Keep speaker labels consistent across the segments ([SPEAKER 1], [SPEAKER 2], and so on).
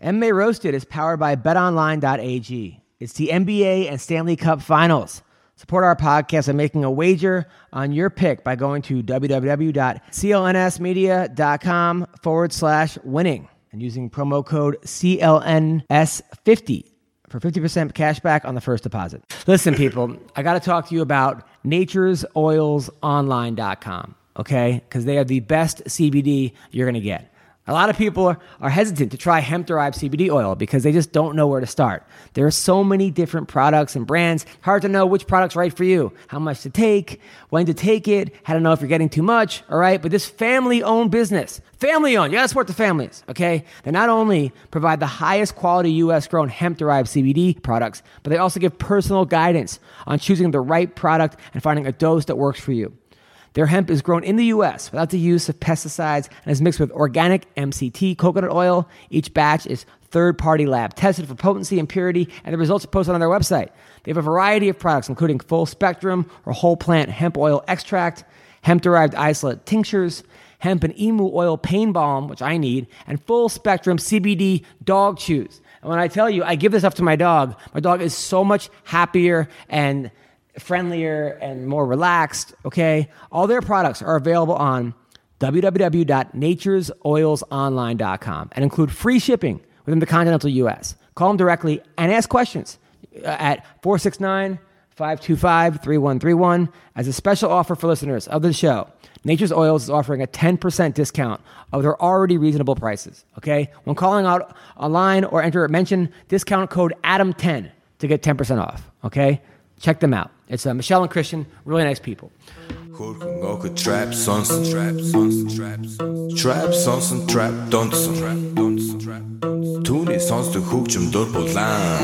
[SPEAKER 1] MMA Roasted is powered by betonline.ag. It's the NBA and Stanley Cup Finals. Support our podcast and making a wager on your pick by going to www.clnsmedia.com forward slash winning and using promo code CLNS50 for 50% cash back on the first deposit. Listen, people, I got to talk to you about naturesoilsonline.com, okay? Because they are the best CBD you're going to get. A lot of people are, are hesitant to try hemp derived CBD oil because they just don't know where to start. There are so many different products and brands, hard to know which product's right for you, how much to take, when to take it, how to know if you're getting too much, all right? But this family owned business, family owned, you gotta support the families, okay? They not only provide the highest quality US grown hemp derived CBD products, but they also give personal guidance on choosing the right product and finding a dose that works for you. Their hemp is grown in the US without the use of pesticides and is mixed with organic MCT coconut oil. Each batch is third party lab tested for potency and purity, and the results are posted on their website. They have a variety of products, including full spectrum or whole plant hemp oil extract, hemp derived isolate tinctures, hemp and emu oil pain balm, which I need, and full spectrum CBD dog chews. And when I tell you, I give this stuff to my dog, my dog is so much happier and friendlier and more relaxed, okay? All their products are available on www.naturesoilsonline.com and include free shipping within the continental US. Call them directly and ask questions uh, at 469 525 3131 as a special offer for listeners of the show. Nature's Oils is offering a 10% discount of their already reasonable prices, okay? When calling out online or enter mention discount code ADAM10 to get 10% off, okay? Check them out. It's uh, Michelle and Christian, really nice people.
[SPEAKER 2] Korkun kalkı trap sonsun trap sonsun trap sonsun Trap sonsun trap donsun trap donsun trap donsun Түүний сонсдог хөгжим дур булаа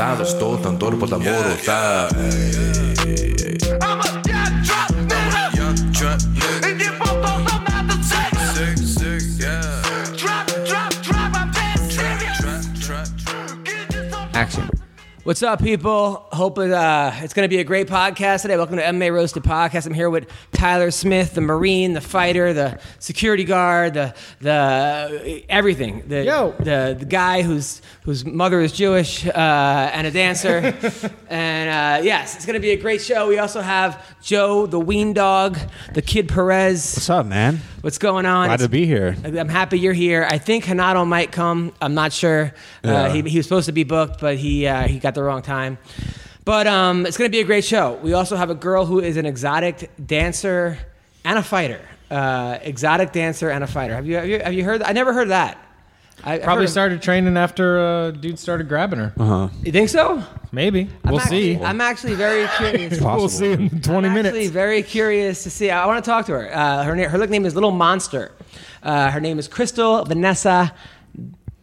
[SPEAKER 2] Даалж дуулан дур булаа мууруулаа
[SPEAKER 3] I'm a young trap nigga. And you both don't know not to take it. Drop, drop, drop, I'm dead serious. Get this off my
[SPEAKER 1] Action. What's up, people? Hope it, uh, it's going to be a great podcast today. Welcome to MMA Roasted Podcast. I'm here with Tyler Smith, the Marine, the fighter, the security guard, the the everything. The,
[SPEAKER 4] Yo.
[SPEAKER 1] the the guy whose whose mother is Jewish uh, and a dancer. and uh, yes, it's going to be a great show. We also have Joe, the Ween Dog, the Kid Perez.
[SPEAKER 4] What's up, man?
[SPEAKER 1] What's going on?
[SPEAKER 4] Glad
[SPEAKER 1] It's-
[SPEAKER 4] to be here.
[SPEAKER 1] I'm happy you're here. I think Hanado might come. I'm not sure. Uh,
[SPEAKER 4] Yeah.
[SPEAKER 1] he, he was supposed to be booked, but he uh, he got the wrong time. But um, it's going to be a great show. We also have a girl who is an exotic dancer and a fighter. Uh, exotic dancer and a fighter. Have you have you, have you heard? I never heard that. I I've heard
[SPEAKER 5] Probably
[SPEAKER 1] of-
[SPEAKER 5] started training after uh, dude started grabbing her.
[SPEAKER 1] You think so?
[SPEAKER 5] Maybe
[SPEAKER 1] I'm
[SPEAKER 5] we'll
[SPEAKER 1] actually,
[SPEAKER 5] see.
[SPEAKER 1] I'm actually very curious.
[SPEAKER 4] Possible.
[SPEAKER 5] we'll see in 20
[SPEAKER 1] I'm
[SPEAKER 5] minutes.
[SPEAKER 1] actually very curious to see. I want to talk to her. Uh, her na- her nickname is Little Monster. Uh, her name is Crystal Vanessa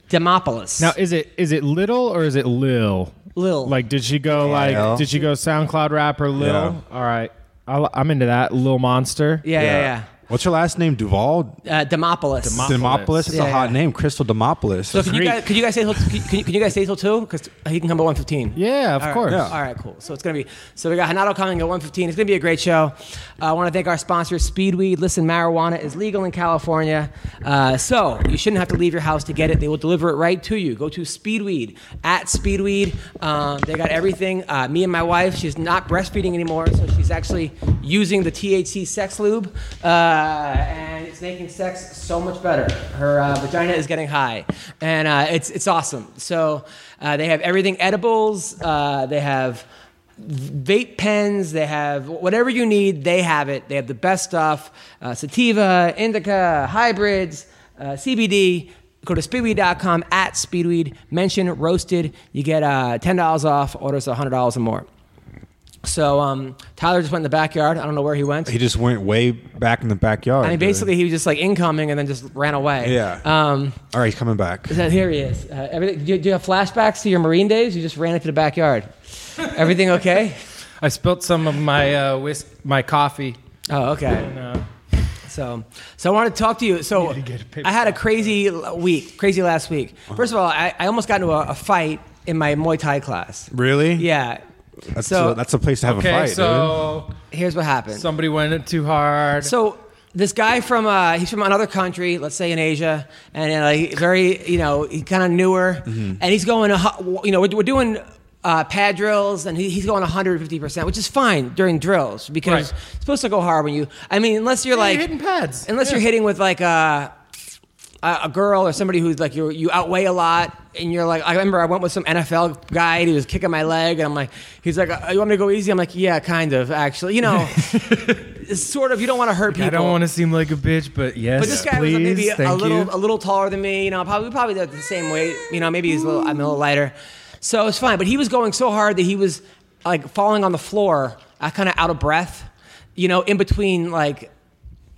[SPEAKER 1] Demopoulos.
[SPEAKER 5] now, is it is it little or is it lil?
[SPEAKER 1] Lil.
[SPEAKER 5] Like, did she go
[SPEAKER 4] Lil.
[SPEAKER 5] like? Did she go SoundCloud rapper lil?
[SPEAKER 4] Yeah.
[SPEAKER 5] All right, I'll, I'm into that. Lil monster.
[SPEAKER 1] yeah, yeah, yeah.
[SPEAKER 4] What's your last name? Duval?
[SPEAKER 1] Uh, Demopoulos.
[SPEAKER 4] Demopoulos? It's
[SPEAKER 1] Yeah,
[SPEAKER 4] a hot
[SPEAKER 1] yeah.
[SPEAKER 4] name. Crystal Demopoulos.
[SPEAKER 1] so can you, guys, can you guys say till, can, you, can you guys say till two? Because he can come at one fifteen.
[SPEAKER 5] Yeah, of course.
[SPEAKER 1] All right, cool. So it's gonna be so we got Hanato coming at one fifteen. It's gonna be a great show. Uh, I want to thank our sponsor, Speedweed. Listen, marijuana is legal in California, uh, so you shouldn't have to leave your house to get it. They will deliver it right to you. Go to Speedweed at Speedweed. Um, they got everything. Uh, me and my wife, she's not breastfeeding anymore, so she's actually using the THC sex lube, uh, and it's making sex so much better. Her uh, vagina is getting high, and uh, it's it's awesome. So uh, they have everything edibles. Uh, they have vape pens. They have whatever you need. They have it. They have the best stuff: uh, sativa, indica, hybrids, uh, CBD. Go to speedweed.com at speedweed. Mention roasted. You get uh, ten dollars off. Orders hundred dollars or more. So um, Tyler just went in the backyard. I don't know where he went.
[SPEAKER 4] He just went way back in the backyard.
[SPEAKER 1] I mean,
[SPEAKER 4] dude.
[SPEAKER 1] basically, he was just like incoming and then just ran away.
[SPEAKER 4] Yeah.
[SPEAKER 1] Um,
[SPEAKER 4] All right, he's coming back.
[SPEAKER 1] is that here he is. Uh, everything, do, you, do you have flashbacks to your Marine days? You just ran into the backyard. Everything okay?
[SPEAKER 5] I spilled some of my uh, whis- my coffee.
[SPEAKER 1] Oh, okay.
[SPEAKER 5] Uh,
[SPEAKER 1] So, so I want to talk to you. So,
[SPEAKER 5] Need to get a Uh-huh. paper
[SPEAKER 1] I had a crazy l- week, crazy last week. First of all, I, I almost got into a, a fight in my Muay Thai class.
[SPEAKER 4] Really?
[SPEAKER 1] Yeah.
[SPEAKER 4] That's
[SPEAKER 1] so
[SPEAKER 4] a, that's a place to have
[SPEAKER 5] okay,
[SPEAKER 4] a fight,
[SPEAKER 5] so
[SPEAKER 1] here's what happened.
[SPEAKER 5] somebody went it too hard.
[SPEAKER 1] So this guy from uh, he's from another country, let's say in Asia, and uh, like, very you know he kind of newer,
[SPEAKER 5] Mm-hmm.
[SPEAKER 1] and he's going a hu- you know we're, we're doing. Uh, pad drills and he, he's going 150% which is fine during drills because
[SPEAKER 5] Right.
[SPEAKER 1] it's supposed to go hard when you i mean unless you're
[SPEAKER 5] Yeah,
[SPEAKER 1] like
[SPEAKER 5] you're hitting pads.
[SPEAKER 1] unless you're
[SPEAKER 5] Yeah.
[SPEAKER 1] hitting with like a, a, a girl or somebody who's like you you outweigh a lot and you're like I remember I went with some NFL guy and he was kicking my leg and I'm like he's like "Uh, you want me to go easy I'm like yeah kind of actually you know it's sort of you don't want to hurt people
[SPEAKER 5] I don't want to seem like a bitch, but yes,
[SPEAKER 1] but this guy
[SPEAKER 5] please,
[SPEAKER 1] was uh, maybe a
[SPEAKER 5] thank
[SPEAKER 1] little
[SPEAKER 5] you.
[SPEAKER 1] a little taller than me. You know, probably probably the the same weight. You know, maybe he's a little I'm a little lighter, so it's fine. But he was going so hard that he was like falling on the floor, uh, kind of out of breath. You know, in between like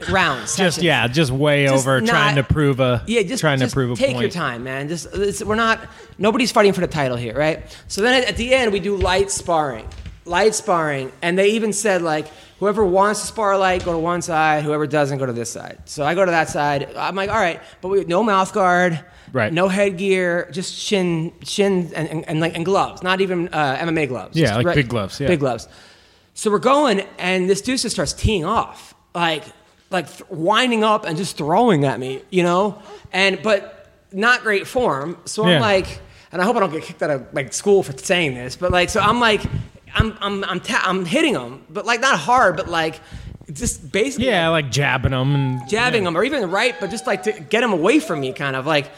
[SPEAKER 1] rounds.
[SPEAKER 5] just
[SPEAKER 1] sessions.
[SPEAKER 5] yeah, just way
[SPEAKER 1] Just
[SPEAKER 5] over
[SPEAKER 1] not-
[SPEAKER 5] trying to prove a
[SPEAKER 1] yeah, just
[SPEAKER 5] trying
[SPEAKER 1] just
[SPEAKER 5] to prove a
[SPEAKER 1] take
[SPEAKER 5] point.
[SPEAKER 1] your time, man. Just it's, we're not nobody's fighting for the title here, right? So then at, at the end we do light sparring, light sparring, and they even said like whoever wants to spar light go to one side, whoever doesn't go to this side. So I go to that side. I'm like, all right, but we, no mouth guard,
[SPEAKER 5] Right.
[SPEAKER 1] No headgear, just shin shin and, and, and like and gloves, not even uh, MMA gloves.
[SPEAKER 5] Yeah,
[SPEAKER 1] just
[SPEAKER 5] like
[SPEAKER 1] re-
[SPEAKER 5] big gloves, yeah.
[SPEAKER 1] big gloves. So we're going, and this dude just starts teeing off, like like th- winding up and just throwing at me, you know, and but not great form. So I'm
[SPEAKER 5] Yeah.
[SPEAKER 1] like, and I hope I don't get kicked out of like school for saying this, but like, so I'm like, I'm I'm I'm ta- I'm hitting him, but like not hard, but like just basically
[SPEAKER 5] Yeah, like jabbing them and
[SPEAKER 1] jabbing him or even right, but just like to get him away from me, kind of like.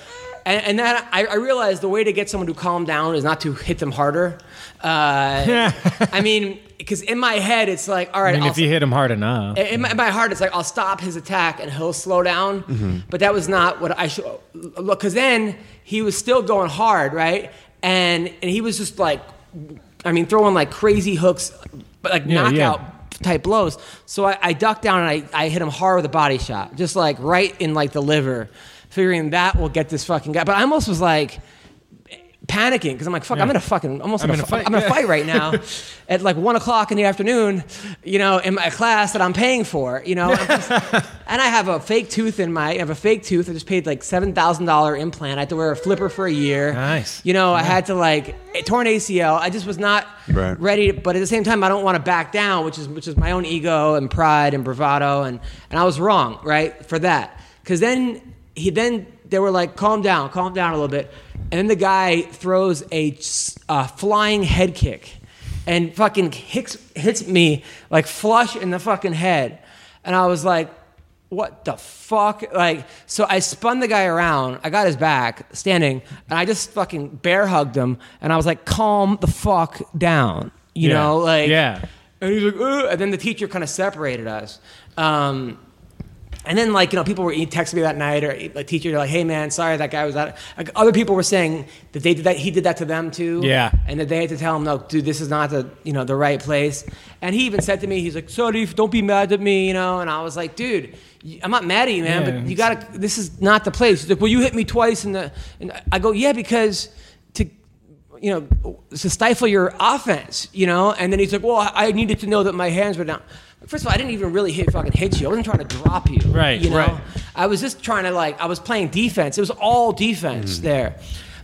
[SPEAKER 1] And, and then I, I realized the way to get someone to calm down is not to hit them harder. Uh, I mean, because in my head, it's like, all right,
[SPEAKER 5] I mean,
[SPEAKER 1] I'll-
[SPEAKER 5] if you hit him hard enough,
[SPEAKER 1] in my, in my heart, it's like I'll stop his attack and he'll slow down.
[SPEAKER 5] Mm-hmm.
[SPEAKER 1] But that was not what I should look. Because then he was still going hard, right? And and he was just like, I mean, throwing like crazy hooks, but like
[SPEAKER 5] Yeah, yeah.
[SPEAKER 1] knockout type blows. So I, I ducked down and I, I hit him hard with a body shot, just like right in like the liver, figuring that will get this fucking guy. But I almost was like panicking because I'm like, fuck, I'm in a fucking almost I'm in a, fu-
[SPEAKER 5] fight,
[SPEAKER 1] I'm in a
[SPEAKER 5] yeah.
[SPEAKER 1] fight right now at like one o'clock in the afternoon, you know, in my class that I'm paying for, you know, I'm just- and I have a fake tooth in my, I have a fake tooth. I just paid like seven thousand dollar implant. I had to wear a flipper for a year.
[SPEAKER 5] Nice.
[SPEAKER 1] You know, I had to like a torn ACL. I just was not
[SPEAKER 4] Right.
[SPEAKER 1] ready, but at the same time, I don't want to back down, which is which is my own ego and pride and bravado, and and I was wrong, right, for that, because then he then they were like, calm down, calm down a little bit, and then the guy throws a s- uh, flying head kick, and fucking hits hits me like flush in the fucking head, and I was like. What the fuck? Like, so I spun the guy around. I got his back standing, and I just fucking bear hugged him. And I was like, "Calm the fuck down," you
[SPEAKER 5] Yeah.
[SPEAKER 1] know, like
[SPEAKER 5] Yeah.
[SPEAKER 1] And he's like, Ugh. and then the teacher kind of separated us. Um, and then like you know, people were e- texting me that night, or a teacher like, "Hey man, sorry that guy was out." Like, other people were saying that they did that, he did that to them too.
[SPEAKER 5] Yeah.
[SPEAKER 1] and that they had to tell him, "No, dude, this is not the you know the right place." And he even said to me, "He's like, sorry, don't be mad at me," you know. And I was like, "Dude, you- I'm not mad at you, man,
[SPEAKER 5] Yeah,
[SPEAKER 1] but you
[SPEAKER 5] it's-
[SPEAKER 1] gotta. This is not the place." He's like, "Well, you hit me twice," and the and I go, "Yeah, because to." You know, to stifle your offense, you know, and then he's like, "Well, I I needed to know that my hands were down." First of all, I didn't even really hit fucking hit you. I wasn't trying to drop you,
[SPEAKER 5] Right,
[SPEAKER 1] you know?
[SPEAKER 5] right.
[SPEAKER 1] I was just trying to like I was playing defense. It was all defense
[SPEAKER 5] Mm-hmm.
[SPEAKER 1] there.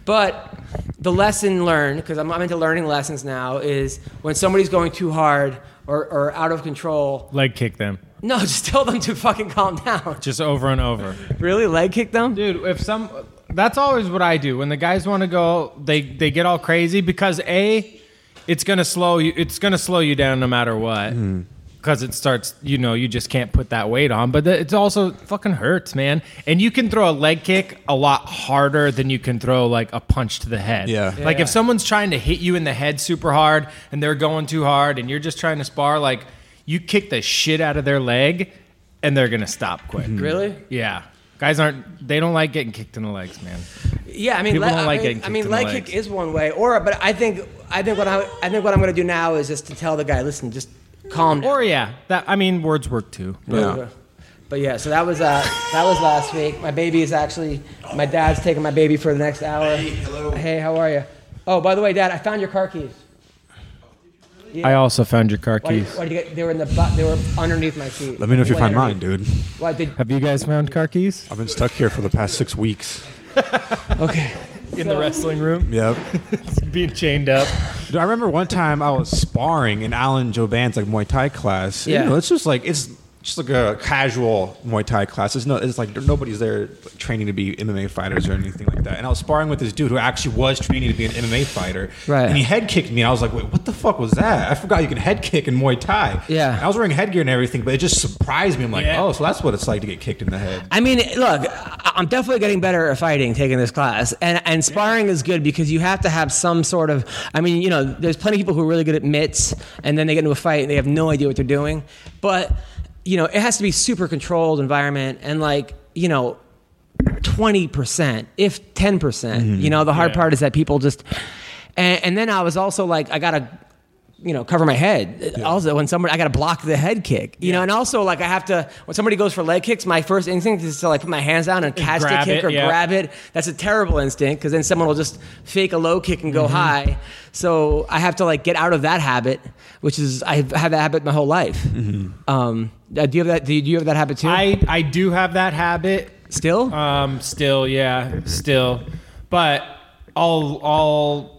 [SPEAKER 1] But the lesson learned, because I'm, I'm into learning lessons now, is when somebody's going too hard or, or out of control,
[SPEAKER 5] leg kick them,
[SPEAKER 1] no, just tell them to fucking calm down.
[SPEAKER 5] just over and over.
[SPEAKER 1] really? Leg kick them?
[SPEAKER 5] dude if some that's always what i do when the guys want to go they they get all crazy because a it's gonna slow you it's gonna slow you down no matter what because it starts you know you just can't put that weight on but the- it's also fucking hurts man and you can throw a leg kick a lot harder than you can throw like a punch to the head
[SPEAKER 4] Yeah.
[SPEAKER 5] like
[SPEAKER 1] Yeah.
[SPEAKER 5] if someone's trying to hit you in the head super hard and they're going too hard and you're just trying to spar like you kick the shit out of their leg and they're gonna stop quick
[SPEAKER 1] Mm. Really?
[SPEAKER 5] yeah. Guys aren't they don't like getting kicked in the legs, man.
[SPEAKER 1] Yeah, I mean,
[SPEAKER 5] People
[SPEAKER 1] le-
[SPEAKER 5] don't
[SPEAKER 1] I
[SPEAKER 5] like
[SPEAKER 1] mean,
[SPEAKER 5] getting
[SPEAKER 1] I
[SPEAKER 5] kicked
[SPEAKER 1] mean,
[SPEAKER 5] in the
[SPEAKER 1] leg
[SPEAKER 5] legs.
[SPEAKER 1] kick is one way, or but I think I think what I, I think what I'm going to do now is just to tell the guy, listen, just calm down.
[SPEAKER 5] Or yeah, that I mean words work too. But
[SPEAKER 6] Yeah.
[SPEAKER 1] But yeah, so that was uh, that was last week. My baby is actually my dad's taking my baby for the next hour. Hey, hello. Hey, how are you? Oh, by the way, Dad, I found your car keys.
[SPEAKER 5] I also found your car
[SPEAKER 1] Why did,
[SPEAKER 5] keys.
[SPEAKER 1] why did you get, they were in the butt? They were underneath my seat.
[SPEAKER 4] Let me know if you
[SPEAKER 1] Way
[SPEAKER 4] find mine,
[SPEAKER 1] underneath.
[SPEAKER 4] dude.
[SPEAKER 1] Why did?
[SPEAKER 5] Have you guys found car keys
[SPEAKER 4] I've been stuck here for the past six weeks.
[SPEAKER 1] Okay.
[SPEAKER 5] in the wrestling room?
[SPEAKER 4] Yep.
[SPEAKER 5] Being chained up.
[SPEAKER 4] Dude, I remember one time I was sparring in Alan Joban's like Muay Thai class.
[SPEAKER 1] Yeah.
[SPEAKER 4] You know, it's just like it's just like a casual Muay Thai class. It's no, it's like nobody's there training to be MMA fighters or anything like that. And I was sparring with this dude who actually was training to be an MMA fighter.
[SPEAKER 1] Right.
[SPEAKER 4] And he head kicked me. And I was like, wait, what the fuck was that? I forgot you can head kick in Muay Thai.
[SPEAKER 1] Yeah.
[SPEAKER 4] And I was wearing headgear and everything, but it just surprised me. I'm like,
[SPEAKER 5] Yeah.
[SPEAKER 4] oh, so that's what it's like to get kicked in the head.
[SPEAKER 1] I mean, look, I- I'm definitely getting better at fighting taking this class, and and sparring is good because you have to have some sort of. I mean, you know, there's plenty of people who are really good at mitts, and then they get into a fight and they have no idea what they're doing. But you know, it has to be super controlled environment, and like you know, twenty percent, if ten percent.
[SPEAKER 5] Mm-hmm.
[SPEAKER 1] You know, the hard part is that people just. And, and then I was also like, I gotta, you know, cover my head. Also, when somebody, I gotta block the head kick. You know, and also like I have to when somebody goes for leg kicks, my first instinct is to like put my hands down and catch the
[SPEAKER 5] grab
[SPEAKER 1] kick
[SPEAKER 5] it,
[SPEAKER 1] or
[SPEAKER 5] yeah.
[SPEAKER 1] grab it. That's a terrible instinct because then someone will just fake a low kick and
[SPEAKER 5] Mm-hmm.
[SPEAKER 1] go high. So I have to like get out of that habit, which is I've had that habit my whole life. Um, uh, do you have that? Do you, do you have that habit too?
[SPEAKER 5] Mm-hmm. I I do have that habit.
[SPEAKER 1] Still?
[SPEAKER 5] Um, still, yeah, still, but I'll I'll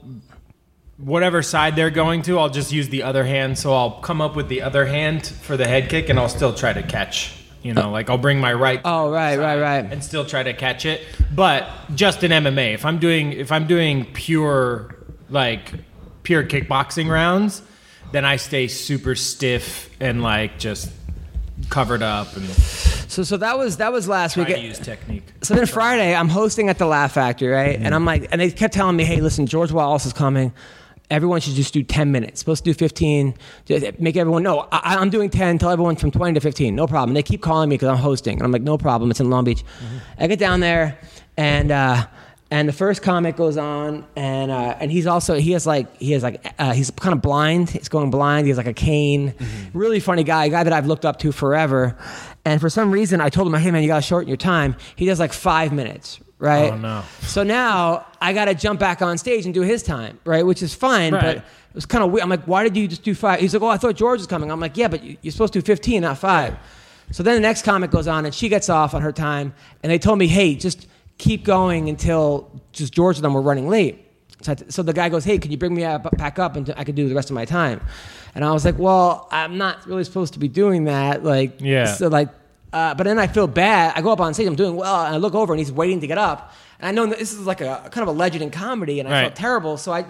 [SPEAKER 5] whatever side they're going to, I'll just use the other hand. So I'll come up with the other hand for the head kick, and I'll still try to catch. You know, like I'll bring my right.
[SPEAKER 1] Oh, right, right, right.
[SPEAKER 5] and still try to catch it. But just in MMA, if I'm doing if I'm doing pure like pure kickboxing rounds, then I stay super stiff and like just covered up and
[SPEAKER 1] So so that was that was last
[SPEAKER 5] try
[SPEAKER 1] week.
[SPEAKER 5] to use technique.
[SPEAKER 1] So then Friday, I'm hosting at the Laugh Factory, right? And I'm like, and they kept telling me, hey, listen, George Wallace is coming. Everyone should just do 10 minutes. Supposed to do 15. Just make everyone, no, I, I'm doing 10. Tell everyone from 20 to 15. No problem. They keep calling me because I'm hosting. And I'm like, no problem. It's in Long Beach. I get down there and, uh, and the first comic goes on, and uh, and he's also he has like he has like uh, he's kind of blind. He's going blind. He has like a cane.
[SPEAKER 5] Mm-hmm.
[SPEAKER 1] Really funny guy, a guy that I've looked up to forever. And for some reason, I told him, "Hey man, you gotta shorten your time." He does like five minutes, right?
[SPEAKER 5] Oh, no.
[SPEAKER 1] So now I gotta jump back on stage and do his time, right? Which is fine, but
[SPEAKER 5] Right.
[SPEAKER 1] it was kind of weird. I'm like, "Why did you just do five? He's like, "Oh, I thought George was coming." I'm like, "Yeah, but you- you're supposed to do 15, not five. So then the next comic goes on, and she gets off on her time, and they told me, "Hey, just." keep going until just George and them were running late. So, I t- so the guy goes, "Hey, can you bring me up, back up and I can do the rest of my time?" And I was like, "Well, I'm not really supposed to be doing that." Like,
[SPEAKER 5] Yeah.
[SPEAKER 1] So like, uh, but then I feel bad. I go up on stage, I'm doing well, and I look over, and he's waiting to get up. And I know that this is like a kind of a legend in comedy, and I felt
[SPEAKER 5] Right.
[SPEAKER 1] terrible. So I,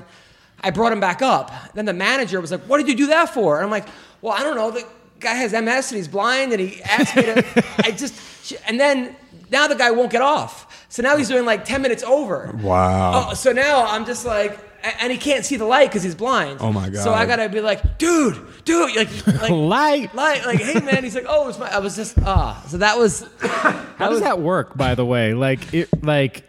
[SPEAKER 1] I brought him back up. Then the manager was like, "What did you do that for?" And I'm like, "Well, I don't know. The guy has MS and he's blind, and he asked me to. I just and then now the guy won't get off. So now he's doing like ten minutes over.
[SPEAKER 4] Wow.
[SPEAKER 1] Oh, so now I'm just like, a- and he can't see the light because he's blind.
[SPEAKER 4] Oh, my
[SPEAKER 1] So I
[SPEAKER 4] God.
[SPEAKER 1] gotta be like, dude, dude, like, like
[SPEAKER 5] Light.
[SPEAKER 1] light, like, hey man. He's like, oh, it's my. I was just ah. So that was
[SPEAKER 5] How does that work, by the way? Like it like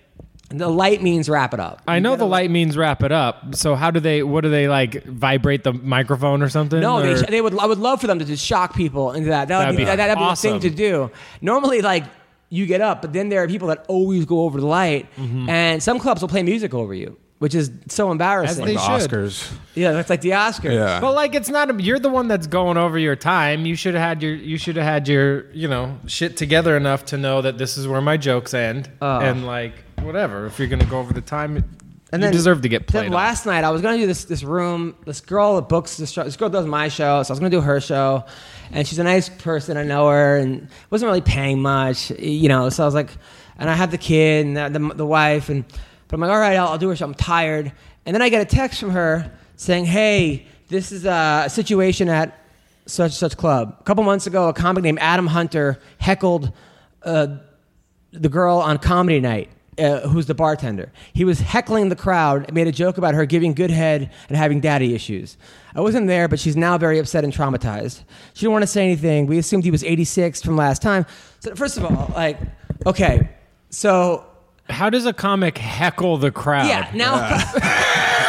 [SPEAKER 1] the light means wrap it up.
[SPEAKER 5] I know the light means wrap it up. So how do they? What do they like? Vibrate the microphone or something?
[SPEAKER 1] No,
[SPEAKER 5] or-
[SPEAKER 1] they, they would. I would love for them to just shock people into that. That would
[SPEAKER 5] That'd
[SPEAKER 1] be,
[SPEAKER 5] be
[SPEAKER 1] that, that'd be
[SPEAKER 5] awesome.
[SPEAKER 1] the thing to do. Normally, like you get up, but then there are people that always go over the light, and some clubs will play music over you, which is so embarrassing.
[SPEAKER 5] Mm-hmm. they
[SPEAKER 4] The
[SPEAKER 5] should.
[SPEAKER 4] Oscars.
[SPEAKER 1] yeah, that's like the Oscars.
[SPEAKER 4] Yeah.
[SPEAKER 5] But like, it's not. A, you're the one that's going over your time. You should have had your. You should have had your. You know, shit together enough to know that this is where my jokes end.
[SPEAKER 1] Uh.
[SPEAKER 5] and like, whatever. If you're gonna go over the time, it,
[SPEAKER 1] And
[SPEAKER 5] you
[SPEAKER 1] then
[SPEAKER 5] deserve to get played.
[SPEAKER 1] Then
[SPEAKER 5] on.
[SPEAKER 1] last night I was gonna do this this room. This girl that books this show. This girl does my show, so I was gonna do her show. And she's a nice person. I know her, and wasn't really paying much, you know. So I was like, and I had the kid and the, the, the wife, and but I'm like, all right, I'll, I'll do her show. I'm tired. And then I get a text from her saying, hey, this is a situation at such and such club. A couple months ago, a comic named Adam Hunter heckled the girl on comedy night uh, who's the bartender he was heckling the crowd and made a joke about her giving good head and having daddy issues i wasn't there but she's now very upset and traumatized she didn't want to say anything we assumed he was 86 from last time so first of all like okay so
[SPEAKER 5] How does a comic heckle the crowd?
[SPEAKER 1] Yeah, now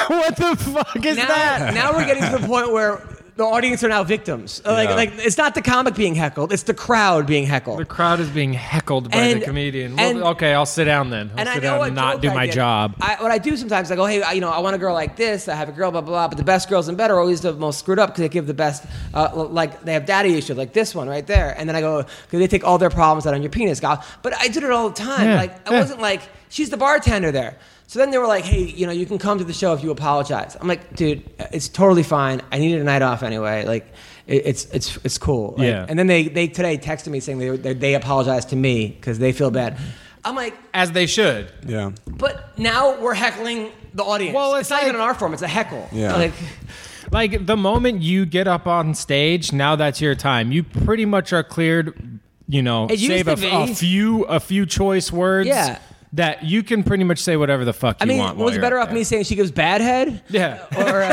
[SPEAKER 7] what the fuck is
[SPEAKER 1] now,
[SPEAKER 7] that?
[SPEAKER 1] now we're getting to the point where the audience are now victims. Like,
[SPEAKER 4] Yeah.
[SPEAKER 1] like it's not the comic being heckled; it's the crowd being heckled.
[SPEAKER 5] The crowd is being heckled by
[SPEAKER 1] And-
[SPEAKER 5] the comedian.
[SPEAKER 1] and-
[SPEAKER 5] well, okay, I'll sit down then. I'll
[SPEAKER 1] and I
[SPEAKER 5] sit
[SPEAKER 1] know
[SPEAKER 5] down
[SPEAKER 1] what
[SPEAKER 5] and not
[SPEAKER 1] joke
[SPEAKER 5] do
[SPEAKER 1] I
[SPEAKER 5] my
[SPEAKER 1] get.
[SPEAKER 5] job.
[SPEAKER 1] I, what I do sometimes, I go, hey, I, you know, I want a girl like this. I have a girl, blah blah blah. But the best girls in bed are always the most screwed up because they give the best, uh, l- like they have daddy issues, like this one right there. And then I go, because they take all their problems out on your penis, gal. But I did it all the time.
[SPEAKER 5] Yeah,
[SPEAKER 1] Like I
[SPEAKER 5] yeah.
[SPEAKER 1] wasn't like she's the bartender there. So then they were like, hey, you know, you can come to the show if you apologize. I'm like, dude, it's totally fine. I needed a night off anyway. Like. it- It's it's it's cool. Like,
[SPEAKER 5] Yeah.
[SPEAKER 1] And then they, they today texted me saying they they, they apologized to me because they feel bad. I'm like,
[SPEAKER 5] As they should.
[SPEAKER 4] Yeah.
[SPEAKER 1] but now we're heckling the audience.
[SPEAKER 5] Well,
[SPEAKER 1] Well,
[SPEAKER 5] it's
[SPEAKER 1] it's, not
[SPEAKER 5] like-
[SPEAKER 1] even an art form; it's a heckle.
[SPEAKER 4] Yeah.
[SPEAKER 1] Like,
[SPEAKER 5] Like the moment you get up on stage, now that's your time. You pretty much are cleared. You know,
[SPEAKER 1] It used
[SPEAKER 5] save
[SPEAKER 1] to
[SPEAKER 5] a, a
[SPEAKER 1] be.
[SPEAKER 5] few a few choice words.
[SPEAKER 1] Yeah.
[SPEAKER 5] That you can pretty much say whatever the fuck
[SPEAKER 1] I
[SPEAKER 5] you
[SPEAKER 1] mean,
[SPEAKER 5] want. while
[SPEAKER 1] was
[SPEAKER 5] you're
[SPEAKER 1] better
[SPEAKER 5] up
[SPEAKER 1] off me
[SPEAKER 5] there.
[SPEAKER 1] saying she gives bad head,
[SPEAKER 5] Yeah.
[SPEAKER 1] or uh,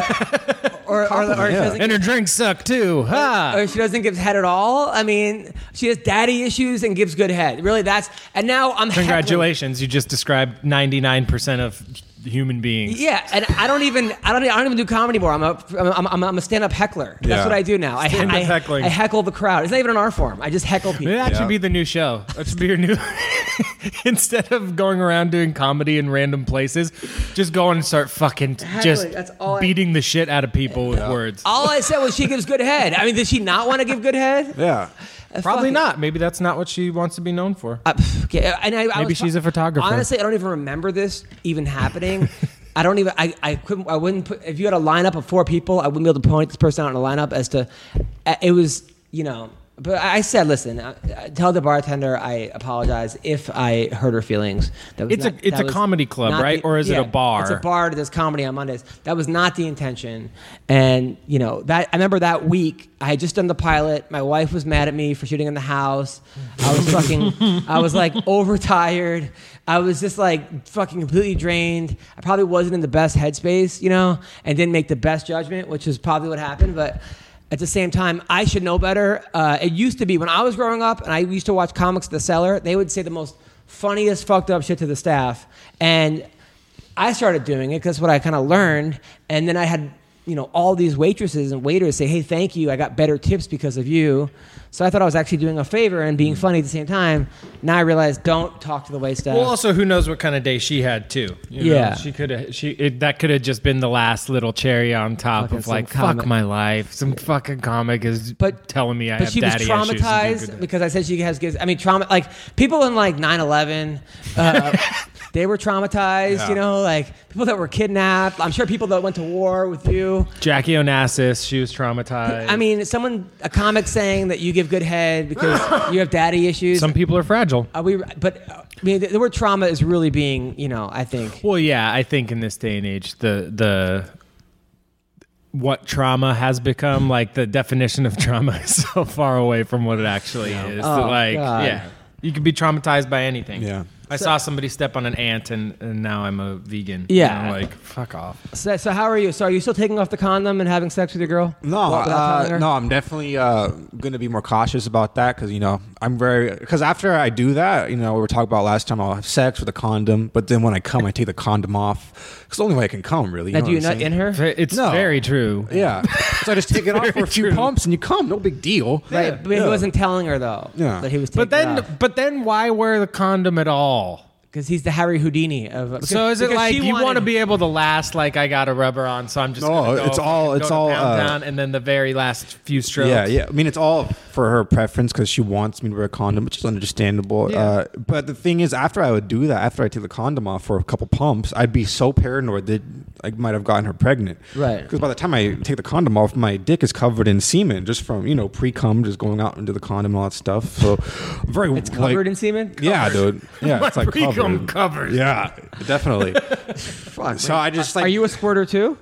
[SPEAKER 1] or, or, or, she doesn't give-
[SPEAKER 5] And her drinks suck too. Ha.
[SPEAKER 1] or she doesn't give head at all? I mean, she has daddy issues and gives good head. Really, that's and now I'm heckling.
[SPEAKER 5] Congratulations, you just described 99% of human beings.
[SPEAKER 1] Yeah, and I don't even I don't I don't even do comedy more. I'm a I'm, I'm, I'm a stand up heckler. That's
[SPEAKER 4] Yeah.
[SPEAKER 1] what I do now. I, I,
[SPEAKER 5] Stand-up heckling.
[SPEAKER 1] I heckle the crowd. It's not even an art form. I just heckle people.
[SPEAKER 5] Maybe that
[SPEAKER 4] Yeah.
[SPEAKER 5] should be the new show. That should be your new. Instead of going around doing comedy in random places, just go and start fucking t- just
[SPEAKER 1] that's all I-
[SPEAKER 5] beating the shit out of people with words.
[SPEAKER 1] All I said was she gives good head. I mean, did she not want to give good head?
[SPEAKER 4] Yeah.
[SPEAKER 5] Probably
[SPEAKER 1] Uh, Fuck it.
[SPEAKER 5] not. Maybe that's not what she wants to be known for.
[SPEAKER 1] Uh, pff, okay, and I, I
[SPEAKER 5] Maybe
[SPEAKER 1] was-
[SPEAKER 5] she's a photographer.
[SPEAKER 1] Honestly, I don't even remember this even happening. I don't even. I, I couldn't. I wouldn't put. If you had a lineup of four people, I wouldn't be able to point this person out in a lineup as to. uh, It was you know. But I said, listen, uh, uh, tell the bartender I apologize if I hurt her feelings. That was
[SPEAKER 5] It's a-
[SPEAKER 1] not-
[SPEAKER 5] it's
[SPEAKER 1] that
[SPEAKER 5] a
[SPEAKER 1] was
[SPEAKER 5] comedy club,
[SPEAKER 1] not
[SPEAKER 5] right? Or is it a bar?
[SPEAKER 1] It's a bar that does comedy on Mondays. That was not the intention. And you know that I remember that week I had just done the pilot. My wife was mad at me for shooting in the house. I was fucking. I was like overtired. I was just like fucking completely drained. I probably wasn't in the best headspace, you know, and didn't make the best judgment, which is probably what happened. But at the same time, I should know better. Uh, it used to be when I was growing up and I used to watch comics at the cellar. They would say the most funniest fucked up shit to the staff, and I started doing it because what I kind of learned, and then I had you know all these waitresses and waiters say, "Hey, thank you. I got better tips because of you." So I thought I was actually doing a favor and
[SPEAKER 5] Mm.
[SPEAKER 1] being funny at the same time. Now I realize don't talk to the wait staff.
[SPEAKER 5] Well, also, who knows what kind of day she had too? you know?
[SPEAKER 1] Yeah.
[SPEAKER 5] she could have. She it, that could have just been the last little cherry on top
[SPEAKER 1] Fucking
[SPEAKER 5] of like,
[SPEAKER 1] some
[SPEAKER 5] fuck
[SPEAKER 1] comic.
[SPEAKER 5] my life. Some fucking comic is
[SPEAKER 1] But-
[SPEAKER 5] telling me I
[SPEAKER 1] but
[SPEAKER 5] have
[SPEAKER 1] she was
[SPEAKER 5] daddy issues and do good
[SPEAKER 1] traumatized
[SPEAKER 5] things.
[SPEAKER 1] because I said she has gives. I mean, trauma like people in like 9/11, uh, they were traumatized.
[SPEAKER 4] Yeah.
[SPEAKER 1] You know, like people that were kidnapped. I'm sure people that went to war with you.
[SPEAKER 5] Jackie Onassis, she was traumatized.
[SPEAKER 1] I mean, someone a comic saying that you give good head because you have daddy issues.
[SPEAKER 5] some people are fragile.
[SPEAKER 1] Are we? But uh, I mean, the, the word trauma is really being, you know, I think.
[SPEAKER 5] Well, yeah, I think in this day and age, the the what trauma has become like the definition of trauma is so far away from what it actually is. that,
[SPEAKER 1] Oh,
[SPEAKER 5] like,
[SPEAKER 1] God.
[SPEAKER 5] yeah, you can be traumatized by anything.
[SPEAKER 4] Yeah.
[SPEAKER 5] I saw somebody step on an ant, and, and now I'm a vegan.
[SPEAKER 1] Yeah.
[SPEAKER 5] And I'm like fuck off.
[SPEAKER 1] So, so how are you? So, are you still taking off the condom and having sex with your girl?
[SPEAKER 4] No,
[SPEAKER 1] Well, without telling
[SPEAKER 4] uh,
[SPEAKER 1] her?
[SPEAKER 4] no, I'm definitely uh, going to be more cautious about that because you know I'm very because after I do that, you know, we were talking about last time I'll have sex with a condom, but then when I come, I take the condom off. It's the only way I can come, really. You
[SPEAKER 1] Now,
[SPEAKER 4] know
[SPEAKER 1] do
[SPEAKER 4] what
[SPEAKER 1] you
[SPEAKER 4] I'm
[SPEAKER 1] not
[SPEAKER 4] saying?
[SPEAKER 1] in her?
[SPEAKER 5] It's
[SPEAKER 4] No.
[SPEAKER 5] very true.
[SPEAKER 4] Yeah, so I just take it off for a few pumps and you come, no big deal.
[SPEAKER 1] Right, but he
[SPEAKER 4] Yeah.
[SPEAKER 1] wasn't telling her though
[SPEAKER 4] Yeah.
[SPEAKER 1] that he was. Taking
[SPEAKER 5] But then, but then, why wear the condom at all?
[SPEAKER 1] because he's the Harry Houdini of. Because,
[SPEAKER 5] So is it
[SPEAKER 1] because
[SPEAKER 5] like
[SPEAKER 1] she
[SPEAKER 5] you want to
[SPEAKER 1] wanted-
[SPEAKER 5] be able to last? Like I got a rubber on, so I'm just
[SPEAKER 4] No,
[SPEAKER 5] gonna go,
[SPEAKER 4] it's all-
[SPEAKER 5] fucking
[SPEAKER 4] it's
[SPEAKER 5] go to
[SPEAKER 4] all,
[SPEAKER 5] pound
[SPEAKER 4] uh,
[SPEAKER 5] down, and then the very last few strokes.
[SPEAKER 4] Yeah, yeah. I mean, it's all for her preference because she wants me to wear a condom, which is understandable. Uh, but the thing is, after I would do that, after I take the condom off for a couple pumps, I'd be so paranoid that I might have gotten her pregnant.
[SPEAKER 1] Right.
[SPEAKER 4] Because by the time I take the condom off, my dick is covered in semen just from you know pre cum just going out into the condom and all that stuff. So I'm very it's
[SPEAKER 1] covered in semen?
[SPEAKER 4] Yeah, dude. Yeah,
[SPEAKER 5] My
[SPEAKER 4] it's like
[SPEAKER 5] pre-cum
[SPEAKER 4] covered.
[SPEAKER 5] covers.
[SPEAKER 4] Yeah, definitely. So I just like
[SPEAKER 1] Are you a squirter too?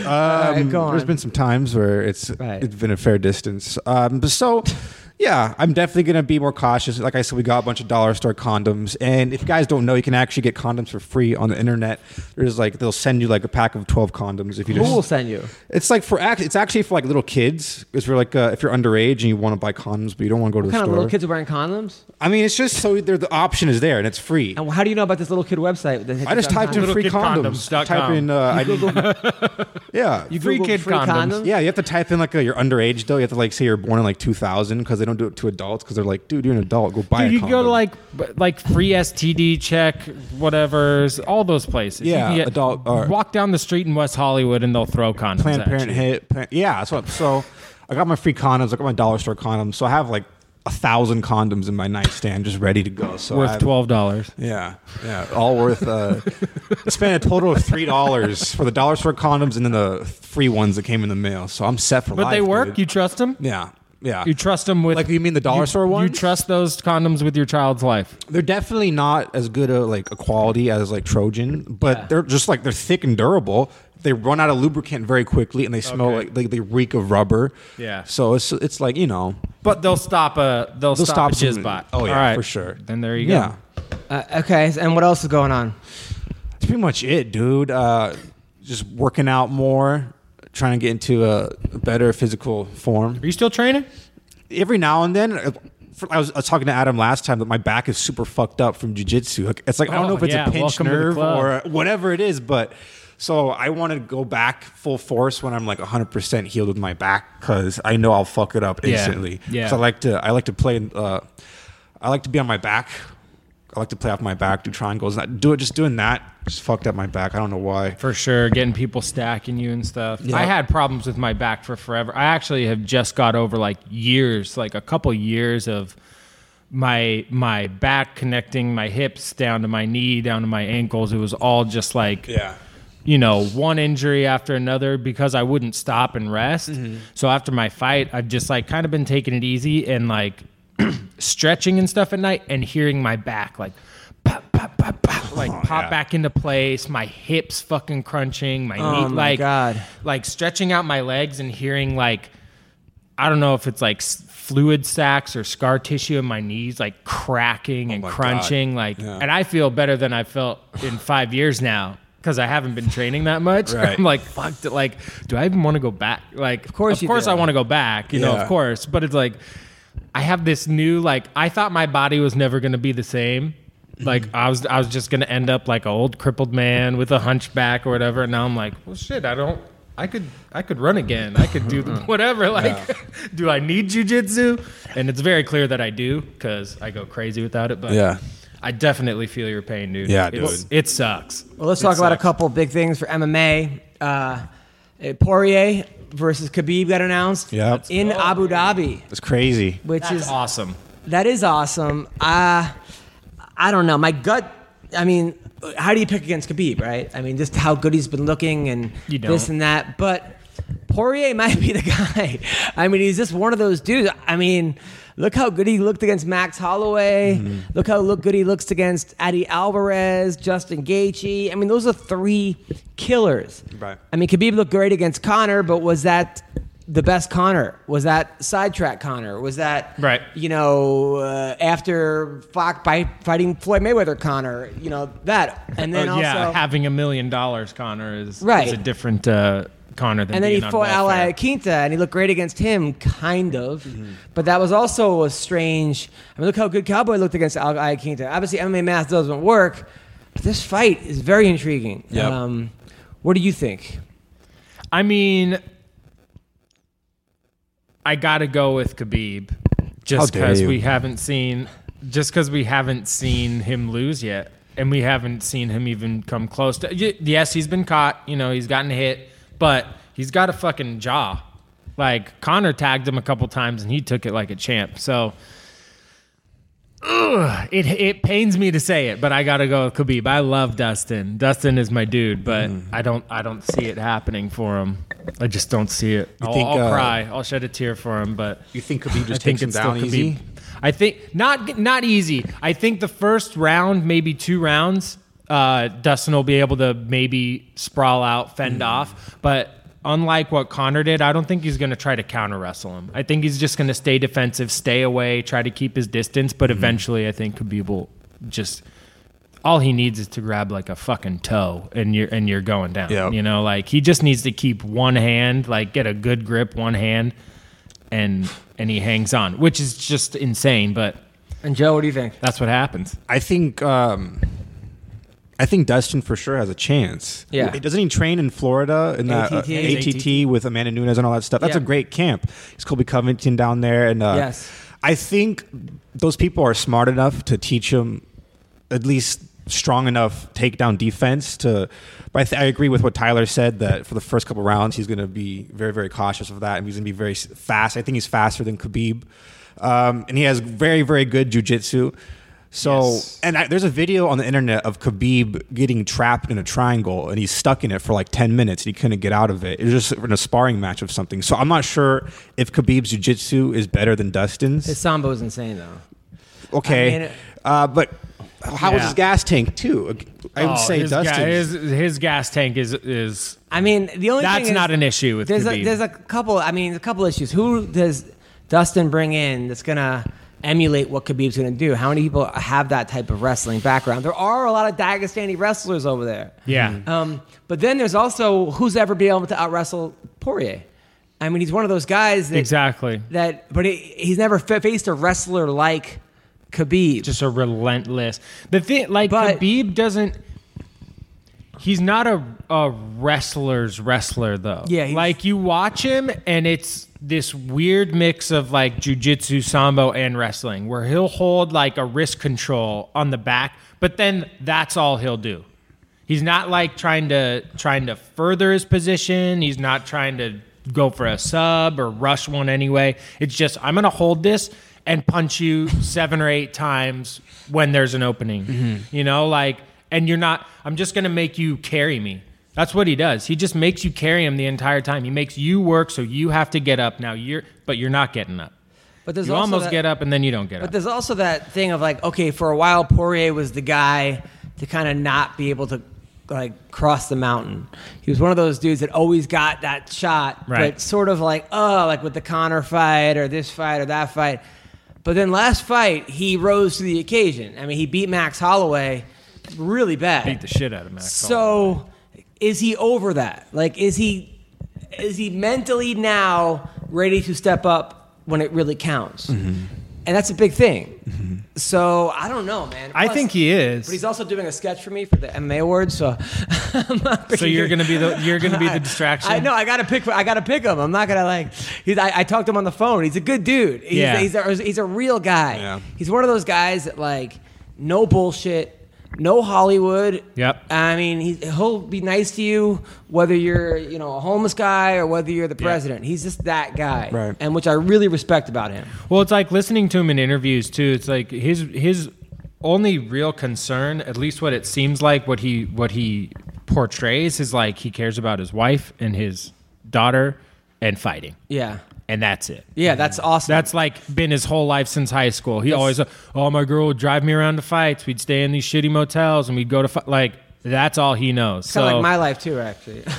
[SPEAKER 4] um,
[SPEAKER 1] right, go
[SPEAKER 4] There's
[SPEAKER 1] on.
[SPEAKER 4] been some times where it's
[SPEAKER 1] Right.
[SPEAKER 4] it's been a fair distance. Um, but so Yeah, I'm definitely gonna be more cautious. Like I said, we got a bunch of dollar store condoms, and if you guys don't know, you can actually get condoms for free on the internet. There's like they'll send you like a pack of 12 condoms if you
[SPEAKER 1] Who
[SPEAKER 4] just.
[SPEAKER 1] will send you?
[SPEAKER 4] It's like for act. It's actually for like little kids. It's for like uh, if you're underage and you want to buy condoms, but you don't want to go to the
[SPEAKER 1] Kind of
[SPEAKER 4] store.
[SPEAKER 1] little kids are wearing condoms.
[SPEAKER 4] I mean, it's just so there the option is there and it's free.
[SPEAKER 1] And how do you know about this little kid website? that-
[SPEAKER 4] I just typed in
[SPEAKER 5] Little
[SPEAKER 4] free
[SPEAKER 5] kid
[SPEAKER 4] condoms.
[SPEAKER 5] condoms.com.
[SPEAKER 4] Type in uh, I yeah.
[SPEAKER 1] You
[SPEAKER 5] Free
[SPEAKER 1] Googled
[SPEAKER 5] kid condoms.
[SPEAKER 4] yeah, you have to type in like uh, you're underage though. You have to like say you're born in like 2000 because they don't do it to adults because they're like, dude, you're an adult. Go buy.
[SPEAKER 5] Dude,
[SPEAKER 4] a
[SPEAKER 5] you can go to
[SPEAKER 4] condom."
[SPEAKER 5] like b- like free STD check, whatever's all those places. You
[SPEAKER 4] Yeah,
[SPEAKER 5] can get-
[SPEAKER 4] adult- or-
[SPEAKER 5] walk down the street in West Hollywood and they'll throw condoms.
[SPEAKER 4] Planned
[SPEAKER 5] at you.
[SPEAKER 4] Parenthood. Plan- yeah, that's what. So I got my free condoms. I got my dollar store condoms. So I have like a thousand condoms in my nightstand just ready to go. So
[SPEAKER 5] worth
[SPEAKER 4] I've-
[SPEAKER 5] twelve dollars.
[SPEAKER 4] Yeah, yeah, all worth. Uh, spent a total of three dollars for the dollar store condoms and then the free ones that came in the mail. So I'm set for
[SPEAKER 5] But
[SPEAKER 4] life.
[SPEAKER 5] they work.
[SPEAKER 4] dude.
[SPEAKER 5] You trust them?
[SPEAKER 4] yeah, yeah.
[SPEAKER 5] You trust them with
[SPEAKER 4] Like, you mean the dollar
[SPEAKER 5] you-
[SPEAKER 4] store
[SPEAKER 5] You
[SPEAKER 4] ones?
[SPEAKER 5] trust those condoms with your child's life.
[SPEAKER 4] they're definitely not as good a like a quality as like Trojan, but they're just like they're thick and durable. They run out of lubricant very quickly, and they smell
[SPEAKER 5] Okay.
[SPEAKER 4] like they, they reek of rubber.
[SPEAKER 5] Yeah.
[SPEAKER 4] So it's it's like you know.
[SPEAKER 5] But they'll stop a they'll,
[SPEAKER 4] stop
[SPEAKER 5] stop, a
[SPEAKER 4] some-
[SPEAKER 5] jizz bot.
[SPEAKER 4] oh, yeah,
[SPEAKER 5] All right.
[SPEAKER 4] for sure.
[SPEAKER 5] Then there you go.
[SPEAKER 4] Yeah.
[SPEAKER 1] Uh, okay, and what else is going on?
[SPEAKER 4] That's pretty much it, dude. Uh, just working out more, trying to get into a better physical form.
[SPEAKER 5] Are you still training?
[SPEAKER 4] every now and then. uh, for- I was, I was talking to Adam last time that my back is super fucked up from jujitsu. Like, It's like I don't
[SPEAKER 5] Oh,
[SPEAKER 4] know if it's
[SPEAKER 5] yeah,
[SPEAKER 4] a pinched
[SPEAKER 5] welcome to the
[SPEAKER 4] nerve
[SPEAKER 5] club.
[SPEAKER 4] or whatever it is, but so I want to go back full force when I'm like 100 percent healed with my back because I know I'll fuck it up instantly.
[SPEAKER 5] yeah.
[SPEAKER 4] 'Cause I like to I like to play. Uh, I like to be on my back. I like to play off my back, do triangles. and I- Do it just doing that just fucked up my back. I don't know why.
[SPEAKER 5] For sure, getting people stacking you and stuff. I had problems with my back for forever. I actually have just got over like years, like a couple years of my my back connecting my hips down to my knee, down to my ankles. It was all just like you know, one injury after another because I wouldn't stop and rest.
[SPEAKER 4] Mm-hmm.
[SPEAKER 5] So after my fight, I've just like kind of been taking it easy and like stretching and stuff at night and hearing my back like pop, pop, pop, pop, like pop
[SPEAKER 4] Oh, yeah.
[SPEAKER 5] back into place, my hips fucking crunching, my
[SPEAKER 4] Oh,
[SPEAKER 5] knee
[SPEAKER 1] my
[SPEAKER 5] like
[SPEAKER 1] God.
[SPEAKER 5] like stretching out my legs and hearing like I don't know if it's like s- fluid sacs or scar tissue in my knees like cracking and
[SPEAKER 4] Oh, my God.
[SPEAKER 5] crunching like
[SPEAKER 4] Yeah.
[SPEAKER 5] and I feel better than I felt in 5 years now cuz I haven't been training that much.
[SPEAKER 4] Right.
[SPEAKER 5] I'm like fuck do- like do I even want to go back? Like of
[SPEAKER 1] course
[SPEAKER 5] of
[SPEAKER 1] you
[SPEAKER 5] course
[SPEAKER 1] do.
[SPEAKER 5] I want to go back, you know,
[SPEAKER 4] Yeah.
[SPEAKER 5] of course, but it's like I have this new like I thought my body was never going to be the same. Like I was I was just going to end up like an old crippled man with a hunchback or whatever and now I'm like, well shit, I don't I could I could run again. I could do whatever like do I need jujitsu? And it's very clear that I do cuz I go crazy without it, but
[SPEAKER 4] Yeah.
[SPEAKER 5] I definitely feel your pain, dude.
[SPEAKER 4] Yeah,
[SPEAKER 5] It's-
[SPEAKER 4] dude.
[SPEAKER 5] It sucks.
[SPEAKER 1] Well, let's talk about a couple big things for MMA. Uh, eh, Poirier versus Khabib got announced
[SPEAKER 4] Yep.
[SPEAKER 1] in Abu Dhabi,
[SPEAKER 4] It's crazy.
[SPEAKER 1] which
[SPEAKER 5] That's
[SPEAKER 1] is
[SPEAKER 5] awesome.
[SPEAKER 1] that is awesome. Uh, I don't know. My gut. I mean, how do you pick against Khabib, right? I mean, just how good he's been looking and
[SPEAKER 5] You don't.
[SPEAKER 1] this and that. But Poirier might be the guy. I mean, he's just one of those dudes. I mean, look how good he looked against Max Holloway.
[SPEAKER 5] Mm-hmm.
[SPEAKER 1] Look how look good he looks against Adi Alvarez, Justin Gaethje. I mean, those are three killers.
[SPEAKER 4] Right.
[SPEAKER 1] I mean, Khabib looked great against Connor, but was that the best Connor? Was that sidetrack Connor? Was that
[SPEAKER 5] Right.
[SPEAKER 1] you know, uh, after Fox by fighting Floyd Mayweather Connor, you know that, and then
[SPEAKER 5] Oh, yeah,
[SPEAKER 1] also,
[SPEAKER 5] having a million dollars, Connor is
[SPEAKER 1] Right.
[SPEAKER 5] is a different uh, Connor than
[SPEAKER 1] and then he
[SPEAKER 5] being on
[SPEAKER 1] fought
[SPEAKER 5] welfare.
[SPEAKER 1] Ally Quinta, and he looked great against him, kind of,
[SPEAKER 5] Mm-hmm.
[SPEAKER 1] but that was also a strange. I mean, look how good Cowboy looked against Ally Quinta. Obviously, MMA math doesn't work, but this fight is very intriguing.
[SPEAKER 4] Yep.
[SPEAKER 1] Um, what do you think?
[SPEAKER 5] I mean, I gotta go with Khabib, just
[SPEAKER 4] How dare
[SPEAKER 5] because
[SPEAKER 4] you.
[SPEAKER 5] we haven't seen, just because we haven't seen him lose yet, and we haven't seen him even come close to. y- Yes, he's been caught. You know, he's gotten hit, but he's got a fucking jaw. Like Connor tagged him a couple times, and he took it like a champ. So. Ugh, it it pains me to say it, but I gotta go with Khabib. I love Dustin. Dustin is my dude, but
[SPEAKER 4] Mm.
[SPEAKER 5] I don't I don't see it happening for him. I just don't see it. I'll,
[SPEAKER 4] think,
[SPEAKER 5] I'll
[SPEAKER 4] uh,
[SPEAKER 5] cry. I'll shed a tear for him, but
[SPEAKER 4] You think Khabib
[SPEAKER 5] I
[SPEAKER 4] just
[SPEAKER 5] think
[SPEAKER 4] takes him
[SPEAKER 5] it's still
[SPEAKER 4] down easy?
[SPEAKER 5] Khabib. I think not not easy. I think the first round, maybe two
[SPEAKER 4] Hmm.
[SPEAKER 5] rounds, uh, Dustin will be able to maybe sprawl out, fend off, but. unlike what Connor did, I don't think he's going to try to counter wrestle him. I think he's just going to stay defensive, stay away, try to keep his distance. But
[SPEAKER 4] Hmm.
[SPEAKER 5] eventually, I think Khabib will just all he needs is to grab like a fucking toe, and you're and you're going down.
[SPEAKER 4] Yeah.
[SPEAKER 5] You know, like he just needs to keep one hand, like get a good grip, one hand, and and he hangs on, which is just insane. But
[SPEAKER 7] And Joe, what do you think?
[SPEAKER 5] that's what happens.
[SPEAKER 4] I think um, I think Dustin for sure has a chance.
[SPEAKER 7] Yeah.
[SPEAKER 4] It- doesn't he train in Florida in that uh,
[SPEAKER 7] ATT?
[SPEAKER 4] ATT, with Amanda Nunes and all that stuff? That's
[SPEAKER 7] Yeah.
[SPEAKER 4] a great camp. It's Colby Covington down there, and uh,
[SPEAKER 7] Yes.
[SPEAKER 4] I think those people are smart enough to teach him at least strong enough takedown defense to. But I, th- I agree with what Tyler said that for the first couple rounds he's going to be very very cautious of that, and he's going to be very s- fast. I think he's faster than Khabib, um, and he has very very good jujitsu. So and I, there's a video on the internet of Khabib getting trapped in a triangle and he's stuck in it for like 10 minutes and he couldn't get out of it. It was just in a sparring match of something. So I'm not sure if Khabib's jiu-jitsu is better than Dustin's
[SPEAKER 1] His sambo is insane though.
[SPEAKER 4] okay.
[SPEAKER 1] I mean-
[SPEAKER 4] uh, but how was
[SPEAKER 5] Yeah.
[SPEAKER 4] his gas tank too? I would
[SPEAKER 5] Oh,
[SPEAKER 4] say
[SPEAKER 5] his,
[SPEAKER 4] Dustin.
[SPEAKER 5] ga- his, his gas tank is is
[SPEAKER 1] I mean, the only
[SPEAKER 5] That's
[SPEAKER 1] thing is-
[SPEAKER 5] not an issue with
[SPEAKER 1] there's a,
[SPEAKER 5] Khabib.
[SPEAKER 1] there's a couple. I mean, a couple issues. Who does Dustin bring in that's gonna emulate what Khabib's gonna do? How many people have that type of wrestling background? There are a lot of Dagestani wrestlers over there.
[SPEAKER 5] yeah.
[SPEAKER 4] Mm-hmm.
[SPEAKER 1] Um, but then there's also who's ever been able to out wrestle Poirier. I mean, he's one of those guys that
[SPEAKER 5] Exactly.
[SPEAKER 1] that, but he, he's never fa- faced a wrestler like Khabib.
[SPEAKER 5] just a relentless. The thing, like
[SPEAKER 1] But-
[SPEAKER 5] Khabib doesn't. He's not a a wrestler's wrestler though.
[SPEAKER 1] Yeah, he's-
[SPEAKER 5] like you watch him and it's this weird mix of like jujitsu, sambo, and wrestling, where he'll hold like a wrist control on the back, but then that's all he'll do. He's not like trying to trying to further his position. He's not trying to go for a sub or rush one anyway. It's just I'm going to hold this and punch you seven or eight times when there's an opening. You know, like and you're not I'm just going to make you carry me. That's what he does. He just makes you carry him the entire time. He makes you work so you have to get up. Now you're but you're not getting up.
[SPEAKER 1] but there's
[SPEAKER 5] you
[SPEAKER 1] also
[SPEAKER 5] almost
[SPEAKER 1] that-
[SPEAKER 5] get up and then you don't get
[SPEAKER 1] But
[SPEAKER 5] up.
[SPEAKER 1] there's also that thing of like, okay, for a while Poirier was the guy to kind of not be able to like cross the mountain. He was one of those dudes that always got that shot,
[SPEAKER 5] Right.
[SPEAKER 1] but sort of like, oh, like with the Connor fight or this fight or that fight. But then last fight, he rose to the occasion. I mean, he beat Max Holloway really bad.
[SPEAKER 5] Beat the shit out of Max. Holloway.
[SPEAKER 1] So, is he over that? Like, is he is he mentally now ready to step up when it really counts? And that's a big thing. So I don't know, man.
[SPEAKER 5] I
[SPEAKER 1] Plus-
[SPEAKER 5] think he is.
[SPEAKER 1] But he's also doing a sketch for me for the MMA awards, so. I'm not
[SPEAKER 5] So you're gonna be the you're gonna be the distraction.
[SPEAKER 1] I know. I gotta pick. I gotta pick him. I'm not gonna like. He's, I, I talked to him on the phone. He's a good dude. He's,
[SPEAKER 5] Yeah.
[SPEAKER 1] he's, a, he's a real guy.
[SPEAKER 4] Yeah.
[SPEAKER 1] He's one of those guys that like no bullshit, no Hollywood.
[SPEAKER 5] Yep.
[SPEAKER 1] I mean, he, he'll be nice to you whether you're you know a homeless guy or whether you're the president. He's just that guy.
[SPEAKER 4] Right.
[SPEAKER 1] And which I really respect about him.
[SPEAKER 5] Well, it's like listening to him in interviews too. It's like his his only real concern, at least what it seems like, what he what he portrays is like he cares about his wife and his daughter and fighting,
[SPEAKER 1] Yeah.
[SPEAKER 5] and that's it.
[SPEAKER 1] Yeah. That's awesome.
[SPEAKER 5] That's like been his whole life since high school. He always, oh my girl would drive me around to fights. We'd stay in these shitty motels and we'd go to fi-. like that's all he knows.
[SPEAKER 1] kind of
[SPEAKER 5] so
[SPEAKER 1] like my life too, actually.
[SPEAKER 4] It's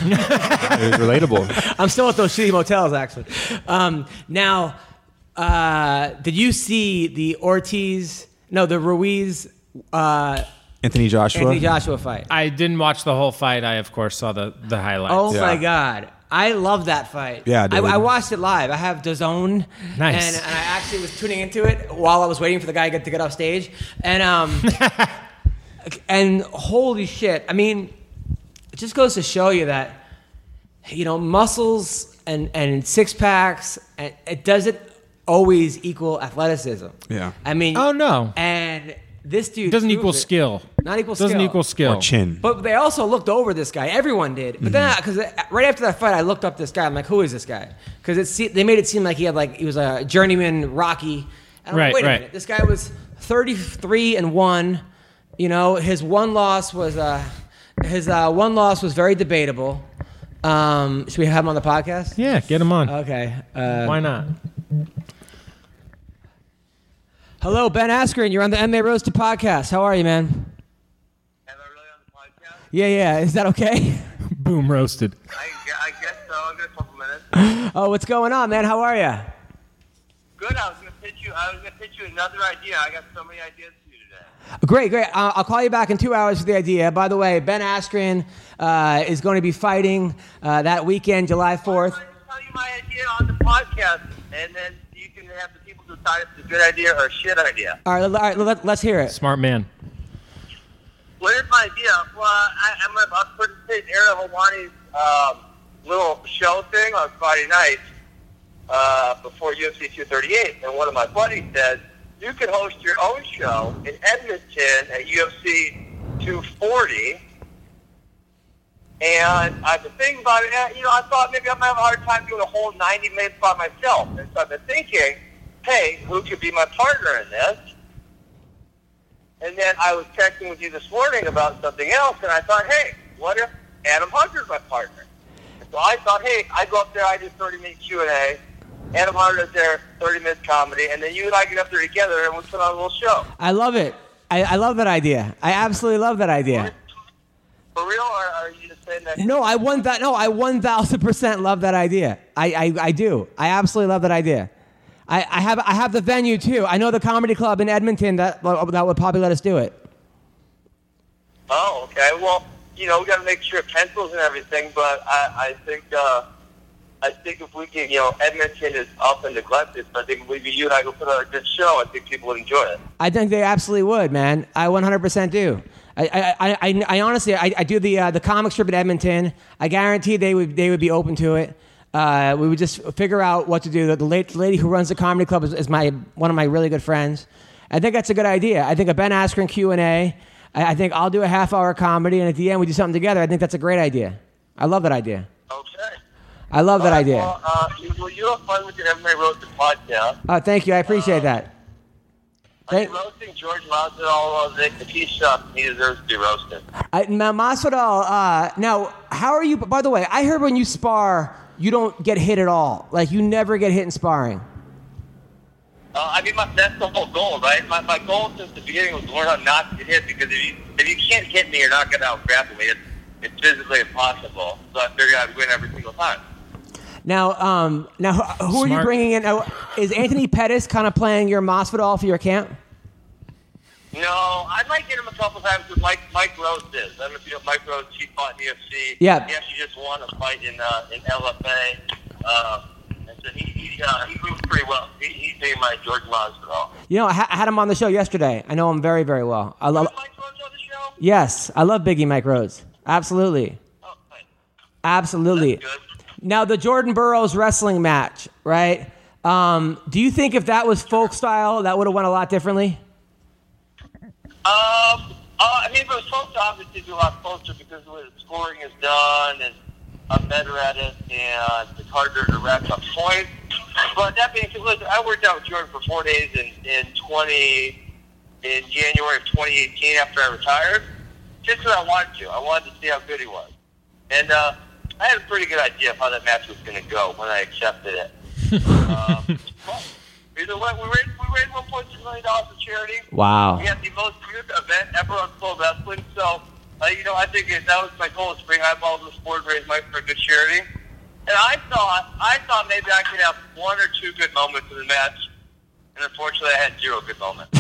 [SPEAKER 4] relatable.
[SPEAKER 1] I'm still at those shitty motels, actually. Um, now, uh, did you see the Ortiz? No, the Ruiz uh,
[SPEAKER 4] Anthony Joshua.
[SPEAKER 1] Anthony Joshua fight.
[SPEAKER 5] I didn't watch the whole fight. I of course saw the the highlights.
[SPEAKER 1] Oh
[SPEAKER 4] Yeah.
[SPEAKER 1] my god. I love that fight.
[SPEAKER 4] Yeah,
[SPEAKER 1] I,
[SPEAKER 4] dude.
[SPEAKER 1] I watched it live. I have DAZN,
[SPEAKER 5] Nice.
[SPEAKER 1] and, and I actually was tuning into it while I was waiting for the guy to get- to get off stage, and um, and holy shit! I mean, it just goes to show you that you know muscles and and six packs, and it doesn't always equal athleticism.
[SPEAKER 4] Yeah.
[SPEAKER 1] I mean,
[SPEAKER 5] Oh, no.
[SPEAKER 1] and this dude
[SPEAKER 5] it doesn't
[SPEAKER 1] proves
[SPEAKER 5] equal
[SPEAKER 1] it.
[SPEAKER 5] skill.
[SPEAKER 1] Not equal
[SPEAKER 5] Doesn't
[SPEAKER 1] skill.
[SPEAKER 5] equal skill.
[SPEAKER 4] or Chin.
[SPEAKER 1] But they also looked over this guy. Everyone did. But then,
[SPEAKER 5] Mm-hmm.
[SPEAKER 1] because right after that fight, I looked up this guy. I'm like, who is this guy? Because it se- they made it seem like he had like he was a journeyman Rocky. And I'm
[SPEAKER 5] Right,
[SPEAKER 1] like, Wait a
[SPEAKER 5] right.
[SPEAKER 1] minute. This guy was 33 and one. You know, his one loss was uh, his uh, one loss was very debatable. Um, should we have him on the podcast?
[SPEAKER 5] Yeah, get him on.
[SPEAKER 1] Okay. Uh,
[SPEAKER 5] Why not?
[SPEAKER 1] hello, Ben Askren. You're on the MMA Roasted podcast. How are you, man?
[SPEAKER 8] Am I really on the podcast?
[SPEAKER 1] Yeah, yeah. Is that okay?
[SPEAKER 5] Boom roasted.
[SPEAKER 8] I, gue- I guess so. I'm gonna
[SPEAKER 1] Oh, what's going on, man? How are you?
[SPEAKER 8] Good. I was gonna pitch you. I was gonna pitch you another idea. I got so many ideas for you today.
[SPEAKER 1] Great, great. Uh, I'll call you back in two hours for the idea. By the way, Ben Askren uh, is going to be fighting uh, that weekend, July 4th.
[SPEAKER 8] I'm gonna tell you my idea on the podcast, and then you can have the people decide if it's a good idea or a shit idea.
[SPEAKER 1] All right, all right let, let's hear it.
[SPEAKER 5] Smart man.
[SPEAKER 8] What is my idea? Well, I, I'm gonna I'll participate in Ariel Hawani's um, little show thing on Friday night uh, before UFC 238, and one of my buddies said you can host your own show in Edmonton at UFC 240. And I've been thinking about it. And, you know, I thought maybe I might have a hard time doing a whole 90 minutes by myself. And so I've been thinking, hey, who could be my partner in this? And then I was texting with you this morning about something else, and I thought, hey, what if Adam Hunter's my partner? And so I thought, hey, I go up there, I do 30 minute Q and A. Adam Hunter's there, 30 minutes comedy, and then you and I get up there together, and we put on a little show.
[SPEAKER 1] I love it. I, I love that idea. I absolutely love that idea.
[SPEAKER 8] For real, or are you just saying that?
[SPEAKER 1] No, I one that no, I one thousand percent love that idea. I, I I do. I absolutely love that idea. I, I have I have the venue too. I know the comedy club in Edmonton that that would probably let us do it.
[SPEAKER 8] Oh, okay. Well, you know, we got to make sure pencils and everything, but I, I think uh, I think if we can, you know, Edmonton is often neglected, so I think if we, you and I go put on a good show, I think people would enjoy it.
[SPEAKER 1] I think they absolutely would, man. I 100% do. I, I, I, I- I honestly, I, I do the uh, the comic strip at Edmonton. I guarantee they would they would be open to it. Uh, we would just figure out what to do. The, the, late, the lady who runs the comedy club is, is my one of my really good friends. I think that's a good idea. I think a Ben Askren Q and A. I I think I'll do a half hour comedy, and at the end we do something together. I think that's a great idea. I love that idea.
[SPEAKER 8] Okay.
[SPEAKER 1] I love that idea.
[SPEAKER 8] Well, uh, you, well, you have fun with your MMA roasting podcast.
[SPEAKER 1] Oh, thank you. I appreciate that.
[SPEAKER 8] Are
[SPEAKER 1] Thank-
[SPEAKER 8] you roasting George Masvidal over the he shop? He deserves to be roasted.
[SPEAKER 1] I, now, Masvidal. Uh, now, how are you? By the way, I heard when you spar, you don't get hit at all. Like you never get hit in sparring.
[SPEAKER 8] Uh, I mean, my, that's the whole goal, right? My, my goal since the beginning was to learn how not to get hit because if you, if you can't hit me, you're not going to out-grapple me. It's, it's physically impossible. So I figured I'd win every single time.
[SPEAKER 1] Now, um, now, who, who are you
[SPEAKER 5] Smart.
[SPEAKER 1] bringing in? Now, is Anthony Pettis kind of playing your Masvidal for your camp?
[SPEAKER 8] No, I might get him a couple times because Mike Mike Rose is. I don't know if you know Mike Rose. He fought in UFC.
[SPEAKER 1] Yeah.
[SPEAKER 8] He actually just won a fight in uh, in LFA. Uh, and so he he, uh, he moves pretty well. He, he's being my George Masvidal.
[SPEAKER 1] You know, I, ha- I had him on the show yesterday. I know him very, very well. I love.
[SPEAKER 8] Is Mike Rose on the show?
[SPEAKER 1] Yes, I love Biggie Mike Rose. Absolutely,
[SPEAKER 8] Oh, right.
[SPEAKER 1] absolutely.
[SPEAKER 8] good.
[SPEAKER 1] Now, the Jordan Burroughs wrestling match, right? Um, do you think if that was folk style, that would have went a lot differently?
[SPEAKER 8] Um, uh, I mean, if it was supposed to obviously be a lot closer because the way the scoring is done and I'm better at it and it's harder to rack up points. But that being said, listen, I worked out with Jordan for four days in, in 20, in January of 2018 after I retired, just because I wanted to. I wanted to see how good he was. And uh, I had a pretty good idea of how that match was going to go when I accepted it. um, but either way, we raised, we raised $1.2 million for charity.
[SPEAKER 1] Wow.
[SPEAKER 8] We had the most viewed event ever on Full Wrestling. So, uh, you know, I think it, that was my goal: is bring eyeballs to the sport, raise money for a good charity. And I thought, I thought maybe I could have one or two good moments in the match, and unfortunately, I had zero good moments.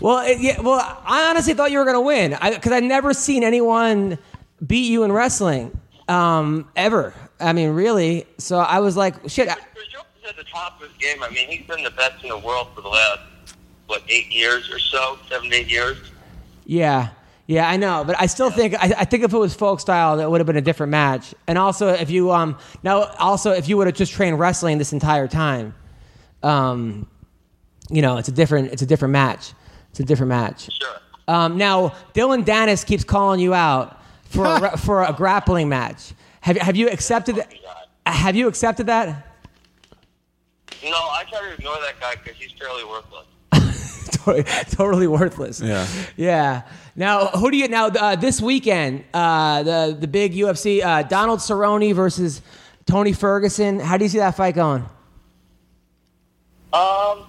[SPEAKER 1] Well, it, yeah, well, I honestly thought you were going to win because I've never seen anyone beat you in wrestling um, ever. I mean, really. So I was like, shit. I,
[SPEAKER 8] Brazil's at the top of his game. I mean, he's been the best in the world for the last what eight years or so, seven eight years.
[SPEAKER 1] yeah, yeah, I know. But I still think I, I think if it was folk style, that would have been a different match. And also, if you um now also if you would have just trained wrestling this entire time, um, you know, it's a different it's a different match. It's a different match.
[SPEAKER 8] Sure.
[SPEAKER 1] Um, now, Dylan Dennis keeps calling you out for a, ra- for a grappling match. Have, have you accepted? th- Have you accepted that?
[SPEAKER 8] No, I try to ignore that guy because he's fairly worthless.
[SPEAKER 1] totally, totally worthless.
[SPEAKER 4] Yeah.
[SPEAKER 1] Yeah. Now, who do you now uh, this weekend? Uh, the the big UFC uh, Donald Cerrone versus Tony Ferguson. How do you see that fight going?
[SPEAKER 8] Um,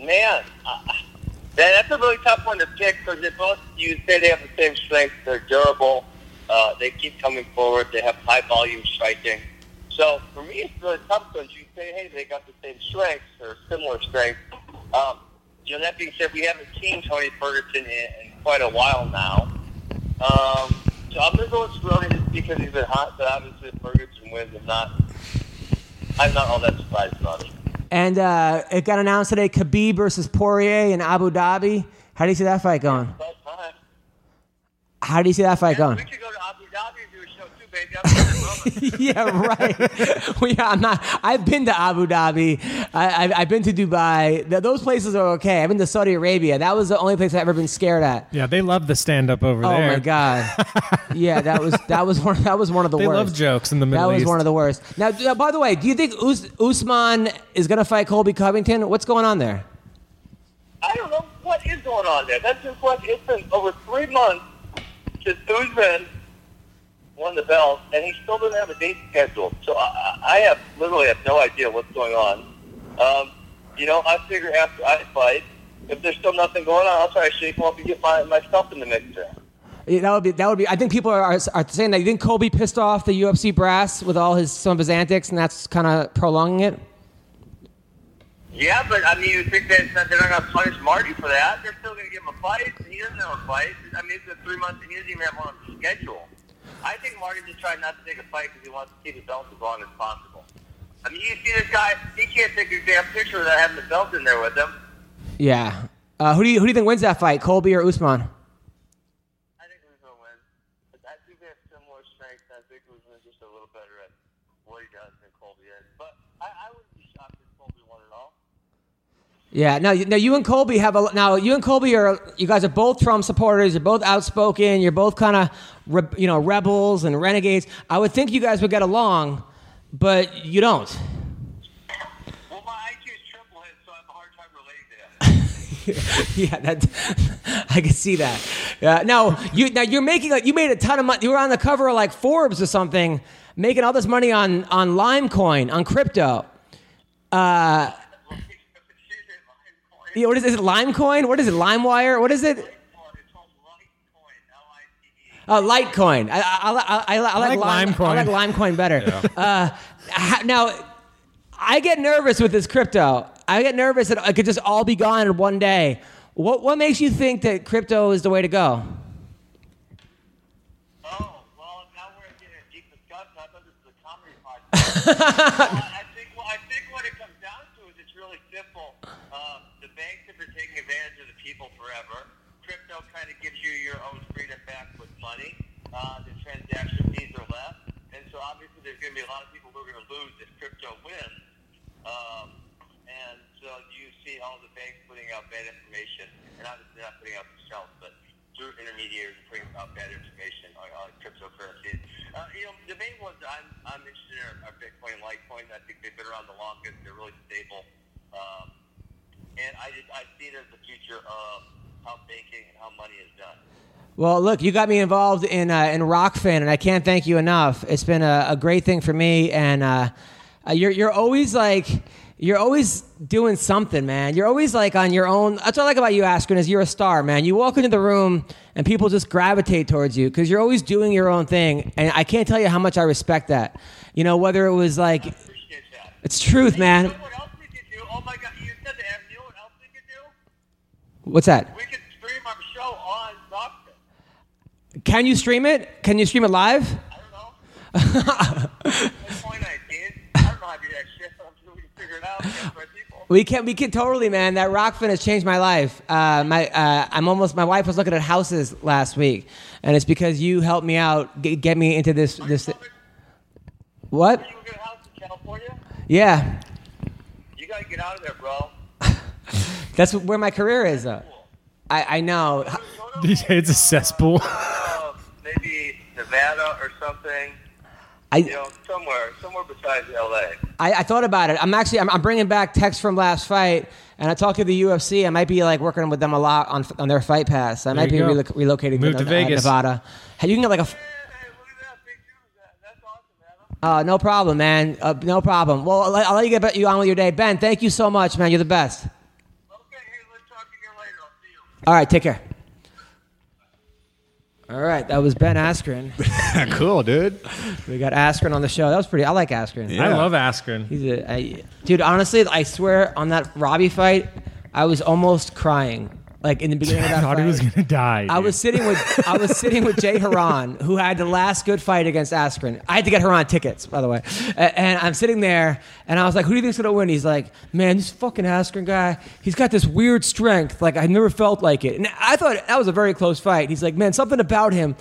[SPEAKER 8] man, uh, that's a really tough one to pick because they both you say they have the same strengths. They're durable. Uh, they keep coming forward. They have high volume striking. So for me, it's really tough because you say, hey, they got the same strengths or similar strengths. Um, you know, that being said, we haven't seen Tony Ferguson in, in quite a while now. Um, so I'm going to go with Cerrone just because he's been hot, but obviously if Ferguson wins, I'm not, I'm not all that surprised about it.
[SPEAKER 1] And uh, it got announced today: Khabib versus Poirier in Abu Dhabi. How do you see that fight going?
[SPEAKER 8] But fine.
[SPEAKER 1] How do you see that fight going?
[SPEAKER 8] We could go to Abu Dhabi and do a show too, baby. I'm in
[SPEAKER 1] yeah, right. we, I'm not. I've been to Abu Dhabi. I, I've, I've been to Dubai. Th- those places are okay. I've been to Saudi Arabia. That was the only place I've ever been scared at.
[SPEAKER 5] Yeah, they love the stand up over
[SPEAKER 1] Oh
[SPEAKER 5] there.
[SPEAKER 1] my god. yeah, that was that was one that was one of the
[SPEAKER 5] They
[SPEAKER 1] worst.
[SPEAKER 5] love jokes in the Middle
[SPEAKER 1] That was
[SPEAKER 5] East.
[SPEAKER 1] one of the worst. Now, d- uh, by the way, do you think Us- Usman is going to fight Colby Covington? What's going on there?
[SPEAKER 8] I don't know what is going on there. That's just what it's been over three months since Usman won the belt, and he still doesn't have a date scheduled. So I, I I have literally have no idea what's going on. Um, you know, I figure after I fight, if there's still nothing going on, I'll try to shake him up and get my, myself in the mixer.
[SPEAKER 1] Yeah, That would be. That would be. I think people are, are, are saying that. You think Colby pissed off the UFC brass with all his some of his antics, and that's kind of prolonging it.
[SPEAKER 8] Yeah, but I mean, you think that that they're not going to punish Marty for that? They're still going to give him a fight. and He doesn't have a fight. I mean, it's been three months, and he doesn't even have one on the schedule. I think Marty just tried not to take a fight because he wants to keep his belt as long as possible. I mean, you see this guy; he can't take a damn picture without having the belt in there with him.
[SPEAKER 1] Yeah. Uh, who do you who do you think wins that fight, Colby or Usman?
[SPEAKER 8] I think Usman wins, but I think they have similar strengths. I think Usman's just a little better at what he does than Colby is. But I, I wouldn't be shocked if Colby won it all.
[SPEAKER 1] Yeah. Now, you- now you and Colby have a now you and Colby are you guys are both Trump supporters. You're both outspoken. You're both kind of re, you know rebels and renegades. I would think you guys would get along, but you don't.
[SPEAKER 8] Well, my IQ is triple hit, so I have a hard time relating to him.
[SPEAKER 1] yeah, that I can see that. Yeah. Now you now you're making like you made a ton of money. You were on the cover of like Forbes or something, making all this money on on Limecoin on crypto. Yeah, what is, is it? Limecoin? What is it? LimeWire? What is it? Uh, Litecoin. I, I, I, I, I like,
[SPEAKER 5] like
[SPEAKER 1] Lime, I
[SPEAKER 5] Limecoin.
[SPEAKER 1] like Limecoin better. Uh, ha- now, I get nervous with this crypto. I get nervous that it could just all be gone in one day. What, what makes you think that crypto is the way to go?
[SPEAKER 8] Oh, well, now we're getting a deep discussion. I thought this was a comedy podcast. well, I think, well, I think what it comes down to is it's really simple. Uh, the banks have been taking advantage of the people forever. Crypto kind of gives you your own freedom back with money. Uh, the transaction fees are less. And so obviously there's going to be a lot of people who are going to lose if crypto wins. Um, and so you see all the banks putting out bad information, and obviously not putting out themselves, but through intermediaries and putting out bad information on, on cryptocurrencies. Uh, you know, the main ones that I'm, I'm interested in are, are Bitcoin, Litecoin. I think they've been around the longest. They're really stable. Um, and I just I see it as the future of how banking and how money is done.
[SPEAKER 1] Well, look, you got me involved in uh, in Rockfin, and I can't thank you enough. It's been a, a great thing for me, and uh, uh, you're you're always like you're always doing something, man. You're always like on your own. That's what I like about you, Askren, is you're a star, man. You walk into the room and people just gravitate towards you because you're always doing your own thing, and I can't tell you how much I respect that. You know, whether it was like
[SPEAKER 8] Appreciate that.
[SPEAKER 1] it's truth,
[SPEAKER 8] You
[SPEAKER 1] man.
[SPEAKER 8] know what else we could do? Oh my God! You said the app. You know what else we could do?
[SPEAKER 1] What's that?
[SPEAKER 8] We could stream our show on Rockfin.
[SPEAKER 1] Can you stream it? Can you stream it live?
[SPEAKER 8] I don't know. That's point I did. I don't know how to do that shit, but I'm sure we can figure it out. We got smart people.
[SPEAKER 1] We can, we can totally, man. That Rockfin has changed my life. Uh, my, uh, I'm almost. My wife was looking at houses last week, and it's because you helped me out, get, get me into this. This what?
[SPEAKER 8] You get a house in California?
[SPEAKER 1] Yeah,
[SPEAKER 8] You gotta get out of there, bro.
[SPEAKER 1] that's where my career is. Though. I, I know.
[SPEAKER 8] Go to,
[SPEAKER 5] it's a cesspool.
[SPEAKER 8] uh, maybe Nevada or something. You
[SPEAKER 1] I,
[SPEAKER 8] know, somewhere, somewhere besides LA.
[SPEAKER 1] I, I thought about it. I'm actually. I'm, I'm bringing back text from last fight, and I talked to the UFC. I might be like working with them a lot on on their fight pass. I might be
[SPEAKER 5] you go.
[SPEAKER 1] reloc relocating
[SPEAKER 5] Move
[SPEAKER 1] to,
[SPEAKER 5] to
[SPEAKER 1] Nev- uh,
[SPEAKER 5] Vegas.
[SPEAKER 1] Nevada. Hey, you can get like a. f-
[SPEAKER 8] Hey, hey, look at that big dude. That- That's awesome, Adam.
[SPEAKER 1] Uh, no problem, man. Uh, no problem. Well, I'll, let- I'll let you get ba- you on with your day, Ben. Thank you so much, man. You're the best.
[SPEAKER 8] Okay, hey, let's talk again later. I'll see you.
[SPEAKER 1] All right, take care. All right, that was Ben Askren.
[SPEAKER 4] cool, dude.
[SPEAKER 1] We got Askren on the show. That was pretty. I like Askren.
[SPEAKER 5] I
[SPEAKER 4] Yeah.
[SPEAKER 5] love Askren.
[SPEAKER 1] He's a I, dude. Honestly, I swear on that Robbie fight, I was almost crying. Like in the beginning of that
[SPEAKER 9] thought
[SPEAKER 1] fight,
[SPEAKER 9] he was gonna die.
[SPEAKER 1] I was sitting with I was sitting with Jay Haran, who had the last good fight against Askren. I had to get Haran tickets, by the way. A- And I'm sitting there, and I was like, "Who do you think's gonna win?" He's like, "Man, this fucking Askren guy. He's got this weird strength. Like I never felt like it." And I thought that was a very close fight. He's like, "Man, something about him."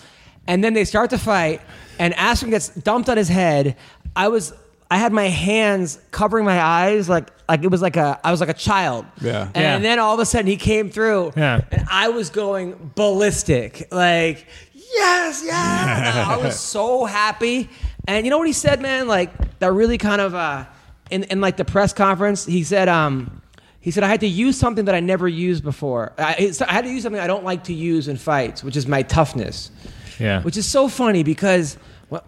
[SPEAKER 1] And then they start to fight, and Askren gets dumped on his head. I was. I had my hands covering my eyes like like it was like a I was like a child.
[SPEAKER 4] Yeah.
[SPEAKER 1] And
[SPEAKER 5] Yeah.
[SPEAKER 1] then all of a sudden he came through.
[SPEAKER 5] Yeah.
[SPEAKER 1] And I was going ballistic. Like, yes, yes. I was so happy. And you know what he said, man? Like, that really kind of, uh, in, in like the press conference, he said, um, he said, I had to use something that I never used before. I, it's- I had to use something I don't like to use in fights, which is my toughness.
[SPEAKER 5] Yeah.
[SPEAKER 1] Which is so funny because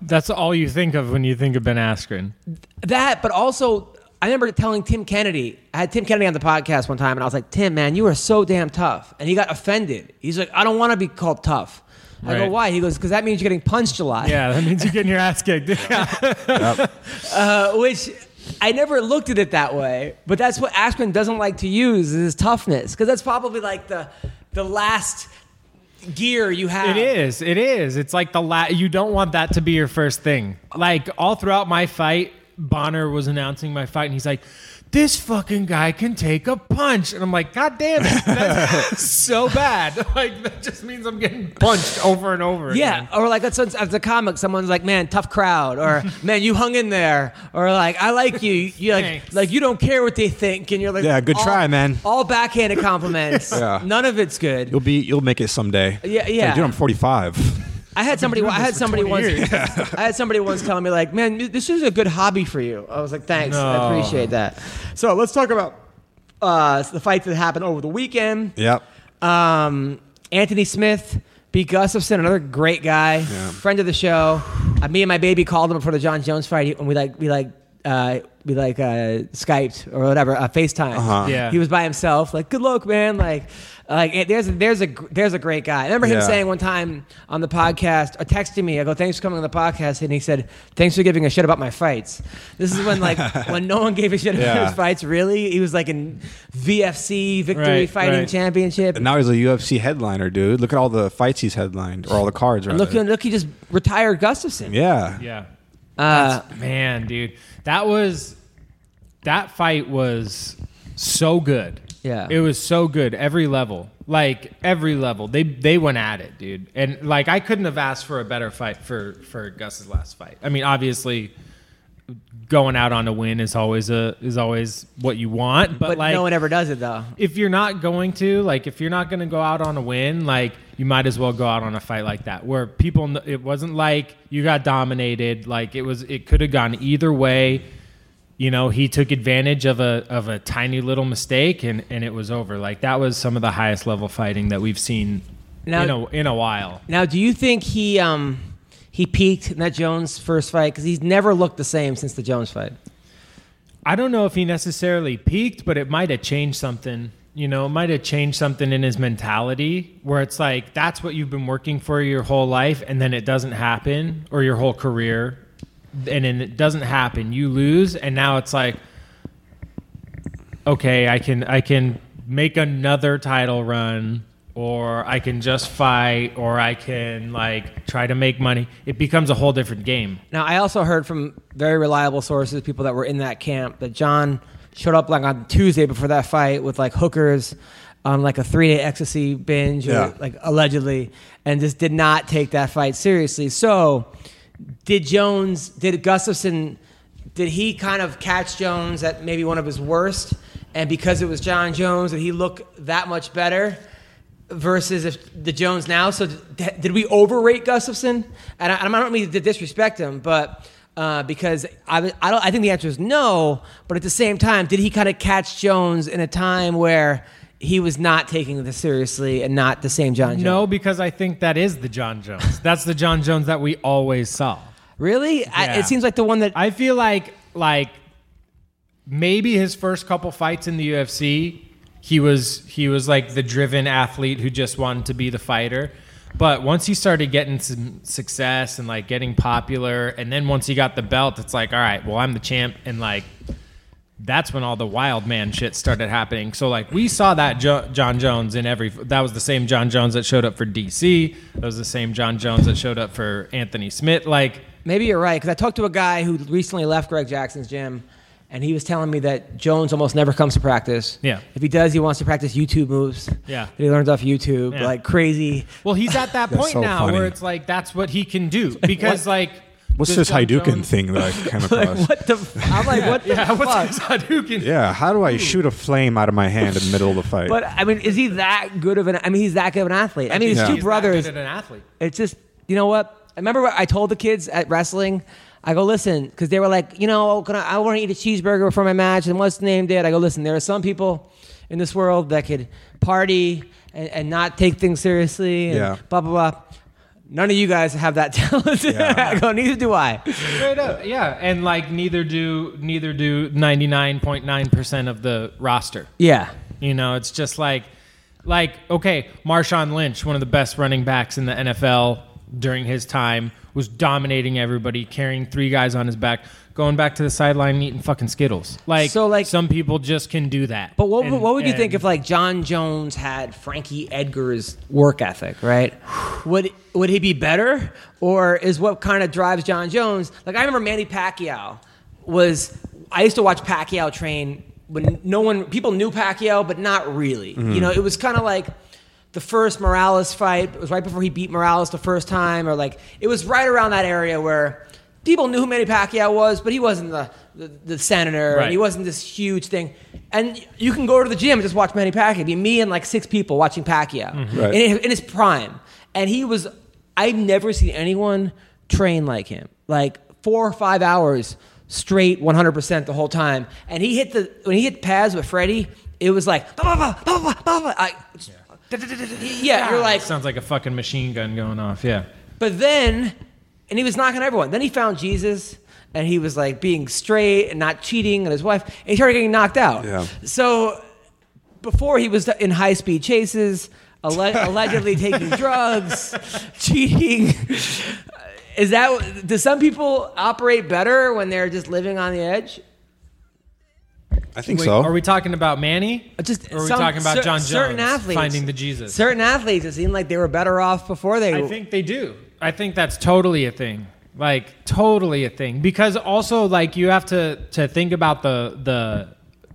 [SPEAKER 5] That's all you think of when you think of Ben Askren.
[SPEAKER 1] That, but also, I remember telling Tim Kennedy, I had Tim Kennedy on the podcast one time, and I was like, Tim, man, you are so damn tough. And he got offended. He's like, I don't want to be called tough. I go,
[SPEAKER 5] Right.
[SPEAKER 1] why? He goes, because that means you're getting punched a lot.
[SPEAKER 5] Yeah, that means you're getting your ass kicked.
[SPEAKER 1] Uh, which I never looked at it that way, but that's what Askren doesn't like to use is his toughness, because that's probably like the the last gear you have.
[SPEAKER 5] It is. It is. It's like the la- you don't want that to be your first thing. Like all throughout my fight, Bonner was announcing my fight, and he's like, "This fucking guy can take a punch," and I'm like, "God damn it, that's so bad! Like that just means I'm getting punched over and over."
[SPEAKER 1] Yeah,
[SPEAKER 5] again.
[SPEAKER 1] or like at as a comic, someone's like, "Man, tough crowd," or "Man, you hung in there," or like, "I like you." You like,
[SPEAKER 5] Thanks.
[SPEAKER 1] like you don't care what they think, and you're like,
[SPEAKER 4] Yeah, good
[SPEAKER 1] all-
[SPEAKER 4] try, man.
[SPEAKER 1] All backhanded compliments.
[SPEAKER 4] Yeah.
[SPEAKER 1] None of it's good.
[SPEAKER 4] You'll be. You'll make it someday.
[SPEAKER 1] Yeah,
[SPEAKER 4] Hey,
[SPEAKER 1] yeah.
[SPEAKER 4] dude, I'm 45.
[SPEAKER 1] I had somebody. I had somebody once.
[SPEAKER 5] years.
[SPEAKER 1] I had somebody once telling me like, "Man, this is a good hobby for you." I was like, "Thanks, I
[SPEAKER 5] No.
[SPEAKER 1] appreciate that." So let's talk about uh, the fights that happened over the weekend.
[SPEAKER 4] Yep.
[SPEAKER 1] Um, Anthony Smith, B. Gustafson, another great guy, friend of the show. Uh, me and my baby called him before the John Jones fight, and we like we like uh, we like uh, Skyped or whatever, uh, Facetime.
[SPEAKER 4] Uh-huh.
[SPEAKER 5] Yeah.
[SPEAKER 1] he was by himself. Like, good luck, man. Like, like eh, there's a, there's a gr- there's a great guy. I remember him
[SPEAKER 4] Yeah.
[SPEAKER 1] saying one time on the podcast or texting me. I go, thanks for coming on the podcast, and he said, thanks for giving a shit about my fights. This is when like when no one gave a shit about
[SPEAKER 4] Yeah.
[SPEAKER 1] his fights. Really, he was like in VFC Victory
[SPEAKER 5] Right,
[SPEAKER 1] Fighting
[SPEAKER 5] right.
[SPEAKER 1] Championship.
[SPEAKER 4] And now he's a UFC headliner, dude. Look at all the fights he's headlined, or all the cards. Rather.
[SPEAKER 1] Look, look, he just retired Gustafson.
[SPEAKER 4] Yeah.
[SPEAKER 5] yeah.
[SPEAKER 1] Uh,
[SPEAKER 5] Man, dude, that was that fight was so good.
[SPEAKER 1] Yeah.
[SPEAKER 5] It was so good every level. Like every level. They they went at it, dude. And like I couldn't have asked for a better fight for for Gus's last fight. I mean, obviously going out on a win is always a is always what you want, but,
[SPEAKER 1] but
[SPEAKER 5] like
[SPEAKER 1] no one ever does it, though.
[SPEAKER 5] if you're not going to like if you're not going to go out on a win like you might as well go out on a fight like that where people kn- it wasn't like you got dominated like it was it could have gone either way you know he took advantage of a of a tiny little mistake and and it was over like that was some of the highest level fighting that we've seen
[SPEAKER 1] Now-
[SPEAKER 5] in a in a while
[SPEAKER 1] Now, do you think he um, he peaked in that Jones first fight because he's never looked the same since the Jones fight?
[SPEAKER 5] I don't know if he necessarily peaked, but it might have changed something. You know, it might have changed something in his mentality where it's like that's what you've been working for your whole life, and then it doesn't happen, or your whole career, and then it doesn't happen. You lose, and now it's like, okay, I can I can make another title run, or I can just fight, or I can like try to make money. It becomes a whole different game.
[SPEAKER 1] Now, I also heard from very reliable sources, people that were in that camp, that John showed up like on Tuesday before that fight with like hookers on like a three day ecstasy binge, or,
[SPEAKER 4] Yeah.
[SPEAKER 1] like allegedly, and just did not take that fight seriously. So, did Jones, did Gustafson, did he kind of catch Jones at maybe one of his worst? And because it was John Jones, did he look that much better? versus if the Jones now. So d- did we overrate Gustafson? And I, I don't mean to disrespect him, but uh, because I, I don't, I think the answer is no. But at the same time, did he kind of catch Jones in a time where he was not taking this seriously and not the same John Jones?
[SPEAKER 5] No, because I think that is the John Jones. That's the John Jones that we always saw.
[SPEAKER 1] really. I,
[SPEAKER 5] Yeah.
[SPEAKER 1] it seems like the one that
[SPEAKER 5] I feel like like maybe his first couple fights in the UFC, he was he was like the driven athlete who just wanted to be the fighter. But once he started getting some success and like getting popular, and then once he got the belt, it's like, all right, well, I'm the champ, and like that's when all the wild man shit started happening. So like we saw that jo- John Jones in every. That was the same John Jones that showed up for DC. That was the same John Jones that showed up for Anthony Smith. Like
[SPEAKER 1] Maybe you're right because I talked to a guy who recently left Greg Jackson's gym, and he was telling me that Jones almost never comes to practice.
[SPEAKER 5] Yeah.
[SPEAKER 1] If he does, he wants to practice YouTube moves.
[SPEAKER 5] Yeah.
[SPEAKER 1] That he learns off YouTube,
[SPEAKER 5] Yeah.
[SPEAKER 1] like crazy.
[SPEAKER 5] Well, he's at that
[SPEAKER 4] That's
[SPEAKER 5] point
[SPEAKER 4] so
[SPEAKER 5] now where
[SPEAKER 4] funny.
[SPEAKER 5] it's like that's what he can do because like
[SPEAKER 4] What's
[SPEAKER 5] does
[SPEAKER 4] this
[SPEAKER 5] John
[SPEAKER 4] Hadouken
[SPEAKER 5] Jones-
[SPEAKER 4] thing that I came across?
[SPEAKER 1] What the? F- I'm like, what the
[SPEAKER 5] Yeah,
[SPEAKER 1] fuck?
[SPEAKER 5] what's this Hadouken?
[SPEAKER 4] Yeah, how do I shoot a flame out of my hand in the middle of the fight?
[SPEAKER 1] But I mean, is he that good of an? I mean, he's that good of an athlete. I mean, his
[SPEAKER 4] Yeah.
[SPEAKER 1] two
[SPEAKER 5] He's that
[SPEAKER 1] brothers.
[SPEAKER 5] good at an athlete.
[SPEAKER 1] It's just, you know what? I remember what I told the kids at wrestling. I go listen because they were like, you know, can I, I want to eat a cheeseburger before my match, and what's the name did? I go listen. There are some people in this world that could party and, and not take things seriously, and
[SPEAKER 4] Yeah.
[SPEAKER 1] blah blah blah. None of you guys have that talent.
[SPEAKER 4] Yeah.
[SPEAKER 1] I go, neither do I.
[SPEAKER 5] Straight up, yeah, and like neither do neither do ninety nine point nine percent of the roster.
[SPEAKER 1] Yeah,
[SPEAKER 5] You know, it's just like, like okay, Marshawn Lynch, one of the best running backs in the NFL during his time, was dominating everybody, carrying three guys on his back, going back to the sideline and eating fucking Skittles. Like,
[SPEAKER 1] So, like-
[SPEAKER 5] some people just can do that.
[SPEAKER 1] but what,
[SPEAKER 5] And-
[SPEAKER 1] what would you think
[SPEAKER 5] and-
[SPEAKER 1] if like John Jones had Frankie Edgar's work ethic, right? would would he be better, or is what kind of drives John Jones? Like I remember Manny Pacquiao was. I used to watch Pacquiao train when no one people knew Pacquiao, but not really.
[SPEAKER 5] Mm-hmm.
[SPEAKER 1] You know, it was kind of like the first Morales fight. It was right before he beat Morales the first time, or like it was right around that area where people knew who Manny Pacquiao was, but he wasn't the the, the senator, and
[SPEAKER 5] Right.
[SPEAKER 1] he wasn't this huge thing. And you can go to the gym and just watch Manny Pacquiao. It'd be me and like six people watching Pacquiao
[SPEAKER 4] Right.
[SPEAKER 1] in, his, in his prime. And he was, I've never seen anyone train like him, like four or five hours straight, 100% the whole time. And he hit the, when he hit pads with Freddie, it was like, bah, bah, bah, bah, bah, bah, bah. I, yeah, you're like,
[SPEAKER 5] sounds like a fucking machine gun going off. Yeah.
[SPEAKER 1] but then, and he was knocking everyone. Then he found Jesus, and he was like being straight and not cheating on his wife, and he started getting knocked out.
[SPEAKER 4] Yeah.
[SPEAKER 1] So before he was in high speed chases, alle- allegedly taking drugs, cheating. uh, Is that do some people operate better when they're just living on the edge?
[SPEAKER 4] I think
[SPEAKER 5] Wait,
[SPEAKER 4] so.
[SPEAKER 5] Are we talking about Manny?
[SPEAKER 1] Uh, Just
[SPEAKER 5] or are we
[SPEAKER 1] some-
[SPEAKER 5] talking about
[SPEAKER 1] cer-
[SPEAKER 5] John Jones
[SPEAKER 1] certain athletes,
[SPEAKER 5] finding the Jesus?
[SPEAKER 1] Certain athletes, it seemed like they were better off before they.
[SPEAKER 5] I think they do. I think that's totally a thing. Like totally a thing because also like you have to to think about the the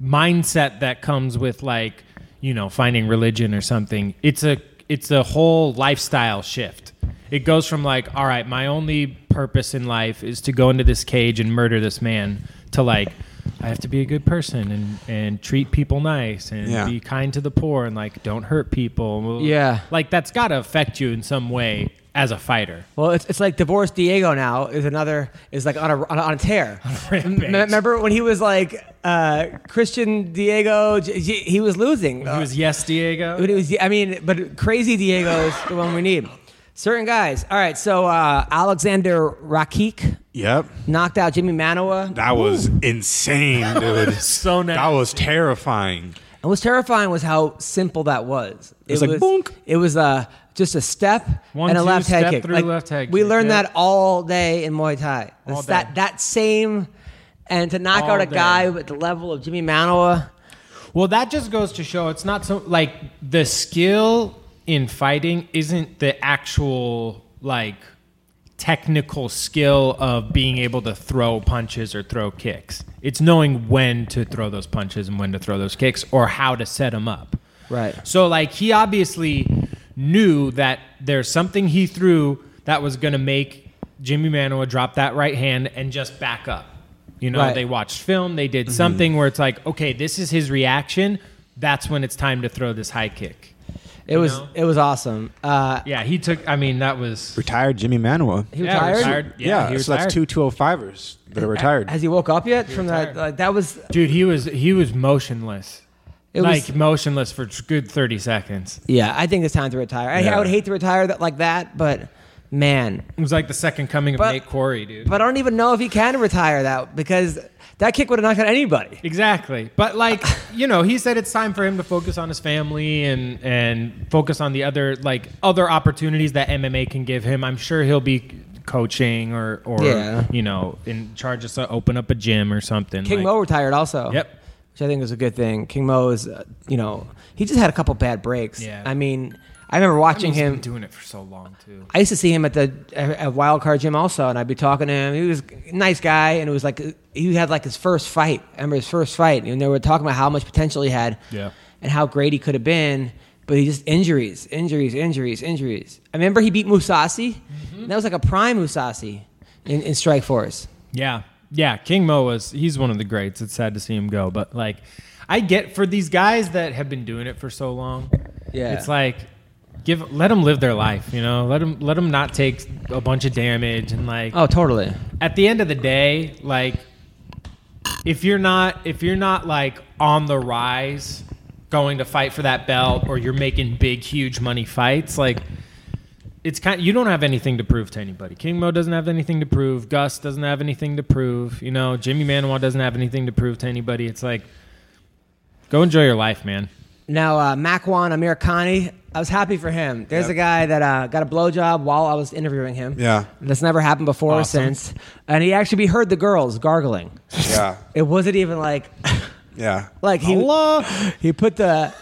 [SPEAKER 5] mindset that comes with like you know finding religion or something. It's a it's a whole lifestyle shift. It goes from like all right, my only purpose in life is to go into this cage and murder this man to like I have to be a good person and and treat people nice and
[SPEAKER 4] Yeah.
[SPEAKER 5] be kind to the poor and like don't hurt people.
[SPEAKER 1] Yeah.
[SPEAKER 5] Like that's got to affect you in some way as a fighter.
[SPEAKER 1] Well, it's, it's like divorce Diego now is another is like on a on a, on a tear.
[SPEAKER 5] rampage.
[SPEAKER 1] M- remember when he was like uh, Christian Diego? J- J- he was losing.
[SPEAKER 4] Uh,
[SPEAKER 1] Uh,
[SPEAKER 5] He was yes, Diego.
[SPEAKER 1] But it was, I mean, but crazy Diego is the one we need. Certain guys. All right, so uh, Alexander Rakik
[SPEAKER 4] yep.
[SPEAKER 1] knocked out Jimmy Manoa.
[SPEAKER 4] That was insane, dude.
[SPEAKER 5] So nice.
[SPEAKER 4] That was terrifying.
[SPEAKER 1] And what's terrifying was how simple that was. It
[SPEAKER 4] was like, boonk.
[SPEAKER 1] It was uh, just a step
[SPEAKER 5] One,
[SPEAKER 1] and a
[SPEAKER 5] two,
[SPEAKER 1] left head
[SPEAKER 5] step
[SPEAKER 1] kick.
[SPEAKER 5] through, left head
[SPEAKER 1] we
[SPEAKER 5] kick,
[SPEAKER 1] learned
[SPEAKER 5] yeah.
[SPEAKER 1] that all day in Muay Thai.
[SPEAKER 5] All
[SPEAKER 1] It's that
[SPEAKER 5] day.
[SPEAKER 1] that same, and to knock
[SPEAKER 5] All
[SPEAKER 1] out a
[SPEAKER 5] day.
[SPEAKER 1] guy at the level of Jimmy Manoa.
[SPEAKER 5] Well, that just goes to show it's not so like the skill in fighting isn't the actual like technical skill of being able to throw punches or throw kicks. It's knowing when to throw those punches and when to throw those kicks or how to set them up.
[SPEAKER 1] Right.
[SPEAKER 5] So like he obviously knew that there's something he threw that was going to make Jimmy Manoa drop that right hand and just back up. You know,
[SPEAKER 1] Right. Mm-hmm.
[SPEAKER 5] they watched film, they did something where it's like, okay, this is his reaction. That's when it's time to throw this high kick.
[SPEAKER 1] It was
[SPEAKER 5] know?
[SPEAKER 1] it was awesome. Uh,
[SPEAKER 5] Yeah, he took. I mean, that was
[SPEAKER 4] Retired Jimmy Manoa.
[SPEAKER 1] he
[SPEAKER 5] Yeah,
[SPEAKER 1] retired.
[SPEAKER 5] retired.
[SPEAKER 4] Yeah,
[SPEAKER 5] Yeah, he
[SPEAKER 4] so that's two
[SPEAKER 5] retired.
[SPEAKER 4] 205ers that are retired.
[SPEAKER 1] Has he woke up yet from that?
[SPEAKER 5] retired.
[SPEAKER 1] Like, that was
[SPEAKER 5] dude. He was he was motionless,
[SPEAKER 1] it
[SPEAKER 5] like
[SPEAKER 1] was.
[SPEAKER 5] motionless for good thirty seconds.
[SPEAKER 1] yeah, I think it's time to retire. I, I
[SPEAKER 4] Yeah.
[SPEAKER 1] would hate to retire that like that, but man.
[SPEAKER 5] It was like the second coming of
[SPEAKER 1] But-
[SPEAKER 5] Nate Quarry, dude.
[SPEAKER 1] But I don't even know if he can retire that because that kick would have knocked out anybody.
[SPEAKER 5] Exactly. But like, you know, he said it's time for him to focus on his family and and focus on the other like other opportunities that MMA can give him. I'm sure he'll be coaching or or
[SPEAKER 1] Yeah.
[SPEAKER 5] you know, in charge of so, open up a gym or something.
[SPEAKER 1] King
[SPEAKER 5] like-
[SPEAKER 1] Mo retired also.
[SPEAKER 5] Yep.
[SPEAKER 1] Which I think was a good thing. King Mo is, uh, you know, he just had a couple bad breaks.
[SPEAKER 5] Yeah.
[SPEAKER 1] I mean, I remember watching
[SPEAKER 5] He's
[SPEAKER 1] him.
[SPEAKER 5] been doing it for so long too.
[SPEAKER 1] I used to see him at the at Wild Card Gym also, and I'd be talking to him. He was a nice guy, and it was like he had like his first fight. I remember his first fight, and they were talking about how much potential he had,
[SPEAKER 5] Yeah.
[SPEAKER 1] and how great he could have been, but he just injuries, injuries, injuries, injuries. I remember he beat Musasi,
[SPEAKER 5] Mm-hmm.
[SPEAKER 1] and that was like a prime Musasi in, in Strike Force.
[SPEAKER 5] Yeah. Yeah. King Mo was, he's one of the greats. It's sad to see him go. But like, I get for these guys that have been doing it for so long.
[SPEAKER 1] Yeah.
[SPEAKER 5] It's like, give, let them live their life, you know, let them, let them not take a bunch of damage. And like,
[SPEAKER 1] Oh, totally.
[SPEAKER 5] at the end of the day, like, if you're not, if you're not like on the rise going to fight for that belt or you're making big, huge money fights, like, it's kind you don't have anything to prove to anybody. King Mo doesn't have anything to prove. Gus doesn't have anything to prove. You know, Jimmy Manuel doesn't have anything to prove to anybody. It's like go enjoy your life, man.
[SPEAKER 1] Now, uh, Makwan Amir Khani, I was happy for him. There's a guy that uh, got a blowjob while I was interviewing him.
[SPEAKER 4] Yeah.
[SPEAKER 1] That's never happened before or
[SPEAKER 5] Awesome.
[SPEAKER 1] since. And he actually heard the girls gargling.
[SPEAKER 4] Yeah.
[SPEAKER 1] It wasn't even like,
[SPEAKER 4] Yeah.
[SPEAKER 1] like he, he put the,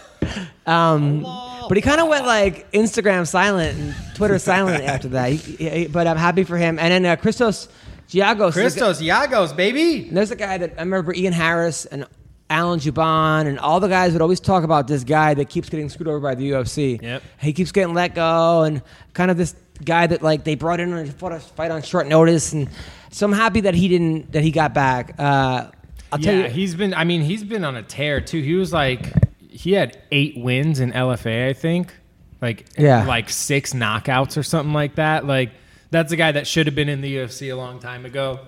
[SPEAKER 1] um, but he kind of went like Instagram silent and Twitter silent after that. He- he- but I'm happy for him. And then uh, Christos Giagos.
[SPEAKER 5] Christos Yagos, baby.
[SPEAKER 1] And there's a guy that I remember Ian Harris and Alan Juban and all the guys would always talk about this guy that keeps getting screwed over by the UFC.
[SPEAKER 5] Yep.
[SPEAKER 1] He keeps getting let go and kind of this guy that like they brought in and fought a fight on short notice and so I'm happy that he didn't that he got back. Uh, I'll tell
[SPEAKER 5] Yeah,
[SPEAKER 1] you
[SPEAKER 5] he's been I mean, he's been on a tear too. He was like he had 8 wins in LFA, I think. Like
[SPEAKER 1] Yeah.
[SPEAKER 5] like 6 knockouts or something like that. Like that's a guy that should have been in the UFC a long time ago.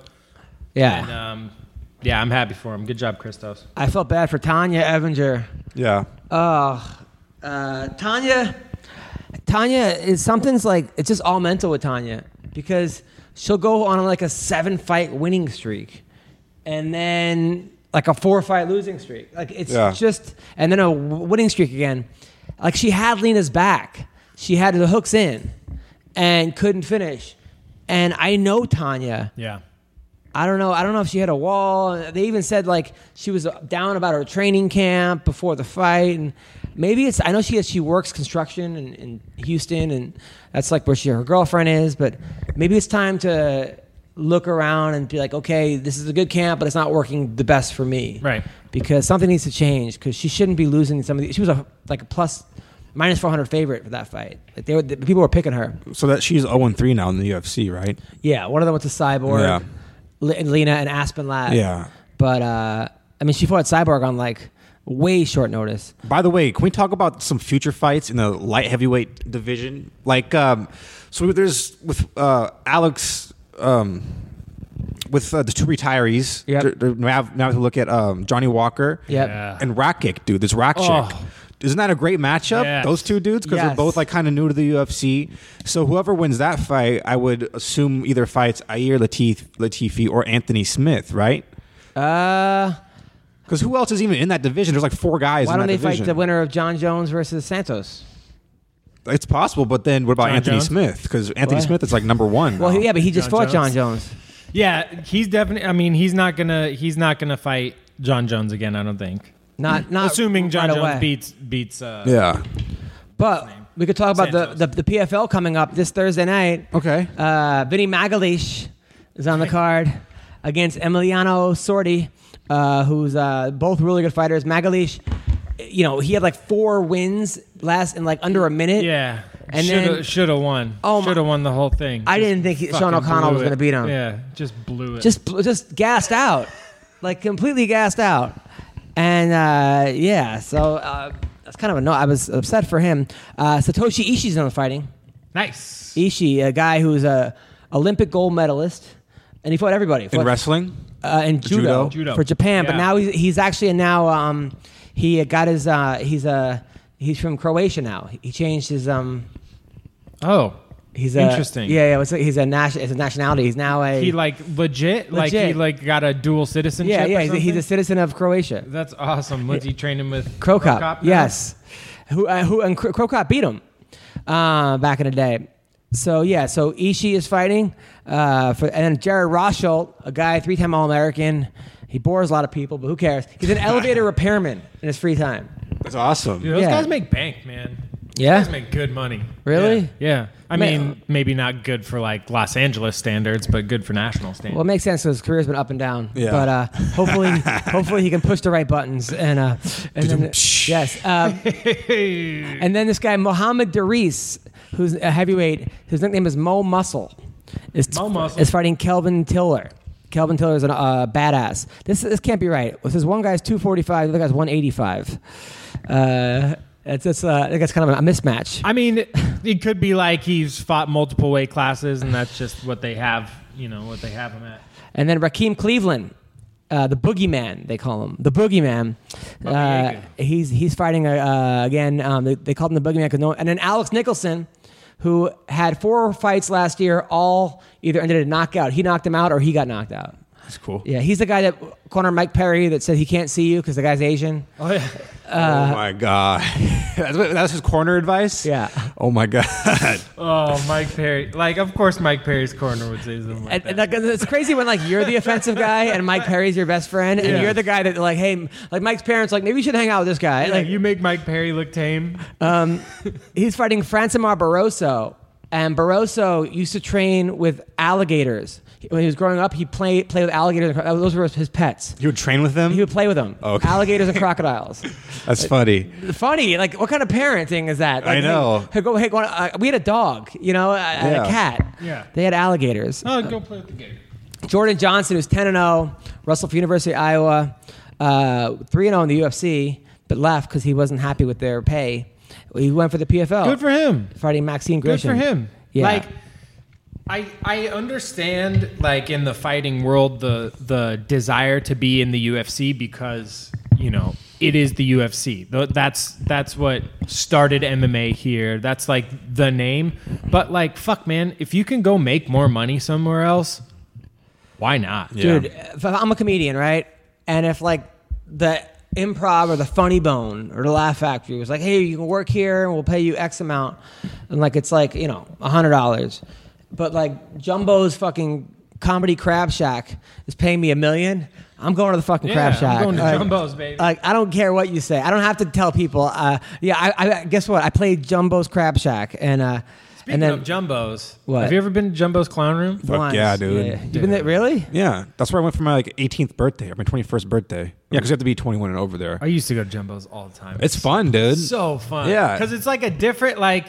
[SPEAKER 1] Yeah.
[SPEAKER 5] And um yeah, I'm happy for him. Good job, Christos.
[SPEAKER 1] I felt bad for Tanya Evinger.
[SPEAKER 4] Yeah.
[SPEAKER 1] Oh, uh, Tanya, Tanya is something's like it's just all mental with Tanya because she'll go on like a seven fight winning streak, and then like a four fight losing streak. Like it's
[SPEAKER 4] Yeah.
[SPEAKER 1] just and then a w- winning streak again. Like she had Lena's back, she had the hooks in, and couldn't finish. And I know Tanya.
[SPEAKER 5] Yeah.
[SPEAKER 1] I don't know. I don't know if she had a wall. They even said like she was down about her training camp before the fight, and maybe it's. I know she has, she works construction in, in Houston, and that's like where she her girlfriend is. But maybe it's time to look around and be like, okay, this is a good camp, but it's not working the best for me,
[SPEAKER 5] Right.
[SPEAKER 1] Because something needs to change. Because she shouldn't be losing some of the. She was a like a plus minus four hundred favorite for that fight. Like they were, the people were picking her.
[SPEAKER 4] So that she's 0 3 now in the UFC, right?
[SPEAKER 1] Yeah, one of them went to Cyborg,
[SPEAKER 4] Yeah.
[SPEAKER 1] Le- Lena and Aspen Lab.
[SPEAKER 4] Yeah.
[SPEAKER 1] But uh, I mean, she fought Cyborg on like way short notice.
[SPEAKER 4] By the way, can we talk about some future fights in the light heavyweight division? Like, um, so there's with uh, Alex, um, with uh, the two retirees.
[SPEAKER 1] Yep.
[SPEAKER 4] They're- they're- Now, now to look at um, Johnny Walker.
[SPEAKER 1] Yep.
[SPEAKER 5] Yeah.
[SPEAKER 4] And Rakic, dude. There's Rakic.
[SPEAKER 5] Oh.
[SPEAKER 4] Isn't that a great matchup?
[SPEAKER 5] Yes.
[SPEAKER 4] Those two dudes, because
[SPEAKER 1] Yes.
[SPEAKER 4] they're both like kind of new to the UFC. So whoever wins that fight, I would assume either fights Ayer Latif, Latifi or Anthony Smith, right?
[SPEAKER 1] Uh,
[SPEAKER 4] Because who else is even in that division? There's like four guys.
[SPEAKER 1] why
[SPEAKER 4] in
[SPEAKER 1] don't
[SPEAKER 4] that
[SPEAKER 1] they
[SPEAKER 4] division.
[SPEAKER 1] fight the winner of John Jones versus Santos?
[SPEAKER 4] It's possible, but then what about
[SPEAKER 5] John
[SPEAKER 4] Anthony
[SPEAKER 5] Jones?
[SPEAKER 4] Smith? Because Anthony
[SPEAKER 1] What?
[SPEAKER 4] Smith is like number one.
[SPEAKER 1] Well,
[SPEAKER 4] now.
[SPEAKER 1] he, yeah, but he just
[SPEAKER 5] John
[SPEAKER 1] fought John
[SPEAKER 5] Jones.
[SPEAKER 1] Jones.
[SPEAKER 5] Yeah, he's definitely. I mean, he's not gonna. He's not gonna fight John Jones again. I don't think.
[SPEAKER 1] Not not
[SPEAKER 5] Assuming John
[SPEAKER 1] Uh, right
[SPEAKER 5] Jones
[SPEAKER 1] away.
[SPEAKER 5] beats beats. Uh,
[SPEAKER 4] yeah.
[SPEAKER 1] But we could talk about the,
[SPEAKER 5] Santos.
[SPEAKER 1] the the PFL coming up this Thursday night.
[SPEAKER 4] Okay.
[SPEAKER 1] Uh, Vinny Magalish is on the card against Emiliano Sordi, uh, who's uh, both really good fighters. Magalish, you know, he had like four wins last in like under a minute.
[SPEAKER 5] Yeah.
[SPEAKER 1] And
[SPEAKER 5] shoulda,
[SPEAKER 1] then-
[SPEAKER 5] shoulda won.
[SPEAKER 1] Oh
[SPEAKER 5] Oh
[SPEAKER 1] my-
[SPEAKER 5] Shoulda won the whole thing.
[SPEAKER 1] I
[SPEAKER 5] Just
[SPEAKER 1] didn't think he- Sean
[SPEAKER 5] fucking
[SPEAKER 1] O'Connell
[SPEAKER 5] blew
[SPEAKER 1] was gonna
[SPEAKER 5] it.
[SPEAKER 1] beat him.
[SPEAKER 5] Yeah, just blew it.
[SPEAKER 1] just bl- just gassed out, like completely gassed out, and uh, yeah. So uh, that's kind of annoying. I was upset for him. Uh, Satoshi Ishii's on the fighting.
[SPEAKER 5] nice.
[SPEAKER 1] Ishii, a guy who's a Olympic gold medalist, and he fought everybody.
[SPEAKER 4] In
[SPEAKER 1] Fought-
[SPEAKER 4] wrestling?
[SPEAKER 1] uh, in judo,
[SPEAKER 4] Judo.
[SPEAKER 5] Judo.
[SPEAKER 1] for Japan. But
[SPEAKER 5] Yeah.
[SPEAKER 1] now he's, he's actually now um, he got his uh, he's uh, he's from Croatia now. He changed his um,
[SPEAKER 5] Oh,
[SPEAKER 1] He's a,
[SPEAKER 5] Interesting.
[SPEAKER 1] Yeah, yeah. What's it- he's a nation. It's a nationality. He's now a
[SPEAKER 5] He like legit, like he
[SPEAKER 1] Legit.
[SPEAKER 5] like got a dual citizenship.
[SPEAKER 1] yeah,
[SPEAKER 5] or
[SPEAKER 1] yeah. He's a, he's a
[SPEAKER 5] something?
[SPEAKER 1] citizen of Croatia.
[SPEAKER 5] That's awesome. Was he training with
[SPEAKER 1] Krokop.
[SPEAKER 5] now?
[SPEAKER 1] yes. Who uh, who and Kro- Krokop beat him uh, back in the day. So yeah, so Ishii is fighting, uh, for, and then Jared Rochelt, a guy three-time All-American. He bores a lot of people, but who cares? He's an elevator repairman in his free time.
[SPEAKER 4] That's awesome.
[SPEAKER 5] Dude, those
[SPEAKER 1] Yeah.
[SPEAKER 5] guys make bank, man. Those
[SPEAKER 1] Yeah?
[SPEAKER 5] guys make good money.
[SPEAKER 1] Really?
[SPEAKER 5] Yeah. Yeah. I
[SPEAKER 1] Man.
[SPEAKER 5] mean, maybe not good for like Los Angeles standards, but good for national standards.
[SPEAKER 1] Well, it makes sense because his career's been up and down.
[SPEAKER 4] Yeah.
[SPEAKER 1] But uh, hopefully, hopefully he can push the right buttons and uh, and then, yes. Um, and then this guy Mohammed Darius, who's a heavyweight, whose nickname is Mo Muscle, is
[SPEAKER 5] Mo Muscle.
[SPEAKER 1] is fighting Kelvin Tiller. Kelvin Tiller is a uh, badass. This this can't be right. This is one guy's two forty five, the other guy's one eighty five. Uh, it's it's uh, I think it's kind of a mismatch.
[SPEAKER 5] I mean, it could be like he's fought multiple weight classes, and that's just what they have. You know what they have him at.
[SPEAKER 1] And then Raheem Cleveland, uh, the boogeyman, they call him. The boogeyman. Uh,
[SPEAKER 5] Yaga.
[SPEAKER 1] he's, he's fighting uh, again. Um, they, they called him the boogeyman. 'cause No, and then Alex Nicholson, who had four fights last year, all either ended in knockout. He knocked him out or he got knocked out.
[SPEAKER 4] That's cool.
[SPEAKER 1] Yeah, he's the guy that cornered Mike Perry that said he can't see you because the guy's Asian.
[SPEAKER 5] Oh yeah.
[SPEAKER 4] oh my god. that's, what- that's his corner advice.
[SPEAKER 1] Yeah.
[SPEAKER 4] Oh my god.
[SPEAKER 5] Oh, Mike Perry. Like, of course, Mike Perry's corner would say something like
[SPEAKER 1] And, and
[SPEAKER 5] that.
[SPEAKER 1] like, it's crazy when like you're the offensive guy and Mike Perry's your best friend, and
[SPEAKER 5] Yeah.
[SPEAKER 1] you're the guy that like, hey, like Mike's parents like maybe you should hang out with this guy.
[SPEAKER 5] Like,
[SPEAKER 1] like
[SPEAKER 5] you make Mike Perry look tame.
[SPEAKER 1] he's fighting Francimar Barroso. And Barroso used to train with alligators. When he was growing up, he played play with alligators. and cro- Those were his pets.
[SPEAKER 4] You would train with them.
[SPEAKER 1] He would play with them.
[SPEAKER 4] Oh, Okay.
[SPEAKER 1] Alligators and crocodiles.
[SPEAKER 4] That's funny.
[SPEAKER 1] Funny, like what kind of parenting is that? Like,
[SPEAKER 4] I know.
[SPEAKER 1] Hey, go, hey, go on, uh, we had a dog, you know, uh, and
[SPEAKER 4] Yeah.
[SPEAKER 1] a cat.
[SPEAKER 5] Yeah.
[SPEAKER 1] They had alligators.
[SPEAKER 5] Oh, go play with the game.
[SPEAKER 1] Jordan Johnson, who's 10 and 0, Russell for University of Iowa, uh, 3 and 0 in the UFC, but left because he wasn't happy with their pay. He went for the PFL.
[SPEAKER 5] Good for him.
[SPEAKER 1] Fighting Maxine
[SPEAKER 5] Good
[SPEAKER 1] Grisham.
[SPEAKER 5] for him.
[SPEAKER 1] Yeah.
[SPEAKER 5] Like I I understand like in the fighting world the the desire to be in the UFC because, you know, it is the UFC. Tho- That's that's what started MMA here. That's like the name. But like fuck man, if you can go make more money somewhere else, why not?
[SPEAKER 1] dude if i'm a comedian right and if like the improv or the funny bone or the laugh factory was like hey you can work here and we'll pay you x amount and like it's like you know a hundred dollars but like jumbo's fucking comedy crab shack is paying me a million i'm going to the fucking crab
[SPEAKER 5] Yeah, I'm
[SPEAKER 1] shack
[SPEAKER 5] going to
[SPEAKER 1] Like-
[SPEAKER 5] Jumbo's, baby.
[SPEAKER 1] like i don't care what you say i don't have to tell people uh, yeah I, I guess what i played jumbo's crab shack and uh
[SPEAKER 5] Speaking
[SPEAKER 1] and then
[SPEAKER 5] of Jumbo's,
[SPEAKER 1] What?
[SPEAKER 5] have you ever been to Jumbo's Clown Room?
[SPEAKER 4] Fuck
[SPEAKER 1] once.
[SPEAKER 4] yeah, dude.
[SPEAKER 1] you been there really
[SPEAKER 4] Yeah, that's where I went for my like 18th birthday or my 21st birthday. Yeah, because you have to be 21 and over there.
[SPEAKER 5] I used to go to Jumbo's all the time.
[SPEAKER 4] It's fun, dude.
[SPEAKER 5] so fun.
[SPEAKER 4] Yeah.
[SPEAKER 5] because it's like a different like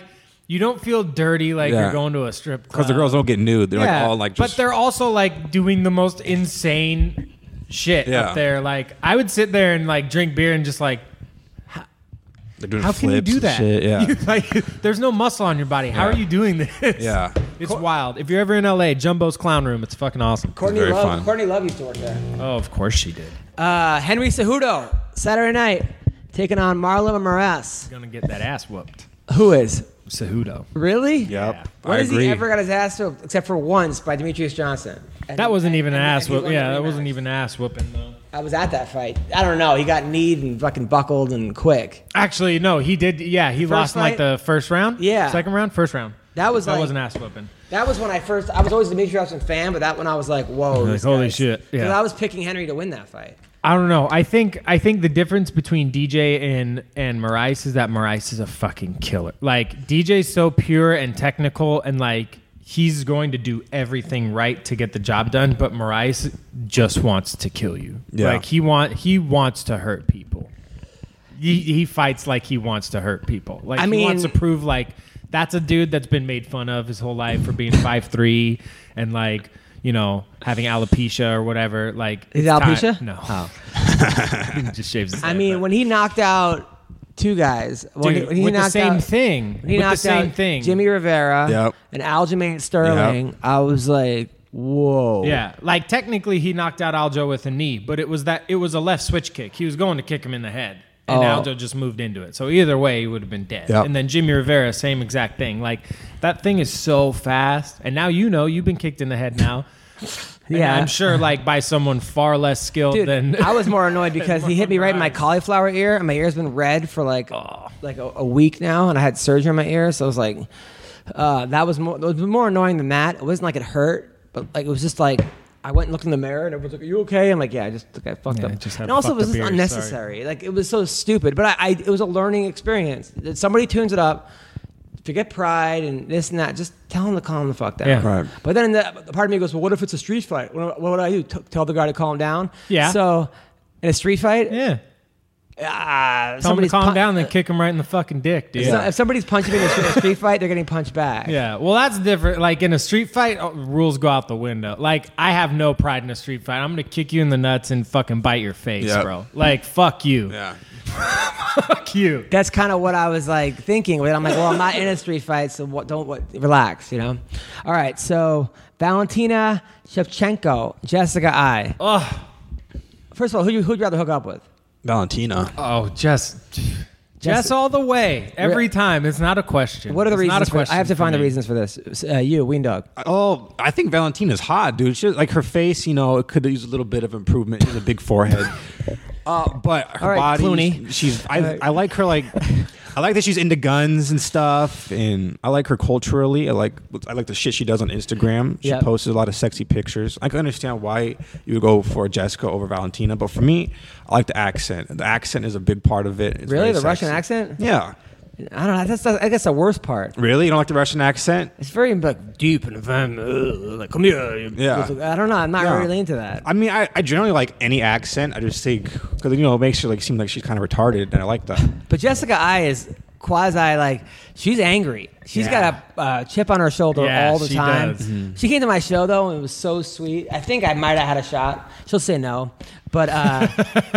[SPEAKER 5] you don't feel dirty like
[SPEAKER 4] Yeah.
[SPEAKER 5] you're going to a strip club
[SPEAKER 4] because the girls don't get nude. They're like all like
[SPEAKER 5] but
[SPEAKER 4] just
[SPEAKER 5] they're also like doing the most insane shit
[SPEAKER 4] Yeah.
[SPEAKER 5] up there. Like I would sit there and like drink beer and just like
[SPEAKER 4] they're doing
[SPEAKER 5] how can you
[SPEAKER 4] flips
[SPEAKER 5] do
[SPEAKER 4] and
[SPEAKER 5] that?
[SPEAKER 4] shit,
[SPEAKER 5] You,
[SPEAKER 4] Yeah,
[SPEAKER 5] like there's no muscle on your body. How are you doing this?
[SPEAKER 4] Yeah.
[SPEAKER 5] It's wild. If you're ever in LA, Jumbo's Clown Room, it's fucking awesome.
[SPEAKER 1] courtney
[SPEAKER 4] very
[SPEAKER 1] love
[SPEAKER 4] fun.
[SPEAKER 1] courtney love used to work there
[SPEAKER 5] Oh, of course she did.
[SPEAKER 1] Uh, Henry Cejudo, Saturday night, taking on Marlon Moraes.
[SPEAKER 5] Gonna get that ass whooped.
[SPEAKER 1] Who is?
[SPEAKER 5] Cejudo.
[SPEAKER 1] Really?
[SPEAKER 4] yep.
[SPEAKER 1] When
[SPEAKER 4] I
[SPEAKER 1] has
[SPEAKER 4] agree.
[SPEAKER 1] he ever got his ass whooped except for once by Demetrius Johnson? And-
[SPEAKER 5] That wasn't even an
[SPEAKER 1] and-
[SPEAKER 5] ass
[SPEAKER 1] and he
[SPEAKER 5] whoop.
[SPEAKER 1] won the
[SPEAKER 5] Yeah, that
[SPEAKER 1] rematch.
[SPEAKER 5] wasn't even an ass whooping though.
[SPEAKER 1] I was at that fight. I don't know. He got kneed and fucking buckled and quick.
[SPEAKER 5] Actually, no, he did. Yeah, he lost in like
[SPEAKER 1] fight?
[SPEAKER 5] the first round.
[SPEAKER 1] Yeah.
[SPEAKER 5] second round, first round.
[SPEAKER 1] That was
[SPEAKER 5] that
[SPEAKER 1] like-
[SPEAKER 5] was an ass whooping.
[SPEAKER 1] That was when I first. I was always a Demetrius Johnson fan, but that one I was like, whoa.
[SPEAKER 5] Like,
[SPEAKER 1] this
[SPEAKER 5] holy
[SPEAKER 1] guy's-
[SPEAKER 5] shit, yeah.
[SPEAKER 1] 'Cause I was picking Henry to win that fight.
[SPEAKER 5] I don't know. I think I think the difference between DJ and and Marais is that Marais is a fucking killer. Like DJ's so pure and technical and like he's going to do everything right to get the job done, but Marais just wants to kill you.
[SPEAKER 4] Yeah.
[SPEAKER 5] Like he want he wants to hurt people. He, he fights like he wants to hurt people. Like
[SPEAKER 1] I
[SPEAKER 5] he wants to
[SPEAKER 1] mean-
[SPEAKER 5] prove like that's a dude that's been made fun of his whole life for being five three and like you know having alopecia or whatever. Like
[SPEAKER 1] Is
[SPEAKER 5] it's time-
[SPEAKER 1] alopecia?
[SPEAKER 5] No.
[SPEAKER 1] Oh.
[SPEAKER 5] He just shaves his
[SPEAKER 1] I
[SPEAKER 5] head,
[SPEAKER 1] mean,
[SPEAKER 5] but-
[SPEAKER 1] when he knocked out two guys, when
[SPEAKER 5] Dude,
[SPEAKER 1] he, when he
[SPEAKER 5] with the
[SPEAKER 1] knocked
[SPEAKER 5] same
[SPEAKER 1] out,
[SPEAKER 5] thing.
[SPEAKER 1] when he
[SPEAKER 5] With the
[SPEAKER 1] knocked
[SPEAKER 5] same
[SPEAKER 1] out
[SPEAKER 5] thing.
[SPEAKER 1] Jimmy Rivera
[SPEAKER 4] Yep.
[SPEAKER 1] and Aljamain Sterling. I was like, whoa.
[SPEAKER 5] yeah, like technically he knocked out Aljo with a knee, but it was that it was a left switch kick. He was going to kick him in the head. and
[SPEAKER 7] Oh.
[SPEAKER 5] Aldo just moved into it. So either way, he would have been dead.
[SPEAKER 4] Yep.
[SPEAKER 5] And then Jimmy Rivera, same exact thing. Like that thing is so fast, and now you know you've been kicked in the head now. And
[SPEAKER 7] Yeah.
[SPEAKER 5] I'm sure like by someone far less skilled
[SPEAKER 1] Dude,
[SPEAKER 5] than
[SPEAKER 1] I was more annoyed because he hit me right in my
[SPEAKER 5] Right.
[SPEAKER 1] cauliflower ear, and my ear's been red for like like a, a week now, and I had surgery on my ear, so I was like, uh, that was more it was more annoying than that. It wasn't like it hurt, but like it was just like I went and looked in the mirror, and everyone's like, "Are you okay?" I'm like, "Yeah, I just like, I fucked
[SPEAKER 5] Yeah, I
[SPEAKER 1] up."
[SPEAKER 5] just had
[SPEAKER 1] and also, it
[SPEAKER 5] fucked
[SPEAKER 1] was
[SPEAKER 5] up
[SPEAKER 1] just
[SPEAKER 5] ears,
[SPEAKER 1] unnecessary. Like it was so stupid, but I, I it was a learning experience. That somebody tunes it up. Forget pride and this and that. Just tell him to calm the fuck down.
[SPEAKER 5] Yeah. Right.
[SPEAKER 1] But then the, part of me goes, well, what if it's a street fight? What, what would I do? T- tell the guy to calm down?
[SPEAKER 5] Yeah.
[SPEAKER 1] So in a street fight,
[SPEAKER 5] yeah.
[SPEAKER 1] ah,
[SPEAKER 5] Tell him to
[SPEAKER 1] somebody's
[SPEAKER 5] calm
[SPEAKER 1] pun-
[SPEAKER 5] down, then kick him right in the fucking dick, dude.
[SPEAKER 1] So if somebody's punching me in a street, a street fight, they're getting punched back.
[SPEAKER 5] Yeah, well, that's different. Like in a street fight, uh, rules go out the window. Like I have no pride in a street fight. I'm gonna kick you in the nuts and fucking bite your face,
[SPEAKER 4] Yep.
[SPEAKER 5] bro. Like fuck you,
[SPEAKER 4] Yeah.
[SPEAKER 5] fuck you.
[SPEAKER 1] That's kind of what I was like thinking. But I'm like, well, I'm not in a street fight, so what, don't what, relax, you know? All right. So Valentina Shevchenko, Jessica I.
[SPEAKER 5] Ugh.
[SPEAKER 1] First of all, who you, who'd you rather hook up with?
[SPEAKER 4] Valentina.
[SPEAKER 5] Oh, just, just all the way every time. It's not a question.
[SPEAKER 1] What are the
[SPEAKER 5] oh, It's
[SPEAKER 1] reasons?
[SPEAKER 5] Not a
[SPEAKER 1] for-
[SPEAKER 5] question.
[SPEAKER 1] I have to
[SPEAKER 5] for
[SPEAKER 1] find the
[SPEAKER 5] me.
[SPEAKER 1] reasons for this. Uh, you, Ween Dog.
[SPEAKER 4] Oh, I think Valentina's hot, dude. She, like her face, you know, it could use a little bit of improvement. She has a big forehead, uh, but her
[SPEAKER 1] All right,
[SPEAKER 4] body.
[SPEAKER 1] Clooney.
[SPEAKER 4] She's. I, I like her. Like, I like that she's into guns and stuff, and I like her culturally. I like. I like the shit she does on Instagram. She
[SPEAKER 1] Yep.
[SPEAKER 4] posts a lot of sexy pictures. I can understand why you would go for Jessica over Valentina, but for me, I like the accent. The accent is a big part of it. It's
[SPEAKER 1] Really?
[SPEAKER 4] very
[SPEAKER 1] The Russian
[SPEAKER 4] sexy.
[SPEAKER 1] accent?
[SPEAKER 4] Yeah.
[SPEAKER 1] I don't know. That's, that's I guess the worst part.
[SPEAKER 4] Really? You don't like the Russian accent?
[SPEAKER 1] It's very like deep and fun. Like come here. you-
[SPEAKER 4] Yeah.
[SPEAKER 1] I don't know. I'm not
[SPEAKER 4] Yeah.
[SPEAKER 1] really into that.
[SPEAKER 4] I mean, I, I generally like any accent. I just think because you know it makes her like seem like she's kind of retarded, and I like that.
[SPEAKER 1] But Jessica I is quasi like she's angry. She's got a uh, chip on her shoulder
[SPEAKER 5] Yeah,
[SPEAKER 1] all the
[SPEAKER 5] she
[SPEAKER 1] time.
[SPEAKER 5] does. Mm-hmm.
[SPEAKER 1] She came to my show though and it was so sweet. I think I might have had a shot. She'll say no, but uh,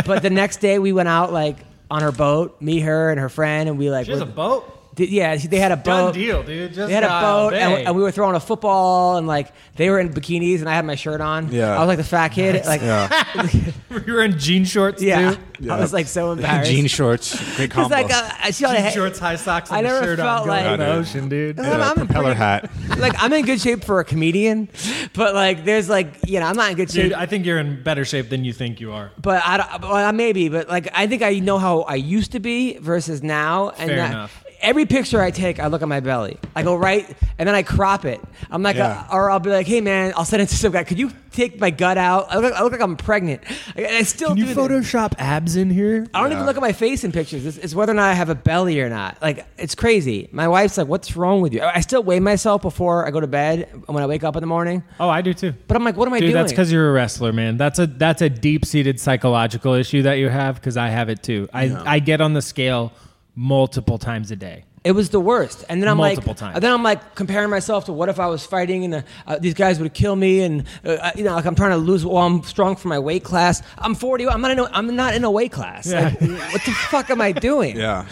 [SPEAKER 1] but the next day we went out like on her boat, me, her, and her friend, and we like
[SPEAKER 5] She has a
[SPEAKER 1] were-
[SPEAKER 5] boat.
[SPEAKER 1] Did- yeah, they had a
[SPEAKER 5] Done
[SPEAKER 1] boat.
[SPEAKER 5] deal, dude. Just uh,
[SPEAKER 1] they had a
[SPEAKER 5] dial
[SPEAKER 1] boat, and,
[SPEAKER 5] bay.
[SPEAKER 1] and we were throwing a football, and like they were in bikinis, and I had my shirt on.
[SPEAKER 4] Yeah.
[SPEAKER 1] I was like the fat kid. Like, yeah,
[SPEAKER 5] we were in jean shorts
[SPEAKER 1] yeah.
[SPEAKER 5] too.
[SPEAKER 1] I was like so embarrassed.
[SPEAKER 4] Jean shorts, great
[SPEAKER 1] It's
[SPEAKER 4] combo.
[SPEAKER 1] like uh, she oughta
[SPEAKER 5] Jean
[SPEAKER 1] ha-
[SPEAKER 5] shorts, high socks,
[SPEAKER 1] I
[SPEAKER 5] and a
[SPEAKER 1] never
[SPEAKER 5] shirt
[SPEAKER 1] felt
[SPEAKER 5] on, going
[SPEAKER 1] like-
[SPEAKER 5] in the ocean, dude.
[SPEAKER 1] I'm-
[SPEAKER 4] Yeah,
[SPEAKER 1] I'm in
[SPEAKER 4] propeller
[SPEAKER 1] pretty-
[SPEAKER 4] hat.
[SPEAKER 1] like I'm in good shape for a comedian, but like there's like you know I'm not in good shape.
[SPEAKER 5] Dude, I think you're in better shape than you think you are.
[SPEAKER 1] but I don't, well, I maybe, but like I think I know how I used to be versus now, and
[SPEAKER 5] Fair
[SPEAKER 1] that-
[SPEAKER 5] enough.
[SPEAKER 1] every picture I take, I look at my belly. I go right, and then I crop it. I'm like,
[SPEAKER 4] Yeah.
[SPEAKER 1] uh, or I'll be like, hey man, I'll send it to some guy. Could you take my gut out? I look, I look like I'm pregnant. I, I still
[SPEAKER 5] Can you
[SPEAKER 1] do this.
[SPEAKER 5] Photoshop abs in here?
[SPEAKER 1] I don't even look at my face in pictures. It's, it's whether or not I have a belly or not. Like it's crazy. My wife's like, "What's wrong with you?" I I still weigh myself before I go to bed and when I wake up in the morning.
[SPEAKER 5] Oh, I do too.
[SPEAKER 1] But I'm like, "What am I
[SPEAKER 5] Dude,
[SPEAKER 1] doing?"
[SPEAKER 5] that's because you're a wrestler, man. That's a that's a deep seated psychological issue that you have because I have it too. I, I get on the scale multiple times a day.
[SPEAKER 1] It was the worst. And then I'm
[SPEAKER 5] Multiple
[SPEAKER 1] like,
[SPEAKER 5] times.
[SPEAKER 1] and then I'm like comparing myself to what if I was fighting and uh, uh, these guys would kill me and uh, uh, you know like I'm trying to lose. Well, I'm strong for my weight class. I'm 40. I'm not in. A, I'm not in a weight class. Like, what the fuck am I doing?
[SPEAKER 4] yeah,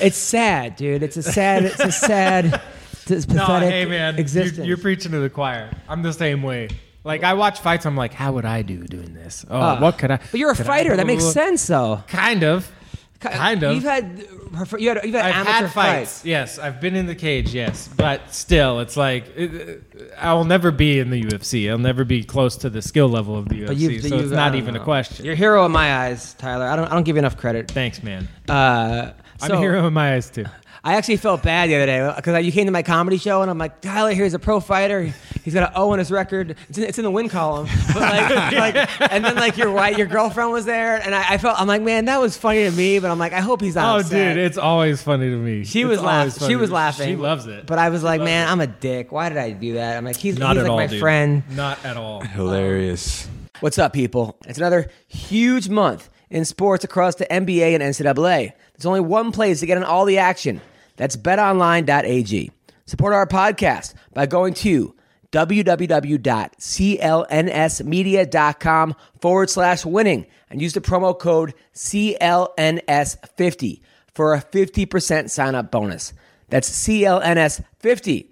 [SPEAKER 1] It's sad, dude. It's a sad. It's a sad. It's pathetic
[SPEAKER 5] hey man,
[SPEAKER 1] existence.
[SPEAKER 5] you're, you're preaching to the choir. I'm the same way. Like I watch fights, I'm like, how would I do doing this? Oh,
[SPEAKER 1] Uh,
[SPEAKER 5] what could I?
[SPEAKER 1] But you're a
[SPEAKER 5] could I
[SPEAKER 1] fighter.
[SPEAKER 5] do-
[SPEAKER 1] That makes sense, though.
[SPEAKER 5] Kind of. Kind of.
[SPEAKER 1] You've had prefer- you had you've had
[SPEAKER 5] I've
[SPEAKER 1] amateur
[SPEAKER 5] had
[SPEAKER 1] fights.
[SPEAKER 5] fights. Yes, I've been in the cage. Yes, but still, it's like it, I will never be in the UFC. I'll never be close to the skill level of the UFC.
[SPEAKER 1] But you've,
[SPEAKER 5] so
[SPEAKER 1] you've-
[SPEAKER 5] it's
[SPEAKER 1] I
[SPEAKER 5] not
[SPEAKER 1] don't
[SPEAKER 5] even
[SPEAKER 1] know.
[SPEAKER 5] a question.
[SPEAKER 1] You're a hero in my eyes, Tyler. I don't I don't give you enough credit.
[SPEAKER 5] Thanks, man.
[SPEAKER 1] Uh,
[SPEAKER 5] I'm
[SPEAKER 1] so
[SPEAKER 5] a hero in my eyes too.
[SPEAKER 1] I actually felt bad the other day because you came to my comedy show and I'm like, Tyler, here's a pro fighter. He's got an O in his record. It's in, it's in the win column. But like, like, and then like your wife, your girlfriend was there, and I, I felt I'm like, man, that was funny to me, but I'm like, I hope he's not.
[SPEAKER 5] Oh,
[SPEAKER 1] upset."
[SPEAKER 5] dude, it's always funny to me.
[SPEAKER 1] She
[SPEAKER 5] It's
[SPEAKER 1] was
[SPEAKER 5] always
[SPEAKER 1] laughing.
[SPEAKER 5] funny
[SPEAKER 1] She
[SPEAKER 5] to
[SPEAKER 1] was
[SPEAKER 5] me.
[SPEAKER 1] laughing.
[SPEAKER 5] She loves it.
[SPEAKER 1] But I was like, man, I'm a dick. Why did I do that? I'm like, he's,
[SPEAKER 5] not
[SPEAKER 1] he's
[SPEAKER 5] at
[SPEAKER 1] like
[SPEAKER 5] all,
[SPEAKER 1] my
[SPEAKER 5] dude.
[SPEAKER 1] friend.
[SPEAKER 5] Not at all.
[SPEAKER 4] hilarious.
[SPEAKER 1] What's up, people? It's another huge month in sports across the NBA and NCAA. There's only one place to get in all the action. That's betonline.ag. Support our podcast by going to www.clnsmedia.com forward slash winning and use the promo code CLNS50 for a 50% sign up bonus. That's CLNS50.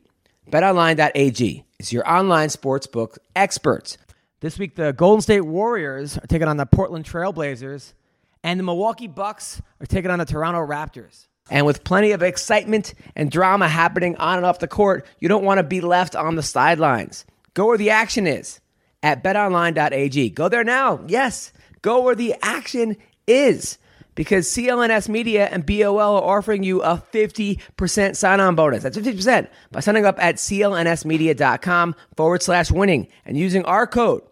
[SPEAKER 1] BetOnline.ag is your online sportsbook experts. This week, the Golden State Warriors are taking on the Portland Trailblazers
[SPEAKER 7] and the Milwaukee Bucks are taking on the Toronto Raptors. And with plenty of excitement and drama happening on and off the court, you don't want to be left on the sidelines. Go where the action is at betonline.ag. Go there now. Yes, go where the action is because CLNS Media and BOL are offering you a 50% sign on bonus. That's 50% by signing up at clnsmedia.com forward slash winning and using our code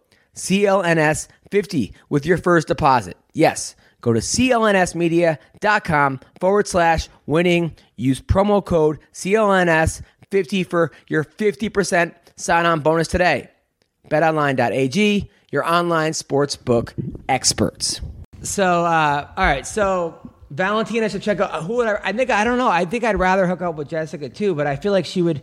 [SPEAKER 7] CLNS50 with your first deposit. Yes, go to clnsmedia.com forward slash winning. Use promo code CLNS50 for your 50% sign on bonus today. BetOnline.ag, your online sportsbook experts.
[SPEAKER 1] So, uh, all right. So, Valentina should check out. Who would I, I think? I don't know. I think I'd rather hook up with Jessica too, but I feel like she would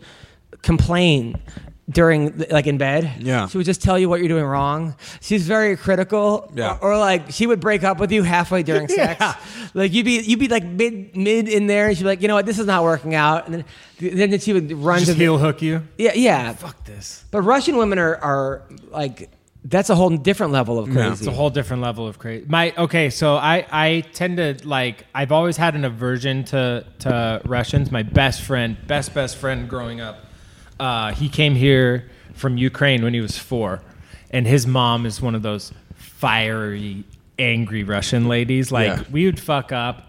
[SPEAKER 1] complain during, like, in bed.
[SPEAKER 4] Yeah.
[SPEAKER 1] She would just tell you what you're doing wrong. She's very critical.
[SPEAKER 4] Yeah.
[SPEAKER 1] Or, or, like, she would break up with you halfway during sex.
[SPEAKER 4] Yeah.
[SPEAKER 1] Like you'd be you'd be like mid mid in there, and she'd be like, you know what, this is not working out, and then then she would run to
[SPEAKER 5] Just
[SPEAKER 1] the
[SPEAKER 5] heel hook you.
[SPEAKER 1] yeah yeah.
[SPEAKER 5] Oh, Fuck this.
[SPEAKER 1] But Russian women are are like that's a whole different level of crazy.
[SPEAKER 5] It's a whole different level of crazy. My okay, so I I tend to like I've always had an aversion to to Russians. My best friend, best best friend growing up, uh, he came here from Ukraine when he was four, and his mom is one of those fiery, angry Russian ladies. Like
[SPEAKER 4] Yeah.
[SPEAKER 5] we would fuck up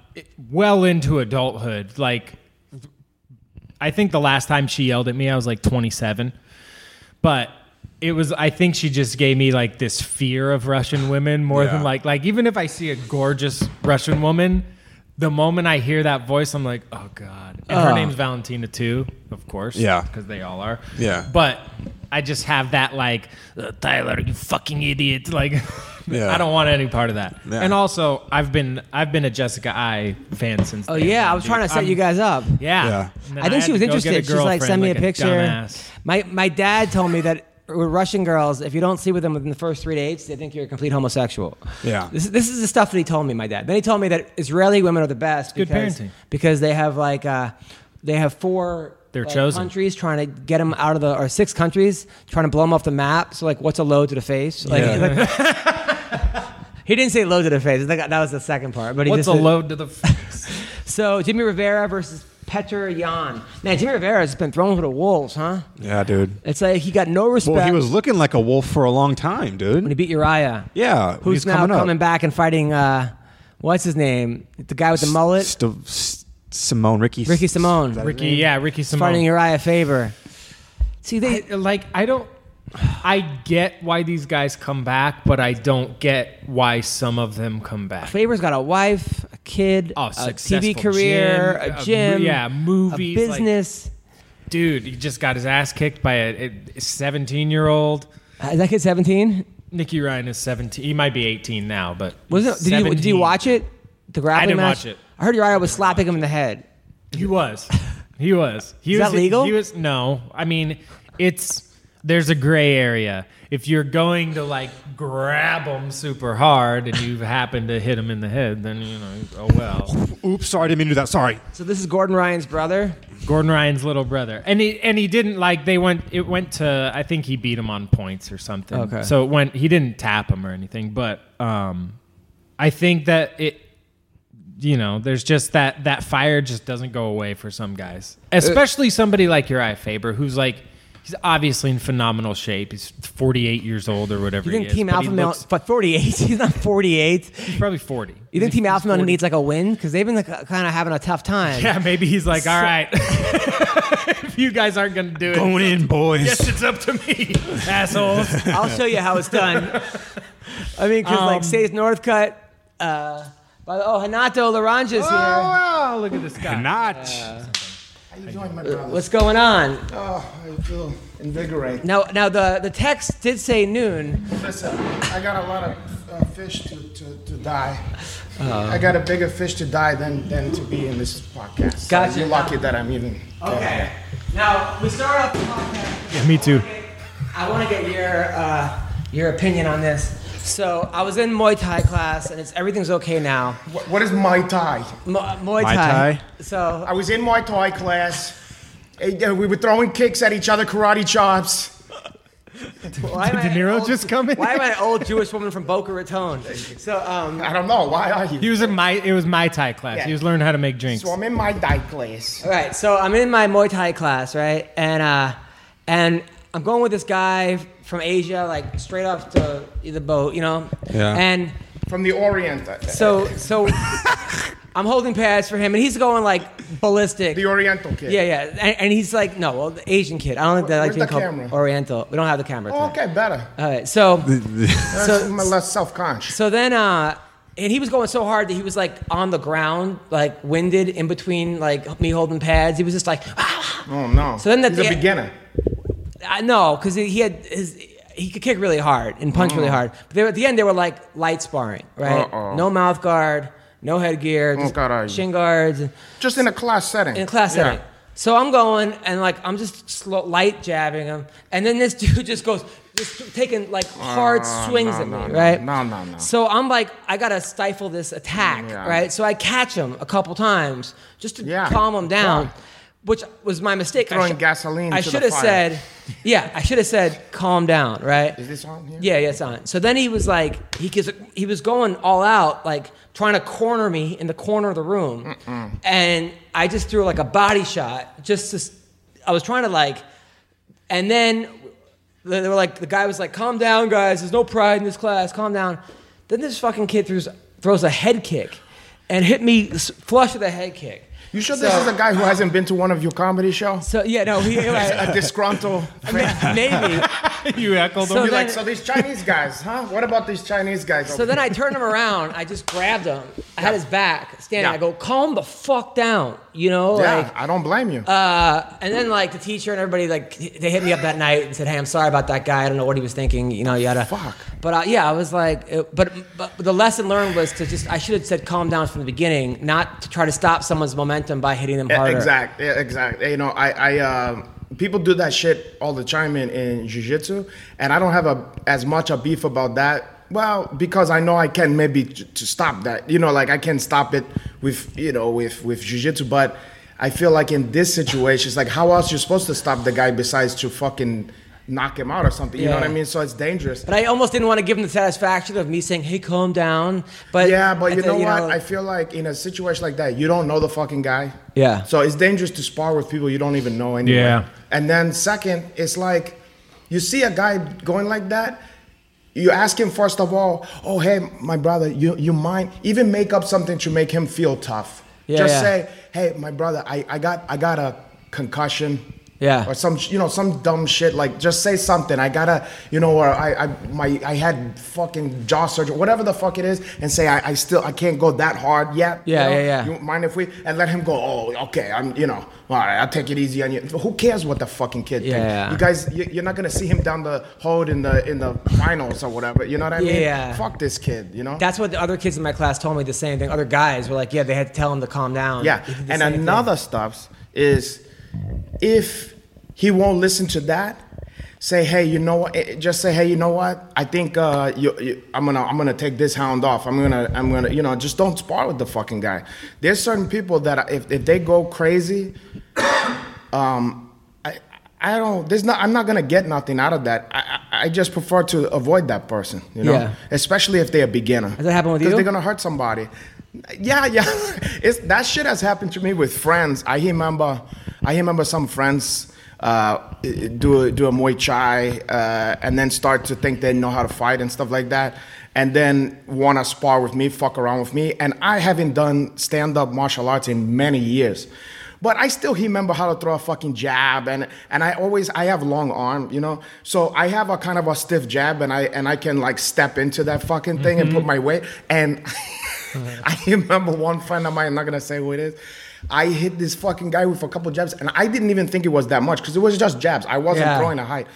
[SPEAKER 5] well into adulthood. Like I think the last time she yelled at me, I was like 27. But it was I think she just gave me like this fear of Russian women more
[SPEAKER 4] Yeah.
[SPEAKER 5] than like like even if I see a gorgeous Russian woman, the moment I hear that voice, I'm like, oh god. And her name's Valentina too, of course.
[SPEAKER 4] Uh. Yeah.
[SPEAKER 5] because they all are.
[SPEAKER 4] Yeah.
[SPEAKER 5] but. I just have that like "Uh, Tyler, you fucking idiot! Like,
[SPEAKER 4] Yeah.
[SPEAKER 5] I don't want any part of that.
[SPEAKER 4] Yeah.
[SPEAKER 5] And also, I've been I've been a Jessica I fan since.
[SPEAKER 1] Oh yeah, I was trying to set you guys up.
[SPEAKER 5] Yeah.
[SPEAKER 4] Yeah.
[SPEAKER 5] And then
[SPEAKER 1] I think
[SPEAKER 5] had
[SPEAKER 1] she was
[SPEAKER 5] to go get
[SPEAKER 1] interested.
[SPEAKER 5] a
[SPEAKER 1] She's like,
[SPEAKER 5] girlfriend
[SPEAKER 1] send me a
[SPEAKER 5] like
[SPEAKER 1] picture.
[SPEAKER 5] dumbass.
[SPEAKER 1] my my dad told me that with Russian girls, if you don't sleep with them within the first three dates, they think you're a complete homosexual.
[SPEAKER 4] Yeah.
[SPEAKER 1] This, this is the stuff that he told me. My dad. Then he told me that Israeli women are the best.
[SPEAKER 5] Good
[SPEAKER 1] because,
[SPEAKER 5] parenting.
[SPEAKER 1] because they have like uh, they have four.
[SPEAKER 5] They're
[SPEAKER 1] like,
[SPEAKER 5] chosen.
[SPEAKER 1] countries trying to get them out of the or six countries trying to blow them off the map. So like, what's a load to the face? Like,
[SPEAKER 4] Yeah.
[SPEAKER 1] like- he didn't say load to the face. That that was the second part. But he
[SPEAKER 5] What's
[SPEAKER 1] just
[SPEAKER 5] a
[SPEAKER 1] said-
[SPEAKER 5] load to the face?
[SPEAKER 1] so Jimmy Rivera versus Petr Yan. Now Jimmy Rivera has been thrown to the wolves, huh?
[SPEAKER 4] Yeah, dude.
[SPEAKER 1] It's like he got no respect
[SPEAKER 4] Well, he was looking like a wolf for a long time,
[SPEAKER 1] when he
[SPEAKER 4] dude.
[SPEAKER 1] beat Uriah.
[SPEAKER 4] Yeah,
[SPEAKER 1] Who's
[SPEAKER 4] he's
[SPEAKER 1] now
[SPEAKER 4] coming
[SPEAKER 1] coming,
[SPEAKER 4] up.
[SPEAKER 1] back and fighting? Uh, what's his name? The guy with the mullet,
[SPEAKER 4] St- S- Simone, Ricky,
[SPEAKER 1] Ricky Simone.
[SPEAKER 5] Ricky, yeah, Ricky Simone.
[SPEAKER 1] fighting Uriah Faber. See, they
[SPEAKER 5] I- like I don't I get why these guys come back, but I don't get why some of them come back.
[SPEAKER 1] Faber's got a wife, a kid,
[SPEAKER 5] Oh,
[SPEAKER 1] a
[SPEAKER 5] successful
[SPEAKER 1] TV career,
[SPEAKER 5] gym,
[SPEAKER 1] a
[SPEAKER 5] a
[SPEAKER 1] gym,
[SPEAKER 5] mo- yeah, movies,
[SPEAKER 1] a
[SPEAKER 5] like-
[SPEAKER 1] business.
[SPEAKER 5] Dude, he just got his ass kicked by a 17 year old.
[SPEAKER 1] Uh, Is that kid seventeen?
[SPEAKER 5] Nikki Ryan is 17. He might be 18 now, but
[SPEAKER 1] Wasn't
[SPEAKER 5] he's
[SPEAKER 1] did you, did you
[SPEAKER 5] 17.
[SPEAKER 1] watch it? The grappling
[SPEAKER 5] didn't
[SPEAKER 1] match?
[SPEAKER 5] watch it.
[SPEAKER 1] I heard Uriah was slapping him in the head.
[SPEAKER 5] He was. He was. He
[SPEAKER 1] Is
[SPEAKER 5] was
[SPEAKER 1] that legal?
[SPEAKER 5] He was no. I mean, it's there's a gray area. If you're going to like grab them super hard and you happen to hit them in the head, then you know, oh well.
[SPEAKER 4] Oops, sorry, I didn't mean to do that. Sorry.
[SPEAKER 1] So this is Gordon Ryan's brother.
[SPEAKER 5] Gordon Ryan's little brother, and he and he didn't like they went. It went to I think he beat him on points or something.
[SPEAKER 1] Okay.
[SPEAKER 5] So it went. He didn't tap him or anything, but um, I think that it. You know, there's just that that fire just doesn't go away for some guys,
[SPEAKER 1] Uh,
[SPEAKER 5] especially somebody like Uriah Faber, who's like he's obviously in phenomenal shape. He's 48 years old or whatever.
[SPEAKER 1] You think
[SPEAKER 5] he is,
[SPEAKER 1] Team
[SPEAKER 5] but
[SPEAKER 1] Alpha
[SPEAKER 5] he
[SPEAKER 1] Male?
[SPEAKER 5] looks-
[SPEAKER 1] But 48. He's not 48.
[SPEAKER 5] he's probably 40.
[SPEAKER 1] You think Team Alpha Male needs like a win because they've been like, kind of having a tough time.
[SPEAKER 5] Yeah, maybe he's like, all right, if you guys aren't gonna do it,
[SPEAKER 4] Going in, boys.
[SPEAKER 5] Yes, it's up to me, assholes.
[SPEAKER 1] I'll show you how it's done. Um, I mean, because like Say's Northcutt. Uh, by the, oh, Hanato Laranja's here.
[SPEAKER 5] Oh, wow, look at this guy.
[SPEAKER 4] Notch.
[SPEAKER 1] Uh, What's going on?
[SPEAKER 9] Oh, I feel invigorated.
[SPEAKER 1] Now, now the the text did say noon.
[SPEAKER 9] Listen, I got a lot of uh, fish to, to, to die.
[SPEAKER 1] Uh.
[SPEAKER 9] I got a bigger fish to die than, than to be in this podcast. So
[SPEAKER 1] Gotcha.
[SPEAKER 9] You're lucky that I'm even.
[SPEAKER 1] Okay. Now we start off the podcast.
[SPEAKER 5] me too.
[SPEAKER 1] I want to get your uh, your opinion on this. So I was in Muay Thai class, and it's everything's okay now.
[SPEAKER 9] What, what is Muay Thai?
[SPEAKER 1] Mu- Muay
[SPEAKER 4] Muay
[SPEAKER 1] Thai.
[SPEAKER 4] Thai?
[SPEAKER 1] So
[SPEAKER 9] I was in Muay Thai class. Eh, yeah, We were throwing kicks at each other, karate chops.
[SPEAKER 1] Why am I
[SPEAKER 5] Did De Niro
[SPEAKER 1] an old-
[SPEAKER 5] just come in?
[SPEAKER 1] Why am I an old Jewish woman from Boca Raton? So, um,
[SPEAKER 9] I don't know. Why are
[SPEAKER 5] He
[SPEAKER 9] you?
[SPEAKER 5] was in my it was my Thai class.
[SPEAKER 9] Yeah.
[SPEAKER 5] He was learning how to make drinks.
[SPEAKER 9] So I'm in my dye class.
[SPEAKER 1] all right, so I'm in my Muay Thai class, right? And uh, and I'm going with this guy from Asia, like straight off to the boat, you know?
[SPEAKER 4] Yeah.
[SPEAKER 1] And
[SPEAKER 9] From the Orient. uh,
[SPEAKER 1] so so I'm holding pads for him, and he's going like ballistic.
[SPEAKER 9] The Oriental kid.
[SPEAKER 1] Yeah, yeah, and, and he's like, no, well, the Asian kid. I don't think they like
[SPEAKER 9] Where's
[SPEAKER 1] being
[SPEAKER 9] the
[SPEAKER 1] called
[SPEAKER 9] camera?
[SPEAKER 1] Oriental. We don't have the camera.
[SPEAKER 9] Oh,
[SPEAKER 1] tonight.
[SPEAKER 9] okay, better.
[SPEAKER 1] All right, so
[SPEAKER 9] That's
[SPEAKER 1] Uh, so
[SPEAKER 9] my less self-conscious.
[SPEAKER 1] so then, uh, and he was going so hard that he was like on the ground, like winded in between like me holding pads. He was just like, ah.
[SPEAKER 9] Oh no.
[SPEAKER 1] So then at
[SPEAKER 9] he's
[SPEAKER 1] the e-
[SPEAKER 9] a
[SPEAKER 1] end-
[SPEAKER 9] beginner.
[SPEAKER 1] I know, because he had his. He could kick really hard and punch really hard. But they were, at the end, they were like light sparring, right?
[SPEAKER 9] Mm-hmm. Uh-oh. Oh,
[SPEAKER 1] No mouth guard, no headgear, just
[SPEAKER 9] God, are you-
[SPEAKER 1] shin guards.
[SPEAKER 9] Just in a class setting.
[SPEAKER 1] in a class
[SPEAKER 9] Yeah.
[SPEAKER 1] setting. So I'm going and like I'm just slow, light jabbing him, and then this dude just goes, just taking like hard
[SPEAKER 9] no,
[SPEAKER 1] swings
[SPEAKER 9] Ah, no,
[SPEAKER 1] at me,
[SPEAKER 9] no, no,
[SPEAKER 1] right?
[SPEAKER 9] no, no, no.
[SPEAKER 1] So I'm like, I gotta stifle this attack,
[SPEAKER 9] Yeah.
[SPEAKER 1] right? So I catch him a couple times just to
[SPEAKER 9] Yeah.
[SPEAKER 1] calm him down,
[SPEAKER 9] Yeah.
[SPEAKER 1] which was my mistake.
[SPEAKER 9] Throwing
[SPEAKER 1] I
[SPEAKER 9] gasoline
[SPEAKER 1] I
[SPEAKER 9] to the
[SPEAKER 1] should have
[SPEAKER 9] fire.
[SPEAKER 1] said, yeah, I should have said, calm down, right?
[SPEAKER 9] Is this on here?
[SPEAKER 1] Yeah, yeah, it's on. So then he was like, he gives, he was going all out, like trying to corner me in the corner of the room, and I just threw like a body shot. Just to, s- I was trying to like, and then they were like, the guy was like, "Calm down, guys. There's no pride in this class. Calm down." Then this fucking kid throws throws a head kick, and hit me s- flush with a head kick.
[SPEAKER 9] You sure this is a guy who hasn't been to one of your comedy shows?
[SPEAKER 1] So yeah, no, he,
[SPEAKER 9] A disgruntled.
[SPEAKER 1] maybe.
[SPEAKER 5] you heckled
[SPEAKER 1] So
[SPEAKER 5] him.
[SPEAKER 9] You're
[SPEAKER 1] then-
[SPEAKER 9] like, so these Chinese guys, huh? What about these Chinese guys?
[SPEAKER 1] So then I turned him around. I just grabbed him. I had his back standing.
[SPEAKER 9] Yeah.
[SPEAKER 1] I go, calm the fuck down, you know?
[SPEAKER 9] yeah,
[SPEAKER 1] Like,
[SPEAKER 9] I don't blame you.
[SPEAKER 1] uh, and then like the teacher and everybody like they hit me up that night and said, hey, I'm sorry about that guy. I don't know what he was thinking. You know, yada.
[SPEAKER 9] Fuck.
[SPEAKER 1] But uh, yeah, I was like, it, but but the lesson learned was to just I should have said calm down from the beginning, not to try to stop someone's momentum by hitting them
[SPEAKER 9] Yeah,
[SPEAKER 1] harder.
[SPEAKER 9] E, Exact. Yeah, exact. You know, I, I um, people do that shit all the time in, in jiu-jitsu, and I don't have a as much a beef about that. Well, because I know I can maybe j- to stop that. You know, like I can stop it with you know with with jiu-jitsu, but I feel like in this situation, it's like how else you're supposed to stop the guy besides to fucking knock him out or something. You know
[SPEAKER 1] Yeah.
[SPEAKER 9] what I mean? So it's dangerous.
[SPEAKER 1] But I almost didn't want to give him the satisfaction of me saying, hey, calm down. But
[SPEAKER 9] Yeah, but
[SPEAKER 1] I
[SPEAKER 9] you
[SPEAKER 1] thought,
[SPEAKER 9] know what? I
[SPEAKER 1] like-
[SPEAKER 9] feel like in a situation like that, you don't know the fucking guy.
[SPEAKER 1] Yeah.
[SPEAKER 9] So it's dangerous to spar with people you don't even know anyway.
[SPEAKER 5] Yeah.
[SPEAKER 9] And then second, it's like you see a guy going like that, you ask him first of all, "Oh, hey, my brother, you you mind even make up something to make him feel tough.
[SPEAKER 1] Yeah,
[SPEAKER 9] Just
[SPEAKER 1] yeah.
[SPEAKER 9] say, "Hey, my brother, I I got I got a concussion."
[SPEAKER 1] Yeah.
[SPEAKER 9] Or some you know some dumb shit like just say something i gotta you know or i i my i had fucking jaw surgery whatever the fuck it is and say i, I still i can't go that hard yet
[SPEAKER 1] Yeah,
[SPEAKER 9] you know?
[SPEAKER 1] yeah, yeah.
[SPEAKER 9] You mind if we and let him go oh okay i'm you know all right i'll take it easy on you who cares what the fucking kid thinks
[SPEAKER 1] Yeah.
[SPEAKER 9] you guys you, you're not gonna see him down the road in the in the finals or whatever you know what i mean
[SPEAKER 1] Yeah.
[SPEAKER 9] fuck this kid you know
[SPEAKER 1] That's what the other kids in my class told me the same thing. Other guys were like, yeah, they had to tell him to calm down.
[SPEAKER 9] Yeah,
[SPEAKER 1] They did the
[SPEAKER 9] and
[SPEAKER 1] same thing.
[SPEAKER 9] another stuff is if he won't listen to that, say, hey, you know what? eh, eh, Just say, hey, you know what? I think uh, you, you, I'm gonna I'm gonna take this hound off. I'm gonna I'm gonna you know just don't spar with the fucking guy. There's certain people that if if they go crazy, um, I I don't. There's not. I'm not gonna get nothing out of that. I I, I just prefer to avoid that person. You know,
[SPEAKER 1] Yeah.
[SPEAKER 9] especially if they're a beginner.
[SPEAKER 1] Has that happened with you?
[SPEAKER 9] Because they're gonna hurt somebody. Yeah, yeah. It's that shit has happened to me with friends. I remember, I remember some friends uh, do a, do a Muay Thai uh, and then start to think they know how to fight and stuff like that, and then want to spar with me, fuck around with me. And I haven't done stand up martial arts in many years. But I still remember how to throw a fucking jab, and and I always I have long arm, you know. So I have a kind of a stiff jab, and I and I can like step into that fucking thing
[SPEAKER 5] Mm-hmm.
[SPEAKER 9] and put my weight. And I remember one friend of mine, I'm not gonna say who it is. I hit this fucking guy with a couple jabs, and I didn't even think it was that much because it was just jabs. I wasn't
[SPEAKER 1] Yeah.
[SPEAKER 9] throwing a height,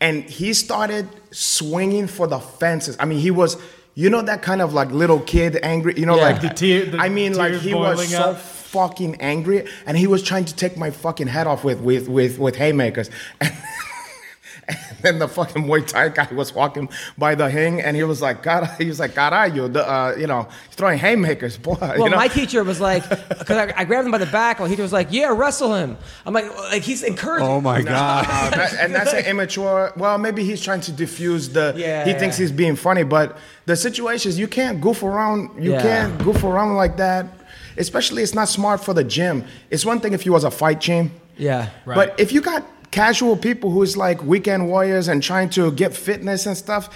[SPEAKER 9] and he started swinging for the fences. I mean, he was. You know that kind of like little kid angry, you know,
[SPEAKER 1] Yeah.
[SPEAKER 9] like
[SPEAKER 5] The tear- the
[SPEAKER 9] I mean, like
[SPEAKER 5] tears
[SPEAKER 9] he was
[SPEAKER 5] boiling
[SPEAKER 9] so
[SPEAKER 5] up.
[SPEAKER 9] fucking angry, and he was trying to take my fucking head off with with with with haymakers. And, And then the fucking Muay Thai guy was walking by the hang, and he was like, "God," he was like, "God, you, the, uh, you know, throwing haymakers, boy."
[SPEAKER 1] Well,
[SPEAKER 9] you know?
[SPEAKER 1] my teacher was like, because I, I grabbed him by the back. My teacher was like, "Yeah, wrestle him." I'm like, like he's encouraging.
[SPEAKER 4] Oh my god.
[SPEAKER 9] Uh, that- and that's an immature. Well, maybe he's trying to diffuse the.
[SPEAKER 1] Yeah,
[SPEAKER 9] he thinks
[SPEAKER 1] yeah.
[SPEAKER 9] he's being funny, but the situation is you can't goof around. You
[SPEAKER 1] Yeah.
[SPEAKER 9] can't goof around like that. Especially, it's not smart for the gym. It's one thing if you was a fight gym.
[SPEAKER 1] Yeah.
[SPEAKER 9] But if you got casual people who's like weekend warriors and trying to get fitness and stuff,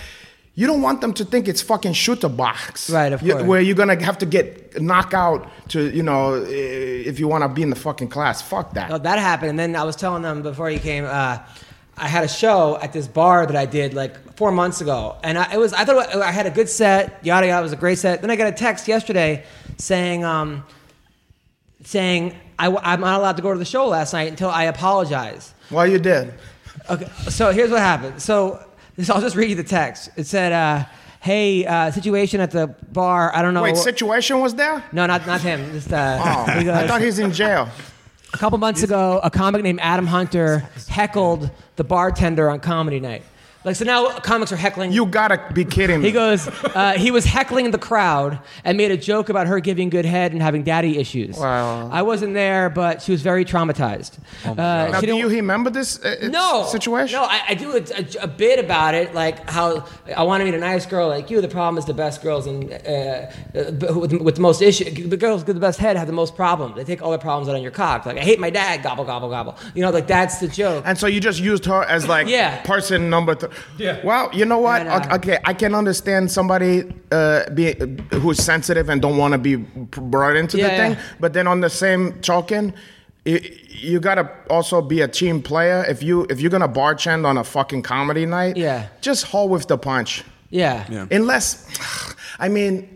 [SPEAKER 9] you don't want them to think it's fucking shooter box.
[SPEAKER 1] Right, of
[SPEAKER 9] You-
[SPEAKER 1] course.
[SPEAKER 9] Where you're gonna have to get knockout to, you know, eh, if you wanna be in the fucking class. Fuck that.
[SPEAKER 1] No, that happened. And then I was telling them before you came, uh, I had a show at this bar that I did like four months ago, and I, it was I thought I had a good set, yada yada, it was a great set. Then I got a text yesterday saying, um, saying I, am not allowed to go to the show last night until I apologize.
[SPEAKER 9] Well, you did.
[SPEAKER 1] Okay, so here's what happened. So, so I'll just read you the text. It said, uh, "Hey, uh, situation at the bar. I don't know."
[SPEAKER 9] Wait,
[SPEAKER 1] what-
[SPEAKER 9] situation was there?
[SPEAKER 1] no, not not him. Just, uh,
[SPEAKER 9] Oh,
[SPEAKER 1] he goes-
[SPEAKER 9] I thought he's in jail.
[SPEAKER 1] a couple months ago, a comic named Adam Hunter heckled the bartender on comedy night. Like, so now comics are heckling.
[SPEAKER 9] You gotta be kidding me.
[SPEAKER 1] he goes, uh, he was heckling the crowd and made a joke about her giving good head and having daddy issues.
[SPEAKER 9] Wow.
[SPEAKER 1] I wasn't there, but she was very traumatized. Uh,
[SPEAKER 9] Oh now,
[SPEAKER 1] she
[SPEAKER 9] do
[SPEAKER 1] didn't-
[SPEAKER 9] you remember this uh, uh,
[SPEAKER 1] no
[SPEAKER 9] situation?
[SPEAKER 1] No, I, I do a, a- a bit about it, like how I want to meet a nice girl like you. The problem is the best girls and uh, uh, with, with the most issue, the girls with the best head have the most problem. They take all their problems out on your cock. Like I hate my dad, gobble gobble gobble. You know, like that's the joke.
[SPEAKER 9] And so you just used her as like
[SPEAKER 1] Yeah.
[SPEAKER 9] person number three.
[SPEAKER 5] Yeah.
[SPEAKER 9] Well, you know what?
[SPEAKER 1] No, no.
[SPEAKER 9] O- Okay, I can understand somebody uh, be, who's sensitive and don't want to be p- brought into
[SPEAKER 1] Yeah,
[SPEAKER 9] the
[SPEAKER 1] yeah.
[SPEAKER 9] thing. But then on the same token, you, you gotta also be a team player. If you if you're gonna bartend on a fucking comedy night,
[SPEAKER 1] Yeah.
[SPEAKER 9] just haul with the punch.
[SPEAKER 1] yeah.
[SPEAKER 9] Unless, I mean,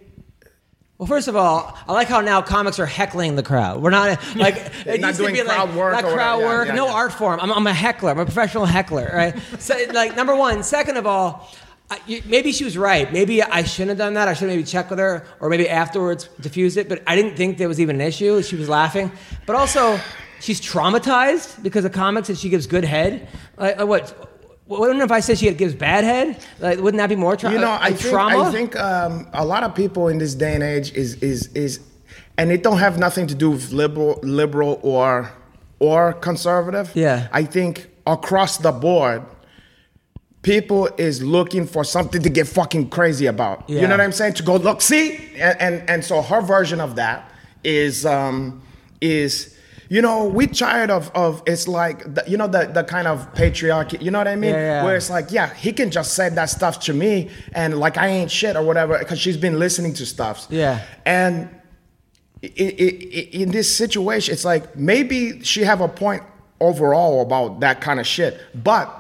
[SPEAKER 1] Well, first of all, I like how now comics are heckling the crowd. We're not like it
[SPEAKER 9] Not
[SPEAKER 1] used
[SPEAKER 9] doing
[SPEAKER 1] to be
[SPEAKER 9] crowd
[SPEAKER 1] like
[SPEAKER 9] work
[SPEAKER 1] not
[SPEAKER 9] or whatever.
[SPEAKER 1] crowd
[SPEAKER 9] Yeah,
[SPEAKER 1] work,
[SPEAKER 9] yeah,
[SPEAKER 1] no
[SPEAKER 9] yeah.
[SPEAKER 1] art form. I'm, I'm a heckler. I'm a professional heckler, right? so, like number one. Second of all, I, you, maybe she was right. Maybe I shouldn't have done that. I should have maybe checked with her, or maybe afterwards diffused it. But I didn't think there was even an issue. She was laughing, but also she's traumatized because of comics, and she gives good head. Like, like what? Wouldn't if I said she gives bad head? Like, wouldn't that be more tra- uh,
[SPEAKER 9] you know,
[SPEAKER 1] like,
[SPEAKER 9] I think,
[SPEAKER 1] trauma?
[SPEAKER 9] I think um, a lot of people in this day and age is is is, and it don't have nothing to do with liberal, liberal or or conservative.
[SPEAKER 1] Yeah.
[SPEAKER 9] I think across the board, people is looking for something to get fucking crazy about. You
[SPEAKER 1] Yeah.
[SPEAKER 9] know what I'm saying? To go look, see, and and, and so her version of that is um, is. You know, we tired of of it's like the, you know the the kind of patriarchy. You know what I mean?
[SPEAKER 1] Yeah, yeah.
[SPEAKER 9] Where it's it's like, yeah, he can just say that stuff to me and like I ain't shit or whatever because she's been listening to stuff.
[SPEAKER 1] Yeah.
[SPEAKER 9] And i i i in this situation, it's like maybe she have a point overall about that kind of shit, but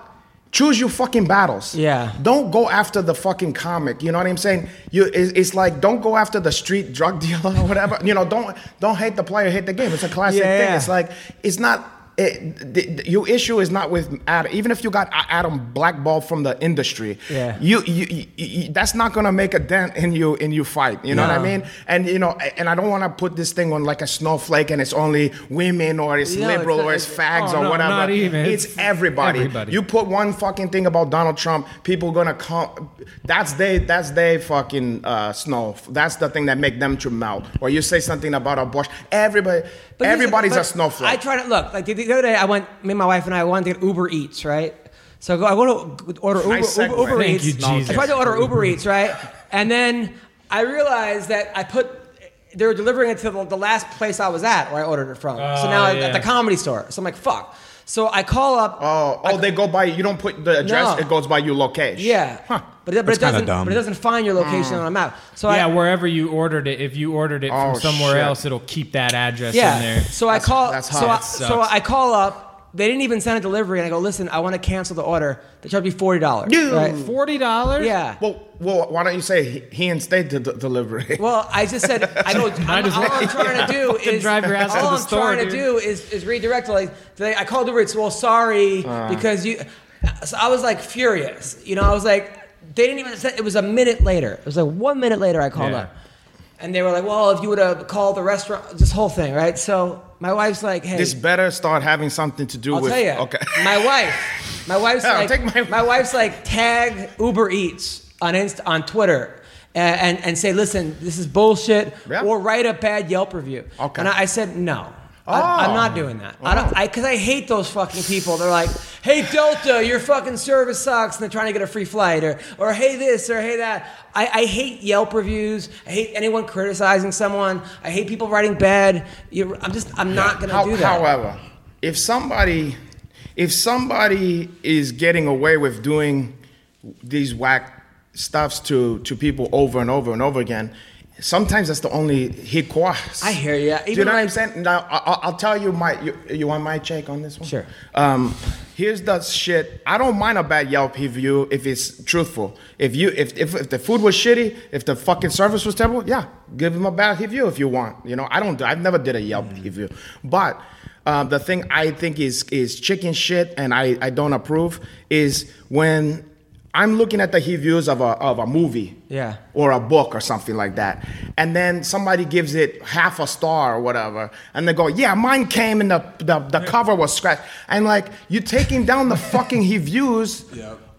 [SPEAKER 9] choose your fucking battles.
[SPEAKER 1] Yeah.
[SPEAKER 9] Don't go after the fucking comic. You know what I'm saying? You, it, it's like don't go after the street drug dealer or whatever. You know, don't don't hate the player, hate the game. It's a classic
[SPEAKER 1] Yeah,
[SPEAKER 9] thing.
[SPEAKER 1] yeah.
[SPEAKER 9] It's like it's not. It, the, the- your issue is not with Adam. Even if you got A- Adam blackballed from the industry,
[SPEAKER 1] Yeah.
[SPEAKER 9] you, you, you, you- that's not gonna make a dent in you in you fight. You know what I
[SPEAKER 1] No.
[SPEAKER 9] mean? And you know, a- and I don't want to put this thing on like a snowflake, and it's only women or it's
[SPEAKER 1] No, it's
[SPEAKER 9] liberal
[SPEAKER 1] not-
[SPEAKER 9] or it's
[SPEAKER 1] it's-
[SPEAKER 9] fags
[SPEAKER 5] oh,
[SPEAKER 9] or
[SPEAKER 5] no,
[SPEAKER 9] whatever.
[SPEAKER 5] not even.
[SPEAKER 9] It's,
[SPEAKER 5] It's
[SPEAKER 9] everybody.
[SPEAKER 5] everybody.
[SPEAKER 9] You put one fucking thing about Donald Trump, people gonna come. That's they. That's they fucking uh, snow. That's the thing that make them to melt. Or you say something about abortion. Everybody.
[SPEAKER 1] But here's the-
[SPEAKER 9] everybody's
[SPEAKER 1] but
[SPEAKER 9] a snowflake.
[SPEAKER 1] I try to look like the, the other day. I went, me and my wife and I wanted to get Uber Eats, right? So I go, I go to order Uber,
[SPEAKER 9] Nice
[SPEAKER 1] Uber,
[SPEAKER 9] segue.
[SPEAKER 1] Uber
[SPEAKER 5] Thank
[SPEAKER 1] Eats.
[SPEAKER 5] you, Jesus.
[SPEAKER 1] I tried to order Uber Eats, right? And then I realized that I put they were delivering it to the, the last place I was at where I ordered it from. so
[SPEAKER 5] Oh,
[SPEAKER 1] now I'm
[SPEAKER 5] yeah.
[SPEAKER 1] at the comedy store. So I'm like, fuck. So I call up.
[SPEAKER 9] Oh, oh, they go by. You don't put the
[SPEAKER 1] No.
[SPEAKER 9] address. It goes by your location.
[SPEAKER 1] yeah.
[SPEAKER 9] Huh. Mm.
[SPEAKER 1] But, it, but it
[SPEAKER 4] That's kinda
[SPEAKER 1] doesn't.
[SPEAKER 4] dumb.
[SPEAKER 1] But it doesn't find your location on a map. So
[SPEAKER 5] yeah,
[SPEAKER 1] I,
[SPEAKER 5] wherever you ordered it, if you ordered it
[SPEAKER 9] Oh,
[SPEAKER 5] from somewhere
[SPEAKER 9] shit.
[SPEAKER 5] else, it'll keep that address in
[SPEAKER 1] Yeah.
[SPEAKER 5] there.
[SPEAKER 1] So I call.
[SPEAKER 9] that's
[SPEAKER 1] so, I,
[SPEAKER 9] hot.
[SPEAKER 5] That
[SPEAKER 1] so
[SPEAKER 5] sucks.
[SPEAKER 1] I call up. They didn't even send a delivery, and I go, "Listen, I want to cancel the order. They charged me forty dollars. Right?
[SPEAKER 5] Forty dollars?
[SPEAKER 1] Yeah. Well,
[SPEAKER 9] Well, well, why don't you say he, he instead the, the delivery?
[SPEAKER 1] I just said I go. I'm,
[SPEAKER 5] as
[SPEAKER 1] all
[SPEAKER 5] well.
[SPEAKER 1] I'm trying to do
[SPEAKER 5] Fucking
[SPEAKER 1] is
[SPEAKER 5] drive your ass to
[SPEAKER 1] all
[SPEAKER 5] the
[SPEAKER 1] I'm
[SPEAKER 5] store,
[SPEAKER 1] trying
[SPEAKER 5] dude.
[SPEAKER 1] to do is is redirect. Like they, I called Uber. It's well, sorry
[SPEAKER 9] Uh.
[SPEAKER 1] because you. So I was like furious. You know, I was like, they didn't even. Send, it was a minute later. It was like one minute later. I called
[SPEAKER 5] Yeah.
[SPEAKER 1] up, and they were like, "Well, if you would have called the restaurant, this whole thing, right?" So my wife's like, hey,
[SPEAKER 9] This better start having something to do
[SPEAKER 1] I'll
[SPEAKER 9] with.
[SPEAKER 1] tell you.
[SPEAKER 9] Okay.
[SPEAKER 1] My wife. My wife's
[SPEAKER 9] Yeah, I'll
[SPEAKER 1] like.
[SPEAKER 9] take my-
[SPEAKER 1] My, wife's like. Tag Uber Eats on Inst- on Twitter. a- And, and say, listen, this is bullshit,
[SPEAKER 9] Yeah.
[SPEAKER 1] or write a bad Yelp review.
[SPEAKER 9] Okay.
[SPEAKER 1] And I, I said, no, I,
[SPEAKER 9] Oh.
[SPEAKER 1] am not doing that. I don't, because I, hate those fucking people. They're like, hey Delta, your fucking service sucks, and they're trying to get a free flight, or or hey this, or hey that. I, I hate Yelp reviews. I hate anyone criticizing someone. I hate people writing bad. You, I'm just, I'm not gonna
[SPEAKER 9] How-
[SPEAKER 1] do that.
[SPEAKER 9] However, if somebody, if somebody is getting away with doing these whack stuffs to to people over and over and over again, sometimes that's the only hit course.
[SPEAKER 1] I hear ya.
[SPEAKER 9] Do you
[SPEAKER 1] Even
[SPEAKER 9] know what
[SPEAKER 1] when-
[SPEAKER 9] I'm saying? Now I- I, I'll tell you my. You, you want my take on this one?
[SPEAKER 1] Sure.
[SPEAKER 9] Um, here's the shit. I don't mind a bad Yelp review if it's truthful. If you if, if if the food was shitty, if the fucking service was terrible, yeah, give them a bad review if you want. You know, I don't. do- I've never did a Yelp
[SPEAKER 1] Mm-hmm.
[SPEAKER 9] review, but. Um, the thing I think is is chicken shit, and I, I don't approve is when I'm looking at the reviews of a of a movie,
[SPEAKER 1] Yeah.
[SPEAKER 9] or a book or something like that. And then somebody gives it half a star or whatever, and they go, "Yeah, mine came and the the, the cover was scratched." And like, you're taking down the fucking reviews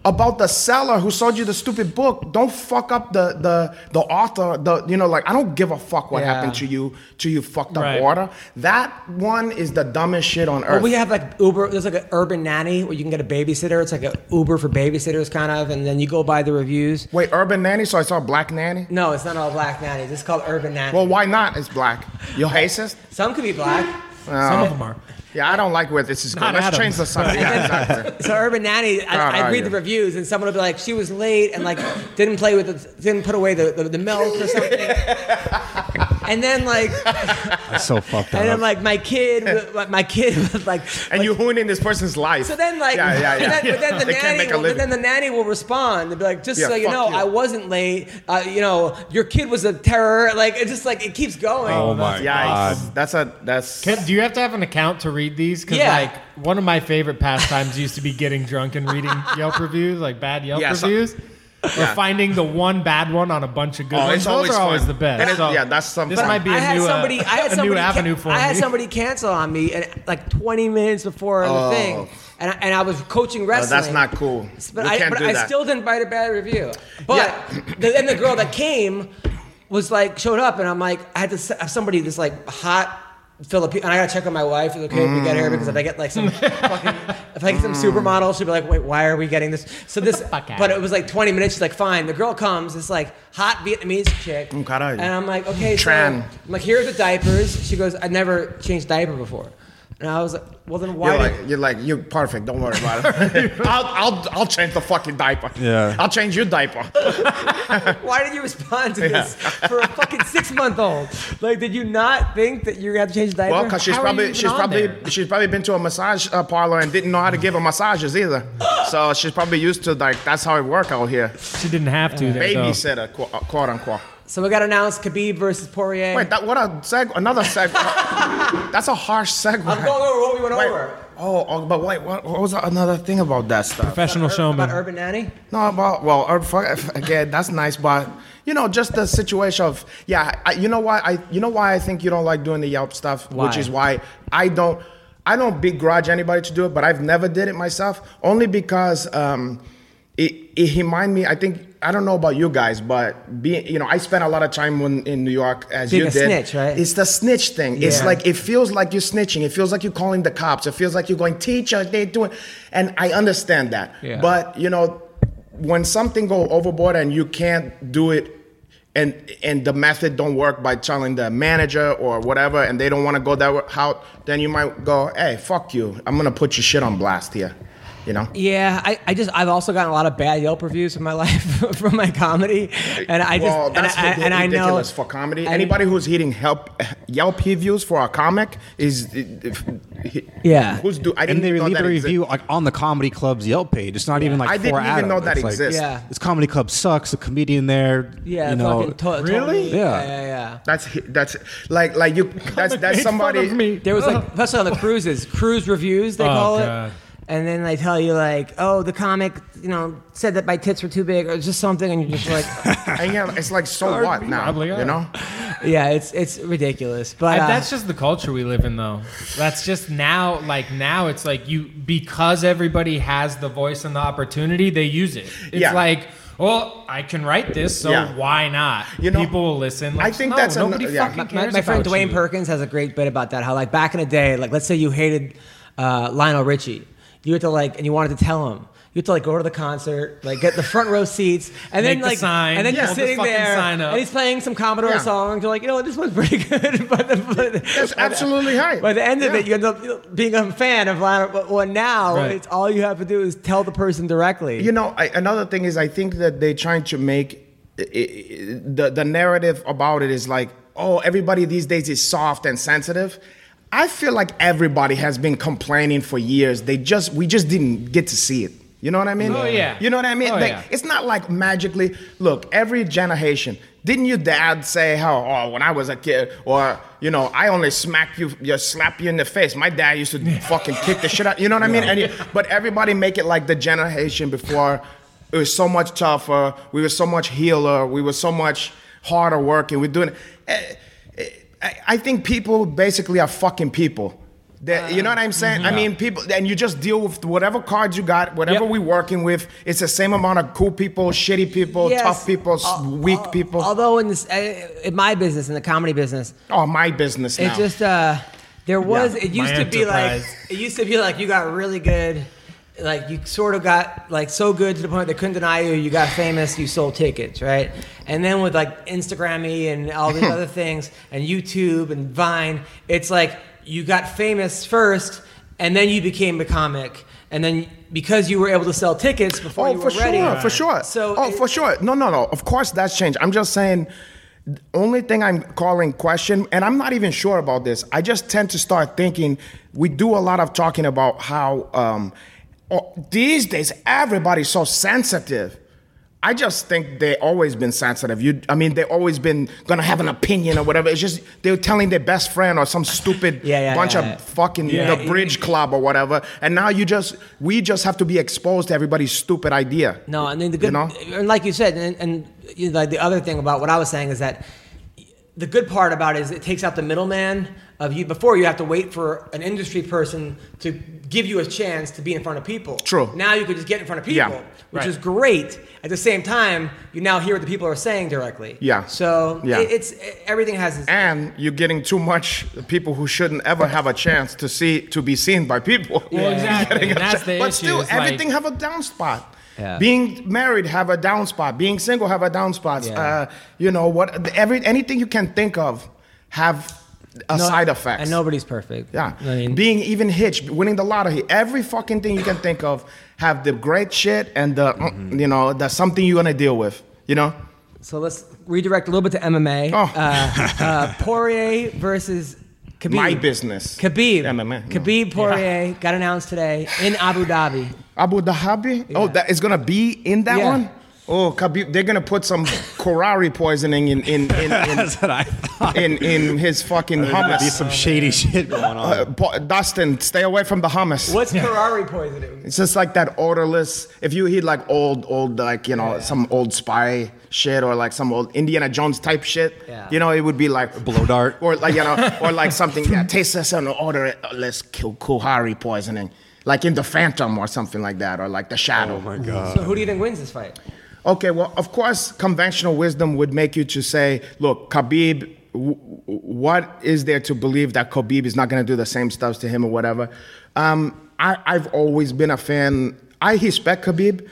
[SPEAKER 9] about the seller who sold you the stupid book. Don't fuck up the the the author. The you know, like I don't give a fuck what
[SPEAKER 1] Yeah.
[SPEAKER 9] happened to you to you fucked up
[SPEAKER 5] Right.
[SPEAKER 9] order. That one is the dumbest shit on earth.
[SPEAKER 1] Well, we have like Uber. There's like an urban nanny where you can get a babysitter. It's like an Uber for babysitters, kind of. And then you go by the reviews.
[SPEAKER 9] Wait, urban nanny. So I saw black nanny.
[SPEAKER 1] No, it's not all black nannies. It's called urban nanny.
[SPEAKER 9] Well, why not? It's black. You're racist.
[SPEAKER 1] Some could be black.
[SPEAKER 9] Oh.
[SPEAKER 5] Some of them are.
[SPEAKER 9] Yeah, I don't like where this is going.
[SPEAKER 5] Not
[SPEAKER 9] Let's
[SPEAKER 5] Adam.
[SPEAKER 9] change the subject. Yeah, exactly.
[SPEAKER 1] So urban nanny,
[SPEAKER 9] God,
[SPEAKER 1] I, I read
[SPEAKER 9] yeah.
[SPEAKER 1] the reviews, and someone will be like, "She was late and like didn't play with, the, didn't put away the, the, the milk or something." and then like,
[SPEAKER 4] That's so fucked up.
[SPEAKER 1] and then like my kid, w- my kid was like,
[SPEAKER 9] and you're ruining this person's life.
[SPEAKER 1] So then, like,
[SPEAKER 9] yeah, yeah, yeah.
[SPEAKER 1] But, then, but then the
[SPEAKER 9] they can't
[SPEAKER 1] nanny,
[SPEAKER 9] make a
[SPEAKER 1] will, but
[SPEAKER 9] living.
[SPEAKER 1] then the nanny will respond and be like, "Just
[SPEAKER 9] Yeah,
[SPEAKER 1] so you
[SPEAKER 9] fuck
[SPEAKER 1] know,
[SPEAKER 9] you.
[SPEAKER 1] I wasn't late. Uh, you know, your kid was a terror. Like, it just like it keeps going.
[SPEAKER 4] oh my god.
[SPEAKER 9] Yikes. That's a that's.
[SPEAKER 5] Can, do you have to have an account to read these? Because
[SPEAKER 1] Yeah.
[SPEAKER 5] like one of my favorite pastimes used to be getting drunk and reading Yelp reviews, like bad Yelp
[SPEAKER 9] Yeah, so-
[SPEAKER 5] reviews. Or
[SPEAKER 9] Yeah.
[SPEAKER 5] finding the one bad one on a bunch of good
[SPEAKER 9] Oh,
[SPEAKER 5] ones.
[SPEAKER 9] it's
[SPEAKER 5] Those
[SPEAKER 9] always
[SPEAKER 5] are always
[SPEAKER 9] fun.
[SPEAKER 5] the best.
[SPEAKER 9] That is-
[SPEAKER 5] so
[SPEAKER 9] yeah, that's some
[SPEAKER 5] This
[SPEAKER 9] fun.
[SPEAKER 5] might be
[SPEAKER 1] I
[SPEAKER 5] a
[SPEAKER 1] had
[SPEAKER 5] new, uh,
[SPEAKER 1] somebody. I had
[SPEAKER 5] a
[SPEAKER 1] somebody.
[SPEAKER 5] new
[SPEAKER 1] ca-
[SPEAKER 5] avenue for
[SPEAKER 1] I had
[SPEAKER 5] me.
[SPEAKER 1] somebody cancel on me, and like 20 minutes before the thing, and I, and I was coaching
[SPEAKER 9] Oh,
[SPEAKER 1] wrestling.
[SPEAKER 9] that's not cool.
[SPEAKER 1] But,
[SPEAKER 9] we
[SPEAKER 1] I,
[SPEAKER 9] can't
[SPEAKER 1] but
[SPEAKER 9] do
[SPEAKER 1] I
[SPEAKER 9] that.
[SPEAKER 1] still didn't write a bad review. But the, then the girl that came was like showed up, and I'm like, I had to s- have somebody this like hot. Filipino, and I gotta check on my wife. Is it okay if we get her? Because if I get like some fucking, if I get some
[SPEAKER 9] Mm.
[SPEAKER 1] supermodel, she'll be like, "Wait, why are we getting this?" So this,
[SPEAKER 5] fuck out.
[SPEAKER 1] but it was like 20 minutes. She's like, "Fine." The girl comes. It's like hot Vietnamese chick,
[SPEAKER 9] Mm, caray.
[SPEAKER 1] and I'm like, "Okay, so-
[SPEAKER 9] Tran.
[SPEAKER 1] I'm like, "Here are the diapers." She goes, "I never changed diaper before," and I was like, "Well, then why?"
[SPEAKER 9] You're
[SPEAKER 1] did-
[SPEAKER 9] like, you're like you're perfect. Don't worry about it. I'll, I'll I'll change the fucking diaper.
[SPEAKER 4] Yeah.
[SPEAKER 9] I'll change your diaper.
[SPEAKER 1] Why did you respond to this for a fucking six month old? Like, did you not think that you're gonna have to change the diaper?
[SPEAKER 9] Well, because she's
[SPEAKER 5] How are you
[SPEAKER 9] probably
[SPEAKER 5] even
[SPEAKER 9] she's
[SPEAKER 5] on
[SPEAKER 9] probably
[SPEAKER 5] there?
[SPEAKER 9] she's probably been to a massage uh, parlor and didn't know how to give her massages either. So she's probably used to like that's how it work out here.
[SPEAKER 5] She didn't have to. there, though.
[SPEAKER 9] Babysitter, quote, uh, quote unquote.
[SPEAKER 1] so we got announced Khabib versus Poirier.
[SPEAKER 9] Wait, that what a seg another seg. that's a harsh segue.
[SPEAKER 1] I'm going over what we went
[SPEAKER 9] Wait,
[SPEAKER 1] over.
[SPEAKER 9] Oh, oh, but wait, what, what was the- another thing about that stuff?
[SPEAKER 5] Professional showman.
[SPEAKER 1] About Urban Nanny?
[SPEAKER 9] No, about well, uh, fuck, again, that's nice, but you know, just the situation of yeah, I, you know why I, you know why I think you don't like doing the Yelp stuff,
[SPEAKER 1] Why?
[SPEAKER 9] which is why I don't, I don't begrudge anybody to do it, but I've never did it myself, only because um, it it remind me. I think I don't know about you guys, but being you know, I spent a lot of time when, in New York as
[SPEAKER 1] Being
[SPEAKER 9] you
[SPEAKER 1] a
[SPEAKER 9] did.
[SPEAKER 1] snitch, right?
[SPEAKER 9] It's the snitch thing. It's
[SPEAKER 1] Yeah.
[SPEAKER 9] like it feels like you're snitching. It feels like you're calling the cops. It feels like you're going teacher. They doing, and I understand that.
[SPEAKER 1] Yeah.
[SPEAKER 9] But you know, when something go overboard and you can't do it, and and the method don't work by telling the manager or whatever, and they don't want to go that route, then you might go, hey, fuck you. I'm gonna put your shit on blast here. You know.
[SPEAKER 1] Yeah, I, I just I've also gotten a lot of bad Yelp reviews from my life from my comedy, and I just
[SPEAKER 9] well,
[SPEAKER 1] and
[SPEAKER 9] that's
[SPEAKER 1] I,
[SPEAKER 9] rid-
[SPEAKER 1] and I know-
[SPEAKER 9] ridiculous for comedy.
[SPEAKER 1] and-
[SPEAKER 9] Anybody who's hitting help Yelp reviews for a comic is if,
[SPEAKER 1] Yeah.
[SPEAKER 9] Who's do I didn't
[SPEAKER 4] and they
[SPEAKER 9] even know
[SPEAKER 4] leave
[SPEAKER 9] that
[SPEAKER 4] the
[SPEAKER 9] exi-
[SPEAKER 4] review like on the comedy club's Yelp page. It's not even like
[SPEAKER 9] I
[SPEAKER 4] for
[SPEAKER 9] didn't even
[SPEAKER 4] Adam.
[SPEAKER 9] know that
[SPEAKER 4] It's like,
[SPEAKER 9] exists.
[SPEAKER 1] Yeah.
[SPEAKER 4] This comedy club sucks. The comedian there,
[SPEAKER 1] yeah,
[SPEAKER 4] you know,
[SPEAKER 1] fucking to-
[SPEAKER 5] Really?
[SPEAKER 1] totally.
[SPEAKER 4] Yeah.
[SPEAKER 1] yeah, yeah, yeah.
[SPEAKER 9] That's that's like like you that's that's
[SPEAKER 5] Made fun
[SPEAKER 9] somebody
[SPEAKER 5] of me.
[SPEAKER 1] There was like, especially on the cruises, cruise reviews they
[SPEAKER 5] Oh,
[SPEAKER 1] call
[SPEAKER 5] God.
[SPEAKER 1] it. And then they tell you like, oh, the comic, you know, said that my tits were too big or just something, and you're just like,
[SPEAKER 9] and yeah, it's like so what now?
[SPEAKER 5] Probably
[SPEAKER 9] You
[SPEAKER 5] are.
[SPEAKER 9] know?
[SPEAKER 1] yeah, it's it's ridiculous. But
[SPEAKER 5] I-
[SPEAKER 1] uh,
[SPEAKER 5] that's just the culture we live in, though. That's just now, like now, it's like you because everybody has the voice and the opportunity, they use it. It's
[SPEAKER 9] Yeah.
[SPEAKER 5] like, well, I can write this, so
[SPEAKER 9] Yeah.
[SPEAKER 5] why not?
[SPEAKER 9] You know,
[SPEAKER 5] people will listen. Like,
[SPEAKER 9] I think
[SPEAKER 5] no,
[SPEAKER 9] that's an-
[SPEAKER 5] nobody
[SPEAKER 9] yeah.
[SPEAKER 5] fucking
[SPEAKER 1] my,
[SPEAKER 5] cares
[SPEAKER 1] my friend
[SPEAKER 5] about
[SPEAKER 1] Dwayne
[SPEAKER 5] you.
[SPEAKER 1] Perkins has a great bit about that. How like back in the day, like let's say you hated uh, Lionel Richie, you had to like, and you wanted to tell him. You had to like go to the concert, like get the front row seats, and then
[SPEAKER 5] Make the
[SPEAKER 1] like,
[SPEAKER 5] sign,
[SPEAKER 1] and then
[SPEAKER 5] hold
[SPEAKER 1] you're
[SPEAKER 5] the
[SPEAKER 1] sitting
[SPEAKER 5] fucking
[SPEAKER 1] there,
[SPEAKER 5] sign up.
[SPEAKER 1] and he's playing some Commodore
[SPEAKER 9] Yeah.
[SPEAKER 1] songs. You're like, you know, what, this one's pretty good, but, but
[SPEAKER 9] That's absolutely right.
[SPEAKER 1] By the end of
[SPEAKER 9] Yeah.
[SPEAKER 1] it, you end up being a fan of Lionel. But well, now
[SPEAKER 5] Right.
[SPEAKER 1] it's all you have to do is tell the person directly.
[SPEAKER 9] You know, I, another thing is I think that they're trying to make i- i- the the narrative about it is like, oh, everybody these days is soft and sensitive. I feel like everybody has been complaining for years. They just we just didn't get to see it. You know what I mean?
[SPEAKER 5] Oh, yeah.
[SPEAKER 9] You know what I mean?
[SPEAKER 5] Oh,
[SPEAKER 9] Like,
[SPEAKER 5] yeah.
[SPEAKER 9] It's not like magically. Look, every generation. Didn't your dad say how? Oh, when I was a kid, or you know, I only smack you, you slap you in the face. My dad used to fucking kick the shit out. You know what I mean? And you, but everybody make it like the generation before. It was so much tougher. We were so much healer. We were so much harder working. We're doing. eh, eh, I, I think people basically are fucking people. That, you know what I'm saying?
[SPEAKER 1] Mm-hmm.
[SPEAKER 9] I mean, people, and you just deal with whatever cards you got, whatever
[SPEAKER 5] Yep.
[SPEAKER 9] we working with. It's the same amount of cool people, shitty people,
[SPEAKER 1] Yes. Uh,
[SPEAKER 9] tough people, s-
[SPEAKER 1] Al-
[SPEAKER 9] weak
[SPEAKER 1] al-
[SPEAKER 9] people.
[SPEAKER 1] Although in this, uh, in my business, in the comedy business,
[SPEAKER 9] oh, my business
[SPEAKER 1] It
[SPEAKER 9] now.
[SPEAKER 1] just uh, there was
[SPEAKER 9] Yeah.
[SPEAKER 1] it used
[SPEAKER 5] My
[SPEAKER 1] to be like
[SPEAKER 5] enterprise.
[SPEAKER 1] it used to be like you got really good, like you sort of got like so good to the point they couldn't deny you. You got famous. You sold tickets, right? And then with like Instagrammy and all these other things and YouTube and Vine, it's like you got famous first, and then you became a comic, and then because you were able to sell tickets before
[SPEAKER 9] oh,
[SPEAKER 1] you
[SPEAKER 9] for
[SPEAKER 1] were
[SPEAKER 9] sure,
[SPEAKER 1] ready.
[SPEAKER 9] for sure.
[SPEAKER 1] So
[SPEAKER 9] oh,
[SPEAKER 1] it-
[SPEAKER 9] for sure. No, no, no. Of course, that's changed. I'm just saying. the Only thing I'm calling question, and I'm not even sure about this. I just tend to start thinking we do a lot of talking about how um, oh, these days everybody's so sensitive. I just think they always been sensitive. You, I mean, they always been gonna have an opinion or whatever. It's just they're telling their best friend or some stupid
[SPEAKER 1] Yeah, yeah,
[SPEAKER 9] bunch
[SPEAKER 1] yeah,
[SPEAKER 9] of
[SPEAKER 1] yeah.
[SPEAKER 9] fucking the bridge club or whatever. And now you just we just have to be exposed to everybody's stupid idea.
[SPEAKER 1] No, and then the good,
[SPEAKER 9] You know?
[SPEAKER 1] and like you said, and, and you know, like the other thing about what I was saying is that the good part about it is it takes out the middleman of you. Before you have to wait for an industry person to give you a chance to be in front of people.
[SPEAKER 9] True.
[SPEAKER 1] Now you could just get in front of people,
[SPEAKER 9] Yeah.
[SPEAKER 1] which
[SPEAKER 5] Right.
[SPEAKER 1] is great. At the same time, you now hear what the people are saying directly.
[SPEAKER 9] Yeah.
[SPEAKER 1] So
[SPEAKER 9] Yeah.
[SPEAKER 1] It, it's everything has. Its,
[SPEAKER 9] And you're getting too much people who shouldn't ever have a chance to see to be seen by people.
[SPEAKER 5] Well, exactly.
[SPEAKER 9] Getting a
[SPEAKER 5] And that's
[SPEAKER 9] chance.
[SPEAKER 5] the
[SPEAKER 9] but
[SPEAKER 5] issue,
[SPEAKER 9] still,
[SPEAKER 5] is like-
[SPEAKER 9] everything have a down spot.
[SPEAKER 1] Yeah.
[SPEAKER 9] Being married have a down spot. Being single have a down spot. Uh, you know what? Every anything you can think of have a
[SPEAKER 1] No,
[SPEAKER 9] side effect.
[SPEAKER 1] And nobody's perfect.
[SPEAKER 9] Yeah.
[SPEAKER 1] I mean,
[SPEAKER 9] Being even hitched, winning the lottery, every fucking thing you can think of have the great shit and the, uh,
[SPEAKER 4] Mm-hmm.
[SPEAKER 9] you know, the something you're going to deal with, you know?
[SPEAKER 1] So let's redirect a little bit to MMA.
[SPEAKER 9] Oh.
[SPEAKER 1] Uh, uh, Poirier versus Khabib.
[SPEAKER 9] My business.
[SPEAKER 1] Khabib.
[SPEAKER 9] MMA, no.
[SPEAKER 1] Khabib Poirier got announced today in Abu Dhabi.
[SPEAKER 9] Abu Dhabi? Oh, that is going to be in that
[SPEAKER 1] Yeah.
[SPEAKER 9] one? Oh, Khabib, they're going to put some Korari poisoning in, in, in, in,
[SPEAKER 4] That's what I thought.
[SPEAKER 9] in, in his fucking
[SPEAKER 4] There'd be
[SPEAKER 9] hummus.
[SPEAKER 4] some shady shit going on.
[SPEAKER 9] Uh, Pa- Dustin, stay away from the hummus.
[SPEAKER 1] What's Ferrari poisoning?
[SPEAKER 9] It's just like that odorless. If you eat like old, old, like you know, some old spy shit or like some old Indiana Jones type shit,
[SPEAKER 1] Yeah.
[SPEAKER 9] you know, it would be like
[SPEAKER 4] Blow dart.
[SPEAKER 9] or like you know, or like something yeah, tastes like some odorless ku- kuhari poisoning, like in the Phantom or something like that, or like the Shadow.
[SPEAKER 4] oh my god.
[SPEAKER 1] So who do you think wins this fight?
[SPEAKER 9] Okay, well, of course, conventional wisdom would make you to say, look, Khabib, w- w- what is there to believe that Khabib is not going to do the same stuff to him or whatever? Um, I, I've always been a fan. I respect Khabib,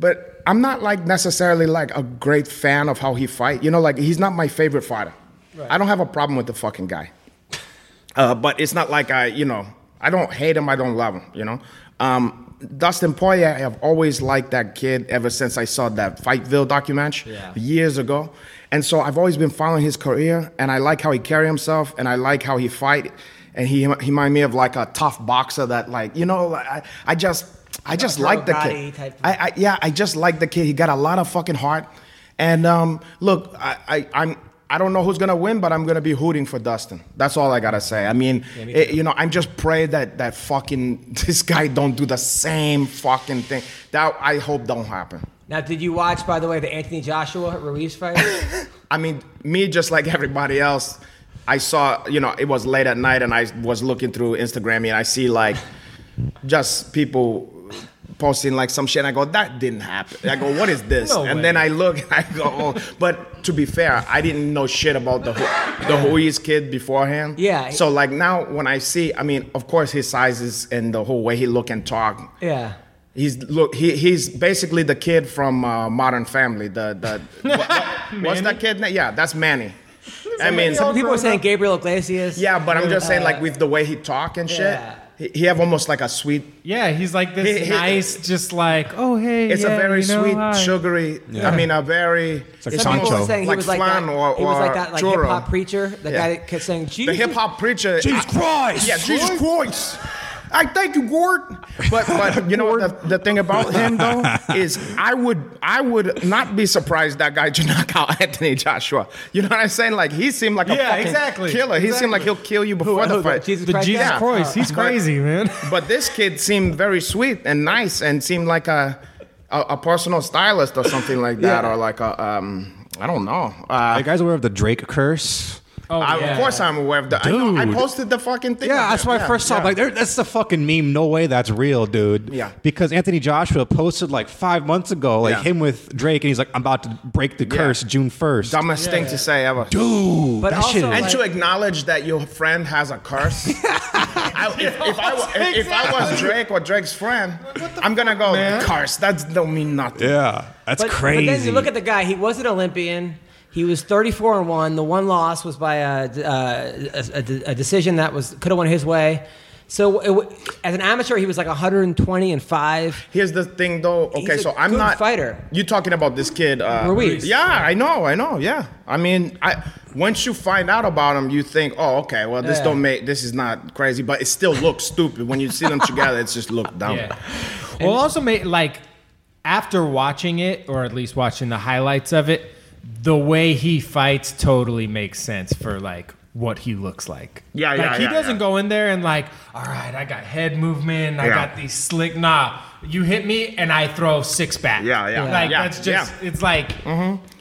[SPEAKER 9] but I'm not like necessarily like a great fan of how he fight. You know, like he's not my favorite fighter. I don't have a problem with the fucking guy. Uh, but it's not like I, you know, I don't hate him. I don't love him. You know, um, Dustin Poirier. I have always liked that kid ever since I saw that Fightville documentary years ago, and so I've always been following his career. And I like how he carry himself, and I like how he fight. And he he remind me of like a tough boxer that like you know like, I I just I just
[SPEAKER 1] Like
[SPEAKER 9] like the
[SPEAKER 1] karate
[SPEAKER 9] kid.
[SPEAKER 1] type.
[SPEAKER 9] I, I yeah I just like the kid. He got a lot of fucking heart. And um, look, I, I I'm I don't know who's gonna win, but I'm gonna be hooting for Dustin. That's all I gotta say. I mean, it- you know, I'm just pray that that fucking this guy don't do the same fucking thing. That I hope don't happen.
[SPEAKER 1] Now, did you watch, by the way, the Anthony Joshua Ruiz fight?
[SPEAKER 9] I mean, me just like everybody else, I saw, you know, it was late at night and I was looking through Instagram and I see like just people posting like some shit. And I go, that didn't happen. I go, what is this?
[SPEAKER 5] No
[SPEAKER 9] and
[SPEAKER 5] way.
[SPEAKER 9] then I look and I go, oh. but to be fair, I didn't know shit about the Hu- the Ruiz kid beforehand.
[SPEAKER 1] Yeah.
[SPEAKER 9] So like now when I see, I mean, of course his sizes and the whole way he look and talk,
[SPEAKER 1] yeah.
[SPEAKER 9] He's look. He, he's basically the kid from uh, Modern Family. The the what- what- what's that kid? na- Yeah, that's Manny. I mean,
[SPEAKER 1] Some people were saying Gabriel Iglesias.
[SPEAKER 9] yeah, but I'm just saying like with the way he talk and shit,
[SPEAKER 1] Yeah.
[SPEAKER 9] he, he have almost like a sweet.
[SPEAKER 5] Yeah, he's like
[SPEAKER 9] He-
[SPEAKER 5] this
[SPEAKER 9] he-
[SPEAKER 5] nice, just like, oh hey,
[SPEAKER 9] It's
[SPEAKER 5] yeah,
[SPEAKER 9] a very
[SPEAKER 5] you know,
[SPEAKER 9] sweet,
[SPEAKER 5] hi."
[SPEAKER 9] sugary. I mean, a very.
[SPEAKER 4] like
[SPEAKER 9] it's
[SPEAKER 4] Some
[SPEAKER 1] People were
[SPEAKER 4] Sancho.
[SPEAKER 1] saying he was like
[SPEAKER 9] flan
[SPEAKER 1] that,
[SPEAKER 9] or, or
[SPEAKER 1] he was like that like
[SPEAKER 9] churro.
[SPEAKER 1] hip hop preacher, the
[SPEAKER 9] Yeah.
[SPEAKER 1] guy that kept saying
[SPEAKER 9] The
[SPEAKER 1] Jesus.
[SPEAKER 9] hip hop preacher.
[SPEAKER 4] Jesus Christ!
[SPEAKER 9] Yeah, Jesus Christ. I thank you, Gord. But but you know the, the thing about him though is I would I would not be surprised that guy to knock out Anthony Joshua. You know what I'm saying? Like he seemed like a
[SPEAKER 5] Yeah,
[SPEAKER 9] fucking
[SPEAKER 5] exactly.
[SPEAKER 9] killer. He seemed like he'll kill you before the fight.
[SPEAKER 1] Jesus
[SPEAKER 5] The
[SPEAKER 1] Christ
[SPEAKER 5] Jesus
[SPEAKER 1] guy?
[SPEAKER 5] Christ, he's
[SPEAKER 9] Uh, But-
[SPEAKER 5] crazy, man.
[SPEAKER 9] But this kid seemed very sweet and nice and seemed like a a, a personal stylist or something like that or like a um I don't know. Uh,
[SPEAKER 4] Are you guys aware of the Drake curse?
[SPEAKER 9] I,
[SPEAKER 5] Oh,
[SPEAKER 9] Of course, I'm aware of that. I, know, I
[SPEAKER 4] Dude.
[SPEAKER 9] posted the fucking thing.
[SPEAKER 4] Yeah,
[SPEAKER 9] on
[SPEAKER 4] that's
[SPEAKER 9] there.
[SPEAKER 4] why I first saw. it.
[SPEAKER 9] yeah.
[SPEAKER 4] Like, there- that's the fucking meme. No way, that's real, dude.
[SPEAKER 9] Yeah.
[SPEAKER 4] Because Anthony Joshua posted like five months ago, like
[SPEAKER 9] Yeah.
[SPEAKER 4] him with Drake, and he's like, "I'm about to break the
[SPEAKER 9] Yeah.
[SPEAKER 4] curse June 1st."
[SPEAKER 9] dumbest thing to say ever.
[SPEAKER 4] Dude,
[SPEAKER 1] But
[SPEAKER 4] that
[SPEAKER 1] also,
[SPEAKER 4] shit.
[SPEAKER 1] like-
[SPEAKER 9] And to acknowledge that your friend has a curse. I, if, if I, wa- if, if I was Drake or Drake's friend, I'm gonna go curse. That don't mean nothing.
[SPEAKER 4] yeah, that's
[SPEAKER 1] But,
[SPEAKER 4] crazy.
[SPEAKER 1] but then you look at the guy. He was an Olympian. He was 34 and one. The one loss was by a, a, a, a decision that was could have went his way. So it, w- as an amateur, he was like 120 and five.
[SPEAKER 9] Here's the thing, though. Okay,
[SPEAKER 1] He's a
[SPEAKER 9] so I'm
[SPEAKER 1] good
[SPEAKER 9] not
[SPEAKER 1] fighter.
[SPEAKER 9] You talking about this kid, uh,
[SPEAKER 1] Ruiz.
[SPEAKER 9] Yeah, I know, I know. Yeah, I mean, I once you find out about him, you think, oh, okay, well, this
[SPEAKER 1] Yeah.
[SPEAKER 9] don't make this is not crazy, but it still looks stupid when you see them together. It's just look dumb.
[SPEAKER 5] Yeah. Well, also made like after watching it, or at least watching the highlights of it, the way he fights totally makes sense for like what he looks like.
[SPEAKER 9] Yeah, yeah,
[SPEAKER 5] Like he
[SPEAKER 9] yeah,
[SPEAKER 5] doesn't
[SPEAKER 9] yeah.
[SPEAKER 5] go in there and like, all right, I got head movement, I
[SPEAKER 9] Yeah.
[SPEAKER 5] got these slick. Nah, you hit me and I throw six back.
[SPEAKER 9] Yeah, yeah,
[SPEAKER 5] Like
[SPEAKER 9] yeah,
[SPEAKER 5] that's just
[SPEAKER 9] yeah. Mm-hmm.
[SPEAKER 5] it's like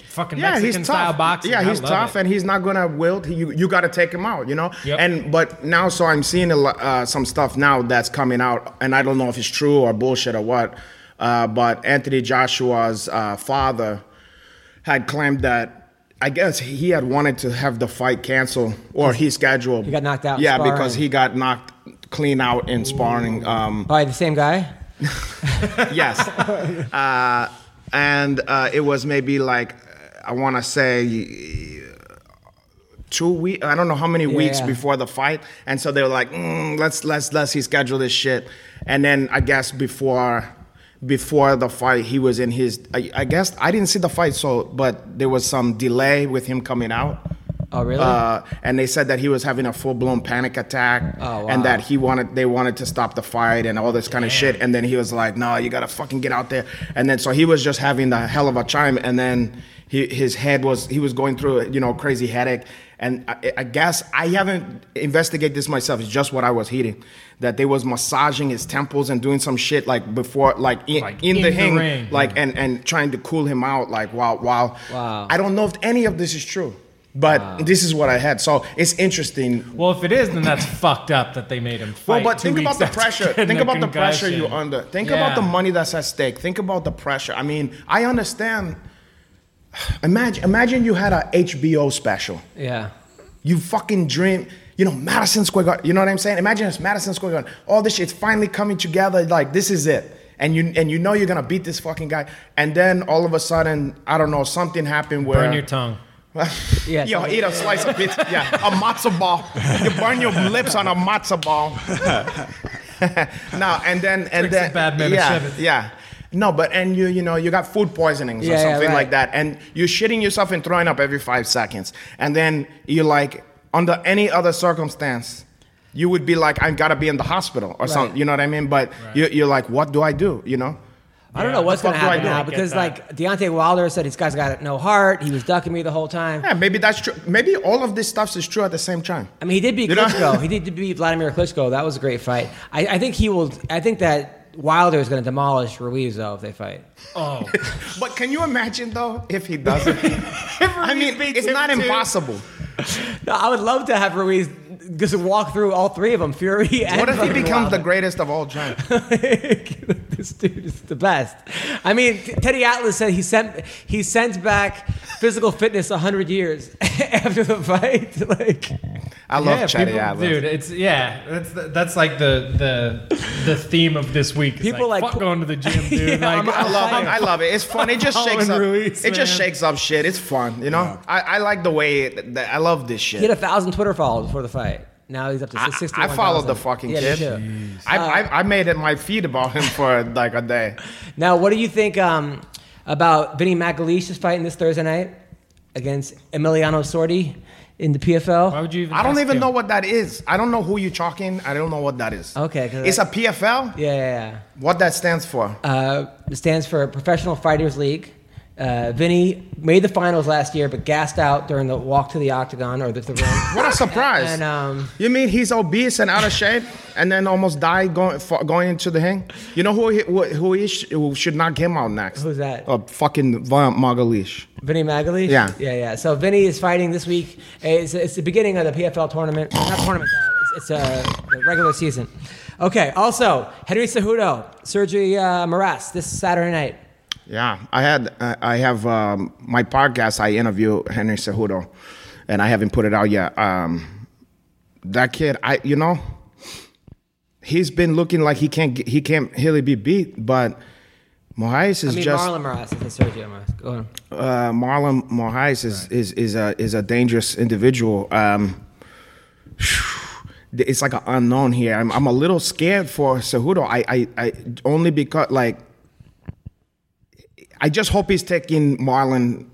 [SPEAKER 5] fucking Mexican style boxing.
[SPEAKER 9] Yeah,
[SPEAKER 5] I
[SPEAKER 9] he's
[SPEAKER 5] love
[SPEAKER 9] tough,
[SPEAKER 5] it.
[SPEAKER 9] and he's not gonna wilt. He, you you got to take him out, you know.
[SPEAKER 5] Yep.
[SPEAKER 9] And but now, so I'm seeing a, lo- uh, some stuff now that's coming out, and I don't know if it's true or bullshit or what. Uh, but Anthony Joshua's uh, father had claimed that. I guess he had wanted to have the fight canceled or he scheduled. He
[SPEAKER 1] got knocked out in
[SPEAKER 9] Yeah, because
[SPEAKER 1] sparring.
[SPEAKER 9] he got knocked clean out in sparring. Um,
[SPEAKER 1] By the same guy.
[SPEAKER 9] yes. Uh, and uh, it was maybe like, I want to say uh, two weeks, I don't know how many weeks
[SPEAKER 1] Yeah.
[SPEAKER 9] before the fight. And so they were like, mm, let's, let's, let's reschedule this shit. And then I guess before. Before the fight, he was in his. I, I guess I didn't see the fight, so but there was some delay with him coming out.
[SPEAKER 1] Oh really?
[SPEAKER 9] Uh, and they said that he was having a full blown panic attack,
[SPEAKER 1] Oh, wow.
[SPEAKER 9] and that he wanted they wanted to stop the fight and all this kind of shit. And then he was like, "No, you gotta fucking get out there." And then so he was just having the hell of a time. And then he, his head was he was going through you know crazy headache. And I, I guess I haven't investigated this myself. It's just what I was hearing that they was massaging his temples and doing some shit like before, like in,
[SPEAKER 5] Like
[SPEAKER 9] in,
[SPEAKER 5] in
[SPEAKER 9] the,
[SPEAKER 5] the
[SPEAKER 9] hang,
[SPEAKER 5] ring.
[SPEAKER 9] like and and trying to cool him out like wow wow
[SPEAKER 1] Wow.
[SPEAKER 9] i don't know if any of this is true but this is what i had so it's interesting
[SPEAKER 5] Well, if it is, then that's fucked up that they made him
[SPEAKER 9] well
[SPEAKER 5] fight.
[SPEAKER 9] but
[SPEAKER 5] two
[SPEAKER 9] think
[SPEAKER 5] weeks
[SPEAKER 9] about the
[SPEAKER 5] after
[SPEAKER 9] pressure
[SPEAKER 5] getting
[SPEAKER 9] think
[SPEAKER 5] a
[SPEAKER 9] about the pressure you
[SPEAKER 5] concussion.
[SPEAKER 9] under think
[SPEAKER 5] Yeah.
[SPEAKER 9] about the money that's at stake think about the pressure i mean i understand imagine imagine you had a hbo special
[SPEAKER 1] yeah.
[SPEAKER 9] you fucking dream. You know, Madison Square Garden. You know what I'm saying? Imagine it's Madison Square Garden. All this shit's finally coming together. Like this is it. And you and you know you're gonna beat this fucking guy. And then all of a sudden, I don't know, something happened where
[SPEAKER 5] Burn your tongue.
[SPEAKER 1] Yeah,
[SPEAKER 9] Yo,
[SPEAKER 1] something-
[SPEAKER 9] eat a slice of pizza. Yeah, a matzo ball. You burn your lips on a matzo ball. no, and then and
[SPEAKER 5] Tricks
[SPEAKER 9] then
[SPEAKER 5] of bad man,
[SPEAKER 9] yeah,
[SPEAKER 5] seven.
[SPEAKER 9] yeah. No, but and you you know you got food poisonings
[SPEAKER 1] Yeah,
[SPEAKER 9] or
[SPEAKER 1] yeah,
[SPEAKER 9] something
[SPEAKER 1] right.
[SPEAKER 9] like that, and you're shitting yourself and throwing up every five seconds, and then you're like under any other circumstance. You would be like, I gotta be in the hospital or something. You know what I mean? But you you're like, what do I do? You know?
[SPEAKER 1] I don't know what's
[SPEAKER 9] the
[SPEAKER 1] going
[SPEAKER 9] fuck
[SPEAKER 1] to
[SPEAKER 9] do I
[SPEAKER 1] happen
[SPEAKER 9] do?
[SPEAKER 1] now
[SPEAKER 9] I
[SPEAKER 1] because,
[SPEAKER 9] get
[SPEAKER 5] that.
[SPEAKER 1] like, Deontay Wilder said, this guy's got no heart. He was ducking me the whole time.
[SPEAKER 9] Yeah, maybe that's true. Maybe all of this stuff is true at the same time.
[SPEAKER 1] I mean, he did beat
[SPEAKER 9] You know?
[SPEAKER 1] Klitschko. he did beat Vladimir Klitschko. That was a great fight. I, I think he will. I think that Wilder is going to demolish Ruiz though if they fight.
[SPEAKER 9] But can you imagine though if he doesn't? I mean, it's not impossible.
[SPEAKER 1] No, I would love to have Ruiz just walk through all three of them. Fury. And
[SPEAKER 9] What if he
[SPEAKER 1] fucking
[SPEAKER 9] becomes the
[SPEAKER 1] Wilder.
[SPEAKER 9] greatest of all time?
[SPEAKER 1] this dude is the best. I mean, T- Teddy Atlas said he sent he sent back physical fitness hundred years after the fight. Like,
[SPEAKER 9] I love
[SPEAKER 5] Yeah,
[SPEAKER 9] Chatty
[SPEAKER 5] people-
[SPEAKER 9] Atlas.
[SPEAKER 5] dude. It's yeah. That's the, that's like the the the theme of this week. It's
[SPEAKER 1] People
[SPEAKER 5] like,
[SPEAKER 1] like-
[SPEAKER 5] fuck going to the gym, dude.
[SPEAKER 1] Yeah,
[SPEAKER 5] like,
[SPEAKER 1] I'm-
[SPEAKER 9] I love it. I love it. It's fun. It just
[SPEAKER 5] Owen
[SPEAKER 9] shakes up.
[SPEAKER 5] Ruiz,
[SPEAKER 9] it just
[SPEAKER 5] man.
[SPEAKER 9] shakes up shit. It's fun, you know. I, I like the way. It, that, I love this
[SPEAKER 1] he
[SPEAKER 9] shit.
[SPEAKER 1] had a thousand Twitter followers before the fight. Now he's up to
[SPEAKER 9] I-
[SPEAKER 1] sixty.
[SPEAKER 9] I followed the fucking
[SPEAKER 1] yeah,
[SPEAKER 9] kid.
[SPEAKER 1] me too.
[SPEAKER 9] I, I, I made it my feed about him for like a day.
[SPEAKER 1] Now, what do you think um, about Vinny McAleish's fighting this Thursday night against Emiliano Sordi in the PFL?
[SPEAKER 5] Why would you even?
[SPEAKER 9] I don't
[SPEAKER 5] ask
[SPEAKER 9] even
[SPEAKER 5] him?
[SPEAKER 9] know what that is. I don't know who you're talking. I don't know what that is.
[SPEAKER 1] Okay, 'cause
[SPEAKER 9] It's
[SPEAKER 1] I-
[SPEAKER 9] a PFL.
[SPEAKER 1] yeah, yeah,
[SPEAKER 9] What that stands for?
[SPEAKER 1] yeah. Uh, it stands for Professional Fighters League. Uh, Vinny made the finals last year, but gassed out during the walk to the octagon or the, the ring.
[SPEAKER 9] what a surprise!
[SPEAKER 1] and um,
[SPEAKER 9] You mean he's obese and out of shape, and then almost died going for, going into the hang? You know who he, who, who, he sh- who should knock him out next?
[SPEAKER 1] Who's that?
[SPEAKER 9] Uh, fucking Von Margalish.
[SPEAKER 1] Vinny Magalish?
[SPEAKER 9] Yeah.
[SPEAKER 1] Yeah, yeah. So Vinny is fighting this week. It's, it's the beginning of the PFL tournament. Not tournament, uh, it's, it's uh, the regular season. Okay, also, Henry Cejudo, Sergio uh, Moraes this Saturday night.
[SPEAKER 9] Yeah, I had I I have um, my podcast. I interview Henry Cejudo, and I haven't put it out yet. Um, that kid, I you know, he's been looking like he can't get- he can't really be beat, but Moraes is
[SPEAKER 1] I mean,
[SPEAKER 9] just
[SPEAKER 1] Marlon Moraes is Sergio Moraes. Go on.
[SPEAKER 9] uh, Marlon Moraes is, is is a is a dangerous individual. Um, it's like an unknown here. I'm I'm a little scared for Cejudo. I I, I only because like I just hope he's taking Marlon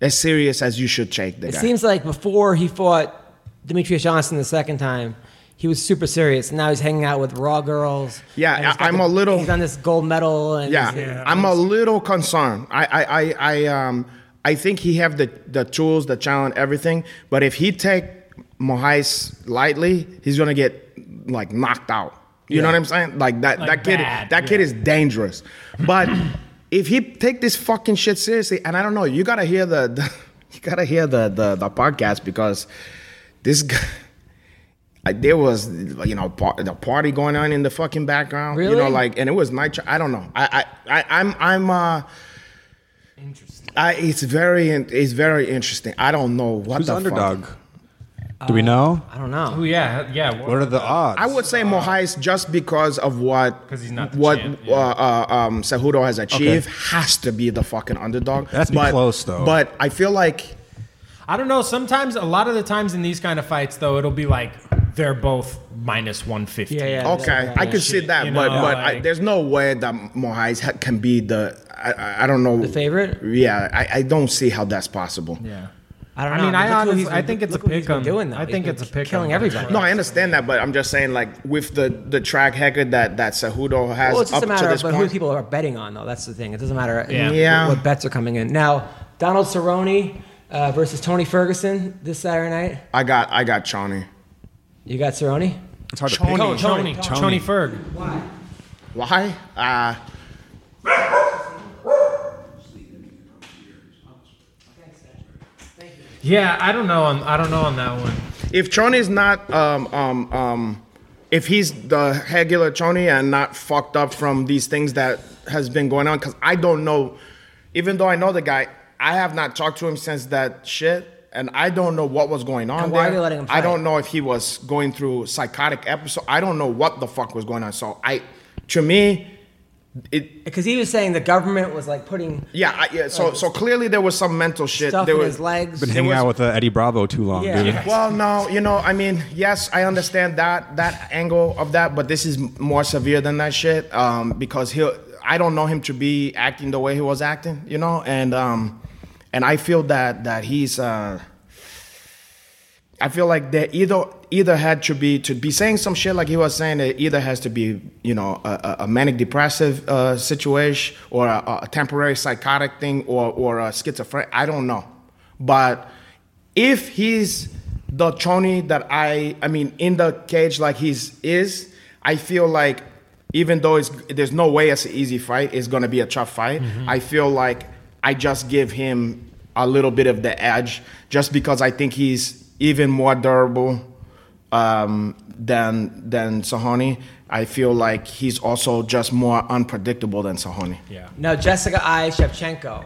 [SPEAKER 9] as serious as you should take the
[SPEAKER 1] It
[SPEAKER 9] guy.
[SPEAKER 1] seems like before he fought Demetrius Johnson the second time, he was super serious. And now he's hanging out with raw girls.
[SPEAKER 9] Yeah,
[SPEAKER 1] and he's got
[SPEAKER 9] I- I'm
[SPEAKER 1] the-
[SPEAKER 9] a little-
[SPEAKER 1] He's on this gold medal. And
[SPEAKER 9] yeah,
[SPEAKER 1] he's-
[SPEAKER 9] I'm a little concerned. I, I, I, I, um, I think he have the the tools, the talent, everything. But if he take Mohais lightly, he's gonna get like knocked out. You know what I'm saying? Like that that kid
[SPEAKER 5] bad,
[SPEAKER 9] that kid
[SPEAKER 5] yeah.
[SPEAKER 9] is dangerous. But if he take this fucking shit seriously, and I don't know, you gotta hear the, the you gotta hear the the, the podcast because this guy. I, there was, you know, par- the party going on in the fucking background. You know,
[SPEAKER 1] Really?
[SPEAKER 9] like, and it was night. I don't know. I, I, I I'm, I'm. uh I, it's very, in- it's very interesting. I don't know what
[SPEAKER 4] Who's
[SPEAKER 9] the
[SPEAKER 4] the
[SPEAKER 9] fuck.
[SPEAKER 4] underdog? Do we know?
[SPEAKER 1] I don't know.
[SPEAKER 5] Oh yeah, yeah.
[SPEAKER 4] What are the odds?
[SPEAKER 9] I would say Mohais just because of what
[SPEAKER 5] 'Cause he's not the
[SPEAKER 9] what
[SPEAKER 5] champ,
[SPEAKER 9] uh, uh, um, Cejudo has achieved has to be the fucking underdog.
[SPEAKER 4] That's be
[SPEAKER 9] but,
[SPEAKER 4] close, though.
[SPEAKER 9] But I feel like
[SPEAKER 5] I don't know. Sometimes, a lot of the times in these kind of fights, though, it'll be like they're both minus one fifty.
[SPEAKER 1] Yeah, yeah.
[SPEAKER 9] Okay, I could see
[SPEAKER 5] Shit,
[SPEAKER 9] that,
[SPEAKER 5] you
[SPEAKER 9] but
[SPEAKER 5] know,
[SPEAKER 9] but I,
[SPEAKER 5] like-
[SPEAKER 9] there's no way that Mohais ha- can be the I, I, I don't know the
[SPEAKER 1] favorite?
[SPEAKER 9] Yeah, I, I don't see how that's possible.
[SPEAKER 5] Yeah.
[SPEAKER 1] I don't
[SPEAKER 5] I
[SPEAKER 1] know.
[SPEAKER 5] mean, I
[SPEAKER 1] Look who
[SPEAKER 5] honestly-
[SPEAKER 1] he's been-
[SPEAKER 5] I think it's
[SPEAKER 1] look
[SPEAKER 5] a
[SPEAKER 1] what he's been
[SPEAKER 5] pick 'em.
[SPEAKER 1] Doing though.
[SPEAKER 5] I
[SPEAKER 1] He's
[SPEAKER 5] think
[SPEAKER 1] been
[SPEAKER 5] it's a pick 'em.
[SPEAKER 1] Killing everybody.
[SPEAKER 9] No, I understand that, but I'm just saying like with the the track record that that Cejudo has
[SPEAKER 1] Well, it's just
[SPEAKER 9] up
[SPEAKER 1] a matter
[SPEAKER 9] to
[SPEAKER 1] of
[SPEAKER 9] this
[SPEAKER 1] but who
[SPEAKER 9] point.
[SPEAKER 1] people are betting on, though. That's the thing. It doesn't matter
[SPEAKER 5] Yeah.
[SPEAKER 1] wh-
[SPEAKER 9] Yeah.
[SPEAKER 1] What, bets are coming in. Now, Donald Cerrone uh, versus Tony Ferguson this Saturday night.
[SPEAKER 9] I got I got Chani.
[SPEAKER 1] You got Cerrone?
[SPEAKER 4] It's hard to
[SPEAKER 9] Tony.
[SPEAKER 4] pick.
[SPEAKER 9] Tony.
[SPEAKER 5] Tony, Tony, Ferg.
[SPEAKER 9] Why? Uh,
[SPEAKER 5] Yeah, I don't know. On, I don't know on that one.
[SPEAKER 9] if Choni's not um um um. If he's the regular Choni and not fucked up from these things that has been going on, because I don't know, even though I know the guy, I have not talked to him since that shit, and I don't know what was going on.
[SPEAKER 1] And why are
[SPEAKER 9] there.
[SPEAKER 1] they letting him
[SPEAKER 9] I don't
[SPEAKER 1] fight?
[SPEAKER 9] know if he was going through psychotic episode. I don't know what the fuck was going on. So I, to me, it
[SPEAKER 1] Because he was saying the government was like putting
[SPEAKER 9] yeah I, yeah. So so clearly there was some mental shit.
[SPEAKER 1] stuff
[SPEAKER 9] there
[SPEAKER 1] in
[SPEAKER 9] was
[SPEAKER 1] his legs.
[SPEAKER 4] Been hanging
[SPEAKER 9] was-
[SPEAKER 4] out with uh, Eddie Bravo too long,
[SPEAKER 1] Yeah.
[SPEAKER 4] dude.
[SPEAKER 1] Yeah.
[SPEAKER 9] Well, no, you know, I mean, yes, I understand that that angle of that, but this is m- more severe than that shit um, because he, I don't know him to be acting the way he was acting, you know, and um, and I feel that that he's. Uh, I feel like they either either had to be to be saying some shit like he was saying. It either has to be you know a, a a manic depressive uh, situation or a, a temporary psychotic thing or or a schizophrenic. I don't know, but if he's the Tony that I I mean in the cage like he's is, I feel like even though it's there's no way it's an easy fight, it's gonna be a tough fight. I feel like I just give him a little bit of the edge just because I think he's even more durable um, than than Sahani. I feel like he's also just more unpredictable than Sahani.
[SPEAKER 5] Yeah.
[SPEAKER 1] Now, Jessica I. Shevchenko.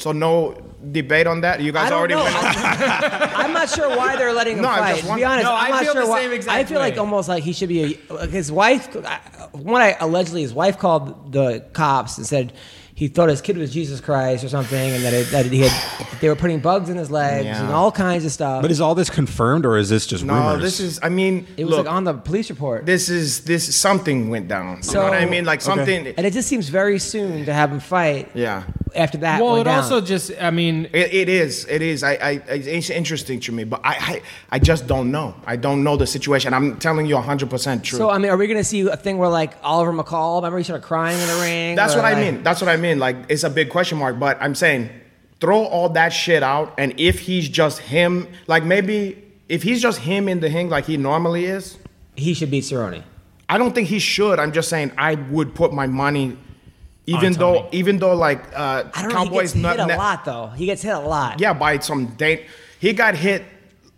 [SPEAKER 9] So no debate on that. You guys
[SPEAKER 1] I don't
[SPEAKER 9] already
[SPEAKER 1] know.
[SPEAKER 9] went.
[SPEAKER 1] I- I'm not sure why they're letting him
[SPEAKER 9] No, I
[SPEAKER 1] fight.
[SPEAKER 9] just
[SPEAKER 1] To be
[SPEAKER 9] want-
[SPEAKER 1] honest,
[SPEAKER 5] No,
[SPEAKER 1] I'm
[SPEAKER 5] I
[SPEAKER 1] not
[SPEAKER 5] feel
[SPEAKER 1] sure
[SPEAKER 5] the
[SPEAKER 1] why.
[SPEAKER 5] same
[SPEAKER 1] I
[SPEAKER 5] exact
[SPEAKER 1] feel like
[SPEAKER 5] way.
[SPEAKER 1] almost like he should be a, his wife. I- One I allegedly his wife called the cops and said he thought his kid was Jesus Christ or something, and that, it, that he had they were putting bugs in his legs and
[SPEAKER 9] Yeah.
[SPEAKER 1] all kinds of stuff.
[SPEAKER 4] But is all this confirmed or is this just rumors?
[SPEAKER 9] No, this is. I mean,
[SPEAKER 1] it was
[SPEAKER 9] look,
[SPEAKER 1] like on the police report,
[SPEAKER 9] this is this is- something went down. you
[SPEAKER 1] So-
[SPEAKER 9] know what I mean? Like something.
[SPEAKER 1] and it just seems very soon to have him fight.
[SPEAKER 9] Yeah.
[SPEAKER 1] After that,
[SPEAKER 5] Well,
[SPEAKER 1] went
[SPEAKER 5] it
[SPEAKER 1] down.
[SPEAKER 5] also just, I mean,
[SPEAKER 9] It, it is. It is. I, I. It's interesting to me, but I, I. I just don't know. I don't know the situation. I'm telling you 100 percent true.
[SPEAKER 1] So I mean, are we going to see a thing where like Oliver McCall? Remember he started crying in the ring.
[SPEAKER 9] That's
[SPEAKER 1] or,
[SPEAKER 9] what I
[SPEAKER 1] like-
[SPEAKER 9] mean. That's what I mean. Like it's a big question mark, but I'm saying throw all that shit out and if he's just him, like maybe if he's just him in the ring like he normally is,
[SPEAKER 1] He should beat Cerrone.
[SPEAKER 9] I don't think he should. I'm just saying I would put my money even though even though like uh
[SPEAKER 1] I don't know. He
[SPEAKER 9] Cowboys
[SPEAKER 1] gets hit a
[SPEAKER 9] ne-
[SPEAKER 1] lot though. He gets hit a lot.
[SPEAKER 9] yeah, by some date. He got hit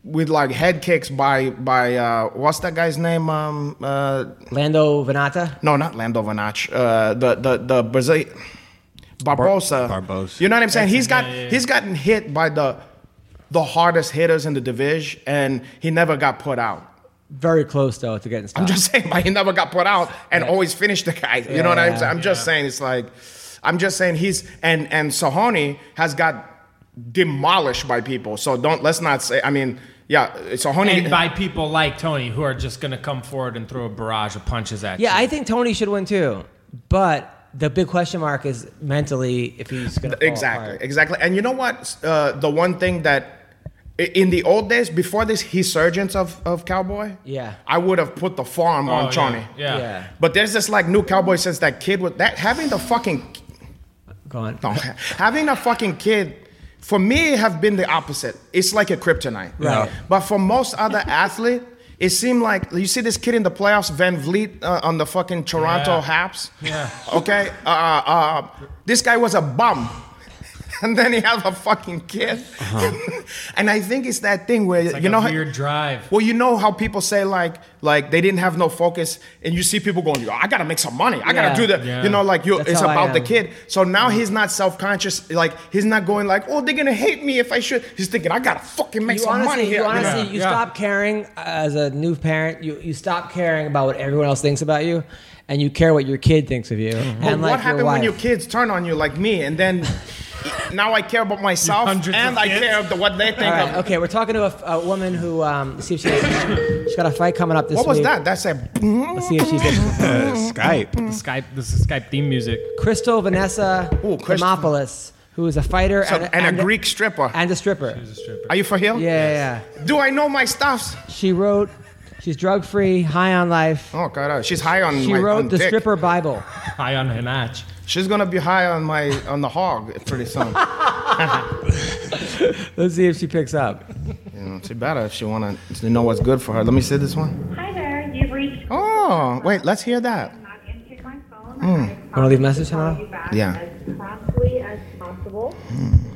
[SPEAKER 9] with like head kicks by by uh what's that guy's name? Um uh
[SPEAKER 1] Lando Venata.
[SPEAKER 9] No, not Lando Vanach. Uh, the the the Brazil Barbosa.
[SPEAKER 4] Barbosa.
[SPEAKER 9] You know what I'm saying? He's got he's gotten hit by the the hardest hitters in the division, and he never got put out.
[SPEAKER 1] Very close though to getting stopped.
[SPEAKER 9] I'm just saying, like he never got put out, and always finished the guy. You know what I'm
[SPEAKER 1] Yeah.
[SPEAKER 9] saying? I'm just saying it's like I'm just saying he's and and Sahoni has got demolished by people. So don't let's not say. I mean, yeah, Sahoni.
[SPEAKER 5] and by people like Tony who are just going to come forward and throw a barrage of punches at
[SPEAKER 1] yeah,
[SPEAKER 5] you.
[SPEAKER 1] I think Tony should win too, but the big question mark is mentally if he's going to
[SPEAKER 9] Exactly, exactly. And you know what? Uh, the one thing that i- in the old days, before this resurgence of, of cowboy,
[SPEAKER 1] Yeah.
[SPEAKER 9] I would have put the farm
[SPEAKER 5] Oh,
[SPEAKER 9] on
[SPEAKER 5] yeah,
[SPEAKER 9] Johnny.
[SPEAKER 5] Yeah.
[SPEAKER 1] Yeah.
[SPEAKER 9] But there's this like new cowboy since that kid with that having the fucking
[SPEAKER 1] Go on.
[SPEAKER 9] no, having a fucking kid for me have been the opposite. It's like a kryptonite.
[SPEAKER 1] Right.
[SPEAKER 9] But for most other athlete, it seemed like you see this kid in the playoffs, Van Vliet uh, on the fucking Toronto
[SPEAKER 5] Yeah.
[SPEAKER 9] Haps.
[SPEAKER 5] Yeah.
[SPEAKER 9] Okay. Uh, uh, this guy was a bum. And then he have a fucking kid, and I think it's that thing where
[SPEAKER 5] Uh-huh. Like
[SPEAKER 9] you
[SPEAKER 5] a
[SPEAKER 9] know how-
[SPEAKER 5] weird drive.
[SPEAKER 9] well, you know how people say like like they didn't have no focus, and you see people going, "Yo, I gotta make some money.
[SPEAKER 1] Yeah.
[SPEAKER 9] I gotta do that.
[SPEAKER 5] Yeah.
[SPEAKER 9] You know, like you,
[SPEAKER 1] That's
[SPEAKER 9] it's
[SPEAKER 1] how I
[SPEAKER 9] about the
[SPEAKER 1] am.
[SPEAKER 9] kid. So now he's not self conscious. Like he's not going like, "Oh, they're gonna hate me if I should." He's thinking, "I gotta fucking make
[SPEAKER 1] You
[SPEAKER 9] some
[SPEAKER 1] honestly,
[SPEAKER 9] money here."
[SPEAKER 1] you
[SPEAKER 9] you know?
[SPEAKER 1] honestly,
[SPEAKER 5] Yeah.
[SPEAKER 1] you
[SPEAKER 5] Yeah.
[SPEAKER 1] stop caring as a new parent. You you stop caring about what everyone else thinks about you, and you care what your kid thinks of you.
[SPEAKER 9] But
[SPEAKER 1] And like
[SPEAKER 9] what
[SPEAKER 1] your
[SPEAKER 9] happened when
[SPEAKER 1] wife.
[SPEAKER 9] your kids turn on you like me, and then now I care about myself
[SPEAKER 5] hundreds
[SPEAKER 9] and
[SPEAKER 5] of
[SPEAKER 9] I
[SPEAKER 5] kids.
[SPEAKER 9] care about what they think
[SPEAKER 1] All right,
[SPEAKER 9] of.
[SPEAKER 1] okay, we're talking to a, a woman who um, let's see if she she's got a fight coming up this
[SPEAKER 9] What was
[SPEAKER 1] week.
[SPEAKER 9] that? That's a
[SPEAKER 1] Let's see if she's
[SPEAKER 4] Uh, Skype.
[SPEAKER 5] Skype, this is Skype theme music.
[SPEAKER 1] Crystal Vanessa
[SPEAKER 9] Ooh, Crystal.
[SPEAKER 1] Demopoulos, who is a fighter
[SPEAKER 9] so,
[SPEAKER 1] and,
[SPEAKER 9] and a Greek stripper.
[SPEAKER 1] and a stripper.
[SPEAKER 9] Are you for here?
[SPEAKER 1] yeah, yeah,
[SPEAKER 9] Do I know my stuffs?
[SPEAKER 1] yeah. She wrote. She's drug free, high on life.
[SPEAKER 9] Oh God, uh, she's high on
[SPEAKER 1] She
[SPEAKER 9] my
[SPEAKER 1] wrote
[SPEAKER 9] on
[SPEAKER 1] the
[SPEAKER 9] dick.
[SPEAKER 1] stripper Bible.
[SPEAKER 5] High on Hanach.
[SPEAKER 9] She's gonna be high on my on the hog pretty soon.
[SPEAKER 1] Let's see if she picks up.
[SPEAKER 9] you know, she better if she wanna to know what's good for her. Let me see this one.
[SPEAKER 10] Hi there, you've reached.
[SPEAKER 9] Oh, wait, let's hear that. Hmm.
[SPEAKER 10] I'm not answering my phone. Mm.
[SPEAKER 1] Wanna leave a message, Hannah?
[SPEAKER 9] Yeah. Hmm.
[SPEAKER 10] As promptly as possible.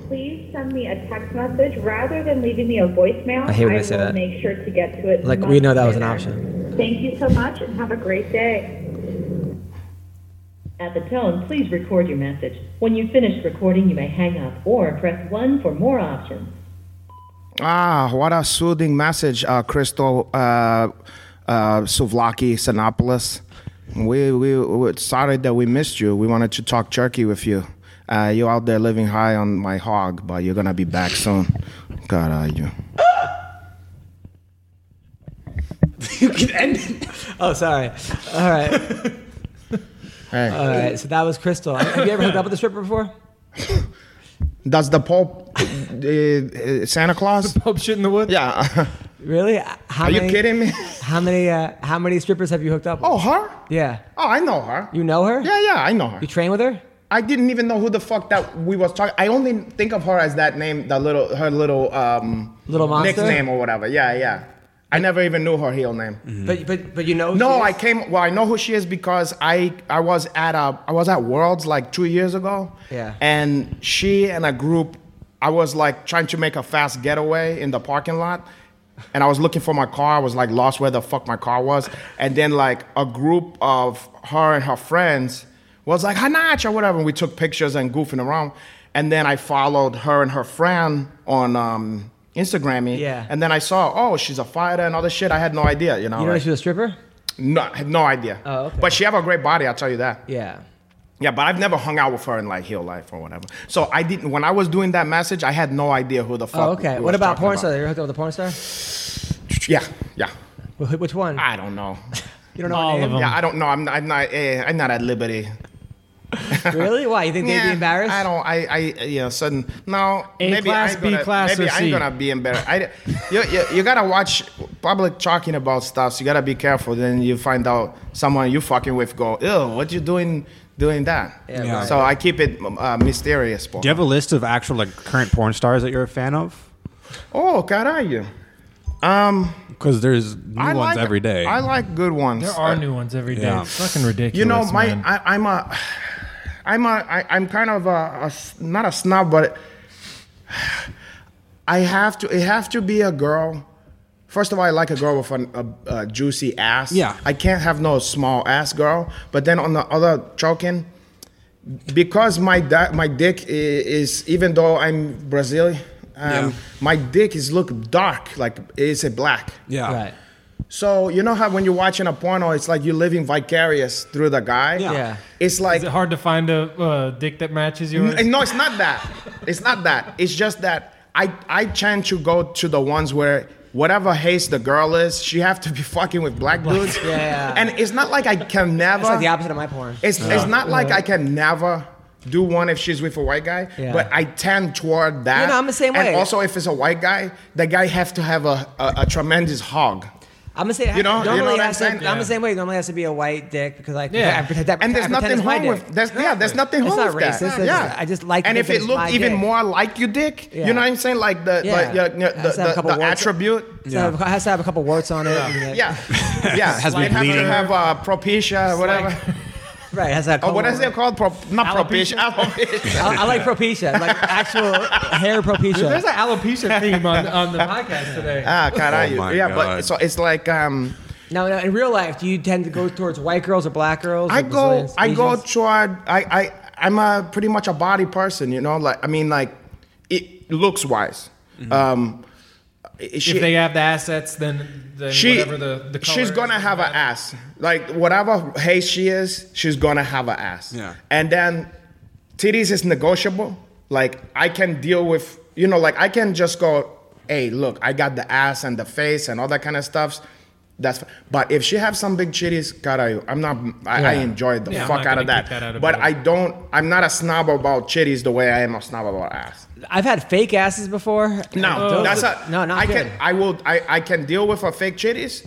[SPEAKER 10] Please send me a text message rather than leaving me a voicemail.
[SPEAKER 1] I hate when they say
[SPEAKER 10] will
[SPEAKER 1] that.
[SPEAKER 10] Make sure to get to it.
[SPEAKER 1] Like,
[SPEAKER 10] much
[SPEAKER 1] we know that was an
[SPEAKER 10] sooner.
[SPEAKER 1] option.
[SPEAKER 10] Thank you so much and have a great day.
[SPEAKER 11] At the tone, please record your message. When you finish recording, you may hang up or press 1 for more options.
[SPEAKER 9] Ah, what a soothing message, uh, Crystal uh, uh, Souvlaki Sinopoulos. We, we we're sorry that we missed you. We wanted to talk turkey with you. Uh, you're out there living high on my hog, but you're gonna be back soon. God, are you?
[SPEAKER 1] Oh, sorry. All right,
[SPEAKER 9] Hey,
[SPEAKER 1] all right. So that was Crystal. Have you ever hooked up with a stripper before?
[SPEAKER 9] does the Pope uh, uh, Santa Claus?
[SPEAKER 5] Pope shit in the woods.
[SPEAKER 9] Yeah.
[SPEAKER 1] Really? How
[SPEAKER 9] Are you
[SPEAKER 1] many-
[SPEAKER 9] kidding me?
[SPEAKER 1] How many? Uh, how many strippers have you hooked up? with?
[SPEAKER 9] Oh, her?
[SPEAKER 1] yeah.
[SPEAKER 9] Oh, I know her.
[SPEAKER 1] You know her?
[SPEAKER 9] Yeah, yeah, I know her.
[SPEAKER 1] You train with her?
[SPEAKER 9] I didn't even know who the fuck that we was talking. I only think of her as that name, the little her little um
[SPEAKER 1] Little monster?
[SPEAKER 9] nickname or whatever. Yeah, yeah. I never even knew her real name.
[SPEAKER 1] But but but you know.
[SPEAKER 9] No,
[SPEAKER 1] she
[SPEAKER 9] I
[SPEAKER 1] is?
[SPEAKER 9] came. Well, I know who she is because I I was at a I was at Worlds like two years ago.
[SPEAKER 1] Yeah.
[SPEAKER 9] And she and a group, I was like trying to make a fast getaway in the parking lot, and I was looking for my car. I was like lost where the fuck my car was, and then like a group of her and her friends was like Hanach or whatever, and we took pictures and goofing around, and then I followed her and her friend on. um Instagram
[SPEAKER 1] Yeah.
[SPEAKER 9] And then I saw, oh, she's a fighter and all this shit. I had no idea, you know.
[SPEAKER 1] You know
[SPEAKER 9] like-
[SPEAKER 1] she's a stripper?
[SPEAKER 9] no, I had no idea.
[SPEAKER 1] Oh, okay.
[SPEAKER 9] But she have a great body, I'll tell you that.
[SPEAKER 1] Yeah.
[SPEAKER 9] Yeah, but I've never hung out with her in like heel life or whatever. So I didn't. When I was doing that message, I had no idea who the fuck.
[SPEAKER 1] Oh,
[SPEAKER 9] we
[SPEAKER 1] okay.
[SPEAKER 9] was
[SPEAKER 1] What about
[SPEAKER 9] talking
[SPEAKER 1] porn star? You hooked up with a porn star?
[SPEAKER 9] Yeah, yeah.
[SPEAKER 1] Wh- Which one?
[SPEAKER 9] I don't know.
[SPEAKER 1] You don't know her
[SPEAKER 5] All
[SPEAKER 1] name?
[SPEAKER 5] of them.
[SPEAKER 9] yeah, I don't know. I'm not. I'm not, eh, I'm not at liberty.
[SPEAKER 1] Really? Why? You think they'd
[SPEAKER 9] Yeah,
[SPEAKER 1] be embarrassed?
[SPEAKER 9] I don't. I. I. Yeah. Sudden. No.
[SPEAKER 5] A
[SPEAKER 9] maybe
[SPEAKER 5] class,
[SPEAKER 9] I'm
[SPEAKER 5] B
[SPEAKER 9] gonna,
[SPEAKER 5] class,
[SPEAKER 9] Maybe
[SPEAKER 5] or
[SPEAKER 9] I'm
[SPEAKER 5] C?
[SPEAKER 9] gonna be embarrassed. I, you, you, you gotta watch public talking about stuff. So you gotta be careful. Then you find out someone you fucking with go, ew, what you doing doing that?
[SPEAKER 1] Yeah,
[SPEAKER 4] Yeah. right.
[SPEAKER 9] So I keep it uh, mysterious. Paul.
[SPEAKER 4] Do you have a list of actual like current porn stars that you're a fan of?
[SPEAKER 9] Oh, caralho. Um,
[SPEAKER 4] Because there's new
[SPEAKER 9] I
[SPEAKER 4] ones
[SPEAKER 9] like,
[SPEAKER 4] every day.
[SPEAKER 9] I like good ones.
[SPEAKER 5] There are new ones every day.
[SPEAKER 4] Yeah.
[SPEAKER 5] It's fucking ridiculous.
[SPEAKER 9] You know, my
[SPEAKER 5] man.
[SPEAKER 9] I, I'm a, I'm a, I, I'm kind of a, a s- not a snob, but I have to. It have to be a girl. First of all, I like a girl with an, a, a juicy ass.
[SPEAKER 4] Yeah.
[SPEAKER 9] I can't have no small ass girl. But then on the other choking, because my da- my dick is, is even though I'm Brazilian, um,
[SPEAKER 4] Yeah.
[SPEAKER 9] my dick is look dark, like it's a black.
[SPEAKER 4] yeah.
[SPEAKER 1] Right.
[SPEAKER 9] So you know how when you're watching a porno, it's like you're living vicarious through the guy.
[SPEAKER 4] Yeah.
[SPEAKER 1] Yeah.
[SPEAKER 9] It's like
[SPEAKER 5] Is it hard to find a uh, dick that matches yours?
[SPEAKER 9] N- no, it's not that. It's not that. It's just that I I tend to go to the ones where whatever haze the girl is, she have to be fucking with black dudes.
[SPEAKER 1] Yeah, yeah.
[SPEAKER 9] And it's not like I can never.
[SPEAKER 1] It's like the opposite of my porn.
[SPEAKER 9] It's, it's not like I can never do one if she's with a white guy,
[SPEAKER 1] Yeah.
[SPEAKER 9] but I tend toward that.
[SPEAKER 1] You know, I'm the same
[SPEAKER 9] and
[SPEAKER 1] way.
[SPEAKER 9] also, if it's a white guy, the guy have to have a, a, a tremendous hog.
[SPEAKER 1] I'm gonna say
[SPEAKER 9] You know- you know
[SPEAKER 1] normally it
[SPEAKER 9] what I'm
[SPEAKER 1] has
[SPEAKER 9] saying?
[SPEAKER 1] to, I'm the same way. Normally it has to be a white dick because I
[SPEAKER 5] Yeah.
[SPEAKER 1] I pretend that
[SPEAKER 9] And there's
[SPEAKER 1] I pretend
[SPEAKER 9] nothing
[SPEAKER 1] it's my
[SPEAKER 9] wrong
[SPEAKER 1] dick.
[SPEAKER 9] with there's yeah, there's nothing
[SPEAKER 1] It's
[SPEAKER 9] wrong
[SPEAKER 1] not
[SPEAKER 9] with that.
[SPEAKER 1] racist, it's
[SPEAKER 9] yeah.
[SPEAKER 1] just- I just like to
[SPEAKER 9] and
[SPEAKER 1] think
[SPEAKER 9] if
[SPEAKER 1] that
[SPEAKER 9] it
[SPEAKER 1] it's
[SPEAKER 9] looked
[SPEAKER 1] my
[SPEAKER 9] even
[SPEAKER 1] dick.
[SPEAKER 9] more like your dick,
[SPEAKER 1] Yeah.
[SPEAKER 9] you know what I'm saying? Like the
[SPEAKER 1] Yeah.
[SPEAKER 9] like, your- your-
[SPEAKER 1] It
[SPEAKER 9] the,
[SPEAKER 1] has to have a
[SPEAKER 9] the,
[SPEAKER 1] couple
[SPEAKER 9] the
[SPEAKER 1] warts.
[SPEAKER 9] attribute.
[SPEAKER 1] It's not- It has to have a couple warts on it. Yeah.
[SPEAKER 9] Yeah, yeah.
[SPEAKER 4] Has been
[SPEAKER 9] it has to
[SPEAKER 4] bleeding.
[SPEAKER 9] have uh, propecia, whatever.
[SPEAKER 1] Right. It has that.
[SPEAKER 9] oh, what is it called? Pro, not propecia. Alopecia.
[SPEAKER 1] I, I like propecia, like actual hair propecia.
[SPEAKER 5] There's an alopecia theme on, on the podcast today.
[SPEAKER 9] ah,
[SPEAKER 4] Oh
[SPEAKER 9] caralho.
[SPEAKER 4] my
[SPEAKER 9] yeah, but
[SPEAKER 4] God.
[SPEAKER 9] so it's like um,
[SPEAKER 1] No, no. In real life, do you tend to go towards white girls or black girls? or
[SPEAKER 9] I go,
[SPEAKER 1] Brazilians,
[SPEAKER 9] I go
[SPEAKER 1] Asians?
[SPEAKER 9] toward. I, I, I'm a pretty much a body person, you know. Like, I mean, like, it looks wise.
[SPEAKER 1] Mm-hmm.
[SPEAKER 9] Um, it-
[SPEAKER 5] if
[SPEAKER 9] she-
[SPEAKER 5] they have the assets, then, then
[SPEAKER 9] she,
[SPEAKER 5] whatever the, the color is,
[SPEAKER 9] she's gonna have an ass. Like whatever haze she is, she's gonna have an ass.
[SPEAKER 4] Yeah.
[SPEAKER 9] And then titties is negotiable. Like I can deal with, you know, like I can just go, hey, look, I got the ass and the face and all that kind of stuff. That's. fi-" But if she have some big titties, God, I, I'm not. I, I enjoy the
[SPEAKER 5] Yeah, I'm
[SPEAKER 9] fuck
[SPEAKER 5] not
[SPEAKER 9] out of
[SPEAKER 5] gonna
[SPEAKER 9] that.
[SPEAKER 5] kick that out of
[SPEAKER 9] but
[SPEAKER 5] bed.
[SPEAKER 9] I don't. I'm not a snob about titties the way I am a snob about ass.
[SPEAKER 1] I've had fake asses before.
[SPEAKER 9] No,
[SPEAKER 1] Those-
[SPEAKER 9] that's a
[SPEAKER 1] no, not
[SPEAKER 9] I
[SPEAKER 1] good.
[SPEAKER 9] can. I will. I, I can deal with a fake titties.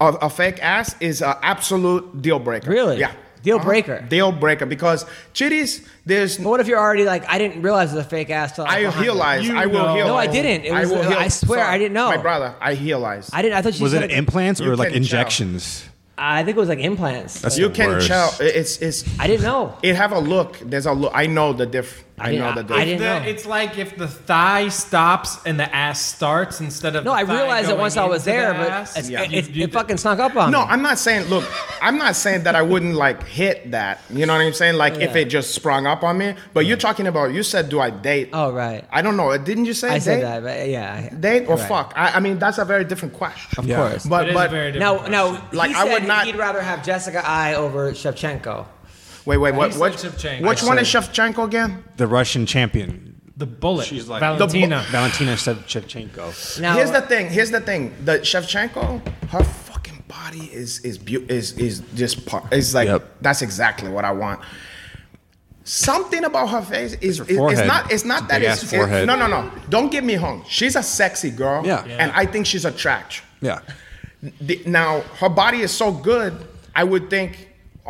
[SPEAKER 9] A, a fake ass is an absolute deal breaker.
[SPEAKER 1] Really?
[SPEAKER 9] Yeah. Uh-huh.
[SPEAKER 1] Deal breaker?
[SPEAKER 9] Deal breaker because titties. There's.
[SPEAKER 1] But what if you're already like, I didn't realize it was a fake ass till
[SPEAKER 9] I
[SPEAKER 1] was behind it.
[SPEAKER 9] realize.
[SPEAKER 5] You
[SPEAKER 9] I will
[SPEAKER 5] know.
[SPEAKER 9] realize.
[SPEAKER 1] No, I didn't. It was- I swear, I didn't know.
[SPEAKER 9] My brother. I realize.
[SPEAKER 1] I didn't. I thought you
[SPEAKER 4] Was
[SPEAKER 1] said
[SPEAKER 4] it implants
[SPEAKER 9] You
[SPEAKER 4] or like
[SPEAKER 9] can tell.
[SPEAKER 4] injections?
[SPEAKER 1] I think it was like implants.
[SPEAKER 4] That's
[SPEAKER 9] you
[SPEAKER 4] the
[SPEAKER 9] can
[SPEAKER 4] worst.
[SPEAKER 9] tell. it- It's. It's.
[SPEAKER 1] I didn't know.
[SPEAKER 9] It have a look. There's a look. I know the diff. I,
[SPEAKER 1] didn't-
[SPEAKER 9] know the
[SPEAKER 1] I-
[SPEAKER 9] diff.
[SPEAKER 1] I didn't
[SPEAKER 5] The,
[SPEAKER 1] know.
[SPEAKER 5] it's like if the thigh stops and the ass starts instead of
[SPEAKER 1] No,
[SPEAKER 5] the
[SPEAKER 1] I
[SPEAKER 5] thigh
[SPEAKER 1] realized it
[SPEAKER 5] going
[SPEAKER 1] once I was
[SPEAKER 5] into the
[SPEAKER 1] there,
[SPEAKER 5] ass.
[SPEAKER 1] but it's,
[SPEAKER 9] Yeah.
[SPEAKER 1] it,
[SPEAKER 5] You
[SPEAKER 1] it,
[SPEAKER 5] do
[SPEAKER 1] it
[SPEAKER 5] the-
[SPEAKER 1] fucking snuck up on
[SPEAKER 9] No,
[SPEAKER 1] me.
[SPEAKER 9] I'm not saying. Look, I'm not saying that I wouldn't like hit that. You know what I'm saying? Like if
[SPEAKER 1] Yeah.
[SPEAKER 9] it just sprung up on me. But you're talking about. You said, do I date?
[SPEAKER 1] Oh right,
[SPEAKER 9] I don't know. Didn't you say
[SPEAKER 1] I said
[SPEAKER 9] date?
[SPEAKER 1] that, but yeah, I-
[SPEAKER 9] Date or
[SPEAKER 1] Right.
[SPEAKER 9] fuck? I, I mean, that's a very different question.
[SPEAKER 1] of
[SPEAKER 4] Yeah.
[SPEAKER 1] course.
[SPEAKER 5] It
[SPEAKER 9] But
[SPEAKER 5] is
[SPEAKER 9] but
[SPEAKER 5] very
[SPEAKER 1] now,
[SPEAKER 5] different.
[SPEAKER 1] now,
[SPEAKER 9] Like,
[SPEAKER 1] he
[SPEAKER 9] I
[SPEAKER 1] said
[SPEAKER 9] would not-
[SPEAKER 1] he'd rather have Jessica I over Shevchenko.
[SPEAKER 9] wait wait what
[SPEAKER 5] said
[SPEAKER 9] what?
[SPEAKER 5] Shevchenko.
[SPEAKER 9] Which
[SPEAKER 5] I
[SPEAKER 9] one is Shevchenko again?
[SPEAKER 4] The Russian champion,
[SPEAKER 5] the bullet.
[SPEAKER 4] She's like-
[SPEAKER 5] Valentina.
[SPEAKER 4] Valentina Shevchenko.
[SPEAKER 1] Now,
[SPEAKER 9] Here's the thing. Here's the thing. The Shevchenko, her fucking body is is beau- is is just part. It's like
[SPEAKER 4] Yep.
[SPEAKER 9] that's exactly what I want. Something about her face is, is-
[SPEAKER 4] forehead.
[SPEAKER 9] it's not it's
[SPEAKER 4] It's
[SPEAKER 9] not
[SPEAKER 4] a
[SPEAKER 9] that
[SPEAKER 4] big
[SPEAKER 9] it's,
[SPEAKER 4] ass
[SPEAKER 9] it-
[SPEAKER 4] forehead.
[SPEAKER 9] no no no don't get me hung she's a sexy girl
[SPEAKER 4] Yeah.
[SPEAKER 9] and I think she's attractive
[SPEAKER 4] Yeah.
[SPEAKER 9] the- now her body is so good i would think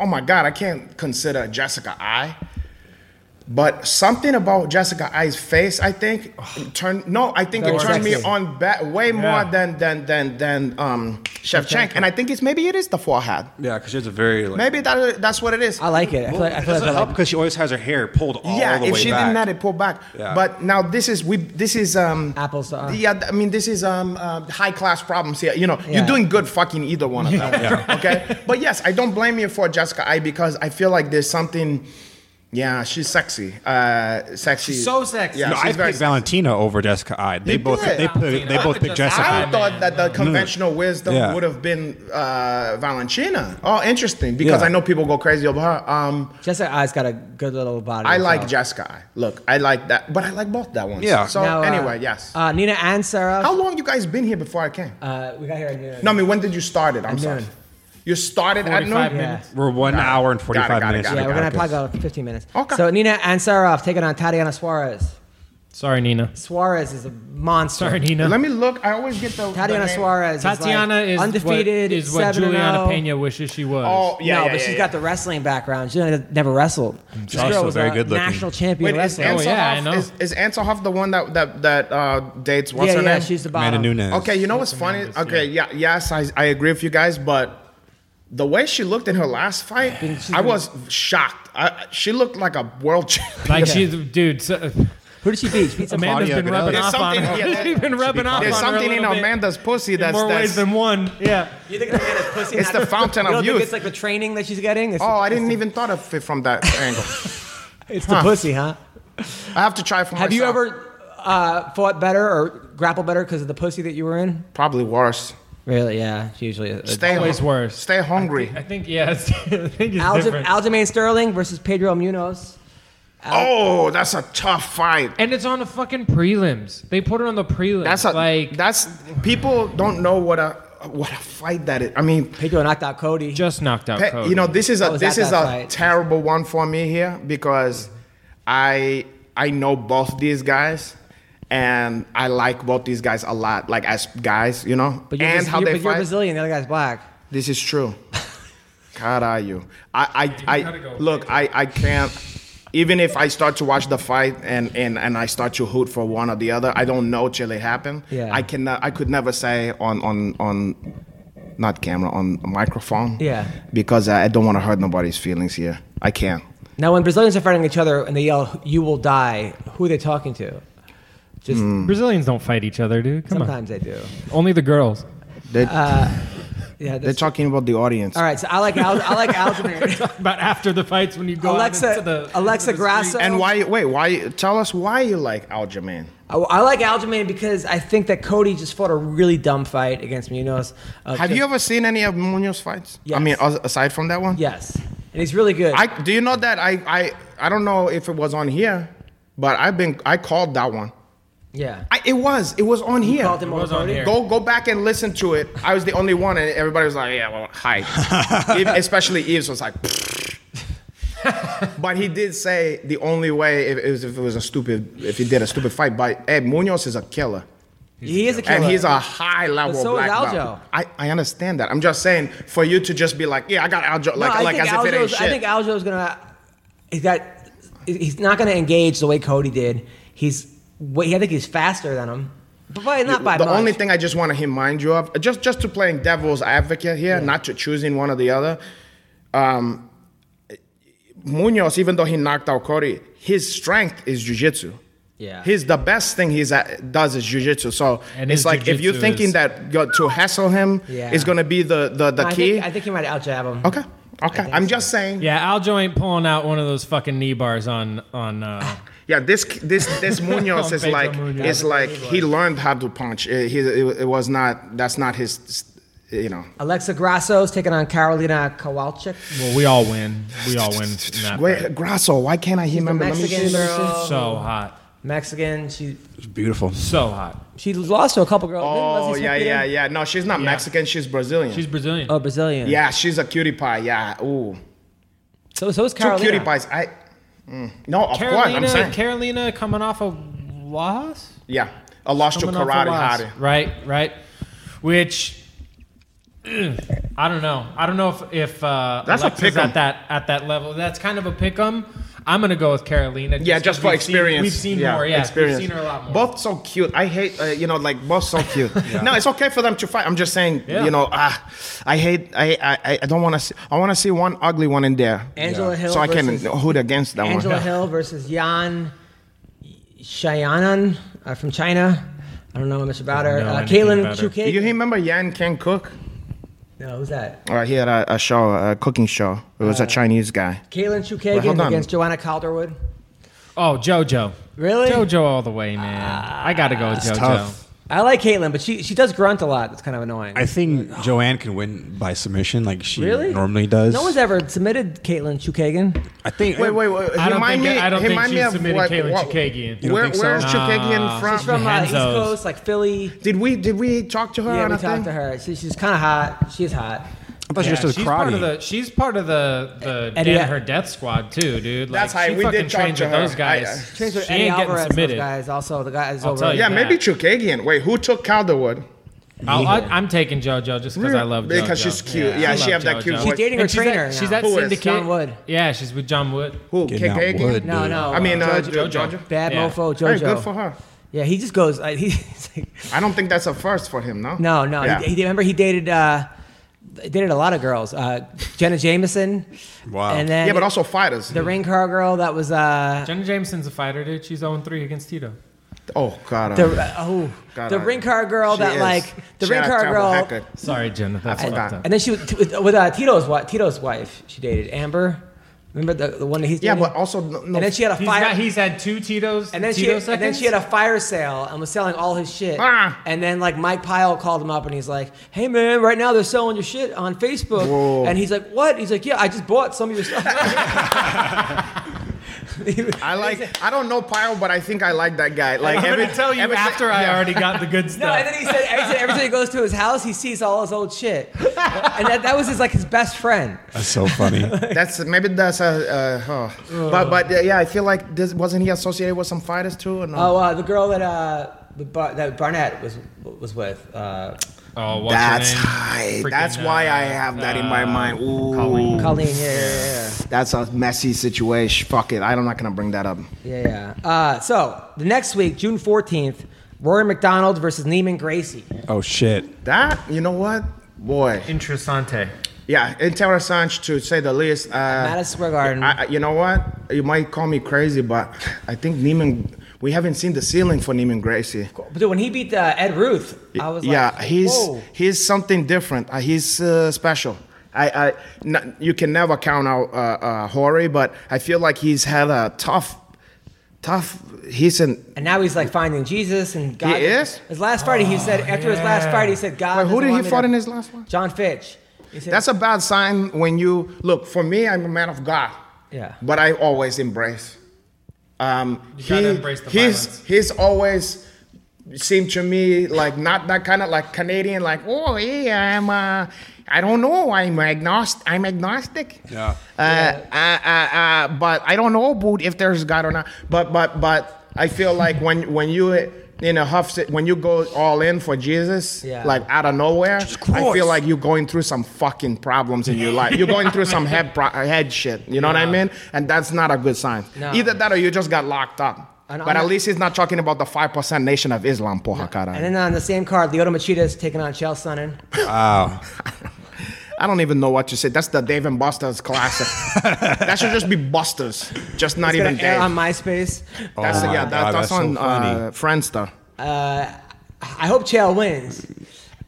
[SPEAKER 9] oh my god i can't consider jessica i but something about jessica i's face i think turned no i think it
[SPEAKER 1] Very
[SPEAKER 9] turned me
[SPEAKER 1] sexy.
[SPEAKER 9] on ba- way more than than than than um chef Chang. and i think it's maybe it is the forehead
[SPEAKER 4] Yeah, because she has a very like.
[SPEAKER 9] maybe that that's what it is
[SPEAKER 1] I like it. I feel like, I feel like, I like
[SPEAKER 4] because she always has her hair pulled all
[SPEAKER 9] yeah
[SPEAKER 4] the
[SPEAKER 9] if
[SPEAKER 4] way
[SPEAKER 9] she
[SPEAKER 4] back.
[SPEAKER 9] didn't have it pulled back
[SPEAKER 4] Yeah.
[SPEAKER 9] but now this is we this is um
[SPEAKER 1] apples to oranges.
[SPEAKER 9] yeah, th- I mean, this is um, uh, high class problems here. You know,
[SPEAKER 1] Yeah.
[SPEAKER 9] you're doing good fucking either one of them. Okay. But yes, I don't blame you for Jessica I because I feel like there's something. Yeah, she's sexy. Uh, sexy.
[SPEAKER 5] She's so sexy.
[SPEAKER 9] Yeah,
[SPEAKER 4] no,
[SPEAKER 9] she's
[SPEAKER 4] I
[SPEAKER 9] very
[SPEAKER 4] picked Valentina over Jessica Ide. They
[SPEAKER 9] You
[SPEAKER 4] both
[SPEAKER 9] did.
[SPEAKER 4] they put, they
[SPEAKER 5] Valentina.
[SPEAKER 4] both picked
[SPEAKER 5] Just-
[SPEAKER 4] Jessica
[SPEAKER 9] I
[SPEAKER 4] Ide.
[SPEAKER 9] thought that the conventional wisdom
[SPEAKER 4] Yeah.
[SPEAKER 9] would have been uh, Valentina. Oh, interesting. Because
[SPEAKER 4] Yeah.
[SPEAKER 9] I know people go crazy over her. Um,
[SPEAKER 1] Jessica I's got a good little body.
[SPEAKER 9] I like
[SPEAKER 1] so.
[SPEAKER 9] Jessica. I. Look, I like that, but I like both that one.
[SPEAKER 4] Yeah.
[SPEAKER 9] So
[SPEAKER 1] Now, uh,
[SPEAKER 9] Oh, anyway, yes.
[SPEAKER 1] Uh, Nina and Sarah.
[SPEAKER 9] How long you guys been here before I came?
[SPEAKER 1] Uh, we got here at noon.
[SPEAKER 9] No, I mean, when did you start it? I'm
[SPEAKER 1] At
[SPEAKER 9] sorry.
[SPEAKER 1] noon.
[SPEAKER 9] You started
[SPEAKER 5] 45
[SPEAKER 9] at noon?
[SPEAKER 1] yeah.
[SPEAKER 5] minutes.
[SPEAKER 4] We're one hour and forty five
[SPEAKER 9] got it,
[SPEAKER 4] minutes.
[SPEAKER 9] got
[SPEAKER 4] in
[SPEAKER 9] it.
[SPEAKER 4] the
[SPEAKER 1] Yeah, we're gonna
[SPEAKER 4] podcast.
[SPEAKER 1] probably go 15 minutes.
[SPEAKER 9] Okay.
[SPEAKER 1] So Nina Ansarov taking on Tatiana Suarez.
[SPEAKER 5] Sorry, Nina.
[SPEAKER 1] Suarez is a monster.
[SPEAKER 5] Sorry, Nina.
[SPEAKER 9] Let me look. I always get the
[SPEAKER 1] Tatiana
[SPEAKER 9] the name.
[SPEAKER 1] Suarez. is
[SPEAKER 5] Tatiana
[SPEAKER 1] like
[SPEAKER 5] is what-
[SPEAKER 1] undefeated.
[SPEAKER 5] is what
[SPEAKER 1] 7 and oh.
[SPEAKER 5] Juliana
[SPEAKER 1] 0.
[SPEAKER 5] Pena wishes she was.
[SPEAKER 9] Oh yeah,
[SPEAKER 1] no,
[SPEAKER 9] yeah,
[SPEAKER 1] but
[SPEAKER 9] yeah,
[SPEAKER 1] she's
[SPEAKER 9] yeah. Mm,
[SPEAKER 1] got the wrestling background. She never wrestled. She's
[SPEAKER 4] also very good looking.
[SPEAKER 1] national champion
[SPEAKER 9] Wait, is
[SPEAKER 1] wrestler.
[SPEAKER 9] Anselhoff,
[SPEAKER 5] Oh, yeah, I know.
[SPEAKER 9] Is, is Anselhoff the one that that that uh, dates? What's
[SPEAKER 1] yeah,
[SPEAKER 9] her
[SPEAKER 1] yeah,
[SPEAKER 9] name?
[SPEAKER 1] she's the
[SPEAKER 4] Amanda
[SPEAKER 1] bottom.
[SPEAKER 4] Nunes.
[SPEAKER 9] uh, okay, you know what's funny? Okay, yeah, yes, I, I agree with you guys, but the way she looked in her last fight, I was shocked. I, she looked like a world champion.
[SPEAKER 5] Like she's dude. So,
[SPEAKER 1] Who did she beat? She beat some
[SPEAKER 5] Amanda's
[SPEAKER 4] Claudia
[SPEAKER 5] been rubbing
[SPEAKER 4] Gadelha.
[SPEAKER 5] off on
[SPEAKER 9] There's
[SPEAKER 5] her.
[SPEAKER 9] something- yeah,
[SPEAKER 5] She's been rubbing off
[SPEAKER 9] There's
[SPEAKER 5] on her a
[SPEAKER 9] something in
[SPEAKER 5] little bit
[SPEAKER 9] Amanda's pussy
[SPEAKER 5] in
[SPEAKER 9] that's
[SPEAKER 5] more
[SPEAKER 9] that's,
[SPEAKER 5] ways than one. Yeah.
[SPEAKER 1] You think Amanda's pussy?
[SPEAKER 9] It's the fountain
[SPEAKER 1] you
[SPEAKER 9] of
[SPEAKER 1] don't Think
[SPEAKER 9] youth.
[SPEAKER 1] it's like the training that she's getting. It's,
[SPEAKER 9] Oh, I didn't even thought of it from that angle.
[SPEAKER 1] It's the pussy, huh?
[SPEAKER 9] I have to try for
[SPEAKER 1] Have you
[SPEAKER 9] myself.
[SPEAKER 1] ever uh, fought better or grappled better because of the pussy that you were in?
[SPEAKER 9] Probably worse.
[SPEAKER 1] Really? Yeah. It's usually. a-
[SPEAKER 9] Stay
[SPEAKER 5] always
[SPEAKER 9] hu-
[SPEAKER 5] worse.
[SPEAKER 9] Stay hungry.
[SPEAKER 5] I think yeah. It's, I think it's
[SPEAKER 1] Aljam-
[SPEAKER 5] different.
[SPEAKER 1] Aljamain Sterling versus Pedro Munoz.
[SPEAKER 9] oh, that's a tough fight.
[SPEAKER 5] and it's on the fucking prelims. They put it on the prelims.
[SPEAKER 9] That's a,
[SPEAKER 5] like
[SPEAKER 9] that's people don't know what a what a fight that is. I mean,
[SPEAKER 1] Pedro knocked out Cody.
[SPEAKER 5] just knocked out.
[SPEAKER 9] pe-
[SPEAKER 5] Cody.
[SPEAKER 9] you know, this is
[SPEAKER 1] I
[SPEAKER 9] a
[SPEAKER 1] was
[SPEAKER 9] this
[SPEAKER 1] at
[SPEAKER 9] is a
[SPEAKER 1] Oh, that fight.
[SPEAKER 9] terrible one for me here because I I know both these guys and I like both these guys a lot, like as guys, you know,
[SPEAKER 1] but you're,
[SPEAKER 9] and
[SPEAKER 1] Braz-
[SPEAKER 9] how
[SPEAKER 1] you're,
[SPEAKER 9] they
[SPEAKER 1] but you're
[SPEAKER 9] fight.
[SPEAKER 1] Brazilian. The other guy's black.
[SPEAKER 9] This is true. God are you? I I, I
[SPEAKER 5] gotta go.
[SPEAKER 9] look. I I can't. Even if I start to watch the fight and, and, and I start to hoot for one or the other, I don't know till it happened.
[SPEAKER 1] Yeah.
[SPEAKER 9] I can I could never say on on on not camera on microphone.
[SPEAKER 1] Yeah.
[SPEAKER 9] Because I, I don't want to hurt nobody's feelings here. I can't.
[SPEAKER 1] Now, when Brazilians are fighting each other and they yell, "You will die," who are they talking to? Just
[SPEAKER 9] Hmm.
[SPEAKER 5] Brazilians don't fight each other, dude. Come
[SPEAKER 1] sometimes they do.
[SPEAKER 5] on, only the girls.
[SPEAKER 9] They
[SPEAKER 1] Yeah.
[SPEAKER 9] they're
[SPEAKER 1] that's-
[SPEAKER 9] talking about the audience.
[SPEAKER 1] Uh, all right. So I like Al- I like Aljamain.
[SPEAKER 5] But after the fights, when you go out into
[SPEAKER 1] Alexa
[SPEAKER 5] the
[SPEAKER 1] Alexa
[SPEAKER 5] into the street.
[SPEAKER 1] Grasso.
[SPEAKER 9] And why? Wait. Why? Tell us why you like Aljamain.
[SPEAKER 1] I, I like Aljamain because I think that Cody just fought a really dumb fight against Munoz. of
[SPEAKER 9] Have
[SPEAKER 1] just-
[SPEAKER 9] you ever seen any of Munoz fights? I
[SPEAKER 1] Yes.
[SPEAKER 9] mean, as- aside from that one.
[SPEAKER 1] Yes. And he's really good.
[SPEAKER 9] I do you know that I I I don't know if it was on here, but I've been I called that one.
[SPEAKER 1] yeah.
[SPEAKER 9] I, it was it was on here.
[SPEAKER 1] Called him over
[SPEAKER 5] was on
[SPEAKER 1] Cody.
[SPEAKER 5] here.
[SPEAKER 9] Go go back and listen to it. I was the only one, and everybody was like, "Yeah, well, hi." Eve- Especially Eves was like. but he did say the only way if it was if it was a stupid if he did a stupid fight. But hey, Munoz is a killer,
[SPEAKER 1] He is a killer.
[SPEAKER 9] and he's a high level
[SPEAKER 1] But so
[SPEAKER 9] black
[SPEAKER 1] is Aljo.
[SPEAKER 9] belt. I, I understand that. I'm just saying for you to just be like, yeah, I got Aljo,
[SPEAKER 1] No,
[SPEAKER 9] like
[SPEAKER 1] I
[SPEAKER 9] like
[SPEAKER 1] think
[SPEAKER 9] as if it ain't
[SPEAKER 1] Aljo's-
[SPEAKER 9] shit.
[SPEAKER 1] I think Aljo's gonna. He's got. He's not gonna engage the way Cody did. He's. Wait, I think he's faster than him, but by, not by
[SPEAKER 9] the
[SPEAKER 1] much.
[SPEAKER 9] only thing I just want to remind you of, just just to playing devil's advocate here, not to choosing one or the other. Um, Munoz, even though he knocked out Cody, his strength is jujitsu.
[SPEAKER 1] Yeah.
[SPEAKER 9] he's the best thing he's at, does is jujitsu. So
[SPEAKER 5] And
[SPEAKER 9] it's
[SPEAKER 5] his
[SPEAKER 9] like if you're
[SPEAKER 5] jujitsu
[SPEAKER 9] thinking
[SPEAKER 5] is-
[SPEAKER 9] that go, to hassle him
[SPEAKER 1] Yeah.
[SPEAKER 9] is going to be the the, the
[SPEAKER 1] I
[SPEAKER 9] key.
[SPEAKER 1] think, I think he might outjab him.
[SPEAKER 9] okay, okay, I'm just saying. Yeah,
[SPEAKER 5] Yeah, Aljo ain't pulling out one of those fucking knee bars on on. Uh,
[SPEAKER 9] this this this Munoz is
[SPEAKER 5] Pedro
[SPEAKER 9] like
[SPEAKER 5] Munoz.
[SPEAKER 9] is like he learned how to punch. Uh, He it, it was not that's not his. You know,
[SPEAKER 1] Alexa Grasso's taking on Carolina Kowalczyk.
[SPEAKER 5] well, we all win. We all win. In that
[SPEAKER 9] Wait,
[SPEAKER 5] fight.
[SPEAKER 9] Grasso, why can't I remember? Let me
[SPEAKER 1] Mexican
[SPEAKER 9] see.
[SPEAKER 1] girl.
[SPEAKER 5] So hot,
[SPEAKER 1] Mexican. She
[SPEAKER 4] It's beautiful.
[SPEAKER 5] so hot.
[SPEAKER 1] she lost to a couple girls. Didn't Leslie
[SPEAKER 9] Oh
[SPEAKER 1] Smith
[SPEAKER 9] yeah,
[SPEAKER 1] beat her?
[SPEAKER 9] yeah, yeah. No, she's not Mexican. She's Brazilian.
[SPEAKER 5] She's Brazilian.
[SPEAKER 1] Oh, Brazilian.
[SPEAKER 9] yeah, she's a cutie pie. Yeah, ooh,
[SPEAKER 1] So so is
[SPEAKER 9] two
[SPEAKER 1] Carolina.
[SPEAKER 9] cutie pies. I mm. No, of course. I'm
[SPEAKER 5] Carolina,
[SPEAKER 9] saying.
[SPEAKER 5] Carolina coming off a loss.
[SPEAKER 9] yeah. I lost your
[SPEAKER 5] Coming off a
[SPEAKER 9] karate
[SPEAKER 5] loss.
[SPEAKER 9] hottie.
[SPEAKER 5] Right, right. Which ugh, I don't know. I don't know if if uh,
[SPEAKER 9] That's a
[SPEAKER 5] Alexa's
[SPEAKER 9] pick 'em.
[SPEAKER 5] at that at that level. That's kind of a pick 'em. I'm gonna go with Carolina.
[SPEAKER 9] Yeah,
[SPEAKER 5] 'cause
[SPEAKER 9] just for
[SPEAKER 5] we've seen-
[SPEAKER 9] experience.
[SPEAKER 5] we've seen more. Yeah, we've seen her a lot more.
[SPEAKER 9] Both so cute. I hate, uh, you know, like both so cute. No, it's okay for them to fight. I'm just saying,
[SPEAKER 5] Yeah.
[SPEAKER 9] you know, ah, I hate. I I, I don't want to. see I want to see one ugly one in there.
[SPEAKER 1] Angela Hill
[SPEAKER 9] So I can
[SPEAKER 1] versus-
[SPEAKER 9] hoot against that
[SPEAKER 1] Angela
[SPEAKER 9] one.
[SPEAKER 1] Hill versus Yan Shayanan uh, from China. I don't know much about her.
[SPEAKER 5] know
[SPEAKER 1] Uh,
[SPEAKER 5] anything
[SPEAKER 1] Kaylin
[SPEAKER 5] about her.
[SPEAKER 1] Chukay.
[SPEAKER 9] You remember Yan Can Cook?
[SPEAKER 1] no, who's that?
[SPEAKER 9] Uh, he had a, a show, a cooking show. It was a Chinese guy.
[SPEAKER 1] Kaylin Chukay
[SPEAKER 9] Well, hold on.
[SPEAKER 1] against Joanna Calderwood.
[SPEAKER 5] Oh, JoJo.
[SPEAKER 1] Really?
[SPEAKER 5] JoJo all the way, man. I gotta go with JoJo.
[SPEAKER 4] tough.
[SPEAKER 1] I like Caitlin, but she she does grunt a lot. That's kind of annoying.
[SPEAKER 4] I think Joanne can win by submission, like she
[SPEAKER 1] really?
[SPEAKER 4] normally does.
[SPEAKER 1] No one's ever submitted Caitlin Chukagan.
[SPEAKER 4] I think.
[SPEAKER 9] Wait, wait, wait.
[SPEAKER 5] I don't
[SPEAKER 9] remind
[SPEAKER 5] think-
[SPEAKER 9] me.
[SPEAKER 5] I don't think
[SPEAKER 9] remind
[SPEAKER 5] she's
[SPEAKER 9] me of
[SPEAKER 5] submitted
[SPEAKER 9] like,
[SPEAKER 5] Kayla
[SPEAKER 9] what-
[SPEAKER 5] Chukagian. You
[SPEAKER 4] don't
[SPEAKER 9] Where,
[SPEAKER 4] think so?
[SPEAKER 9] where's
[SPEAKER 4] Nah.
[SPEAKER 9] Chukagian from?
[SPEAKER 1] She's from uh, East
[SPEAKER 5] Johanzo's.
[SPEAKER 1] Coast, like Philly.
[SPEAKER 9] Did we did we talk
[SPEAKER 5] Oh,
[SPEAKER 9] to her
[SPEAKER 1] Yeah,
[SPEAKER 9] on
[SPEAKER 1] we
[SPEAKER 9] a thing?
[SPEAKER 1] talked to her. She, she's kind of hot. She's hot.
[SPEAKER 4] I thought she
[SPEAKER 5] Yeah,
[SPEAKER 4] just does
[SPEAKER 5] she's
[SPEAKER 4] karate.
[SPEAKER 5] part of the. She's part of the the
[SPEAKER 1] Eddie-
[SPEAKER 5] death- her death squad too, dude. Like,
[SPEAKER 9] That's how
[SPEAKER 5] she
[SPEAKER 9] we did
[SPEAKER 5] fucking
[SPEAKER 9] talk
[SPEAKER 5] trains
[SPEAKER 9] to
[SPEAKER 5] with
[SPEAKER 9] her.
[SPEAKER 5] those guys.
[SPEAKER 9] I- uh,
[SPEAKER 1] Trains with
[SPEAKER 5] she
[SPEAKER 1] Eddie
[SPEAKER 5] ain't getting
[SPEAKER 1] Alvarez. Those
[SPEAKER 5] submitted.
[SPEAKER 1] guys also. The guys
[SPEAKER 5] I'll
[SPEAKER 1] over.
[SPEAKER 5] tell you.
[SPEAKER 9] Yeah,
[SPEAKER 5] Yeah.
[SPEAKER 9] maybe Chukagian. Wait, who took Calderwood?
[SPEAKER 5] I'll, I, am taking JoJo just because I love JoJo.
[SPEAKER 9] Because she's cute. Yeah,
[SPEAKER 5] I
[SPEAKER 9] she
[SPEAKER 5] love
[SPEAKER 9] have that cute
[SPEAKER 5] JoJo.
[SPEAKER 9] voice.
[SPEAKER 1] She's dating her
[SPEAKER 5] And she's
[SPEAKER 1] trainer.
[SPEAKER 5] at,
[SPEAKER 1] now.
[SPEAKER 5] she's at
[SPEAKER 9] Who is?
[SPEAKER 5] Syndicate.
[SPEAKER 1] John Wood.
[SPEAKER 5] Yeah, she's with John Wood.
[SPEAKER 9] Who?
[SPEAKER 4] Getting out
[SPEAKER 9] Chukagian?
[SPEAKER 4] wood,
[SPEAKER 1] No,
[SPEAKER 4] dude.
[SPEAKER 1] no.
[SPEAKER 9] I mean, uh,
[SPEAKER 5] Jojo.
[SPEAKER 9] Jojo. Jojo.
[SPEAKER 1] Bad
[SPEAKER 5] Yeah.
[SPEAKER 1] mofo
[SPEAKER 9] Hey,
[SPEAKER 1] Jojo.
[SPEAKER 9] good for her.
[SPEAKER 1] Yeah, he just goes. I, he, he's like,
[SPEAKER 9] I don't think that's a first for him, no?
[SPEAKER 1] no, no.
[SPEAKER 9] Yeah.
[SPEAKER 1] He, he- remember he dated uh, dated a lot of girls. Uh, Jenna Jameson.
[SPEAKER 4] Wow.
[SPEAKER 1] And then
[SPEAKER 9] yeah, but also fighters.
[SPEAKER 1] the ring car girl that was uh,
[SPEAKER 5] Jenna Jameson's a fighter, dude. She's 0 3 against Tito.
[SPEAKER 9] oh, God.
[SPEAKER 1] the
[SPEAKER 9] uh,
[SPEAKER 1] oh
[SPEAKER 9] God,
[SPEAKER 1] the
[SPEAKER 9] I-
[SPEAKER 1] ring car girl
[SPEAKER 9] she
[SPEAKER 1] that
[SPEAKER 9] is.
[SPEAKER 1] like the
[SPEAKER 9] She
[SPEAKER 1] ring
[SPEAKER 9] had a
[SPEAKER 1] car
[SPEAKER 9] terrible
[SPEAKER 1] girl.
[SPEAKER 9] haircut.
[SPEAKER 5] Sorry, Jenna. That's
[SPEAKER 9] I
[SPEAKER 5] fucked
[SPEAKER 9] forgot.
[SPEAKER 5] up.
[SPEAKER 1] And then she was t- with, with uh, Tito's wife. Tito's wife. She dated Amber. Remember the, the one that he's
[SPEAKER 9] Yeah,
[SPEAKER 1] dating?
[SPEAKER 9] but also, no, no-
[SPEAKER 1] and then she had a
[SPEAKER 5] He's,
[SPEAKER 1] fire.
[SPEAKER 5] got, he's had two Tito's.
[SPEAKER 1] and then she
[SPEAKER 5] Tito
[SPEAKER 1] had, and then she had a fire sale and was selling all his shit.
[SPEAKER 9] Ah.
[SPEAKER 1] And then like Mike Pyle called him up and he's like, "Hey man, right now they're selling your shit on Facebook."
[SPEAKER 9] Whoa.
[SPEAKER 1] And he's like, "What?" He's like, "Yeah, I just bought some of your stuff."
[SPEAKER 9] I like, I don't know Pyro, but I think I like that guy. Like,
[SPEAKER 5] I'm
[SPEAKER 9] every-
[SPEAKER 5] gonna tell you
[SPEAKER 9] every-
[SPEAKER 5] after I
[SPEAKER 9] yeah.
[SPEAKER 5] already got the good
[SPEAKER 1] No, and
[SPEAKER 5] stuff.
[SPEAKER 1] then he said, he said every time he goes to his house, he sees all his old shit, and that, that was his like his best friend.
[SPEAKER 4] That's so funny.
[SPEAKER 9] That's maybe that's a, uh, oh. but but uh, yeah, I feel like this wasn't he associated with some fighters too? Or no?
[SPEAKER 1] Oh, uh, the girl that uh, the Bar- that Barnett was was with. Uh,
[SPEAKER 5] oh, what's her
[SPEAKER 9] that's
[SPEAKER 5] name?
[SPEAKER 9] high.
[SPEAKER 5] Freaking,
[SPEAKER 9] that's why I
[SPEAKER 5] uh,
[SPEAKER 9] have that in my mind. Ooh,
[SPEAKER 1] Colleen, yeah, yeah,
[SPEAKER 9] that's a messy situation. Fuck it, I'm not gonna bring that up.
[SPEAKER 1] yeah. yeah, yeah. Uh, so the next week, June fourteenth, Rory McDonald versus Neiman Gracie.
[SPEAKER 4] oh shit.
[SPEAKER 9] That you know what, boy.
[SPEAKER 5] Interessante.
[SPEAKER 9] Yeah, interessant to say the least. Uh,
[SPEAKER 1] Madison Square Garden.
[SPEAKER 9] I, I- you know what? You might call me crazy, but I think Neiman. We haven't seen the ceiling for Neiman Gracie.
[SPEAKER 1] But dude, when he beat uh, Ed Ruth, I was like,
[SPEAKER 9] yeah, he's
[SPEAKER 1] Whoa.
[SPEAKER 9] he's something different. Uh, he's uh, special. I, I n- you can never count out uh, uh, Horry, but I feel like he's had a tough, tough. He's in.
[SPEAKER 1] And now he's like finding Jesus and God.
[SPEAKER 9] is?
[SPEAKER 1] His last fight, he said after his last fight, he said God.
[SPEAKER 9] Wait, who
[SPEAKER 1] doesn't
[SPEAKER 9] did
[SPEAKER 1] want
[SPEAKER 9] he
[SPEAKER 1] me
[SPEAKER 9] fought
[SPEAKER 1] to-
[SPEAKER 9] in his last one?
[SPEAKER 1] John Fitch. He said,
[SPEAKER 9] That's a bad sign when you look. For me, I'm a man of God.
[SPEAKER 1] Yeah.
[SPEAKER 9] But I always embrace. Um,
[SPEAKER 5] You gotta embrace the
[SPEAKER 9] he's
[SPEAKER 5] violence.
[SPEAKER 9] he's always seemed to me like not that kind of like Canadian, like oh yeah, I'm uh, I don't know, I'm agnostic, I'm agnostic.
[SPEAKER 4] Yeah.
[SPEAKER 9] Uh, uh, uh, uh, but I don't know, boot, if there's God or not. But but but I feel like when when you in a huff, si- when you go all in for Jesus,
[SPEAKER 1] Yeah.
[SPEAKER 9] like out of nowhere, I feel like you're going through some fucking problems in your life. You're going through some head pro- head shit. You know what I mean? And that's not a good sign.
[SPEAKER 1] No.
[SPEAKER 9] Either that or you just got locked up.
[SPEAKER 1] And
[SPEAKER 9] but
[SPEAKER 1] I'm-
[SPEAKER 9] at least he's not talking about the five percent nation of Islam, poha caray.
[SPEAKER 1] And then on the same card, Lyoto Machida is taking on Chael Sonnen.
[SPEAKER 4] Wow.
[SPEAKER 9] I don't even know what you said. That's the Dave and Buster's classic. that should just be Buster's, just not
[SPEAKER 1] It's
[SPEAKER 9] even
[SPEAKER 1] gonna air
[SPEAKER 9] Dave.
[SPEAKER 1] on MySpace.
[SPEAKER 9] That's
[SPEAKER 4] Oh my God,
[SPEAKER 9] yeah, that, that's,
[SPEAKER 4] that's so
[SPEAKER 9] on uh,
[SPEAKER 4] funny.
[SPEAKER 9] Friendster.
[SPEAKER 1] I hope Chael wins.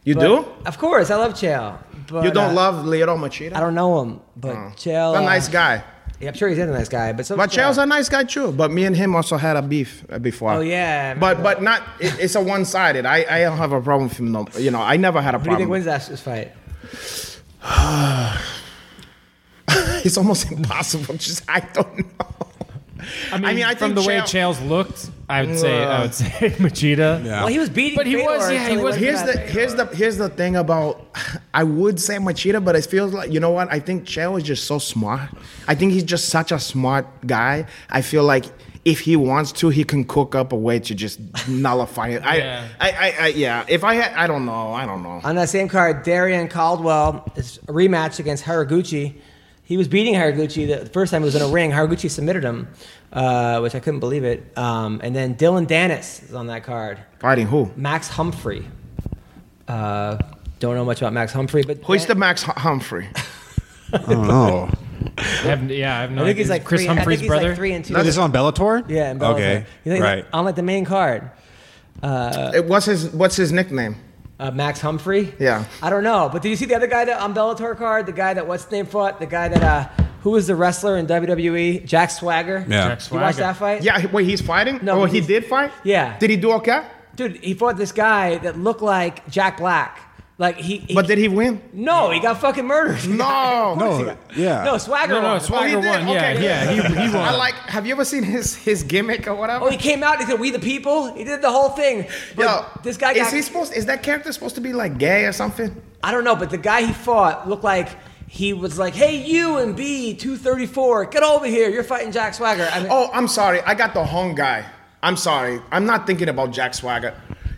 [SPEAKER 9] You
[SPEAKER 1] but-
[SPEAKER 9] do?
[SPEAKER 1] Of course, I love Chael. But,
[SPEAKER 9] you don't
[SPEAKER 1] uh,
[SPEAKER 9] love Leo Machida?
[SPEAKER 1] I don't know him, but Chael.
[SPEAKER 9] He's a
[SPEAKER 1] uh,
[SPEAKER 9] nice guy.
[SPEAKER 1] Yeah, I'm sure he's a nice guy, but so
[SPEAKER 9] But Chael's a nice guy too. But me and him also had a beef uh, before.
[SPEAKER 1] Oh, yeah, I
[SPEAKER 9] But but not. It, it's a one sided. I, I don't have a problem with him. No, you know I never had a
[SPEAKER 1] Who do you
[SPEAKER 9] problem. Oh.
[SPEAKER 1] think wins that this fight?
[SPEAKER 9] it's almost impossible. Just I don't know.
[SPEAKER 5] I mean,
[SPEAKER 9] I mean, I
[SPEAKER 5] from
[SPEAKER 9] think
[SPEAKER 5] the way
[SPEAKER 9] Chael-
[SPEAKER 5] Chael's looked, I would say, I would say Machida.
[SPEAKER 7] Well, he was beating
[SPEAKER 5] But he
[SPEAKER 7] Fedor
[SPEAKER 5] was- yeah,
[SPEAKER 7] until
[SPEAKER 5] he was-
[SPEAKER 7] went
[SPEAKER 9] Here's
[SPEAKER 7] to
[SPEAKER 9] the
[SPEAKER 7] that-
[SPEAKER 9] here's the here's the thing about I would say Machida, but it feels like you know what? I think Chael is just so smart. I think he's just such a smart guy. I feel like if he wants to, he can cook up a way to just nullify it. I,
[SPEAKER 5] Yeah.
[SPEAKER 9] I, I, I yeah. If I had, I don't know, I don't know.
[SPEAKER 1] On that same card, Darian Caldwell is a rematch against Haraguchi. He was beating Haraguchi the the first time he was in a ring. Haraguchi submitted him, uh, which I couldn't believe it. Um, and then Dylan Dennis is on that card.
[SPEAKER 9] Fighting who?
[SPEAKER 1] Max Humphrey. Uh, don't know much about Max Humphrey, but
[SPEAKER 9] Who's the Max Hu- Humphrey?
[SPEAKER 4] I don't know.
[SPEAKER 5] I have, yeah, I have no
[SPEAKER 1] I think he's
[SPEAKER 5] idea.
[SPEAKER 1] like
[SPEAKER 5] Chris
[SPEAKER 1] three, I think
[SPEAKER 5] Humphrey's
[SPEAKER 1] he's
[SPEAKER 5] brother.
[SPEAKER 1] Like three and two.
[SPEAKER 4] Is this on Bellator?
[SPEAKER 1] yeah, in Bellator.
[SPEAKER 4] Okay.
[SPEAKER 1] He's like
[SPEAKER 4] right.
[SPEAKER 1] On like the main card.
[SPEAKER 9] It- what's his What's his nickname?
[SPEAKER 1] Uh, Max Humphrey.
[SPEAKER 9] Yeah.
[SPEAKER 1] I don't know, but did you see the other guy that on Bellator card? The guy that what's his name fought? The guy that uh, who was the wrestler in WWE? Jack Swagger.
[SPEAKER 4] Yeah.
[SPEAKER 5] Jack
[SPEAKER 1] You watched
[SPEAKER 5] Swagger.
[SPEAKER 1] that fight?
[SPEAKER 9] Yeah, he- wait, he's fighting.
[SPEAKER 1] No,
[SPEAKER 9] oh, he
[SPEAKER 1] he's-
[SPEAKER 9] did fight.
[SPEAKER 1] Yeah.
[SPEAKER 9] Did he do okay?
[SPEAKER 1] Dude, he fought this guy that looked like Jack Black. Like he. he-
[SPEAKER 9] But did he win?
[SPEAKER 1] No, he got fucking murdered.
[SPEAKER 9] Oh, No.
[SPEAKER 4] No. Oh, Yeah.
[SPEAKER 1] No, Swagger.
[SPEAKER 5] No, no,
[SPEAKER 1] won.
[SPEAKER 9] Oh, he
[SPEAKER 5] Swagger
[SPEAKER 9] did?
[SPEAKER 5] won. Yeah,
[SPEAKER 9] Okay.
[SPEAKER 5] yeah, he, he won.
[SPEAKER 9] I like. Have you ever seen his his gimmick or whatever?
[SPEAKER 1] Oh, he came out. He said, "We the people." He did the whole thing. But
[SPEAKER 9] Yo,
[SPEAKER 1] this guy
[SPEAKER 9] is
[SPEAKER 1] got.
[SPEAKER 9] he supposed? Is that character supposed to be like gay or something?
[SPEAKER 1] I don't know, but the guy he fought looked like he was like, "Hey, you and B two thirty four, get over here. You're fighting Jack Swagger." I mean,
[SPEAKER 9] Oh, I'm sorry. I got the hung guy. I'm sorry. I'm not thinking about Jack Swagger.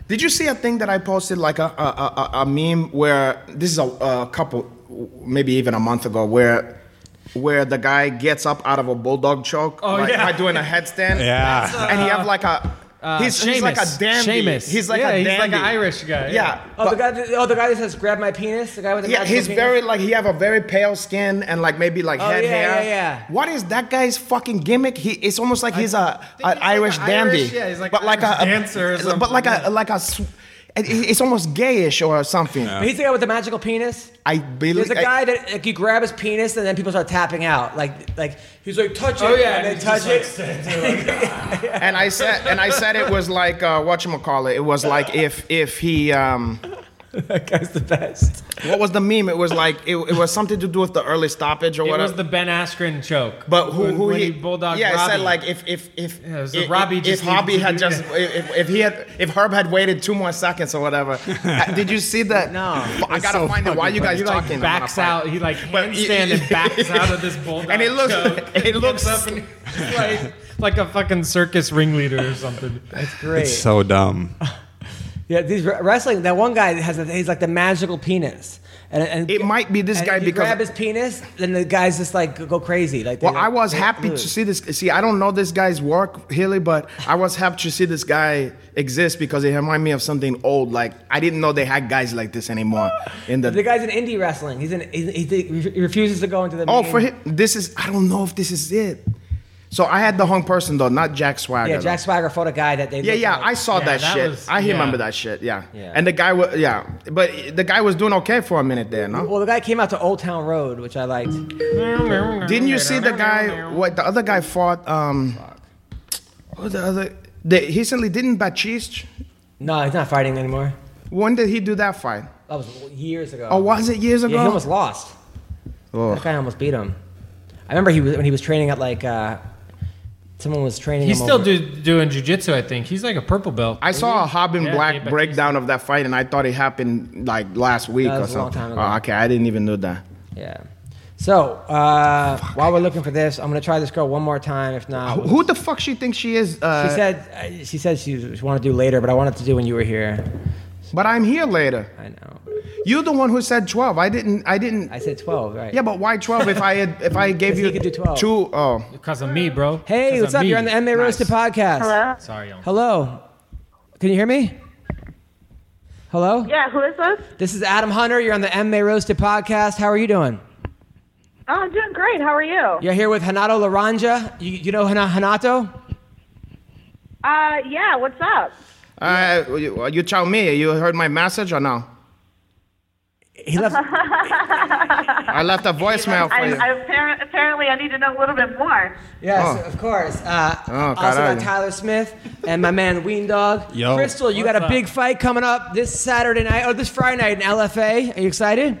[SPEAKER 9] Did you see a thing that I posted, like a a, a, a- a meme where this is a, a couple, maybe even a month ago, where where the guy gets up out of a bulldog choke
[SPEAKER 5] Oh,
[SPEAKER 9] like,
[SPEAKER 5] yeah. uh,
[SPEAKER 9] by doing a headstand,
[SPEAKER 4] Yeah.
[SPEAKER 9] and he have like a he's, he's like a
[SPEAKER 5] Seamus.
[SPEAKER 9] dandy.
[SPEAKER 5] Seamus.
[SPEAKER 9] He's like
[SPEAKER 5] Yeah,
[SPEAKER 9] a
[SPEAKER 5] he's like
[SPEAKER 9] dandy.
[SPEAKER 5] an Irish guy,
[SPEAKER 9] Yeah.
[SPEAKER 5] yeah.
[SPEAKER 1] Oh, the
[SPEAKER 9] but-
[SPEAKER 1] guy. That, oh, the guy that says, "Grab my penis." The guy with the
[SPEAKER 9] Yeah,
[SPEAKER 1] magical
[SPEAKER 9] he's
[SPEAKER 1] penis?
[SPEAKER 9] very like he have a very pale skin and like maybe like
[SPEAKER 1] Oh,
[SPEAKER 9] head
[SPEAKER 1] yeah,
[SPEAKER 9] hair.
[SPEAKER 1] yeah, yeah.
[SPEAKER 9] What is that guy's fucking gimmick? He it's almost like he's a
[SPEAKER 5] think
[SPEAKER 9] an
[SPEAKER 5] he's like
[SPEAKER 9] Irish
[SPEAKER 5] a
[SPEAKER 9] dandy.
[SPEAKER 5] Irish- yeah, he's like
[SPEAKER 9] but
[SPEAKER 5] an
[SPEAKER 9] like
[SPEAKER 5] Irish
[SPEAKER 9] a a-
[SPEAKER 5] dancer or
[SPEAKER 9] But
[SPEAKER 5] something,
[SPEAKER 9] like
[SPEAKER 5] yeah.
[SPEAKER 9] a like a sw- it- it- it's almost gayish or something.
[SPEAKER 1] He's the guy with the magical penis.
[SPEAKER 9] I believe
[SPEAKER 1] There's a guy that like, you grab his penis and then people start tapping out. Like, like he's like touch it,
[SPEAKER 5] Oh, yeah,
[SPEAKER 1] and then
[SPEAKER 5] and he's
[SPEAKER 1] touch
[SPEAKER 5] just, like,
[SPEAKER 1] it.
[SPEAKER 9] and I said and I said it was like uh whatchamacallit. It was like if if he um
[SPEAKER 1] that guy's the best.
[SPEAKER 9] what was the meme? It was like it, it was something to do with the early stoppage or
[SPEAKER 5] it
[SPEAKER 9] whatever.
[SPEAKER 5] was the Ben Askren choke.
[SPEAKER 9] But who,
[SPEAKER 5] when,
[SPEAKER 9] who
[SPEAKER 5] when
[SPEAKER 9] he,
[SPEAKER 5] bulldog?
[SPEAKER 9] Yeah,
[SPEAKER 5] Robbie.
[SPEAKER 9] it said like if if if
[SPEAKER 5] Yeah, it was
[SPEAKER 9] if,
[SPEAKER 5] Robbie
[SPEAKER 9] if,
[SPEAKER 5] just needed
[SPEAKER 9] Hobby
[SPEAKER 5] to
[SPEAKER 9] had
[SPEAKER 5] do
[SPEAKER 9] just if, if he had if Herb had waited two more seconds or whatever. Uh, Did you see that?
[SPEAKER 1] No.
[SPEAKER 9] I gotta
[SPEAKER 4] so
[SPEAKER 9] find it. Why
[SPEAKER 4] fucking
[SPEAKER 9] you guys
[SPEAKER 5] he
[SPEAKER 9] talking?
[SPEAKER 5] like
[SPEAKER 9] I'm
[SPEAKER 5] backs
[SPEAKER 9] gonna
[SPEAKER 5] out.
[SPEAKER 9] find it.
[SPEAKER 5] He like
[SPEAKER 9] But he-
[SPEAKER 5] handstand and backs out of this bulldog.
[SPEAKER 9] And it looks-
[SPEAKER 5] choke.
[SPEAKER 9] it
[SPEAKER 5] Gets
[SPEAKER 9] looks-
[SPEAKER 5] up and he's like like a fucking circus ringleader or something.
[SPEAKER 1] Great.
[SPEAKER 4] So dumb.
[SPEAKER 1] yeah, these wre- wrestling. That one guy has a, he's like the magical penis. And, and
[SPEAKER 9] It might be this
[SPEAKER 1] and
[SPEAKER 9] guy
[SPEAKER 1] if you
[SPEAKER 9] because-
[SPEAKER 1] grab his penis, then the guys just like go crazy. Like, they,
[SPEAKER 9] Well, I was
[SPEAKER 1] they
[SPEAKER 9] happy to
[SPEAKER 1] lose.
[SPEAKER 9] see this. See, I don't know this guy's work, Hilly, but I was happy to see this guy exist because it reminded me of something old. Like I didn't know they had guys like this anymore in the
[SPEAKER 1] The guy's in indie wrestling. He's in. He, he, he refuses to go into the.
[SPEAKER 9] Oh,
[SPEAKER 1] main-
[SPEAKER 9] for him, this is. I don't know if this is it. So I had the hung person though, not Jack Swagger.
[SPEAKER 1] Yeah, Jack
[SPEAKER 9] though.
[SPEAKER 1] Swagger fought a guy that they.
[SPEAKER 9] Yeah,
[SPEAKER 1] looked
[SPEAKER 9] yeah,
[SPEAKER 1] like-
[SPEAKER 9] I saw
[SPEAKER 5] Yeah,
[SPEAKER 9] that,
[SPEAKER 5] that
[SPEAKER 9] shit.
[SPEAKER 5] was-
[SPEAKER 9] I
[SPEAKER 5] yeah.
[SPEAKER 9] remember that shit. Yeah.
[SPEAKER 1] Yeah.
[SPEAKER 9] And the guy was, yeah, but the guy was doing okay for a minute there, no?
[SPEAKER 1] Well, the guy came out to Old Town Road, which I liked.
[SPEAKER 9] Didn't you see the guy? What the other guy fought? Um, what was the other? The, he recently didn't Bachist.
[SPEAKER 1] No, he's not fighting anymore.
[SPEAKER 9] When did he do that fight?
[SPEAKER 1] That was years ago.
[SPEAKER 9] Oh, was it years ago?
[SPEAKER 1] Uh, Yeah, he almost lost.
[SPEAKER 9] Oh.
[SPEAKER 1] That guy almost beat him. I remember he was when he was training at like uh, someone was training.
[SPEAKER 5] He's
[SPEAKER 1] him
[SPEAKER 5] still
[SPEAKER 1] over-
[SPEAKER 5] do, doing jujitsu. I think he's like a purple belt.
[SPEAKER 9] I saw a Hobbin
[SPEAKER 5] Yeah,
[SPEAKER 9] Black
[SPEAKER 5] yeah, Baptiste.
[SPEAKER 9] breakdown of that fight, and I thought it happened like last week
[SPEAKER 1] No, it
[SPEAKER 9] or
[SPEAKER 1] was a long
[SPEAKER 9] something.
[SPEAKER 1] time ago.
[SPEAKER 9] Oh, okay, I didn't even know that.
[SPEAKER 1] Yeah. So uh, while we're looking for this, I'm gonna try this girl one more time. If not,
[SPEAKER 9] Who the fuck she thinks she is? Uh,
[SPEAKER 1] she said uh, she said she, she wanted to do later, but I wanted to do when you were here.
[SPEAKER 9] But I'm here later.
[SPEAKER 1] I know.
[SPEAKER 9] You're the one who said 12. I didn't. I didn't.
[SPEAKER 1] I said 12, right?
[SPEAKER 9] yeah, but why 12? if I had, if I gave
[SPEAKER 1] 'Cause
[SPEAKER 9] you
[SPEAKER 1] he could do 12.
[SPEAKER 9] two, oh,
[SPEAKER 5] because of me, bro.
[SPEAKER 1] Hey,
[SPEAKER 5] 'Cause
[SPEAKER 1] what's
[SPEAKER 5] of
[SPEAKER 1] up?
[SPEAKER 5] me.
[SPEAKER 1] You're on the MMA Roasted podcast.
[SPEAKER 10] Hello?
[SPEAKER 5] Sorry,
[SPEAKER 1] Oh,
[SPEAKER 5] y'all.
[SPEAKER 1] Hello. Can you hear me? Hello.
[SPEAKER 10] Yeah, who is this?
[SPEAKER 1] This is Adam Hunter. You're on the MMA Roasted podcast. How are you doing?
[SPEAKER 10] Oh, I'm doing great. How are you?
[SPEAKER 1] You're here with Hanato Laranja. You, you know Hana- Hanato?
[SPEAKER 10] Uh, yeah, what's up?
[SPEAKER 9] uh, you, you tell me. You heard my message or no?
[SPEAKER 1] He left.
[SPEAKER 3] Oh.
[SPEAKER 9] I left a voicemail for
[SPEAKER 10] I,
[SPEAKER 9] you.
[SPEAKER 10] I, appar- apparently, I need to know a little bit more.
[SPEAKER 1] Yes,
[SPEAKER 9] Oh.
[SPEAKER 1] of course. Uh, also
[SPEAKER 9] caralho.
[SPEAKER 1] got Tyler Smith and my man Ween Dog.
[SPEAKER 4] Yo.
[SPEAKER 1] Crystal, you got a
[SPEAKER 5] What's
[SPEAKER 1] big
[SPEAKER 5] up?
[SPEAKER 1] fight coming up this Saturday night, or this Friday night in LFA. Are you excited?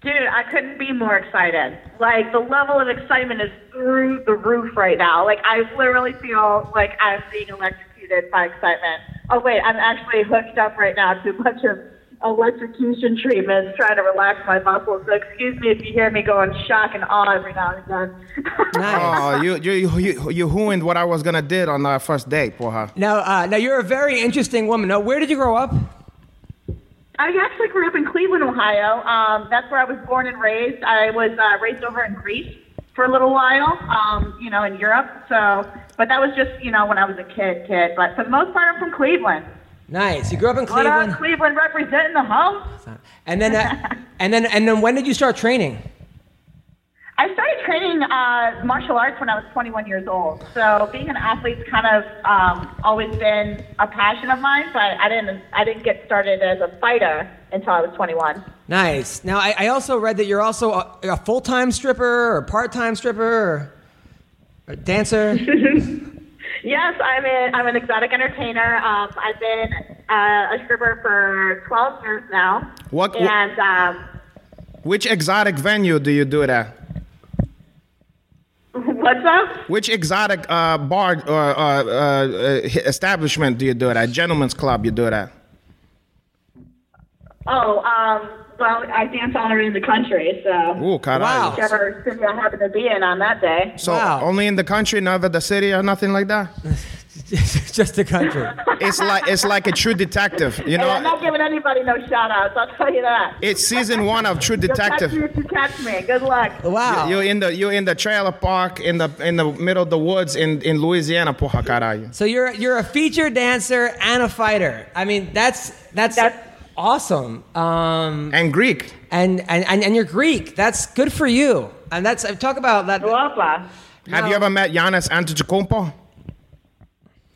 [SPEAKER 3] Dude, I couldn't be more excited. Like the level of excitement is through the roof right now. Like I literally feel like I'm being electrocuted by excitement. Oh wait, I'm actually hooked up right now to a bunch of electrocution treatments trying to relax my muscles. So excuse me if you hear me going shock and awe every now and then.
[SPEAKER 9] Oh, you you you you ruined what I was gonna did on our first date, for her.
[SPEAKER 1] Now, uh, now you're a very interesting woman. Now, where did you grow up?
[SPEAKER 3] I actually grew up in Cleveland, Ohio. Um, that's where I was born and raised. I was uh, raised over in Greece for a little while, um, you know, in Europe. So, but that was just, you know, when I was a kid, kid. But for the most part, I'm from Cleveland.
[SPEAKER 1] Nice. You grew up in
[SPEAKER 3] What up,
[SPEAKER 1] Cleveland,
[SPEAKER 3] Cleveland representing the home?
[SPEAKER 1] and then, uh, and then, and then, when did you start training?
[SPEAKER 3] I started training uh, martial arts when I was 21 years old. So being an athlete's kind of um, always been a passion of mine, but I didn't I didn't get started as a fighter until I was 21.
[SPEAKER 1] Nice. Now, I, I also read that you're also a, a full-time stripper or part-time stripper or, or dancer.
[SPEAKER 3] Yes, I'm an I'm an exotic entertainer. Um, I've been uh, a stripper for 12 years now.
[SPEAKER 9] What-
[SPEAKER 3] And um,
[SPEAKER 9] Which exotic venue do you do that?
[SPEAKER 3] what's up?
[SPEAKER 9] Which exotic uh, bar or uh, uh, uh, establishment do you do that? Gentleman's club, you do that?
[SPEAKER 3] Oh, um, well, I dance all around the country, so
[SPEAKER 9] Ooh, carajo.
[SPEAKER 3] whichever city I happen to be in on that day.
[SPEAKER 9] So only in the country, never the city or nothing like that.
[SPEAKER 1] Just the country.
[SPEAKER 9] It's like it's like a true detective, you
[SPEAKER 3] Hey, I'm
[SPEAKER 9] know.
[SPEAKER 3] not giving anybody no shout outs. I'll tell you that.
[SPEAKER 9] It's season one of True
[SPEAKER 3] You'll catch
[SPEAKER 9] Detective.
[SPEAKER 3] me if you catch me. Good luck.
[SPEAKER 1] Wow.
[SPEAKER 9] You're in the you're in the trailer park in the in the middle of the woods in in Louisiana, porra caralho.
[SPEAKER 1] So you're you're a featured dancer and a fighter. I mean, that's that's, awesome. Um,
[SPEAKER 9] and Greek.
[SPEAKER 1] And, and and and you're Greek. That's good for you. And that's talk about that.
[SPEAKER 3] uh,
[SPEAKER 9] Have you ever met Giannis Antetokounmpo?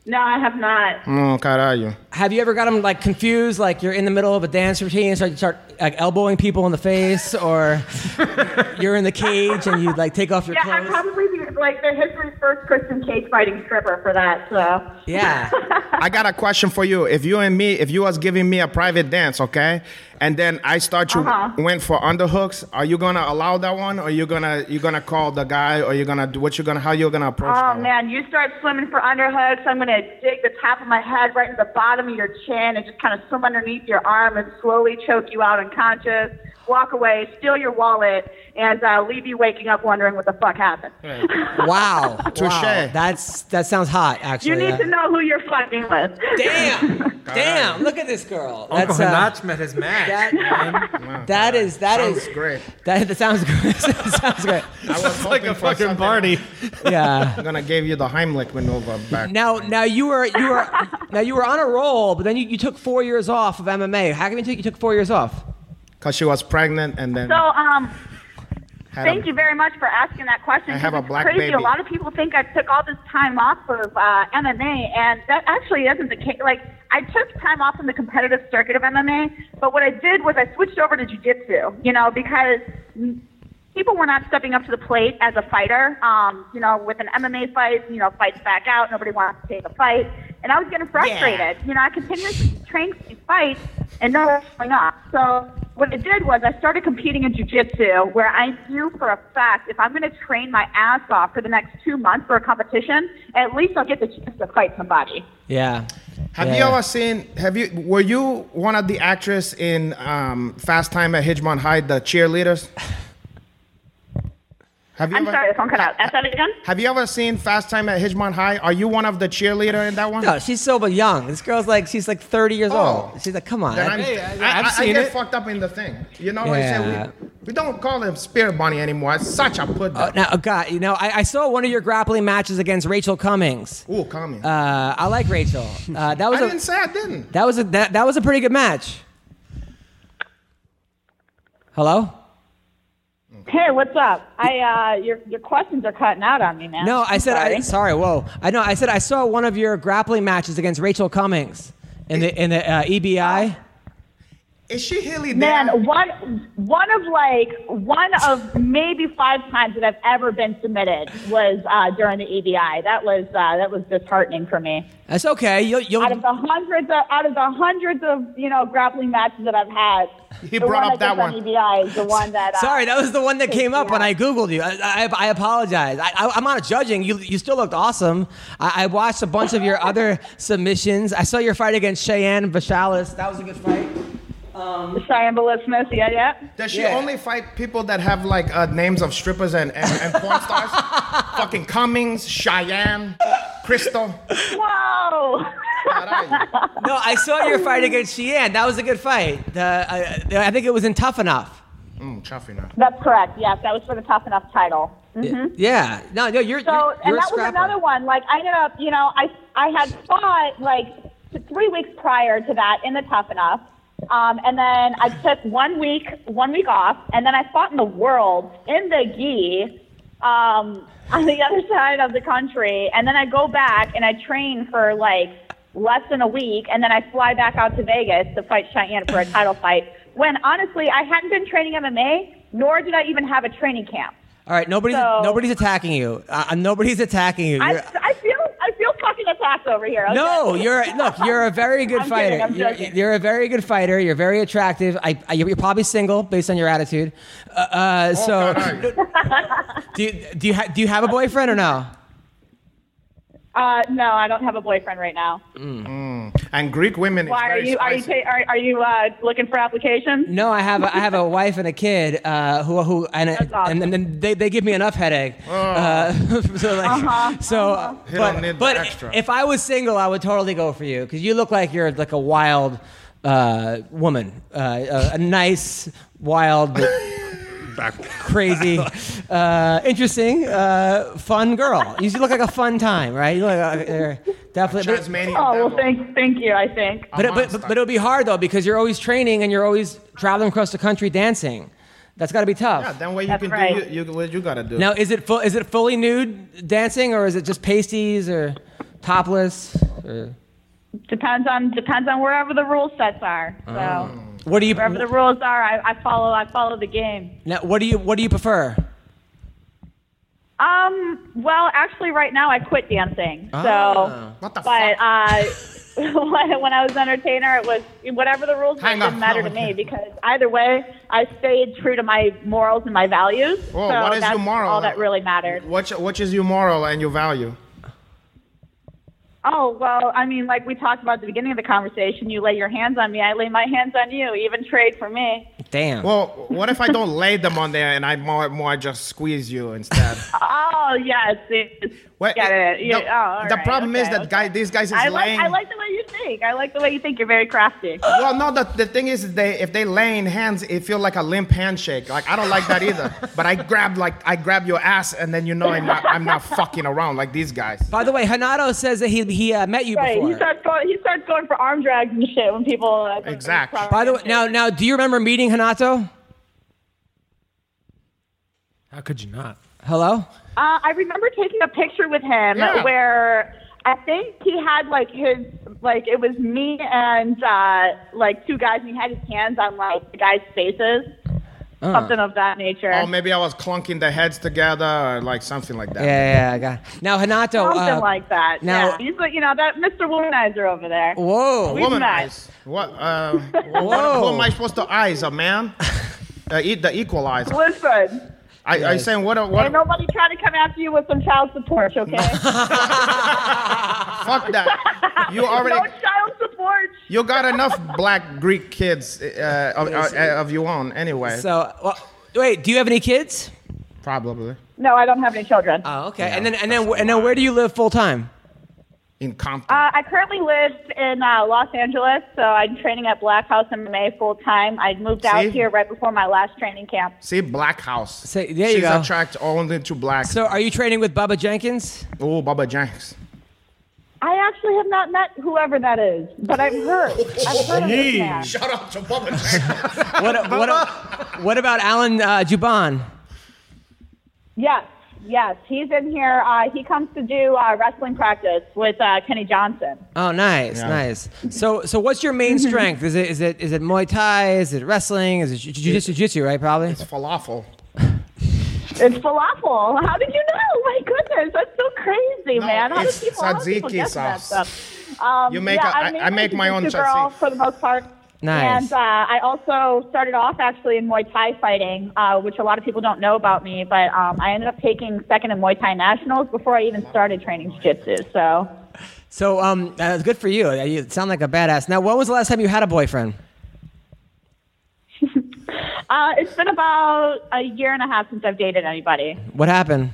[SPEAKER 3] No, I have not.
[SPEAKER 9] Oh, caralho.
[SPEAKER 1] Have you ever got them like confused? Like you're in the middle of a dance routine and start start like elbowing people in the face, or you're in the cage and you like take off your
[SPEAKER 3] Yeah, I'm
[SPEAKER 1] clothes.
[SPEAKER 3] probably the, like the history's first Christian cage fighting stripper for that. So
[SPEAKER 1] Yeah.
[SPEAKER 9] I got a question for you. If you and me, if you was giving me a private dance, okay, and then I start you
[SPEAKER 3] Uh-huh.
[SPEAKER 9] went for underhooks, are you gonna allow that one, or you gonna you gonna call the guy, or you gonna do what you gonna how you gonna approach?
[SPEAKER 3] Oh
[SPEAKER 9] that
[SPEAKER 3] man, you start swimming for underhooks. I'm gonna dig the top of my head right into the bottom of your chin and just kind of swim underneath your arm and slowly choke you out unconscious. Walk away, steal your wallet, and uh, leave you waking up wondering what the fuck happened.
[SPEAKER 1] Wow.
[SPEAKER 9] Touche.
[SPEAKER 1] Wow. That's that sounds hot. Actually,
[SPEAKER 3] you need
[SPEAKER 1] Uh,
[SPEAKER 3] to know who you're fucking with.
[SPEAKER 1] Damn! Damn! Look at this girl.
[SPEAKER 5] Uncle
[SPEAKER 1] That's, uh,
[SPEAKER 5] Hanach met his match.
[SPEAKER 1] that-
[SPEAKER 5] man.
[SPEAKER 1] That is that is
[SPEAKER 9] Sounds great.
[SPEAKER 1] That, that sounds great. sounds great.
[SPEAKER 9] I was
[SPEAKER 5] like
[SPEAKER 9] hoping
[SPEAKER 5] a
[SPEAKER 9] for
[SPEAKER 5] fucking
[SPEAKER 9] something.
[SPEAKER 5] party.
[SPEAKER 1] Yeah.
[SPEAKER 9] I'm gonna give you the Heimlich maneuver back.
[SPEAKER 1] Now, now you were you were now you were on a roll, but then you, you took four years off of MMA. How come you took you took four years off?
[SPEAKER 9] Cause she was pregnant and then
[SPEAKER 3] So, um,
[SPEAKER 9] had
[SPEAKER 3] Thank
[SPEAKER 9] a,
[SPEAKER 3] you very much for asking that question.
[SPEAKER 9] I have a
[SPEAKER 3] It's
[SPEAKER 9] black
[SPEAKER 3] crazy. A
[SPEAKER 9] baby.
[SPEAKER 3] lot of people think I took all this time off of uh, MMA, and that actually isn't the case. Like, I took time off from the competitive circuit of MMA, but what I did was I switched over to jujitsu, you know, because people were not stepping up to the plate as a fighter. Um, you know, with an MMA fight, you know, fights back out. Nobody wants to take a fight. And I was getting frustrated. You know, I continuously trained for these fights and no one was showing up. So what I did was I started competing in jujitsu where I knew for a fact if I'm going to train my ass off for the next two months for a competition, at least I'll get the chance to fight somebody.
[SPEAKER 1] Yeah.
[SPEAKER 9] Have
[SPEAKER 1] Yeah.
[SPEAKER 9] you ever seen? Have you? Were you one of the actress in um, Fast Time at Hidgemont High, the cheerleaders? Have you
[SPEAKER 3] I'm
[SPEAKER 9] ever,
[SPEAKER 3] sorry, the phone cut out. Ask that again?
[SPEAKER 9] Have you ever seen Fast Time at Hidgemont High? Are you one of the cheerleader in that one?
[SPEAKER 1] No, she's so but young. This girl's like she's like thirty years
[SPEAKER 9] Oh.
[SPEAKER 1] old. She's like, come on.
[SPEAKER 9] Then I'm,
[SPEAKER 5] Hey, I-
[SPEAKER 9] I,
[SPEAKER 5] I've
[SPEAKER 9] I,
[SPEAKER 5] seen
[SPEAKER 9] I get
[SPEAKER 5] it.
[SPEAKER 9] fucked up in the thing. You know what I'm
[SPEAKER 1] Yeah.
[SPEAKER 9] saying? We, we don't call him Spirit Bunny anymore. It's such a put
[SPEAKER 1] Oh,
[SPEAKER 9] down.
[SPEAKER 1] now, oh, God, you know, I, I saw one of your grappling matches against Rachel Cummings.
[SPEAKER 9] Ooh, comment.
[SPEAKER 1] Uh, I like Rachel. Uh, that
[SPEAKER 9] I
[SPEAKER 1] was a
[SPEAKER 9] didn't say I didn't.
[SPEAKER 1] that was a that, that was a pretty good match. Hello.
[SPEAKER 3] Hey, what's up? I uh, your your questions are cutting out on me, man.
[SPEAKER 1] No, I
[SPEAKER 3] I'm
[SPEAKER 1] said
[SPEAKER 3] sorry.
[SPEAKER 1] I sorry. Whoa, I know. I said I saw one E
[SPEAKER 3] Oh.
[SPEAKER 1] of your grappling matches against Rachel Cummings in the in the uh, EBI.
[SPEAKER 9] Is she Haley
[SPEAKER 3] Man, one one of like one of maybe five times that I've ever been submitted was uh, during the EDI. That was uh, that was disheartening for me.
[SPEAKER 1] That's okay. You'll, you'll,
[SPEAKER 3] Out of the hundreds of out of the hundreds of you know grappling matches that I've had,
[SPEAKER 1] He
[SPEAKER 3] the
[SPEAKER 1] brought
[SPEAKER 3] one
[SPEAKER 1] up that
[SPEAKER 3] that's on
[SPEAKER 1] one.
[SPEAKER 3] EDI is the one that. Uh,
[SPEAKER 1] Sorry, that was the one that came up when I Googled you. I, I, I apologize. I, I, I'm not judging. You, you still looked awesome. I, I watched a bunch of your other submissions. I saw your fight against Cheyenne Vashalis. That was a good fight. Um,
[SPEAKER 3] Cheyenne Smith, yeah, yeah.
[SPEAKER 9] Does she
[SPEAKER 1] Yeah.
[SPEAKER 9] only fight people that have like uh, names of strippers and, and, and porn stars? Fucking Cummings, Cheyenne, Crystal.
[SPEAKER 3] Whoa!
[SPEAKER 1] no, I saw your fight against Cheyenne. That was a good fight. The, I, I think it was in Tough Enough.
[SPEAKER 9] Mm, chuffy now.
[SPEAKER 3] That's correct. Yes, that was for the Tough Enough title. hmm
[SPEAKER 1] Yeah. No, no, you're,
[SPEAKER 3] So,
[SPEAKER 1] you're, you're
[SPEAKER 3] and
[SPEAKER 1] a
[SPEAKER 3] that was
[SPEAKER 1] scrapper.
[SPEAKER 3] another one. Like I ended up, you know, I I had fought like t- three weeks prior to that in the Tough Enough, um, and then I took one week one week off, and then I fought in the world in the gi um, on the other side of the country, and then I go back and I train for like less than a week, and then I fly back out to Vegas to fight Cheyenne for a title fight. When honestly, I hadn't been training MMA, nor did I even have a training camp.
[SPEAKER 1] All right, nobody's,
[SPEAKER 3] So-
[SPEAKER 1] nobody's attacking you. Uh, nobody's attacking you.
[SPEAKER 3] I,
[SPEAKER 1] You're-
[SPEAKER 3] I feel I feel fucking attacked over here. okay?
[SPEAKER 1] No, you're look. You're a very good
[SPEAKER 3] I'm
[SPEAKER 1] fighter.
[SPEAKER 3] kidding, I'm
[SPEAKER 1] you're,
[SPEAKER 3] joking.
[SPEAKER 1] you're a very good fighter. You're very attractive. I, I you're probably single based on your attitude. Uh, uh,
[SPEAKER 3] Oh,
[SPEAKER 1] so, do you, do you ha- do you have a boyfriend or no?
[SPEAKER 3] Uh, no, I don't have a boyfriend right now.
[SPEAKER 9] Mm. And Greek women. is
[SPEAKER 3] Why are
[SPEAKER 9] very
[SPEAKER 3] you are you
[SPEAKER 9] spicy.
[SPEAKER 3] ta- are, are you uh, looking for applications?
[SPEAKER 1] No, I have a, I have a wife and a kid uh, who who and and, and then they, they give me enough headache. Uh, so like,
[SPEAKER 3] Oh. Uh-huh,
[SPEAKER 1] so
[SPEAKER 3] They
[SPEAKER 1] but
[SPEAKER 3] don't need the
[SPEAKER 1] but
[SPEAKER 3] extra.
[SPEAKER 1] if I was single, I would totally go for you because you look like you're like a wild uh, woman, uh, a, a nice wild. Crazy, uh, interesting, uh, fun girl. You look like a fun time, right? You look like a, you're definitely
[SPEAKER 3] Oh well, thank thank you. I think.
[SPEAKER 1] but, it- but, but, but it'll be hard though because you're always training and you're always traveling across the country dancing. That's got to be tough.
[SPEAKER 9] Yeah, then what you can
[SPEAKER 3] right.
[SPEAKER 9] do, you, you, what you gotta do.
[SPEAKER 1] Now, is it full, is it fully nude dancing or is it just pasties or topless? Or
[SPEAKER 3] Depends on depends on wherever the rule sets are. So
[SPEAKER 1] Oh. what do you
[SPEAKER 3] wherever the rules are, I, I follow I follow the game.
[SPEAKER 1] now, what do you what do you prefer?
[SPEAKER 3] Um. Well, actually, right now I quit dancing. So.
[SPEAKER 1] Ah.
[SPEAKER 3] what the but uh, when, when I was entertainer, it was whatever the rules were,
[SPEAKER 9] Hang
[SPEAKER 3] it didn't
[SPEAKER 9] on.
[SPEAKER 3] matter to me because either way, I stayed true to my morals and my values.
[SPEAKER 9] Whoa,
[SPEAKER 3] so
[SPEAKER 9] what is
[SPEAKER 3] that's
[SPEAKER 9] your moral?
[SPEAKER 3] All that really mattered.
[SPEAKER 9] What, what is your moral and your value?
[SPEAKER 3] Oh, well, I mean, like we talked about at the beginning of the conversation, you lay your hands on me, I lay my hands on you, even trade for me.
[SPEAKER 1] Damn.
[SPEAKER 9] Well, what if I don't lay them on there and I more, more just squeeze you instead?
[SPEAKER 3] Oh, yes. It,
[SPEAKER 9] What-
[SPEAKER 3] get it. Yeah,
[SPEAKER 9] the,
[SPEAKER 3] oh, all
[SPEAKER 9] the
[SPEAKER 3] right,
[SPEAKER 9] problem is
[SPEAKER 3] okay,
[SPEAKER 9] that guy, these guys is
[SPEAKER 3] I
[SPEAKER 9] laying.
[SPEAKER 3] like, I like the way you think. I like the way you think. You're very crafty.
[SPEAKER 9] well, no, the, the thing is, they if they laying hands, it feel like a limp handshake. Like I don't like that either. but I grab like I grab your ass, and then you know I'm not, I'm not fucking around like these guys.
[SPEAKER 1] By the way, Hanado says that he he uh, met you
[SPEAKER 3] Right. He
[SPEAKER 1] before.
[SPEAKER 3] starts going. He starts going for arm drags and shit when people. Uh, exactly.
[SPEAKER 1] By the way, now now do you remember meeting Hanato?
[SPEAKER 5] How could you not?
[SPEAKER 1] Hello.
[SPEAKER 3] Uh, I remember taking a picture with him
[SPEAKER 5] Yeah.
[SPEAKER 3] where I think he had like his like it was me and uh, like two guys and he had his hands on like the guys' faces,
[SPEAKER 9] Uh.
[SPEAKER 3] something of that nature.
[SPEAKER 9] Oh, maybe I was clunking their heads together or like something like that.
[SPEAKER 1] Yeah, yeah, yeah, I got. Now Hanato.
[SPEAKER 3] something
[SPEAKER 1] Uh,
[SPEAKER 3] like that.
[SPEAKER 1] now-
[SPEAKER 3] yeah. he's like you know that Mr. Womanizer over there.
[SPEAKER 1] Whoa,
[SPEAKER 3] We've met.
[SPEAKER 9] Womanize. What? Uh, what,
[SPEAKER 3] Whoa.
[SPEAKER 9] what
[SPEAKER 1] Oh.
[SPEAKER 9] am I supposed to eyes a man? Uh, eat the equalizer.
[SPEAKER 3] Listen.
[SPEAKER 9] I, I
[SPEAKER 3] Yes.
[SPEAKER 9] saying what? A, what?
[SPEAKER 3] Ain't nobody trying to come after you with some child support, okay?
[SPEAKER 9] Fuck that. You already.
[SPEAKER 3] No child support.
[SPEAKER 9] You got enough black Greek kids uh, of, uh, of your own, anyway.
[SPEAKER 1] So, well, wait, do you have any kids?
[SPEAKER 9] Probably.
[SPEAKER 3] No, I don't have any children.
[SPEAKER 1] Oh, okay. and then and then and then where do you live full time?
[SPEAKER 9] In Compton.
[SPEAKER 3] Uh, I currently live in uh, Los Angeles, so I'm training at Black House MMA full time. I moved out
[SPEAKER 9] See?
[SPEAKER 3] here right before my last training camp.
[SPEAKER 9] See, Black House.
[SPEAKER 1] Say, there
[SPEAKER 9] She's
[SPEAKER 1] you go.
[SPEAKER 9] attracted only to black.
[SPEAKER 1] So, are you training with Bubba Jenkins?
[SPEAKER 9] Oh, Bubba Jenkins.
[SPEAKER 3] I actually have not met whoever that is, but I've heard. I've heard of this man.
[SPEAKER 9] Shout out to Bubba Jenkins.
[SPEAKER 1] What, what, what about Alan uh, Juban?
[SPEAKER 3] Yes, Yes, he's in here. Uh, he comes to do uh, wrestling practice with uh, Kenny Johnson.
[SPEAKER 1] Oh, nice,
[SPEAKER 7] Yeah.
[SPEAKER 1] nice. So, so what's your main strength? Is it is it is it Muay Thai? Is it wrestling? Is it jiu- jiu-jitsu? Jiu-jitsu, right? Probably. It's
[SPEAKER 9] falafel.
[SPEAKER 3] It's falafel. How did you know? My goodness, that's so crazy, man. How
[SPEAKER 9] it's
[SPEAKER 3] do people, how do people
[SPEAKER 9] tzatziki
[SPEAKER 3] get to that
[SPEAKER 9] sauce.
[SPEAKER 3] stuff? Um,
[SPEAKER 9] You make
[SPEAKER 3] yeah,
[SPEAKER 9] a- I-
[SPEAKER 3] I'm
[SPEAKER 9] I make
[SPEAKER 3] mainly
[SPEAKER 9] my own
[SPEAKER 3] a girl
[SPEAKER 9] tzatziki.
[SPEAKER 3] for the most part.
[SPEAKER 9] Nice.
[SPEAKER 3] And uh, I also started off actually in Muay Thai fighting, uh, which a lot of people don't know about me, but um, I ended up taking second in Muay Thai nationals before I even started training jiu-jitsu. So
[SPEAKER 1] So, um, uh, good for you. Uh, You sound like a badass. Now, when was the last time you had a boyfriend?
[SPEAKER 3] uh, it's been about a year and a half since I've dated anybody.
[SPEAKER 1] What happened?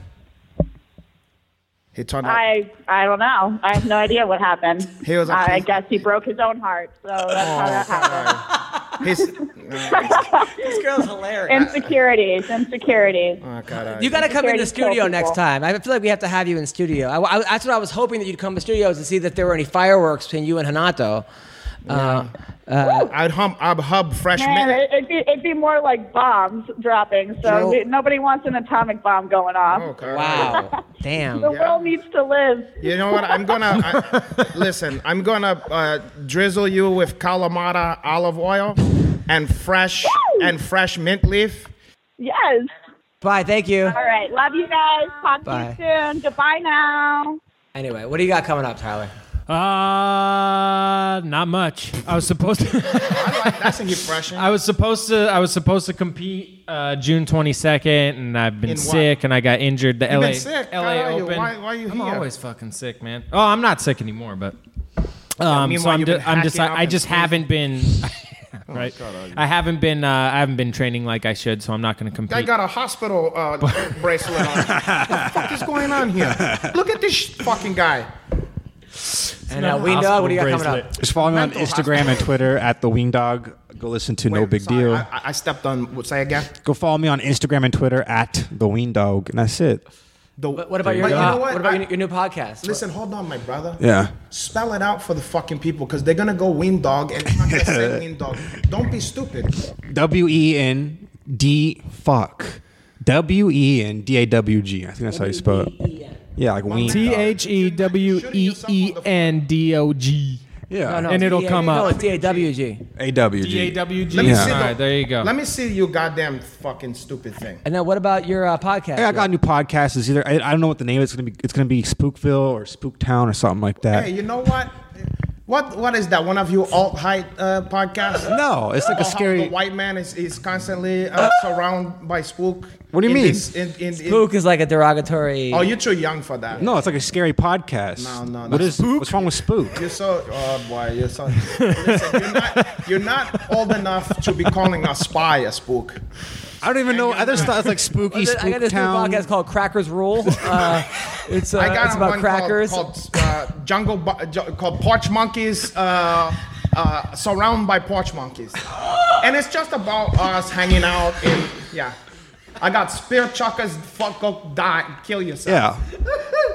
[SPEAKER 9] He turned
[SPEAKER 3] I I don't know. I have no idea what happened.
[SPEAKER 9] He was a- Oh,
[SPEAKER 3] I, I guess he broke his own heart. So that's how that happened.
[SPEAKER 9] He's,
[SPEAKER 1] this girl's hilarious.
[SPEAKER 3] Insecurities, insecurities.
[SPEAKER 1] Uh,
[SPEAKER 9] Oh, God, I-
[SPEAKER 1] You got to come in the
[SPEAKER 3] Insecurities kill
[SPEAKER 1] studio
[SPEAKER 3] people.
[SPEAKER 1] next time. I feel like we have to have you in studio. I, I- that's what I was hoping that you'd come to studios to see if there were any fireworks between you and Hanato. Uh, uh,
[SPEAKER 9] I'd hum, I'd hub fresh
[SPEAKER 3] Man, it, it'd, be, it'd be more like bombs dropping. So
[SPEAKER 1] Joe- Oh,
[SPEAKER 3] we- nobody wants an atomic bomb going off.
[SPEAKER 1] Wow. Damn.
[SPEAKER 3] The world needs to live.
[SPEAKER 9] You know what? I'm gonna I, listen. I'm gonna uh, drizzle you with Kalamata olive oil and fresh and fresh mint leaf.
[SPEAKER 3] Yes.
[SPEAKER 1] Bye. Thank you.
[SPEAKER 3] All right. Love you guys. Talk
[SPEAKER 1] Bye.
[SPEAKER 3] to you soon. Goodbye now.
[SPEAKER 1] Anyway, what do you got coming up, Tyler?
[SPEAKER 5] Uh, not much. I was supposed to.
[SPEAKER 9] That's refreshing.
[SPEAKER 5] I was supposed to. I was supposed to compete uh, June twenty second, and I've been
[SPEAKER 9] In what?
[SPEAKER 5] sick, and I got injured. The
[SPEAKER 9] You've
[SPEAKER 5] LA.
[SPEAKER 9] been sick.
[SPEAKER 5] LA
[SPEAKER 9] God, are you-
[SPEAKER 5] Open.
[SPEAKER 9] Why, why are you
[SPEAKER 5] I'm
[SPEAKER 9] here?
[SPEAKER 5] always fucking sick, man. Oh, I'm not sick anymore, but um, so
[SPEAKER 9] meanwhile,
[SPEAKER 5] I'm just,
[SPEAKER 9] you've been
[SPEAKER 5] I'm just,
[SPEAKER 9] hacking
[SPEAKER 5] I,
[SPEAKER 9] up
[SPEAKER 5] I
[SPEAKER 9] and Oh,
[SPEAKER 5] just haven't been. right.
[SPEAKER 9] God, are you-
[SPEAKER 5] I haven't been. Uh, I haven't been training like I should, so I'm not going to compete.
[SPEAKER 9] I got a hospital uh, bracelet on. what the fuck is going on here? Look at this sh- fucking guy.
[SPEAKER 1] And uh, Ween Dog, what do you got coming up?
[SPEAKER 4] Just follow me on
[SPEAKER 9] Mental
[SPEAKER 4] Instagram and Twitter at the Wing Dog. Go listen to No Big Deal.
[SPEAKER 9] I, I stepped on. What, say again.
[SPEAKER 4] Go follow me on Instagram and Twitter at the Ween Dog, and that's it.
[SPEAKER 9] The,
[SPEAKER 1] What, what about your
[SPEAKER 4] There you
[SPEAKER 1] new,
[SPEAKER 4] go.
[SPEAKER 1] uh,
[SPEAKER 4] You know
[SPEAKER 1] what?
[SPEAKER 9] what?
[SPEAKER 1] about your, your new podcast?
[SPEAKER 9] Listen, hold on, my brother.
[SPEAKER 4] Yeah.
[SPEAKER 9] Spell it out for the fucking people, because they're gonna go wing dog and it's not gonna say wing dog. Don't be stupid.
[SPEAKER 4] W E N D fuck. W E N D A W G. I think that's how you spell
[SPEAKER 1] E
[SPEAKER 4] it. Yeah, like Ween.
[SPEAKER 5] T H E W E E N D O G.
[SPEAKER 4] Yeah.
[SPEAKER 5] and it'll come
[SPEAKER 1] No, it's
[SPEAKER 5] up.
[SPEAKER 1] DAWG.
[SPEAKER 4] A W G.
[SPEAKER 5] DAWG.
[SPEAKER 9] Let me see
[SPEAKER 5] All
[SPEAKER 9] the-
[SPEAKER 5] right, there you go.
[SPEAKER 9] Let me see you goddamn fucking stupid thing.
[SPEAKER 1] And now, what about your uh, podcast?
[SPEAKER 4] Hey, I got a new podcast. It's either I, I don't know what the name is. It's gonna be it's gonna be Spookville or Spooktown or something like that.
[SPEAKER 9] Hey, you know what? What what is that? One of you alt height uh, podcasts?
[SPEAKER 4] No, it's like a
[SPEAKER 9] About how
[SPEAKER 4] scary-
[SPEAKER 9] The white man is, is constantly uh, surrounded by spook.
[SPEAKER 4] What do you
[SPEAKER 9] in
[SPEAKER 4] mean?
[SPEAKER 9] this- in- in- in-
[SPEAKER 1] Spook is like a derogatory.
[SPEAKER 9] oh, you're too young for that.
[SPEAKER 4] No, it's like a scary podcast.
[SPEAKER 9] No, no,
[SPEAKER 4] What
[SPEAKER 9] no.
[SPEAKER 4] is what's wrong with Spook?
[SPEAKER 9] You're so oh boy, you're so. Listen, you're not you're not old enough to be calling a spy a spook.
[SPEAKER 4] I don't even know. Other stuff like
[SPEAKER 1] I
[SPEAKER 4] Spooky
[SPEAKER 1] got- I got
[SPEAKER 4] Spooktown.
[SPEAKER 1] this new podcast called Crackers Rule. Uh, it's uh,
[SPEAKER 9] I got
[SPEAKER 1] it's
[SPEAKER 9] on
[SPEAKER 1] about
[SPEAKER 9] one
[SPEAKER 1] crackers.
[SPEAKER 9] called, called uh, Jungle Bo- Ju- called Porch Monkeys, uh, uh, surrounded by porch monkeys, and it's just about us hanging out. And yeah, I got spear chuckers. Fuck, go die, kill yourself. Yeah,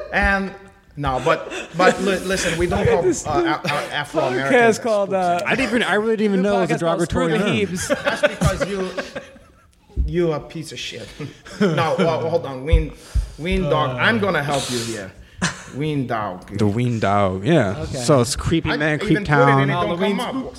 [SPEAKER 9] and. No, but but li- listen, we don't call uh, uh, Afro Americans.
[SPEAKER 1] podcast called. Uh,
[SPEAKER 4] I didn't even. I really didn't even know it was a
[SPEAKER 1] podcast called
[SPEAKER 4] derogatory
[SPEAKER 1] Screw the
[SPEAKER 4] term.
[SPEAKER 1] Heaves.
[SPEAKER 9] That's because you you a piece of shit. no, well, hold on, Ween Ween dog. I'm gonna help you here, Ween dog.
[SPEAKER 4] The Ween Dog. Yeah.
[SPEAKER 9] Okay.
[SPEAKER 4] So it's creepy
[SPEAKER 9] I
[SPEAKER 4] man,
[SPEAKER 9] even
[SPEAKER 4] creep
[SPEAKER 9] put it
[SPEAKER 4] town.
[SPEAKER 9] in, it don't
[SPEAKER 1] Halloween
[SPEAKER 9] come up.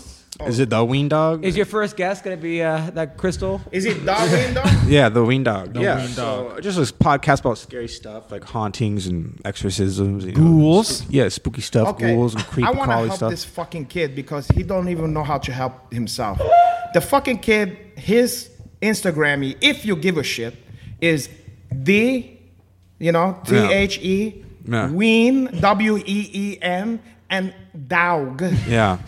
[SPEAKER 4] Is it the Ween Dog?
[SPEAKER 1] Is your first guest going to be uh, that Crystal?
[SPEAKER 9] Is it Darwin dog?
[SPEAKER 4] Yeah, the Ween Dog.
[SPEAKER 9] The
[SPEAKER 4] yeah,
[SPEAKER 9] Ween
[SPEAKER 4] so
[SPEAKER 9] Dog.
[SPEAKER 4] just a podcast about scary stuff like hauntings and exorcisms, you know,
[SPEAKER 5] Ghouls?
[SPEAKER 4] spook- yeah, spooky stuff, ghouls and creepy
[SPEAKER 9] I want to
[SPEAKER 4] crawly
[SPEAKER 9] help
[SPEAKER 4] stuff.
[SPEAKER 9] this fucking kid because he don't even know how to help himself. The fucking kid, his Instagram, if you give a shit, is the, you know, T
[SPEAKER 4] Yeah.
[SPEAKER 9] H E,
[SPEAKER 4] Yeah.
[SPEAKER 9] Ween, W E E N, and Dog.
[SPEAKER 4] yeah,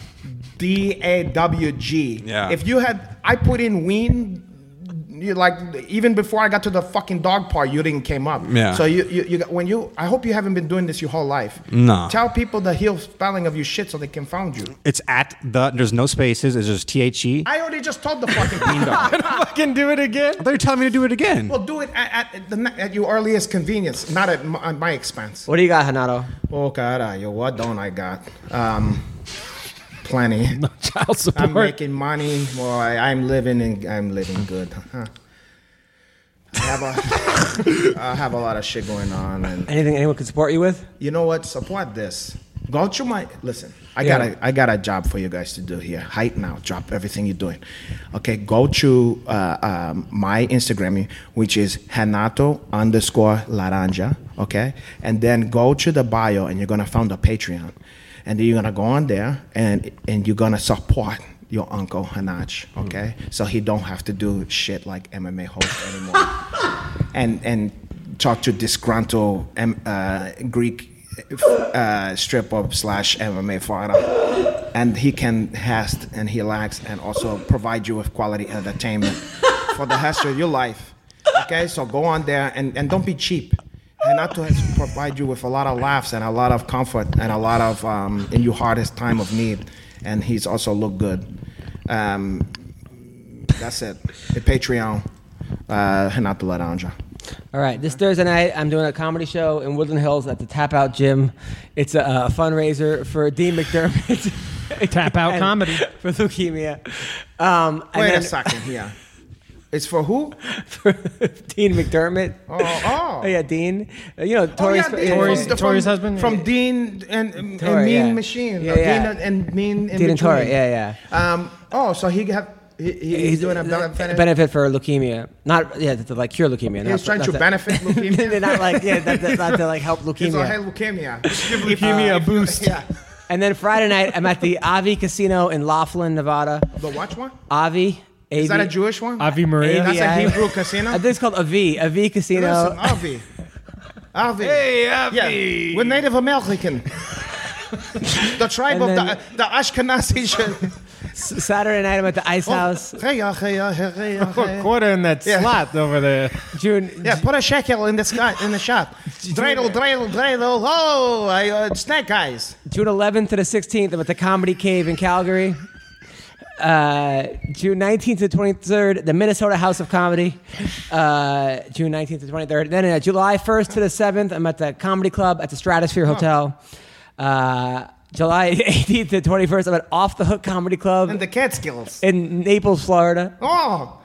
[SPEAKER 9] D A W G.
[SPEAKER 4] Yeah.
[SPEAKER 9] If you had, I put in Ween. You like even before I got to the fucking dog part, you didn't came up.
[SPEAKER 4] Yeah.
[SPEAKER 9] So you, you, you got, when you I hope you haven't been doing this your whole life.
[SPEAKER 4] No.
[SPEAKER 9] Tell people the heel spelling of your shit so they can found you.
[SPEAKER 4] it's at the. There's no spaces. It's just T H E.
[SPEAKER 9] I already just told the fucking Ween dog.
[SPEAKER 5] fucking do it
[SPEAKER 4] I
[SPEAKER 5] again.
[SPEAKER 4] thought you were telling me to do it again.
[SPEAKER 9] Well, do it at, at, the, ne- at your earliest convenience, not at my, at my expense.
[SPEAKER 1] What do you got, Hanato?
[SPEAKER 9] Oh God, yo, what don't I got? Um, plenty. No
[SPEAKER 5] child support.
[SPEAKER 9] I'm making money. Boy, I'm living and I'm living good. Huh. I have a, I have a lot of shit going on. And
[SPEAKER 1] Anything anyone could support you with?
[SPEAKER 9] You know what? Support this. Go to my listen. I
[SPEAKER 1] Yeah.
[SPEAKER 9] got a I got a job for you guys to do here. Hype now. Drop everything you're doing. Okay, go to uh, um, my Instagram, which is Hanato underscore Laranja. Okay, and then go to the bio, and you're gonna found a Patreon, and then you're gonna go on there, and and you're gonna support your uncle Hanach. Okay, so he don't have to do shit like MMA host anymore. and and talk to disgruntled um, uh, Greek uh, strip up slash MMA fighter, and he can hast and he lacks, and also provide you with quality entertainment for the rest of your life. Okay, so go on there and, and don't be cheap. And not to provide you with a lot of laughs and a lot of comfort and a lot of um, in your hardest time of need. And he's also looked good. Um, that's it. The Patreon, uh, Renato Laranja.
[SPEAKER 1] All right, this Thursday night, I'm doing a comedy show in Woodland Hills at the Tap Out Gym. It's a, a fundraiser for Dean McDermott. Tap
[SPEAKER 5] Out Oh, comedy.
[SPEAKER 1] for leukemia. Um, and
[SPEAKER 9] Wait a
[SPEAKER 1] then-
[SPEAKER 9] second here. It's for who?
[SPEAKER 1] for Dean McDermott.
[SPEAKER 9] Oh, oh.
[SPEAKER 1] yeah, Dean. Uh, you know, Tori's,
[SPEAKER 9] oh, yeah, Dean
[SPEAKER 5] Tori's-
[SPEAKER 9] from the-
[SPEAKER 5] Tori's
[SPEAKER 9] from-
[SPEAKER 5] husband?
[SPEAKER 9] From Dean and, and,
[SPEAKER 1] Tori,
[SPEAKER 9] Mean
[SPEAKER 1] yeah.
[SPEAKER 9] Machine.
[SPEAKER 1] Yeah,
[SPEAKER 9] Dean
[SPEAKER 1] yeah.
[SPEAKER 9] and, and Mean in
[SPEAKER 1] Dean and
[SPEAKER 9] between.
[SPEAKER 1] Tori, yeah,
[SPEAKER 9] yeah. Um, oh, so he have, he, he- he's, doing a benefit.
[SPEAKER 1] a benefit for leukemia. Not yeah, to like cure leukemia. not
[SPEAKER 9] he's
[SPEAKER 1] for-
[SPEAKER 9] trying
[SPEAKER 1] not
[SPEAKER 9] to benefit leukemia.
[SPEAKER 1] They're not like yeah, that, that's not to like help
[SPEAKER 9] He's like, hey,
[SPEAKER 1] leukemia.
[SPEAKER 9] leukemia. Uh,
[SPEAKER 5] leukemia a boost.
[SPEAKER 9] yeah.
[SPEAKER 1] And then Friday night, I'm at the Avi Casino in Laughlin, Nevada.
[SPEAKER 9] The watch one?
[SPEAKER 1] Avi.
[SPEAKER 9] Is that a
[SPEAKER 1] AV
[SPEAKER 9] Jewish one?
[SPEAKER 5] Avi Maria.
[SPEAKER 9] That's a
[SPEAKER 1] AVI.
[SPEAKER 9] Hebrew casino?
[SPEAKER 1] Uh, I think it's Uh, called Avi. Avi
[SPEAKER 9] Listen,
[SPEAKER 1] Casino.
[SPEAKER 9] Avi. Avi.
[SPEAKER 5] Hey, Avi.
[SPEAKER 9] Yeah, we're Native American. the tribe
[SPEAKER 1] And
[SPEAKER 9] of the, the Ashkenazi.
[SPEAKER 1] S- Saturday night, I'm at the Ice House.
[SPEAKER 9] Hey, uh, hey, uh, hey, uh,
[SPEAKER 1] Oh,
[SPEAKER 5] Put
[SPEAKER 9] hey.
[SPEAKER 5] a quarter in that
[SPEAKER 9] Yeah.
[SPEAKER 5] slot over there.
[SPEAKER 1] June.
[SPEAKER 9] Yeah, put a shekel in the sky in the shop. dreidel, dreidel, dreidel. Oh, I, uh, snack eyes.
[SPEAKER 1] June 11th to the 16th, I'm at the Comedy Cave in Calgary. Uh, June 19th to 23rd, the Minnesota House of Comedy. Uh, June 19th to 23rd. Then uh, July 1st to the 7th, I'm at the Comedy Club at the Stratosphere Hotel. Uh, July 18th to 21st, I'm at Off the Hook Comedy Club
[SPEAKER 9] And the Catskills.
[SPEAKER 1] in Naples, Florida.
[SPEAKER 9] Oh,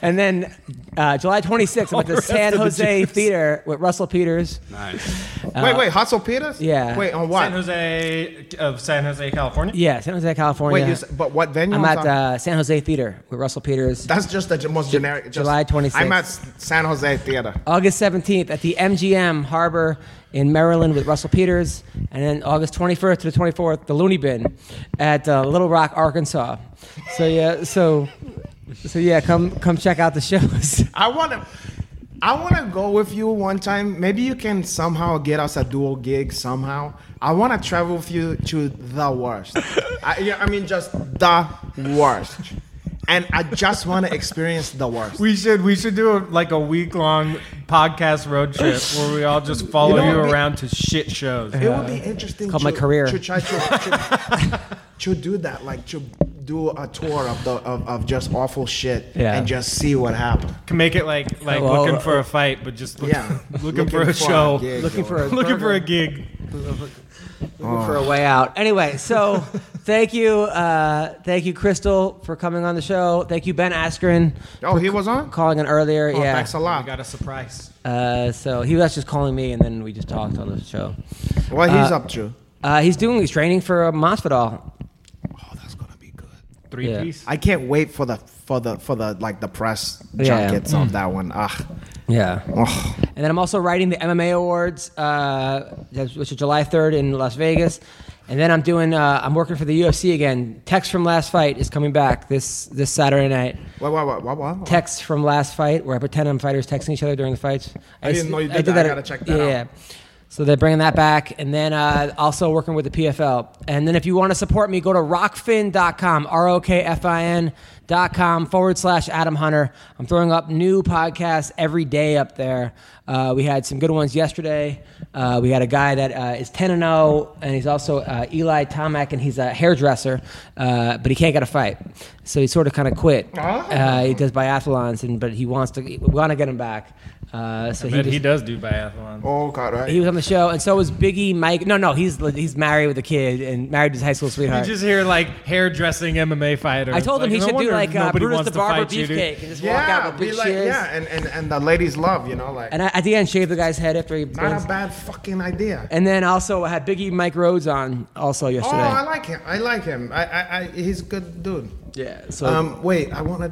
[SPEAKER 1] And then uh, July 26th, I'm at
[SPEAKER 9] Oh,
[SPEAKER 1] the
[SPEAKER 5] rest
[SPEAKER 1] San
[SPEAKER 5] of the
[SPEAKER 1] Jose
[SPEAKER 5] Jews.
[SPEAKER 1] Theater with Russell Peters.
[SPEAKER 9] wait, wait, Hustle Peters?
[SPEAKER 1] Uh, yeah.
[SPEAKER 9] Wait, on
[SPEAKER 5] San
[SPEAKER 9] what?
[SPEAKER 5] Jose of San Jose, California.
[SPEAKER 1] Yeah, San Jose, California.
[SPEAKER 9] Wait, you, s- but what venue?
[SPEAKER 1] I'm
[SPEAKER 9] was
[SPEAKER 1] at
[SPEAKER 9] that?
[SPEAKER 1] uh, San Jose Theater with Russell Peters.
[SPEAKER 9] That's just the most generic. Just,
[SPEAKER 1] July 26th.
[SPEAKER 9] I'm at San Jose Theater.
[SPEAKER 1] August 17th at the MGM Harbor in Maryland with Russell Peters. And then August 21st to the 24th, the Looney Bin at uh, Little Rock, Arkansas. So, yeah, so. So yeah, come come check out the shows.
[SPEAKER 9] I want to. I want to go with you one time. Maybe you can somehow get us a dual gig somehow. I want to travel with you to the worst. I, yeah, I mean, just the worst. And I just want to experience the worst.
[SPEAKER 5] We should we should do a, like a week long podcast road trip where we all just follow you,
[SPEAKER 9] know, we-
[SPEAKER 5] around to shit shows.
[SPEAKER 9] It would be interesting
[SPEAKER 1] Called my
[SPEAKER 9] to,
[SPEAKER 1] career.
[SPEAKER 9] to try to, to, to do that, like to do a tour of the of, of just awful shit
[SPEAKER 1] Yeah.
[SPEAKER 9] and just see what happened.
[SPEAKER 5] Can make it like like
[SPEAKER 1] Well, uh,
[SPEAKER 5] looking for a fight, but just look,
[SPEAKER 9] Yeah,
[SPEAKER 5] looking, for a show,
[SPEAKER 9] gig
[SPEAKER 1] Looking
[SPEAKER 9] or-
[SPEAKER 1] for a
[SPEAKER 5] looking for a gig.
[SPEAKER 1] looking for a way out. Anyway, so thank you, uh, thank you, Crystal, for coming on the show. Thank you, Ben Askren,
[SPEAKER 9] Oh, he was on.
[SPEAKER 1] calling in earlier.
[SPEAKER 9] Oh,
[SPEAKER 1] yeah,
[SPEAKER 9] thanks a
[SPEAKER 5] I
[SPEAKER 9] lot.
[SPEAKER 5] got a surprise.
[SPEAKER 1] Uh, so he was just calling me, and then we just talked on the show.
[SPEAKER 9] What he's up to?
[SPEAKER 1] Uh, he's doing he's training for uh, Masvidal.
[SPEAKER 9] Oh, that's gonna be good.
[SPEAKER 5] Three
[SPEAKER 1] Yeah.
[SPEAKER 5] piece.
[SPEAKER 9] I can't wait for the for the for the like the press
[SPEAKER 1] Yeah. Mm.
[SPEAKER 9] junkets of that one. Ah,
[SPEAKER 1] Yeah,
[SPEAKER 9] oh,
[SPEAKER 1] and then I'm also writing the MMA awards, uh, that's- which is July 3rd in Las Vegas, and then I'm doing uh, I'm working for the UFC again. Text from Last Fight is coming back this this Saturday night.
[SPEAKER 9] what what what what? what?
[SPEAKER 1] Text from Last Fight, where I pretend I'm fighters texting each other during the fights.
[SPEAKER 9] I didn't know you did that. I gotta check that
[SPEAKER 1] yeah,
[SPEAKER 9] out.
[SPEAKER 1] Yeah. So they're bringing that back, and then uh, also working with the PFL. And then if you want to support me, go to rockfin.com, r o k f i n dot com forward slash Adam Hunter. I'm throwing up new podcasts every day up there. Uh, we had some good ones yesterday. Uh, we had a guy that uh, is 10 and 0, and he's also uh, Eli Tomac, and he's a hairdresser, uh, but he can't get a fight,
[SPEAKER 9] Ah.
[SPEAKER 1] so he sort of kind of quit. Uh, he does biathlons, and but he wants to. We want to get him back. Uh, so
[SPEAKER 5] I
[SPEAKER 1] he,
[SPEAKER 5] bet
[SPEAKER 1] just-
[SPEAKER 5] he does do biathlons.
[SPEAKER 9] Oh God, right.
[SPEAKER 1] He was on the show, and so was Biggie Mike. No, no, he's he's married with a kid and married to his high school
[SPEAKER 5] You
[SPEAKER 1] sweetheart.
[SPEAKER 5] just hear like hairdressing MMA fighter.
[SPEAKER 1] I told him he
[SPEAKER 5] no
[SPEAKER 1] should do
[SPEAKER 5] wonder
[SPEAKER 1] like uh,
[SPEAKER 5] nobody
[SPEAKER 1] Brutus
[SPEAKER 5] wants
[SPEAKER 1] the
[SPEAKER 5] to
[SPEAKER 1] Barber
[SPEAKER 5] fight you, dude.
[SPEAKER 1] beefcake and just walk
[SPEAKER 9] yeah,
[SPEAKER 1] out with
[SPEAKER 9] be
[SPEAKER 1] big
[SPEAKER 9] like,
[SPEAKER 1] shears.
[SPEAKER 9] yeah, and, and and the ladies love, you know, like
[SPEAKER 1] And I, at the end, shaved the guy's head after he.
[SPEAKER 9] not a bad fucking idea.
[SPEAKER 1] And then also I had Biggie Mike Rhodes on also
[SPEAKER 9] Oh,
[SPEAKER 1] yesterday.
[SPEAKER 9] I like him. I like him. I, I, I he's a good dude.
[SPEAKER 1] Yeah. So
[SPEAKER 9] um, wait, I want to.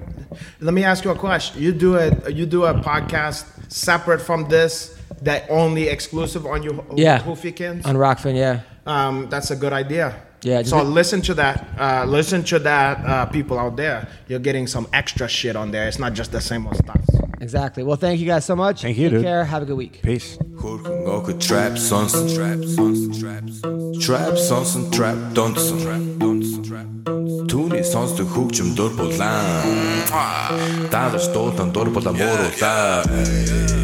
[SPEAKER 9] Let me ask you a question. You do a you do a podcast separate from this that only exclusive on your
[SPEAKER 1] yeah,
[SPEAKER 9] Hoofykins?
[SPEAKER 1] on Rockfin, yeah.
[SPEAKER 9] Um, that's a good idea.
[SPEAKER 1] Yeah, just
[SPEAKER 9] So
[SPEAKER 1] be-
[SPEAKER 9] listen to that. Uh, listen to that, uh, people out there. You're getting some extra shit on there. It's not just the same old stuff.
[SPEAKER 1] Exactly. Well, thank you guys so much. Thank you. Take
[SPEAKER 2] dude.
[SPEAKER 1] care. Have a good week.
[SPEAKER 4] Peace.
[SPEAKER 2] Ngoko trap sons and trap sons and traps Trap sons and trap dunson Түүний сонсдог хөгжим дур булаан Даалж дуулан дур булаан мууруулаа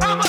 [SPEAKER 12] I'm a